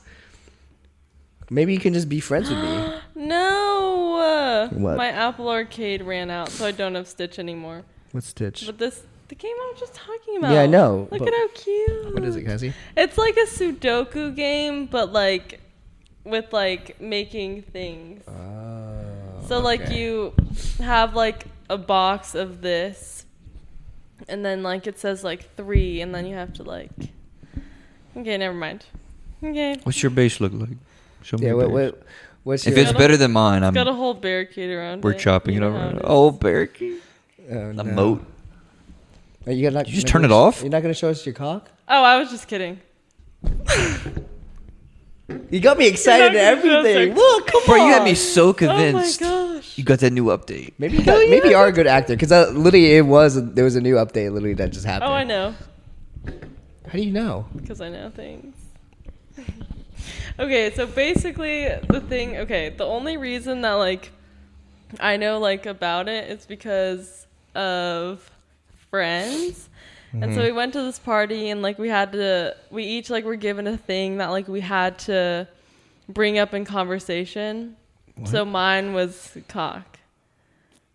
[SPEAKER 2] Maybe you can just be friends with me.
[SPEAKER 1] no.
[SPEAKER 2] What?
[SPEAKER 1] My Apple Arcade ran out, so I don't have Stitch anymore.
[SPEAKER 2] What's Stitch?
[SPEAKER 1] But this the game I was just talking about.
[SPEAKER 2] Yeah, I know,
[SPEAKER 1] Look
[SPEAKER 2] but-
[SPEAKER 1] at how cute.
[SPEAKER 2] What is it? Can I see?
[SPEAKER 1] It's like a Sudoku game, but like with like making things. Oh, So like you have like a box of this, and then like it says like three, and then you have to like. Okay, never mind. Okay.
[SPEAKER 3] What's your base look like? Show
[SPEAKER 2] Yeah.
[SPEAKER 3] your
[SPEAKER 2] What?
[SPEAKER 3] base.
[SPEAKER 2] What? What's
[SPEAKER 3] If
[SPEAKER 2] your?
[SPEAKER 3] it's better than mine,
[SPEAKER 2] Um,
[SPEAKER 3] I'm.
[SPEAKER 1] It's got a whole barricade around.
[SPEAKER 3] we're
[SPEAKER 1] it.
[SPEAKER 3] chopping
[SPEAKER 1] You
[SPEAKER 3] it
[SPEAKER 1] know
[SPEAKER 3] over.
[SPEAKER 1] how is.
[SPEAKER 3] oh, barricade.
[SPEAKER 2] oh, no.
[SPEAKER 3] The moat.
[SPEAKER 2] Are you gonna not,
[SPEAKER 3] You just
[SPEAKER 2] not
[SPEAKER 3] turn
[SPEAKER 2] gonna
[SPEAKER 3] it off?
[SPEAKER 2] You're not gonna show us your cock?
[SPEAKER 1] Oh, I was just kidding.
[SPEAKER 2] You got me excited
[SPEAKER 1] You're
[SPEAKER 2] and
[SPEAKER 1] not gonna show us
[SPEAKER 2] everything.
[SPEAKER 1] your-
[SPEAKER 2] Look, come
[SPEAKER 3] Bro,
[SPEAKER 2] on.
[SPEAKER 3] you had me so
[SPEAKER 1] Oh
[SPEAKER 3] convinced.
[SPEAKER 1] my gosh.
[SPEAKER 3] You got that new update.
[SPEAKER 2] Maybe you, got, maybe you are a good actor because literally it was there was a new update literally that just happened.
[SPEAKER 1] Oh, I know.
[SPEAKER 2] How do you know?
[SPEAKER 1] Because I know things. okay, so basically the thing, okay, the only reason that like I know like about it is because of friends. And
[SPEAKER 3] Mm-hmm.
[SPEAKER 1] so we went to this party and like we had to we each like were given a thing that like we had to bring up in conversation. So mine was cock.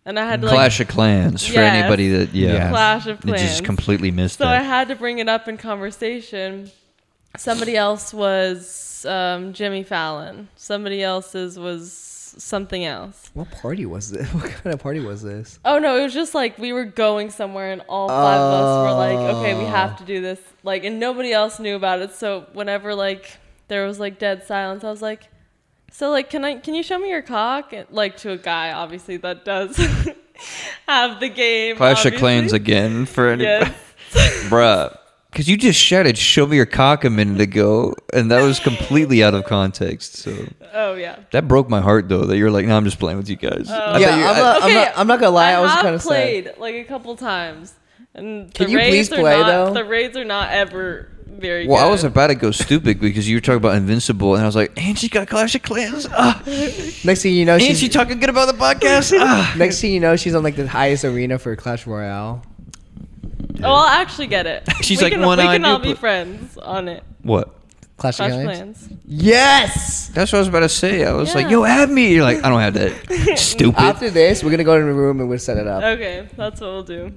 [SPEAKER 1] And I had to like
[SPEAKER 3] Clash of Clans for
[SPEAKER 1] Yes.
[SPEAKER 3] anybody that yeah.
[SPEAKER 2] Yes.
[SPEAKER 1] Clash of
[SPEAKER 3] They
[SPEAKER 1] Clans.
[SPEAKER 3] just completely missed
[SPEAKER 1] So I
[SPEAKER 3] that.
[SPEAKER 1] had to bring it up in conversation. Somebody else was um, Jimmy Fallon. Somebody else's was something else.
[SPEAKER 2] What party was this? What kind of party was this?
[SPEAKER 1] Oh no, it was just like we were going somewhere and all five of us were like, okay, we have to do this. Like, and nobody else knew about it. So whenever like there was like dead silence. I was like, so like, can I? Can you show me your cock? And, Like to a guy, obviously that does have the game.
[SPEAKER 3] Clash of
[SPEAKER 1] obviously.
[SPEAKER 3] Clans again for any
[SPEAKER 1] Yes.
[SPEAKER 3] bruh. Because you just shouted, "Show me your cock" a minute ago, and that was completely out of context. So
[SPEAKER 1] Oh yeah.
[SPEAKER 3] that broke my heart, though. That you're like, "No, I'm just playing with you guys."
[SPEAKER 1] Oh.
[SPEAKER 3] I
[SPEAKER 2] yeah,
[SPEAKER 3] thought you-
[SPEAKER 2] I'm,
[SPEAKER 3] I-
[SPEAKER 2] not, I'm, not, I'm not gonna lie. I, was
[SPEAKER 1] have
[SPEAKER 2] kind of sad.
[SPEAKER 1] played like a couple times, and
[SPEAKER 2] Can
[SPEAKER 1] the
[SPEAKER 2] you
[SPEAKER 1] raids
[SPEAKER 2] please
[SPEAKER 1] are
[SPEAKER 2] play,
[SPEAKER 1] not,
[SPEAKER 2] though?
[SPEAKER 1] The raids are not ever very.
[SPEAKER 3] Well,
[SPEAKER 1] good.
[SPEAKER 3] I was about to go stupid because you were talking about Invincible, and I was like, "And she got Clash of Clans, ah,
[SPEAKER 2] Next thing you know,
[SPEAKER 3] and
[SPEAKER 2] she's,
[SPEAKER 3] she talking good about the podcast." Ah.
[SPEAKER 2] next thing you know, she's on like the highest arena for Clash Royale.
[SPEAKER 1] Oh, I'll actually get it.
[SPEAKER 3] She's
[SPEAKER 1] we
[SPEAKER 3] like,
[SPEAKER 1] can,
[SPEAKER 3] one
[SPEAKER 1] We
[SPEAKER 3] eye,
[SPEAKER 1] can all
[SPEAKER 3] new
[SPEAKER 1] be
[SPEAKER 3] pla-
[SPEAKER 1] friends on it.
[SPEAKER 3] What?
[SPEAKER 2] Clash,
[SPEAKER 1] Clash
[SPEAKER 2] of Clans.
[SPEAKER 1] plans.
[SPEAKER 2] Yes.
[SPEAKER 3] That's what I was about to say. I was like,
[SPEAKER 1] Yeah.
[SPEAKER 3] "Yo, add me." You're like, "I don't have that." stupid.
[SPEAKER 2] After this, we're gonna go in the room and we'll set it up.
[SPEAKER 1] Okay, that's what we'll do.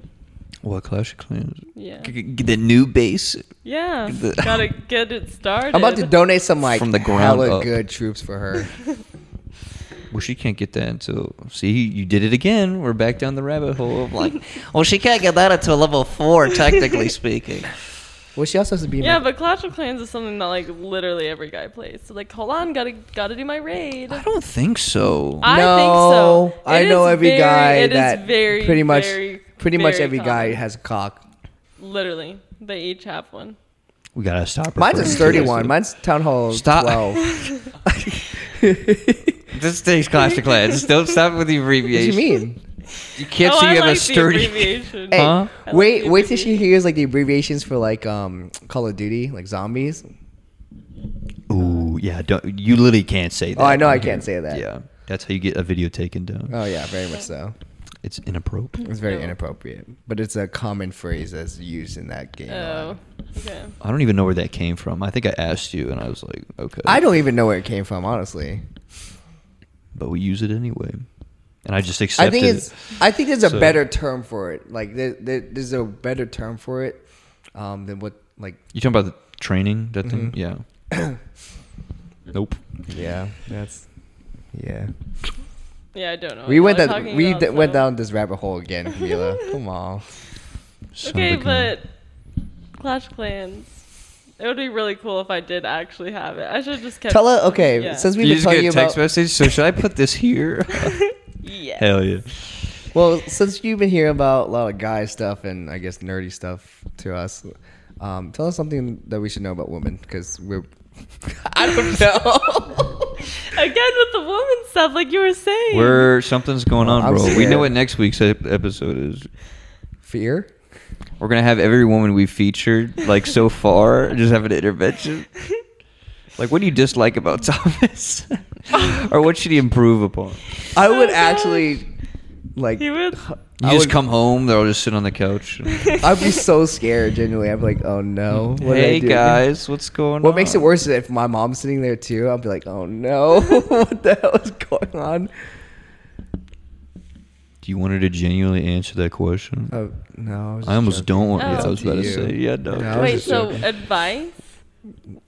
[SPEAKER 3] what Clash of Clans?
[SPEAKER 1] Yeah.
[SPEAKER 3] G- g- The new base.
[SPEAKER 1] Yeah.
[SPEAKER 3] The-
[SPEAKER 1] Gotta get it started.
[SPEAKER 2] I'm about to donate some like
[SPEAKER 3] From the ground
[SPEAKER 2] hella
[SPEAKER 3] up.
[SPEAKER 2] good troops for her.
[SPEAKER 3] Well, she can't get that until. See, you did it again. We're back down the rabbit hole of like, well, she can't get that until level four, technically speaking.
[SPEAKER 2] Well, she also has to be.
[SPEAKER 1] Yeah,
[SPEAKER 2] my,
[SPEAKER 1] but Clash of Clans is something that like literally every guy plays. So like, hold on, gotta gotta do my raid.
[SPEAKER 3] I don't think so.
[SPEAKER 1] I
[SPEAKER 2] no,
[SPEAKER 1] think so.
[SPEAKER 2] I
[SPEAKER 1] It
[SPEAKER 2] know
[SPEAKER 1] is
[SPEAKER 2] every
[SPEAKER 1] very-
[SPEAKER 2] guy
[SPEAKER 1] it is
[SPEAKER 2] that
[SPEAKER 1] very,
[SPEAKER 2] pretty much,
[SPEAKER 1] very,
[SPEAKER 2] pretty much
[SPEAKER 1] very
[SPEAKER 2] every guy
[SPEAKER 1] common.
[SPEAKER 2] has a cock.
[SPEAKER 1] Literally, they each have one.
[SPEAKER 3] we gotta stop.
[SPEAKER 2] Mine's a
[SPEAKER 3] referring to
[SPEAKER 2] sturdy
[SPEAKER 3] this.
[SPEAKER 2] one. Mine's Town Hall
[SPEAKER 3] Stop.
[SPEAKER 2] 12.
[SPEAKER 3] This stays Clash of Clans. Don't stop with the
[SPEAKER 2] What do
[SPEAKER 3] abbreviation.
[SPEAKER 2] you mean?
[SPEAKER 3] You can't
[SPEAKER 1] oh,
[SPEAKER 3] say
[SPEAKER 1] I
[SPEAKER 3] you have
[SPEAKER 1] like the
[SPEAKER 3] a sturdy.
[SPEAKER 1] abbreviation.
[SPEAKER 2] Hey,
[SPEAKER 3] Huh?
[SPEAKER 1] I like
[SPEAKER 2] wait,
[SPEAKER 1] the
[SPEAKER 2] wait till she
[SPEAKER 1] abbreviation.
[SPEAKER 2] hears like the abbreviations for like um Call of Duty, like zombies.
[SPEAKER 3] Ooh, yeah. Don't, you literally can't say that.
[SPEAKER 2] Oh, I know
[SPEAKER 3] on
[SPEAKER 2] I can't say
[SPEAKER 3] here.
[SPEAKER 2] that.
[SPEAKER 3] Yeah, that's how you get a video taken down.
[SPEAKER 2] Oh yeah, very much so.
[SPEAKER 3] It's inappropriate.
[SPEAKER 2] It's very
[SPEAKER 1] No.
[SPEAKER 2] inappropriate, but it's a common phrase that's used in that game.
[SPEAKER 1] Oh, okay.
[SPEAKER 3] I don't even know where that came from. I think I asked you, and I was like, okay.
[SPEAKER 2] I don't even know where it came from, honestly.
[SPEAKER 3] But we use it anyway, and I just
[SPEAKER 2] I
[SPEAKER 3] accepted.
[SPEAKER 2] think it's.
[SPEAKER 3] it.
[SPEAKER 2] I think there's a
[SPEAKER 3] So-
[SPEAKER 2] better term for it. Like there, there, there's a better term for it um, than what like.
[SPEAKER 3] You talking about the training? That thing?
[SPEAKER 2] Mhm.
[SPEAKER 3] Yeah. nope.
[SPEAKER 2] Yeah, that's. Yeah,
[SPEAKER 1] Yeah, I don't know.
[SPEAKER 2] we
[SPEAKER 1] what
[SPEAKER 2] went
[SPEAKER 1] y'all are
[SPEAKER 2] that
[SPEAKER 1] talking
[SPEAKER 2] we
[SPEAKER 1] about,
[SPEAKER 2] d- went
[SPEAKER 1] so-
[SPEAKER 2] down this rabbit hole again, Camila. Come on.
[SPEAKER 3] Son of
[SPEAKER 1] Okay,
[SPEAKER 3] a gun.
[SPEAKER 1] but Clash of Clans. It would be really cool if I did actually have it. I should have just kept.
[SPEAKER 2] Tell her okay.
[SPEAKER 1] Yeah.
[SPEAKER 2] Since we've
[SPEAKER 3] you
[SPEAKER 2] been
[SPEAKER 3] just
[SPEAKER 2] telling
[SPEAKER 3] get
[SPEAKER 2] you
[SPEAKER 3] a text
[SPEAKER 2] about
[SPEAKER 3] message. So should I put this here?
[SPEAKER 1] Yeah.
[SPEAKER 3] Hell yeah.
[SPEAKER 2] well, since you've been hearing about a lot of guy stuff and I guess nerdy stuff to us, um, tell us something that we should know about women because we're I don't know.
[SPEAKER 1] Again with the woman stuff, like you were saying.
[SPEAKER 3] We're something's going on,
[SPEAKER 2] I'm
[SPEAKER 3] bro. We know
[SPEAKER 2] scared.
[SPEAKER 3] what next week's ep- episode is.
[SPEAKER 2] Fear.
[SPEAKER 3] We're gonna have every woman we featured like so far just have an intervention. Like, what do you dislike about Thomas, or what should he improve upon?
[SPEAKER 2] I
[SPEAKER 1] Oh,
[SPEAKER 2] would
[SPEAKER 1] gosh.
[SPEAKER 2] actually like.
[SPEAKER 1] He would.
[SPEAKER 3] You
[SPEAKER 2] I
[SPEAKER 3] just
[SPEAKER 2] would-
[SPEAKER 3] come home. They'll just sit on the couch. and-
[SPEAKER 2] I'd be so scared. Genuinely, I'd be like, "Oh no!" What did I
[SPEAKER 3] hey
[SPEAKER 2] do?
[SPEAKER 3] guys, what's going on?
[SPEAKER 2] What makes it worse is if my mom's sitting there too. I'll be like, "Oh no, what the hell is going on?"
[SPEAKER 3] Do you want her to genuinely answer that question?
[SPEAKER 2] Oh no, I, was
[SPEAKER 3] I almost don't want.
[SPEAKER 1] Oh.
[SPEAKER 3] Yeah, I was about to
[SPEAKER 2] To you.
[SPEAKER 3] say. Yeah, no.
[SPEAKER 2] No, I was
[SPEAKER 1] Wait,
[SPEAKER 2] just
[SPEAKER 1] so
[SPEAKER 2] joking.
[SPEAKER 1] advice?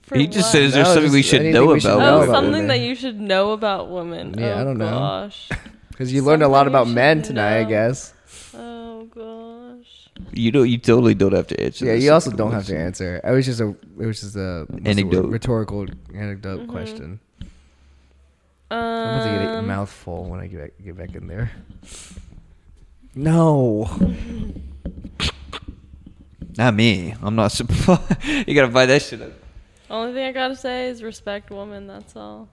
[SPEAKER 1] For
[SPEAKER 3] he just
[SPEAKER 1] what?
[SPEAKER 3] says, "Is there
[SPEAKER 2] No,
[SPEAKER 3] something we
[SPEAKER 2] just
[SPEAKER 3] should
[SPEAKER 2] anything
[SPEAKER 3] know
[SPEAKER 2] we should
[SPEAKER 3] about?"
[SPEAKER 2] know
[SPEAKER 1] Oh,
[SPEAKER 2] about
[SPEAKER 1] something
[SPEAKER 2] women.
[SPEAKER 1] that you should know about women.
[SPEAKER 2] Yeah,
[SPEAKER 1] oh,
[SPEAKER 2] I don't know.
[SPEAKER 1] gosh.
[SPEAKER 2] because you learned a lot
[SPEAKER 1] Something you
[SPEAKER 2] about
[SPEAKER 1] should
[SPEAKER 2] men tonight, I
[SPEAKER 1] know.
[SPEAKER 2] guess.
[SPEAKER 1] Oh gosh.
[SPEAKER 3] You don't. You totally don't have to answer.
[SPEAKER 2] yeah,
[SPEAKER 3] this.
[SPEAKER 2] you also don't have to answer. It was just a, it was just a what's the word?
[SPEAKER 3] Anecdote.
[SPEAKER 2] rhetorical anecdote
[SPEAKER 1] Mhm.
[SPEAKER 2] question.
[SPEAKER 1] Um,
[SPEAKER 2] I'm about to get a mouthful when I get back, get back in there. No,
[SPEAKER 3] Not me. I'm not. Supp- you gotta buy that shit up.
[SPEAKER 1] Only thing I gotta say is respect women. That's all.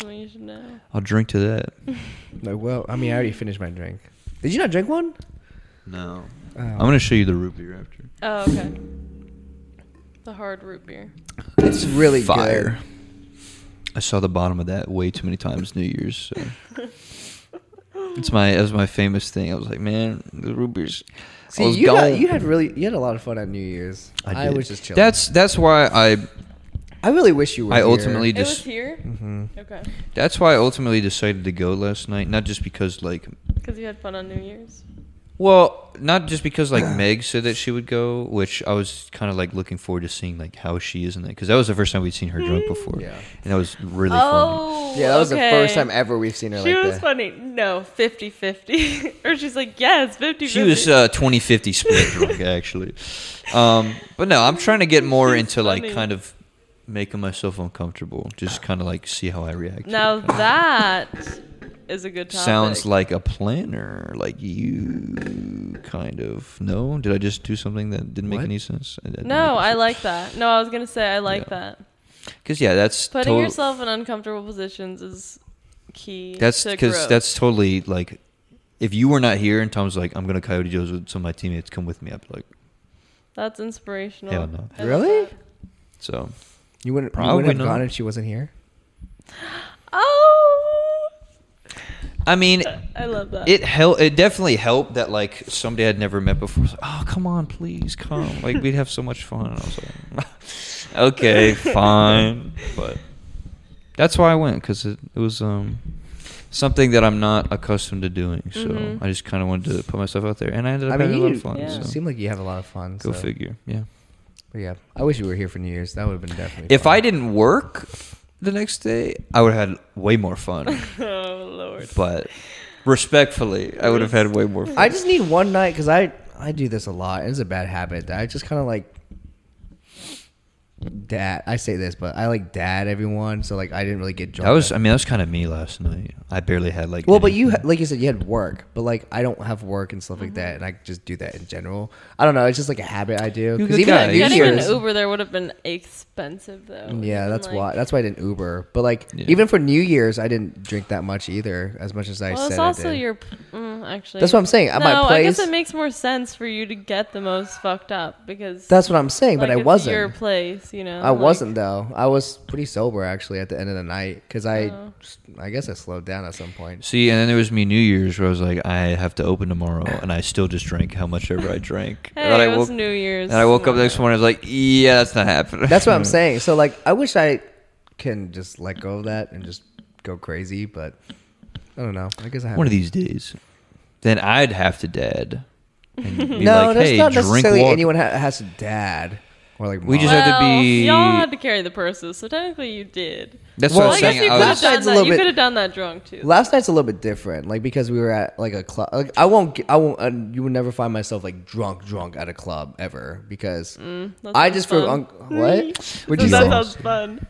[SPEAKER 1] Something you should know.
[SPEAKER 3] I'll drink to that.
[SPEAKER 2] Oh. no. Well, I mean, I already finished my drink. Did you not drink one?
[SPEAKER 3] No.
[SPEAKER 2] Oh.
[SPEAKER 3] I'm gonna show you the root beer after.
[SPEAKER 1] Oh okay. The hard root beer.
[SPEAKER 2] It's really
[SPEAKER 3] Fire.
[SPEAKER 2] fire.
[SPEAKER 3] I saw the bottom of that way too many times New Year's. So. it's my. That was my famous thing. I was like, man, the root beers. I
[SPEAKER 2] See,
[SPEAKER 3] was
[SPEAKER 2] you, got,
[SPEAKER 3] gone.
[SPEAKER 2] you had really you had a lot of fun at New Year's. I,
[SPEAKER 3] did.
[SPEAKER 2] was just chilling.
[SPEAKER 3] That's that's why I
[SPEAKER 2] I really wish you were.
[SPEAKER 3] I
[SPEAKER 2] here.
[SPEAKER 3] ultimately
[SPEAKER 1] It was
[SPEAKER 3] just
[SPEAKER 1] here.
[SPEAKER 2] hmm
[SPEAKER 1] Okay.
[SPEAKER 3] that's why I ultimately decided to go last night. Not just because like
[SPEAKER 1] Because you had fun on New Year's.
[SPEAKER 3] Well, not just because like Meg said that she would go, which I was kind of like looking forward to seeing like how she is in that because that was the first time we'd seen her drunk before,
[SPEAKER 2] Mm-hmm. Yeah.
[SPEAKER 3] and that was really funny.
[SPEAKER 1] oh.
[SPEAKER 2] Yeah, that was
[SPEAKER 1] okay.
[SPEAKER 2] the first time ever we've seen her
[SPEAKER 1] She
[SPEAKER 2] like
[SPEAKER 1] was
[SPEAKER 2] that.
[SPEAKER 1] funny. No, 50 50. or she's like, yes, 50
[SPEAKER 3] She was uh, 2050 split drunk actually, um, but no, I'm trying to get more
[SPEAKER 1] She's
[SPEAKER 3] into like
[SPEAKER 1] funny. Ah.
[SPEAKER 3] kind of making myself uncomfortable. Just kind of like see how I react. to
[SPEAKER 1] Now
[SPEAKER 3] it, kinda.
[SPEAKER 1] that is a good topic.
[SPEAKER 3] sounds like a planner. Like you kind of no. Did I just do something that didn't make
[SPEAKER 2] What?
[SPEAKER 3] any sense?
[SPEAKER 1] No, I like that. No, I was gonna say I like
[SPEAKER 3] Yeah.
[SPEAKER 1] that.
[SPEAKER 3] because yeah, that's
[SPEAKER 1] Putting
[SPEAKER 3] total-
[SPEAKER 1] yourself in uncomfortable positions is key.
[SPEAKER 3] That's
[SPEAKER 1] because
[SPEAKER 3] because that's totally like if you were not here and Tom's like I'm gonna Coyote Joe's with some of my teammates come with me. I'd be like
[SPEAKER 1] that's inspirational.
[SPEAKER 3] Hell no.
[SPEAKER 1] I love
[SPEAKER 2] Really?
[SPEAKER 1] that.
[SPEAKER 3] so
[SPEAKER 2] You wouldn't, you
[SPEAKER 3] Probably
[SPEAKER 2] wouldn't have
[SPEAKER 3] not.
[SPEAKER 2] gone if she wasn't here.
[SPEAKER 1] Oh,
[SPEAKER 3] I mean.
[SPEAKER 1] I love that.
[SPEAKER 3] It hel- It definitely helped that like somebody I'd never met before. Was like, oh come on, please come! Like we'd have so much fun. And I was like, okay, fine. But that's why I went because it, it was um something that I'm not accustomed to doing. So
[SPEAKER 1] Mhm.
[SPEAKER 3] I just kind of wanted to put myself out there, and I ended up
[SPEAKER 2] I mean,
[SPEAKER 3] having a lot of
[SPEAKER 2] you
[SPEAKER 3] fun.
[SPEAKER 1] Yeah.
[SPEAKER 3] So.
[SPEAKER 2] seem like you have a lot of fun.
[SPEAKER 3] Go
[SPEAKER 2] so-
[SPEAKER 3] figure. Yeah.
[SPEAKER 2] But yeah, I wish you were here for New Year's. That would have been definitely.
[SPEAKER 3] If
[SPEAKER 2] fun.
[SPEAKER 3] I didn't work the next day, I would have had way more fun.
[SPEAKER 1] oh lord.
[SPEAKER 3] but respectfully, I would have had way more fun.
[SPEAKER 2] I just need one night because I I do this a lot. It's a bad habit that I just kind of like dad. I say this, but I like dad everyone. So like I didn't really get drunk.
[SPEAKER 3] that was.
[SPEAKER 2] that-
[SPEAKER 3] I mean, that was kind of me last night. I barely had like.
[SPEAKER 2] well, but you ha-
[SPEAKER 3] anything.
[SPEAKER 2] like you said you had work, but like I don't have work and
[SPEAKER 1] Mm-hmm.
[SPEAKER 2] stuff like that, and I just do that in general. I don't know. It's just like a habit I do.
[SPEAKER 3] You're a
[SPEAKER 2] 'Cause
[SPEAKER 3] good
[SPEAKER 2] even at
[SPEAKER 3] guy.
[SPEAKER 2] New
[SPEAKER 1] Getting
[SPEAKER 2] Year's,
[SPEAKER 1] an Uber there would have been expensive though.
[SPEAKER 2] Yeah,
[SPEAKER 1] Even,
[SPEAKER 2] that's
[SPEAKER 1] like-
[SPEAKER 2] why. That's why I didn't Uber. But like,
[SPEAKER 3] Yeah.
[SPEAKER 2] even for New Year's, I didn't drink that much either, as much as I
[SPEAKER 1] Well,
[SPEAKER 2] said.
[SPEAKER 1] it's
[SPEAKER 2] I
[SPEAKER 1] also
[SPEAKER 2] did.
[SPEAKER 1] your p- mm, actually.
[SPEAKER 2] That's what I'm saying. At
[SPEAKER 1] no,
[SPEAKER 2] my
[SPEAKER 1] I guess
[SPEAKER 2] place-
[SPEAKER 1] it makes more sense for you to get the most fucked up because
[SPEAKER 2] That's what I'm saying,
[SPEAKER 1] like,
[SPEAKER 2] but I
[SPEAKER 1] it's
[SPEAKER 2] wasn't.
[SPEAKER 1] your place, you know.
[SPEAKER 2] I
[SPEAKER 1] like-
[SPEAKER 2] wasn't though. I was pretty sober actually at the end of the night because I,
[SPEAKER 1] Oh.
[SPEAKER 2] s- I guess I slowed down at some point.
[SPEAKER 3] See, and then there was me New Year's where I was like, I have to open tomorrow, and I still just drank how much ever I drank.
[SPEAKER 1] Hey,
[SPEAKER 3] and then I
[SPEAKER 1] it was
[SPEAKER 3] woke,
[SPEAKER 1] New Year's.
[SPEAKER 3] And I woke up the next morning. I was like, yeah, that's not happening.
[SPEAKER 2] That's what I'm saying. So like, I wish I can just let go of that and just go crazy, but I don't know. I guess I have
[SPEAKER 3] One of these days, then I'd have to dad. And be
[SPEAKER 2] No,
[SPEAKER 3] like,
[SPEAKER 2] that's
[SPEAKER 3] hey,
[SPEAKER 2] not
[SPEAKER 3] drink
[SPEAKER 2] necessarily
[SPEAKER 3] water.
[SPEAKER 2] anyone ha- has a dad or like.
[SPEAKER 3] We just
[SPEAKER 1] well,
[SPEAKER 3] had to be-
[SPEAKER 1] Y'all had to carry the purses, so technically you did.
[SPEAKER 3] That's
[SPEAKER 2] Well,
[SPEAKER 3] what
[SPEAKER 1] I
[SPEAKER 3] I'm
[SPEAKER 1] guess
[SPEAKER 3] saying.
[SPEAKER 1] you
[SPEAKER 3] I
[SPEAKER 1] could have
[SPEAKER 2] that's-
[SPEAKER 3] was,
[SPEAKER 1] done
[SPEAKER 2] Besides a
[SPEAKER 1] that.
[SPEAKER 2] little
[SPEAKER 1] You
[SPEAKER 2] bit-
[SPEAKER 1] could have done that drunk too.
[SPEAKER 2] Last night's a little bit different, like because we were at like a club. Like, I won't, g- I won't. Uh, you would never find myself like drunk, drunk at a club ever because
[SPEAKER 1] that
[SPEAKER 2] I
[SPEAKER 1] sounds
[SPEAKER 2] just feel
[SPEAKER 1] Mm, fun.
[SPEAKER 2] un- what? What'd you
[SPEAKER 1] that
[SPEAKER 2] say?
[SPEAKER 1] sounds fun.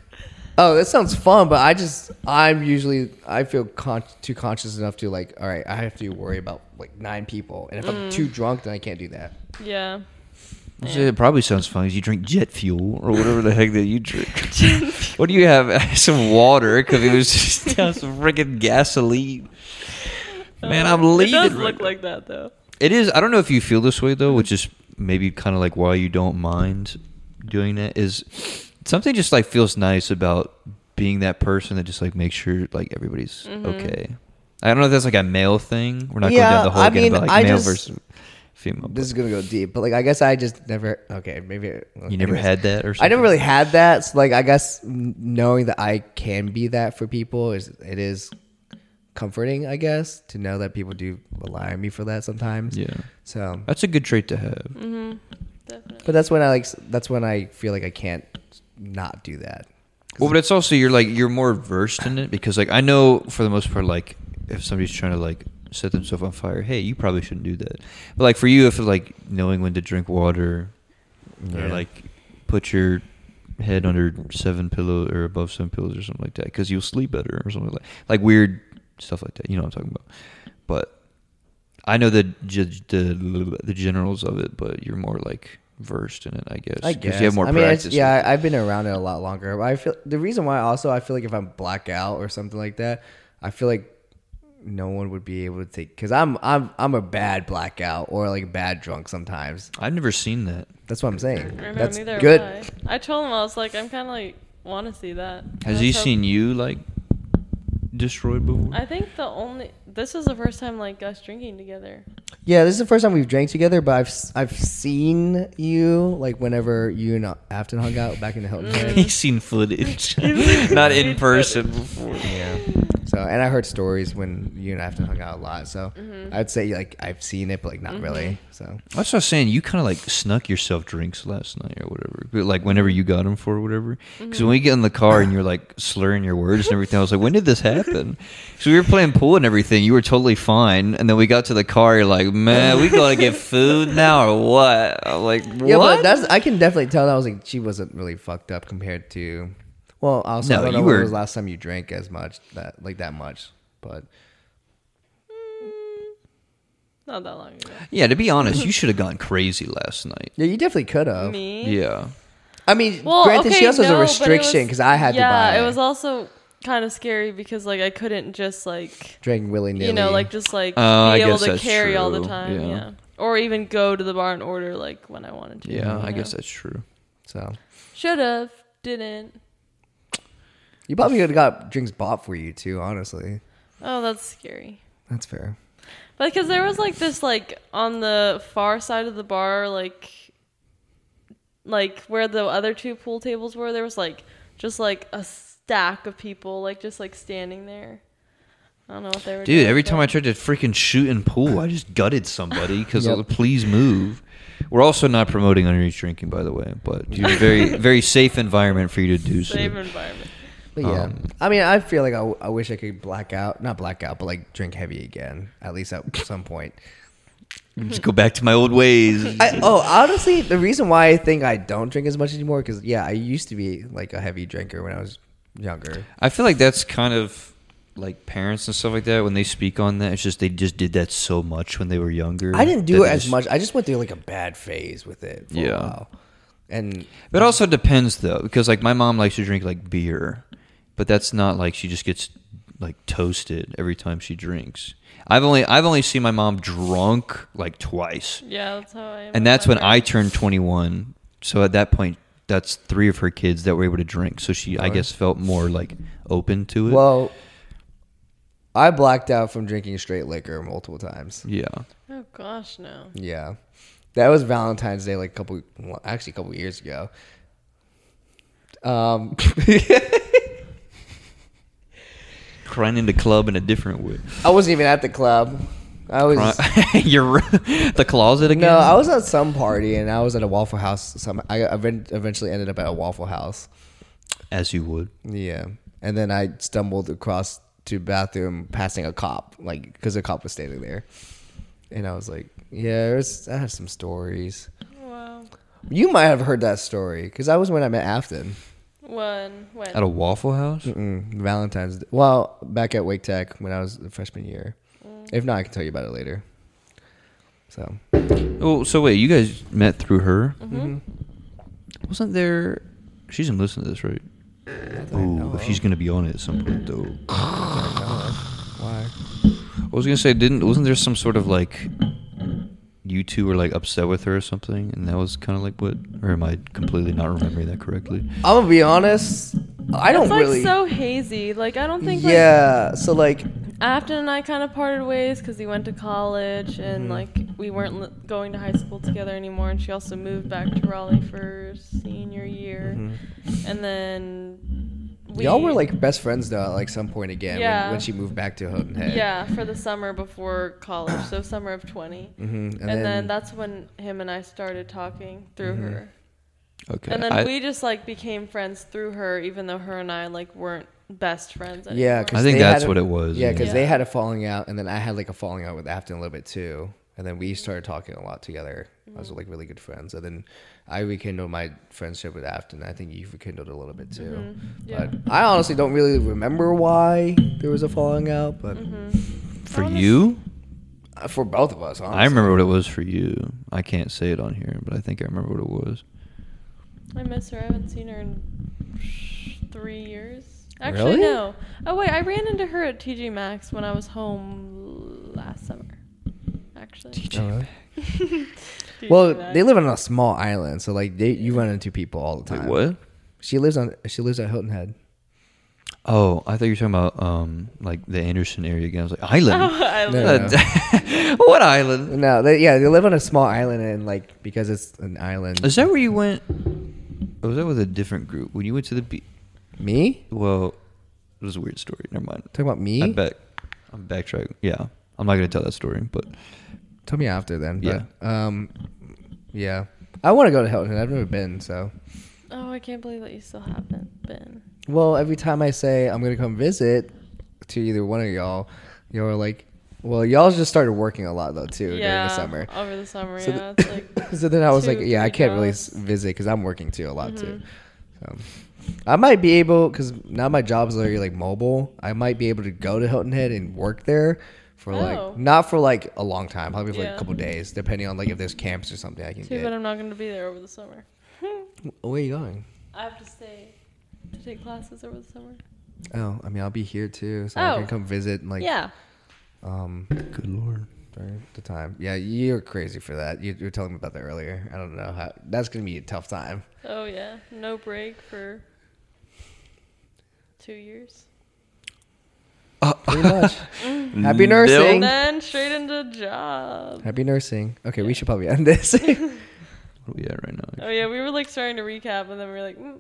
[SPEAKER 2] Oh, that sounds fun, but I just I'm usually I feel con- too conscious enough to like. All right, I have to worry about like nine people, and if I'm too drunk, then I can't do that.
[SPEAKER 1] Yeah.
[SPEAKER 3] So it probably sounds funny. 'cause You drink jet fuel or whatever the heck that you drink. what do you have? some water because it was just down some freaking gasoline. Man, I'm
[SPEAKER 1] It
[SPEAKER 2] Uh,
[SPEAKER 3] leaving.
[SPEAKER 1] does
[SPEAKER 3] right
[SPEAKER 1] look
[SPEAKER 3] now.
[SPEAKER 1] like that though.
[SPEAKER 3] it is. I don't know if you feel this way though, which is maybe kind of like why you don't mind doing that. Is something just like feels nice about being that person that just like makes sure like everybody's okay. I don't know if that's like a male thing. We're not going
[SPEAKER 2] Mm-hmm. Yeah,
[SPEAKER 3] down the whole
[SPEAKER 2] I
[SPEAKER 3] again
[SPEAKER 2] mean,
[SPEAKER 3] about
[SPEAKER 2] I
[SPEAKER 3] like male
[SPEAKER 2] just-
[SPEAKER 3] versus female.
[SPEAKER 2] This is gonna go deep, but like I guess I just never. Okay, maybe
[SPEAKER 3] You never had that or something?
[SPEAKER 2] I never really had that. So like I guess n- knowing that I can be that for people is it is comforting. I guess to know that people do rely on me for that sometimes.
[SPEAKER 3] Yeah.
[SPEAKER 2] So,
[SPEAKER 3] That's a good trait to have.
[SPEAKER 1] Mm-hmm. Definitely.
[SPEAKER 2] but that's when I like. s- That's when I feel like I can't not do that.
[SPEAKER 3] Well, but it's also you're like you're more versed in it because like I know for the most part like if somebody's trying to like set themselves on fire, hey, you probably shouldn't do that. But like for you, if like knowing when to drink water
[SPEAKER 2] Yeah.
[SPEAKER 3] or like put your head under seven pillow or above seven pillows or something like that because you'll sleep better or something like like weird stuff like that. You know what I'm talking about? But I know the ge- the the generals of it, but you're more like versed in it, I guess.
[SPEAKER 2] I
[SPEAKER 3] 'cause
[SPEAKER 2] guess.
[SPEAKER 3] you have more
[SPEAKER 2] I mean, it's-
[SPEAKER 3] practice. with
[SPEAKER 2] yeah,
[SPEAKER 3] it.
[SPEAKER 2] I- I've been around it a lot longer. But I feel the reason why also I feel like if I'm blackout or something like that, I feel like no one would be able to take because I'm I'm I'm a bad blackout or like bad drunk sometimes.
[SPEAKER 3] I've never seen that.
[SPEAKER 2] That's what I'm saying.
[SPEAKER 1] I remember
[SPEAKER 2] That's
[SPEAKER 1] neither
[SPEAKER 2] good.
[SPEAKER 1] am I. I told him I was like, I'm kind of like want to see that. Let's
[SPEAKER 3] Has he
[SPEAKER 1] hope-
[SPEAKER 3] seen you like destroyed before?
[SPEAKER 1] I think the only this is the first time like us drinking together.
[SPEAKER 2] Yeah, this is the first time we've drank together, but I've s- I've seen you like whenever you and Afton hung
[SPEAKER 1] Mm.
[SPEAKER 2] out back in the Hilton. Head.
[SPEAKER 3] He's seen footage, not in person before.
[SPEAKER 2] yeah. So So, and I heard stories when you and I have to hung out a lot. So,
[SPEAKER 1] Mm-hmm.
[SPEAKER 2] I'd say like I've seen it, but like not really. So,
[SPEAKER 3] I was just saying you kind of like snuck yourself drinks last night or whatever, but like whenever you got them for or whatever.
[SPEAKER 1] Mm-hmm.
[SPEAKER 3] Because when we get in the car and you're like slurring your words and everything, I was like, when did this happen? So we were playing pool and everything. You were totally fine, and then we got to the car. You're like, man, we gotta get food now or what? I'm like, what?
[SPEAKER 2] yeah, but that's I can definitely tell that I was like she wasn't really fucked up compared to. Well, also
[SPEAKER 3] No,
[SPEAKER 2] I don't know
[SPEAKER 3] you
[SPEAKER 2] when
[SPEAKER 3] were-
[SPEAKER 2] was the last time you drank as much that like that much, but
[SPEAKER 1] Not that long ago.
[SPEAKER 3] yeah, to be honest, you should have gone crazy last night.
[SPEAKER 2] yeah, you definitely could have.
[SPEAKER 1] Me?
[SPEAKER 3] Yeah.
[SPEAKER 2] I mean,
[SPEAKER 1] Well,
[SPEAKER 2] granted,
[SPEAKER 1] okay,
[SPEAKER 2] she also has
[SPEAKER 1] no,
[SPEAKER 2] a
[SPEAKER 1] but it
[SPEAKER 2] restriction
[SPEAKER 1] was-
[SPEAKER 2] because I had
[SPEAKER 1] yeah,
[SPEAKER 2] to buy
[SPEAKER 1] it was also kind of scary because like I couldn't just like
[SPEAKER 2] drinking willy nilly.
[SPEAKER 1] you know like just like
[SPEAKER 3] Oh, I
[SPEAKER 1] be able
[SPEAKER 3] guess
[SPEAKER 1] to
[SPEAKER 3] that's
[SPEAKER 1] carry all the
[SPEAKER 3] true,
[SPEAKER 1] time.
[SPEAKER 3] yeah.
[SPEAKER 1] Yeah. Or even go to the bar and order like when I wanted to.
[SPEAKER 2] Mm-hmm.
[SPEAKER 3] Yeah, I guess that's true.
[SPEAKER 2] so
[SPEAKER 1] Should have, didn't.
[SPEAKER 2] you probably could have got drinks bought for you too. Honestly,
[SPEAKER 1] Oh, that's scary.
[SPEAKER 2] that's fair.
[SPEAKER 1] Because there was like this like on the far side of the bar like like where the other two pool tables were there was like just like a stack of people like just like standing there. I don't know what they were doing.
[SPEAKER 3] Dude, every time
[SPEAKER 1] but-
[SPEAKER 3] I tried to freaking shoot and pool, I just gutted somebody because
[SPEAKER 2] Yep.
[SPEAKER 3] please move. We're also not promoting underage drinking, by the way, but you're very, very safe environment for you to do so.
[SPEAKER 1] Same environment.
[SPEAKER 2] But yeah,
[SPEAKER 3] Um,
[SPEAKER 2] I mean, I feel like I, I wish I could black out, not black out, but like drink heavy again, at least at some point.
[SPEAKER 3] Just go back to my old ways.
[SPEAKER 2] I, oh, honestly, the reason why I think I don't drink as much anymore because yeah, I used to be like a heavy drinker when I was younger.
[SPEAKER 3] I feel like that's kind of like parents and stuff like that when they speak on that. It's just they just did that so much when they were younger.
[SPEAKER 2] I didn't
[SPEAKER 3] that
[SPEAKER 2] do it
[SPEAKER 3] they
[SPEAKER 2] as
[SPEAKER 3] just-
[SPEAKER 2] much. I just went through like a bad phase with it. For
[SPEAKER 3] Yeah.
[SPEAKER 2] a while. and
[SPEAKER 3] But it also depends though, because like my mom likes to drink like beer, but that's not like she just gets like toasted every time she drinks. I've only I've only seen my mom drunk like twice,
[SPEAKER 1] Yeah, that's how I am.
[SPEAKER 3] and
[SPEAKER 1] with
[SPEAKER 3] that's
[SPEAKER 1] my
[SPEAKER 3] when I
[SPEAKER 1] friends.
[SPEAKER 3] turned 21. So at that point, that's three of her kids that were able to drink. So she, I
[SPEAKER 2] Alright.
[SPEAKER 3] guess, felt more like open to it.
[SPEAKER 2] well, I blacked out from drinking straight liquor multiple times.
[SPEAKER 3] yeah,
[SPEAKER 1] Oh gosh, no.
[SPEAKER 2] Yeah, that was Valentine's Day, like a couple, well, actually a couple years ago. Um,
[SPEAKER 3] crying into club in a different way.
[SPEAKER 2] I wasn't even at the club. I was
[SPEAKER 3] Cry- You're the closet again.
[SPEAKER 2] no, I was at some party and I was at a Waffle House. Some I event- eventually ended up at a Waffle House.
[SPEAKER 3] as you would.
[SPEAKER 2] Yeah, and then I stumbled across to bathroom passing a cop, like because a cop was standing there, and I was like, "Yeah, there's, I have some stories."
[SPEAKER 1] Wow.
[SPEAKER 2] You might have heard that story because that was when I met Afton.
[SPEAKER 1] When when
[SPEAKER 3] At a Waffle House?
[SPEAKER 2] Mm, Valentine's. Day. Well, back at Wake Tech when I was a freshman year. If not, I can tell you about it later. So
[SPEAKER 3] Oh, so wait, you guys met through her? Wasn't there? She doesn't listen to this, right?
[SPEAKER 2] know
[SPEAKER 3] Oh,
[SPEAKER 2] of.
[SPEAKER 3] she's gonna be on it at some point, though.
[SPEAKER 2] why?
[SPEAKER 3] I was gonna say, didn't wasn't there some sort of like you two were like upset with her or something, and that was kind of like what? Or am I completely not remembering that correctly?
[SPEAKER 2] I'm gonna be honest. I don't
[SPEAKER 1] it's like
[SPEAKER 2] really.
[SPEAKER 1] so hazy. Like I don't think like
[SPEAKER 2] yeah. so like,
[SPEAKER 1] Afton and I kind of parted ways because he went to college and like we weren't li- going to high school together anymore. And she also moved back to Raleigh for senior year, and then Mm-hmm. we
[SPEAKER 2] y'all were like best friends though. At like some point again
[SPEAKER 1] Yeah.
[SPEAKER 2] when, when she moved back to Houghton Head.
[SPEAKER 1] yeah for the summer before college, so summer of 20
[SPEAKER 2] hmm And,
[SPEAKER 1] And,
[SPEAKER 2] then,
[SPEAKER 1] then, that's when him and I started talking through her,
[SPEAKER 3] Okay.
[SPEAKER 1] and then
[SPEAKER 3] I,
[SPEAKER 1] we just like became friends through her, even though her and I like weren't best friends. Anymore.
[SPEAKER 2] yeah.
[SPEAKER 3] I think
[SPEAKER 2] they had
[SPEAKER 3] that's
[SPEAKER 2] a-
[SPEAKER 3] what it was,
[SPEAKER 2] Yeah, because
[SPEAKER 1] yeah.
[SPEAKER 2] they
[SPEAKER 1] Yeah.
[SPEAKER 2] had a falling out, and then I had like a falling out with Afton a little bit too. And then we started talking a lot together. I
[SPEAKER 1] Mm-hmm.
[SPEAKER 2] was like really good friends. And then I rekindled my friendship with Afton. I think you rekindled a little bit too.
[SPEAKER 1] Mm-hmm. Yeah.
[SPEAKER 2] But I honestly don't really remember why there was a falling out, but
[SPEAKER 1] Mm-hmm.
[SPEAKER 3] for
[SPEAKER 1] honest-
[SPEAKER 3] you,
[SPEAKER 2] uh, for both of us, honestly.
[SPEAKER 3] I remember what it was for you. I can't say it on here, but I think I remember what it was.
[SPEAKER 1] I miss her. I haven't seen her in three years. Actually,
[SPEAKER 2] Really?
[SPEAKER 1] no. Oh wait, I ran into her at TJ Maxx when I was home last summer. Actually,
[SPEAKER 2] Oh, really?
[SPEAKER 1] TJ
[SPEAKER 2] Well,
[SPEAKER 1] Maxx.
[SPEAKER 2] they live on a small island, so like they, you run into people all the
[SPEAKER 3] Wait,
[SPEAKER 2] time.
[SPEAKER 3] what?
[SPEAKER 2] She lives on. She lives at Hilton Head.
[SPEAKER 3] Oh, I thought you were talking about um like the Anderson area again. I was like island.
[SPEAKER 1] Oh, I love
[SPEAKER 2] No, no, no.
[SPEAKER 3] what island?
[SPEAKER 2] No, they, yeah, they live on a small island, and like because it's an island.
[SPEAKER 3] Is that where you went? Or was that with a different group? When you went to the beach?
[SPEAKER 2] me?
[SPEAKER 3] Well, It was a weird story. Never mind.
[SPEAKER 2] Talking about me?
[SPEAKER 3] I'm back. I'm backtracking. Yeah, I'm not gonna tell that story, but
[SPEAKER 2] Tell me after then. But, Um, yeah. I want to go to Hilton. I've never been, so.
[SPEAKER 1] Oh, I can't believe that you still haven't been.
[SPEAKER 2] Well, every time I say I'm gonna come visit to either one of y'all, y'all are like, well, y'all just started working a lot though too during the summer.
[SPEAKER 1] Over the summer,
[SPEAKER 2] So
[SPEAKER 1] yeah.
[SPEAKER 2] the-
[SPEAKER 1] it's like
[SPEAKER 2] so then I was
[SPEAKER 1] two,
[SPEAKER 2] like, yeah, I
[SPEAKER 1] three
[SPEAKER 2] can't really s-
[SPEAKER 1] jobs.
[SPEAKER 2] visit because I'm working too a lot too.
[SPEAKER 1] Mm-hmm.
[SPEAKER 2] Um, I might be able because now my job's already like mobile. I might be able to go to Hilton Head and work there for
[SPEAKER 1] Oh.
[SPEAKER 2] like not for like a long time, probably for like
[SPEAKER 1] Yeah.
[SPEAKER 2] a couple days, depending on like if there's camps or something I can
[SPEAKER 1] Too bad
[SPEAKER 2] get. Oh,
[SPEAKER 1] I'm not going to be there over the summer.
[SPEAKER 2] Where are you going?
[SPEAKER 1] I have to stay to take classes over the summer.
[SPEAKER 2] Oh, I mean, I'll be here too, so I
[SPEAKER 1] Oh.
[SPEAKER 2] can come visit and like
[SPEAKER 1] yeah.
[SPEAKER 2] um
[SPEAKER 3] good lord.
[SPEAKER 2] during the time. Yeah, you're crazy for that. You, you were telling me about that earlier. I don't know how. That's gonna be a tough time.
[SPEAKER 1] Oh yeah. No break for two years.
[SPEAKER 2] Uh, Pretty much. Happy nursing.
[SPEAKER 1] And then straight into job.
[SPEAKER 2] Happy nursing. Okay, we should probably end this. Is
[SPEAKER 3] What are we at right now?
[SPEAKER 1] Oh yeah, we were like starting to recap, and then we were like, mm.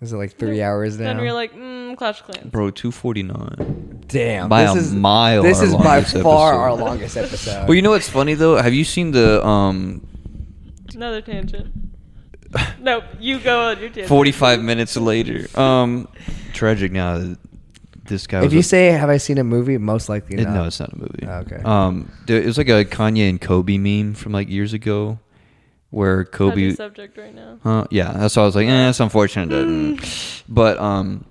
[SPEAKER 2] it like three hours now?
[SPEAKER 1] then we were like, mm, Clash of Clans.
[SPEAKER 3] Bro, two forty nine.
[SPEAKER 2] Damn,
[SPEAKER 3] by
[SPEAKER 2] this
[SPEAKER 3] a
[SPEAKER 2] is
[SPEAKER 3] mile
[SPEAKER 2] This
[SPEAKER 3] our
[SPEAKER 2] is by
[SPEAKER 3] longest
[SPEAKER 2] far
[SPEAKER 3] episode.
[SPEAKER 2] our longest episode.
[SPEAKER 3] Well, you know what's funny though? Have you seen the um
[SPEAKER 1] Another tangent. nope, you go on your tangent.
[SPEAKER 3] forty five minutes later? Um, tragic now. that This guy.
[SPEAKER 2] if
[SPEAKER 3] was
[SPEAKER 2] you
[SPEAKER 3] a-
[SPEAKER 2] say have I seen a movie, most likely
[SPEAKER 3] It-
[SPEAKER 2] not.
[SPEAKER 3] no, it's not a movie.
[SPEAKER 2] Oh, okay.
[SPEAKER 3] Um, there, it was like a Kanye and Kobe meme from like years ago, where
[SPEAKER 1] Touchy
[SPEAKER 3] Kobe.
[SPEAKER 1] subject right now.
[SPEAKER 3] Huh? Yeah, that's why I was like, eh, that's unfortunate. that- But um,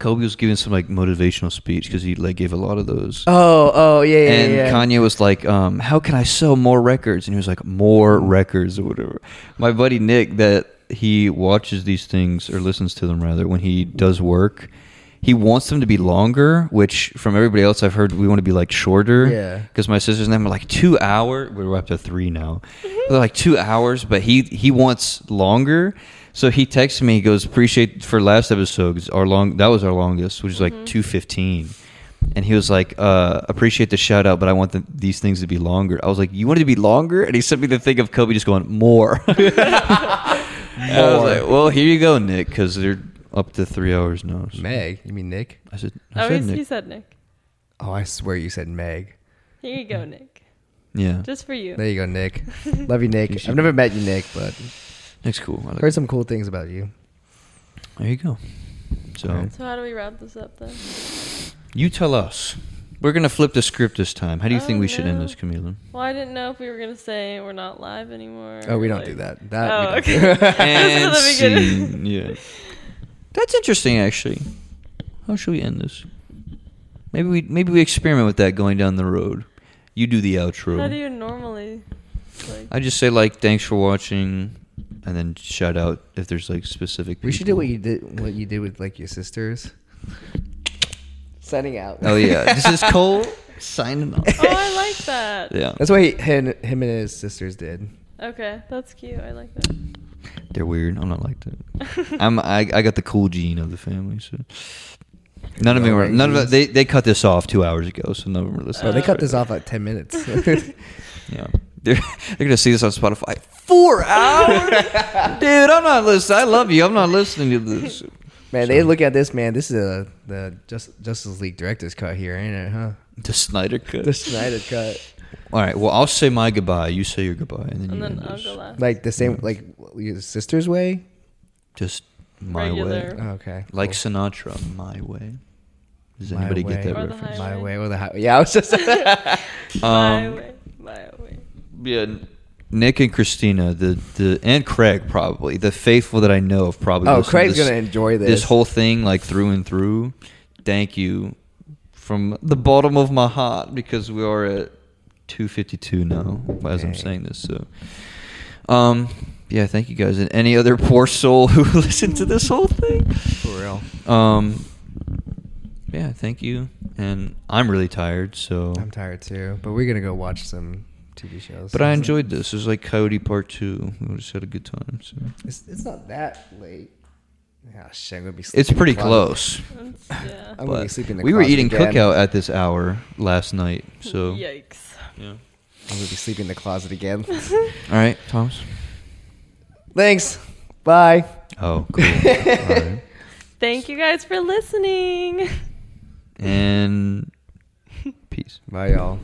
[SPEAKER 3] Kobe was giving some like motivational speech because he like gave a lot of those.
[SPEAKER 2] Oh, oh yeah, yeah,
[SPEAKER 3] and
[SPEAKER 2] yeah.
[SPEAKER 3] Kanye was like, um, "How can I sell more records?" And he was like, "More records or whatever." My buddy Nick, that he watches these things or listens to them rather when he does work. He wants them to be longer, which from everybody else I've heard, we want to be like shorter.
[SPEAKER 2] Yeah.
[SPEAKER 3] Because my sisters and them are like two hour. We're up to three now.
[SPEAKER 2] Mm-hmm.
[SPEAKER 3] They're like two hours, but he he wants longer. So he texts me. He goes, "Appreciate for last episode. 'cause Our long that was our longest, which is like
[SPEAKER 1] Mm-hmm.
[SPEAKER 3] two fifteen. And he was like, uh, "Appreciate the shout out, but I want the, these things to be longer." I was like, "You want it to be longer?" And he sent me the thing of Kobe just going more. And I was
[SPEAKER 2] More.
[SPEAKER 3] like, "Well, here you go, Nick, because they're up to three hours now." So
[SPEAKER 2] Meg, you mean Nick?
[SPEAKER 3] I said, I
[SPEAKER 1] Oh,
[SPEAKER 3] said
[SPEAKER 1] he's,
[SPEAKER 3] Nick.
[SPEAKER 1] he said Nick.
[SPEAKER 2] Oh, I swear you said Meg.
[SPEAKER 1] Here you go, Nick.
[SPEAKER 3] "Yeah,
[SPEAKER 1] Just for you.
[SPEAKER 2] There you go, Nick. Love you, Nick.
[SPEAKER 3] You should-
[SPEAKER 2] I've never met you, Nick, but
[SPEAKER 3] Nick's cool." I like-
[SPEAKER 2] heard some cool things about you.
[SPEAKER 3] There you go. So
[SPEAKER 2] Alright.
[SPEAKER 1] So how do we wrap this up then?
[SPEAKER 3] you tell us. We're gonna flip the script this time. How do you
[SPEAKER 1] Oh,
[SPEAKER 3] think we should end
[SPEAKER 1] no.
[SPEAKER 3] this, Chameleon?
[SPEAKER 1] Well, I didn't know if we were gonna say we're not live anymore.
[SPEAKER 2] Oh, we
[SPEAKER 1] or,
[SPEAKER 2] don't
[SPEAKER 1] like-
[SPEAKER 2] do that. That
[SPEAKER 1] oh,
[SPEAKER 2] we
[SPEAKER 1] okay.
[SPEAKER 2] don't do.
[SPEAKER 1] This is the beginning.
[SPEAKER 3] scene. Yeah, that's interesting, actually. How should we end this? Maybe we maybe we experiment with that going down the road. You do the outro.
[SPEAKER 1] How do you normally? Like,
[SPEAKER 3] I just say like thanks for watching, and then shout out if there's like specific.
[SPEAKER 2] We should do what
[SPEAKER 3] people.
[SPEAKER 2] you did what you did with like your sisters. Signing out.
[SPEAKER 3] Oh yeah, this is Cole signing off.
[SPEAKER 1] oh, I like that.
[SPEAKER 3] Yeah,
[SPEAKER 2] That's what he, him, him and his sisters did.
[SPEAKER 1] Okay, that's cute. I like that.
[SPEAKER 3] they're weird. I'm not like that. I'm uh, I, I got the cool gene of the family. So none of them were none of they they cut this off two hours ago, so none of them were listening.
[SPEAKER 2] Oh, they
[SPEAKER 1] Uh,
[SPEAKER 2] cut this off at ten minutes.
[SPEAKER 3] Yeah. They're, they're gonna see this on Spotify. Four hours, dude. I'm not listening. I love you. I'm not listening to this.
[SPEAKER 2] man, they look at this man. This is a the Just, Justice League director's cut here, ain't it? Huh?
[SPEAKER 3] The Snyder cut.
[SPEAKER 2] The Snyder cut.
[SPEAKER 3] All right. Well, I'll say my goodbye. You say your goodbye, and then
[SPEAKER 1] And
[SPEAKER 3] you
[SPEAKER 1] then
[SPEAKER 3] end
[SPEAKER 1] I'll
[SPEAKER 3] this.
[SPEAKER 1] go last.
[SPEAKER 2] Like the same, like your sister's way.
[SPEAKER 3] Just my
[SPEAKER 1] Regular.
[SPEAKER 3] way,
[SPEAKER 2] Oh, okay.
[SPEAKER 3] like
[SPEAKER 2] cool.
[SPEAKER 3] Sinatra, my way. Does
[SPEAKER 2] My
[SPEAKER 3] anybody get
[SPEAKER 2] way.
[SPEAKER 3] that
[SPEAKER 1] Or the
[SPEAKER 3] reference?
[SPEAKER 1] highway.
[SPEAKER 2] my way or the highway. Yeah, I was just.
[SPEAKER 1] my
[SPEAKER 3] Um,
[SPEAKER 1] way, my way.
[SPEAKER 3] Yeah, N- Nick and Christina, the the and Craig probably the faithful that I know of probably.
[SPEAKER 2] oh,
[SPEAKER 3] listened to
[SPEAKER 2] Craig's gonna enjoy this.
[SPEAKER 3] this whole thing like through and through. Thank you from the bottom of my heart because we are at 252 now as I'm
[SPEAKER 2] Dang.
[SPEAKER 3] saying this. So, um, yeah, thank you guys and any other poor soul who listened to this whole thing.
[SPEAKER 2] for real.
[SPEAKER 3] Um, yeah, thank you. And I'm really tired, so
[SPEAKER 2] I'm tired too, but we're gonna go watch some TV shows.
[SPEAKER 3] But I enjoyed this. It was like Coyote Part Two. We just had a good time. So.
[SPEAKER 2] It's, it's not that late. Yeah, shit, I'm gonna be.
[SPEAKER 3] It's
[SPEAKER 2] sleeping in
[SPEAKER 3] pretty
[SPEAKER 2] the closet.
[SPEAKER 3] close.
[SPEAKER 1] That's- yeah.
[SPEAKER 2] I'm gonna be
[SPEAKER 3] but
[SPEAKER 2] sleeping in the
[SPEAKER 3] we were
[SPEAKER 2] closet
[SPEAKER 3] eating
[SPEAKER 2] again.
[SPEAKER 3] cookout at this hour last night. So
[SPEAKER 1] Yikes.
[SPEAKER 3] yeah.
[SPEAKER 2] I'm gonna be sleeping in the closet again.
[SPEAKER 3] All right, Thomas.
[SPEAKER 2] Thanks. Bye.
[SPEAKER 3] Oh, cool. All right.
[SPEAKER 1] Thank you guys for listening.
[SPEAKER 3] And peace.
[SPEAKER 2] Bye, y'all.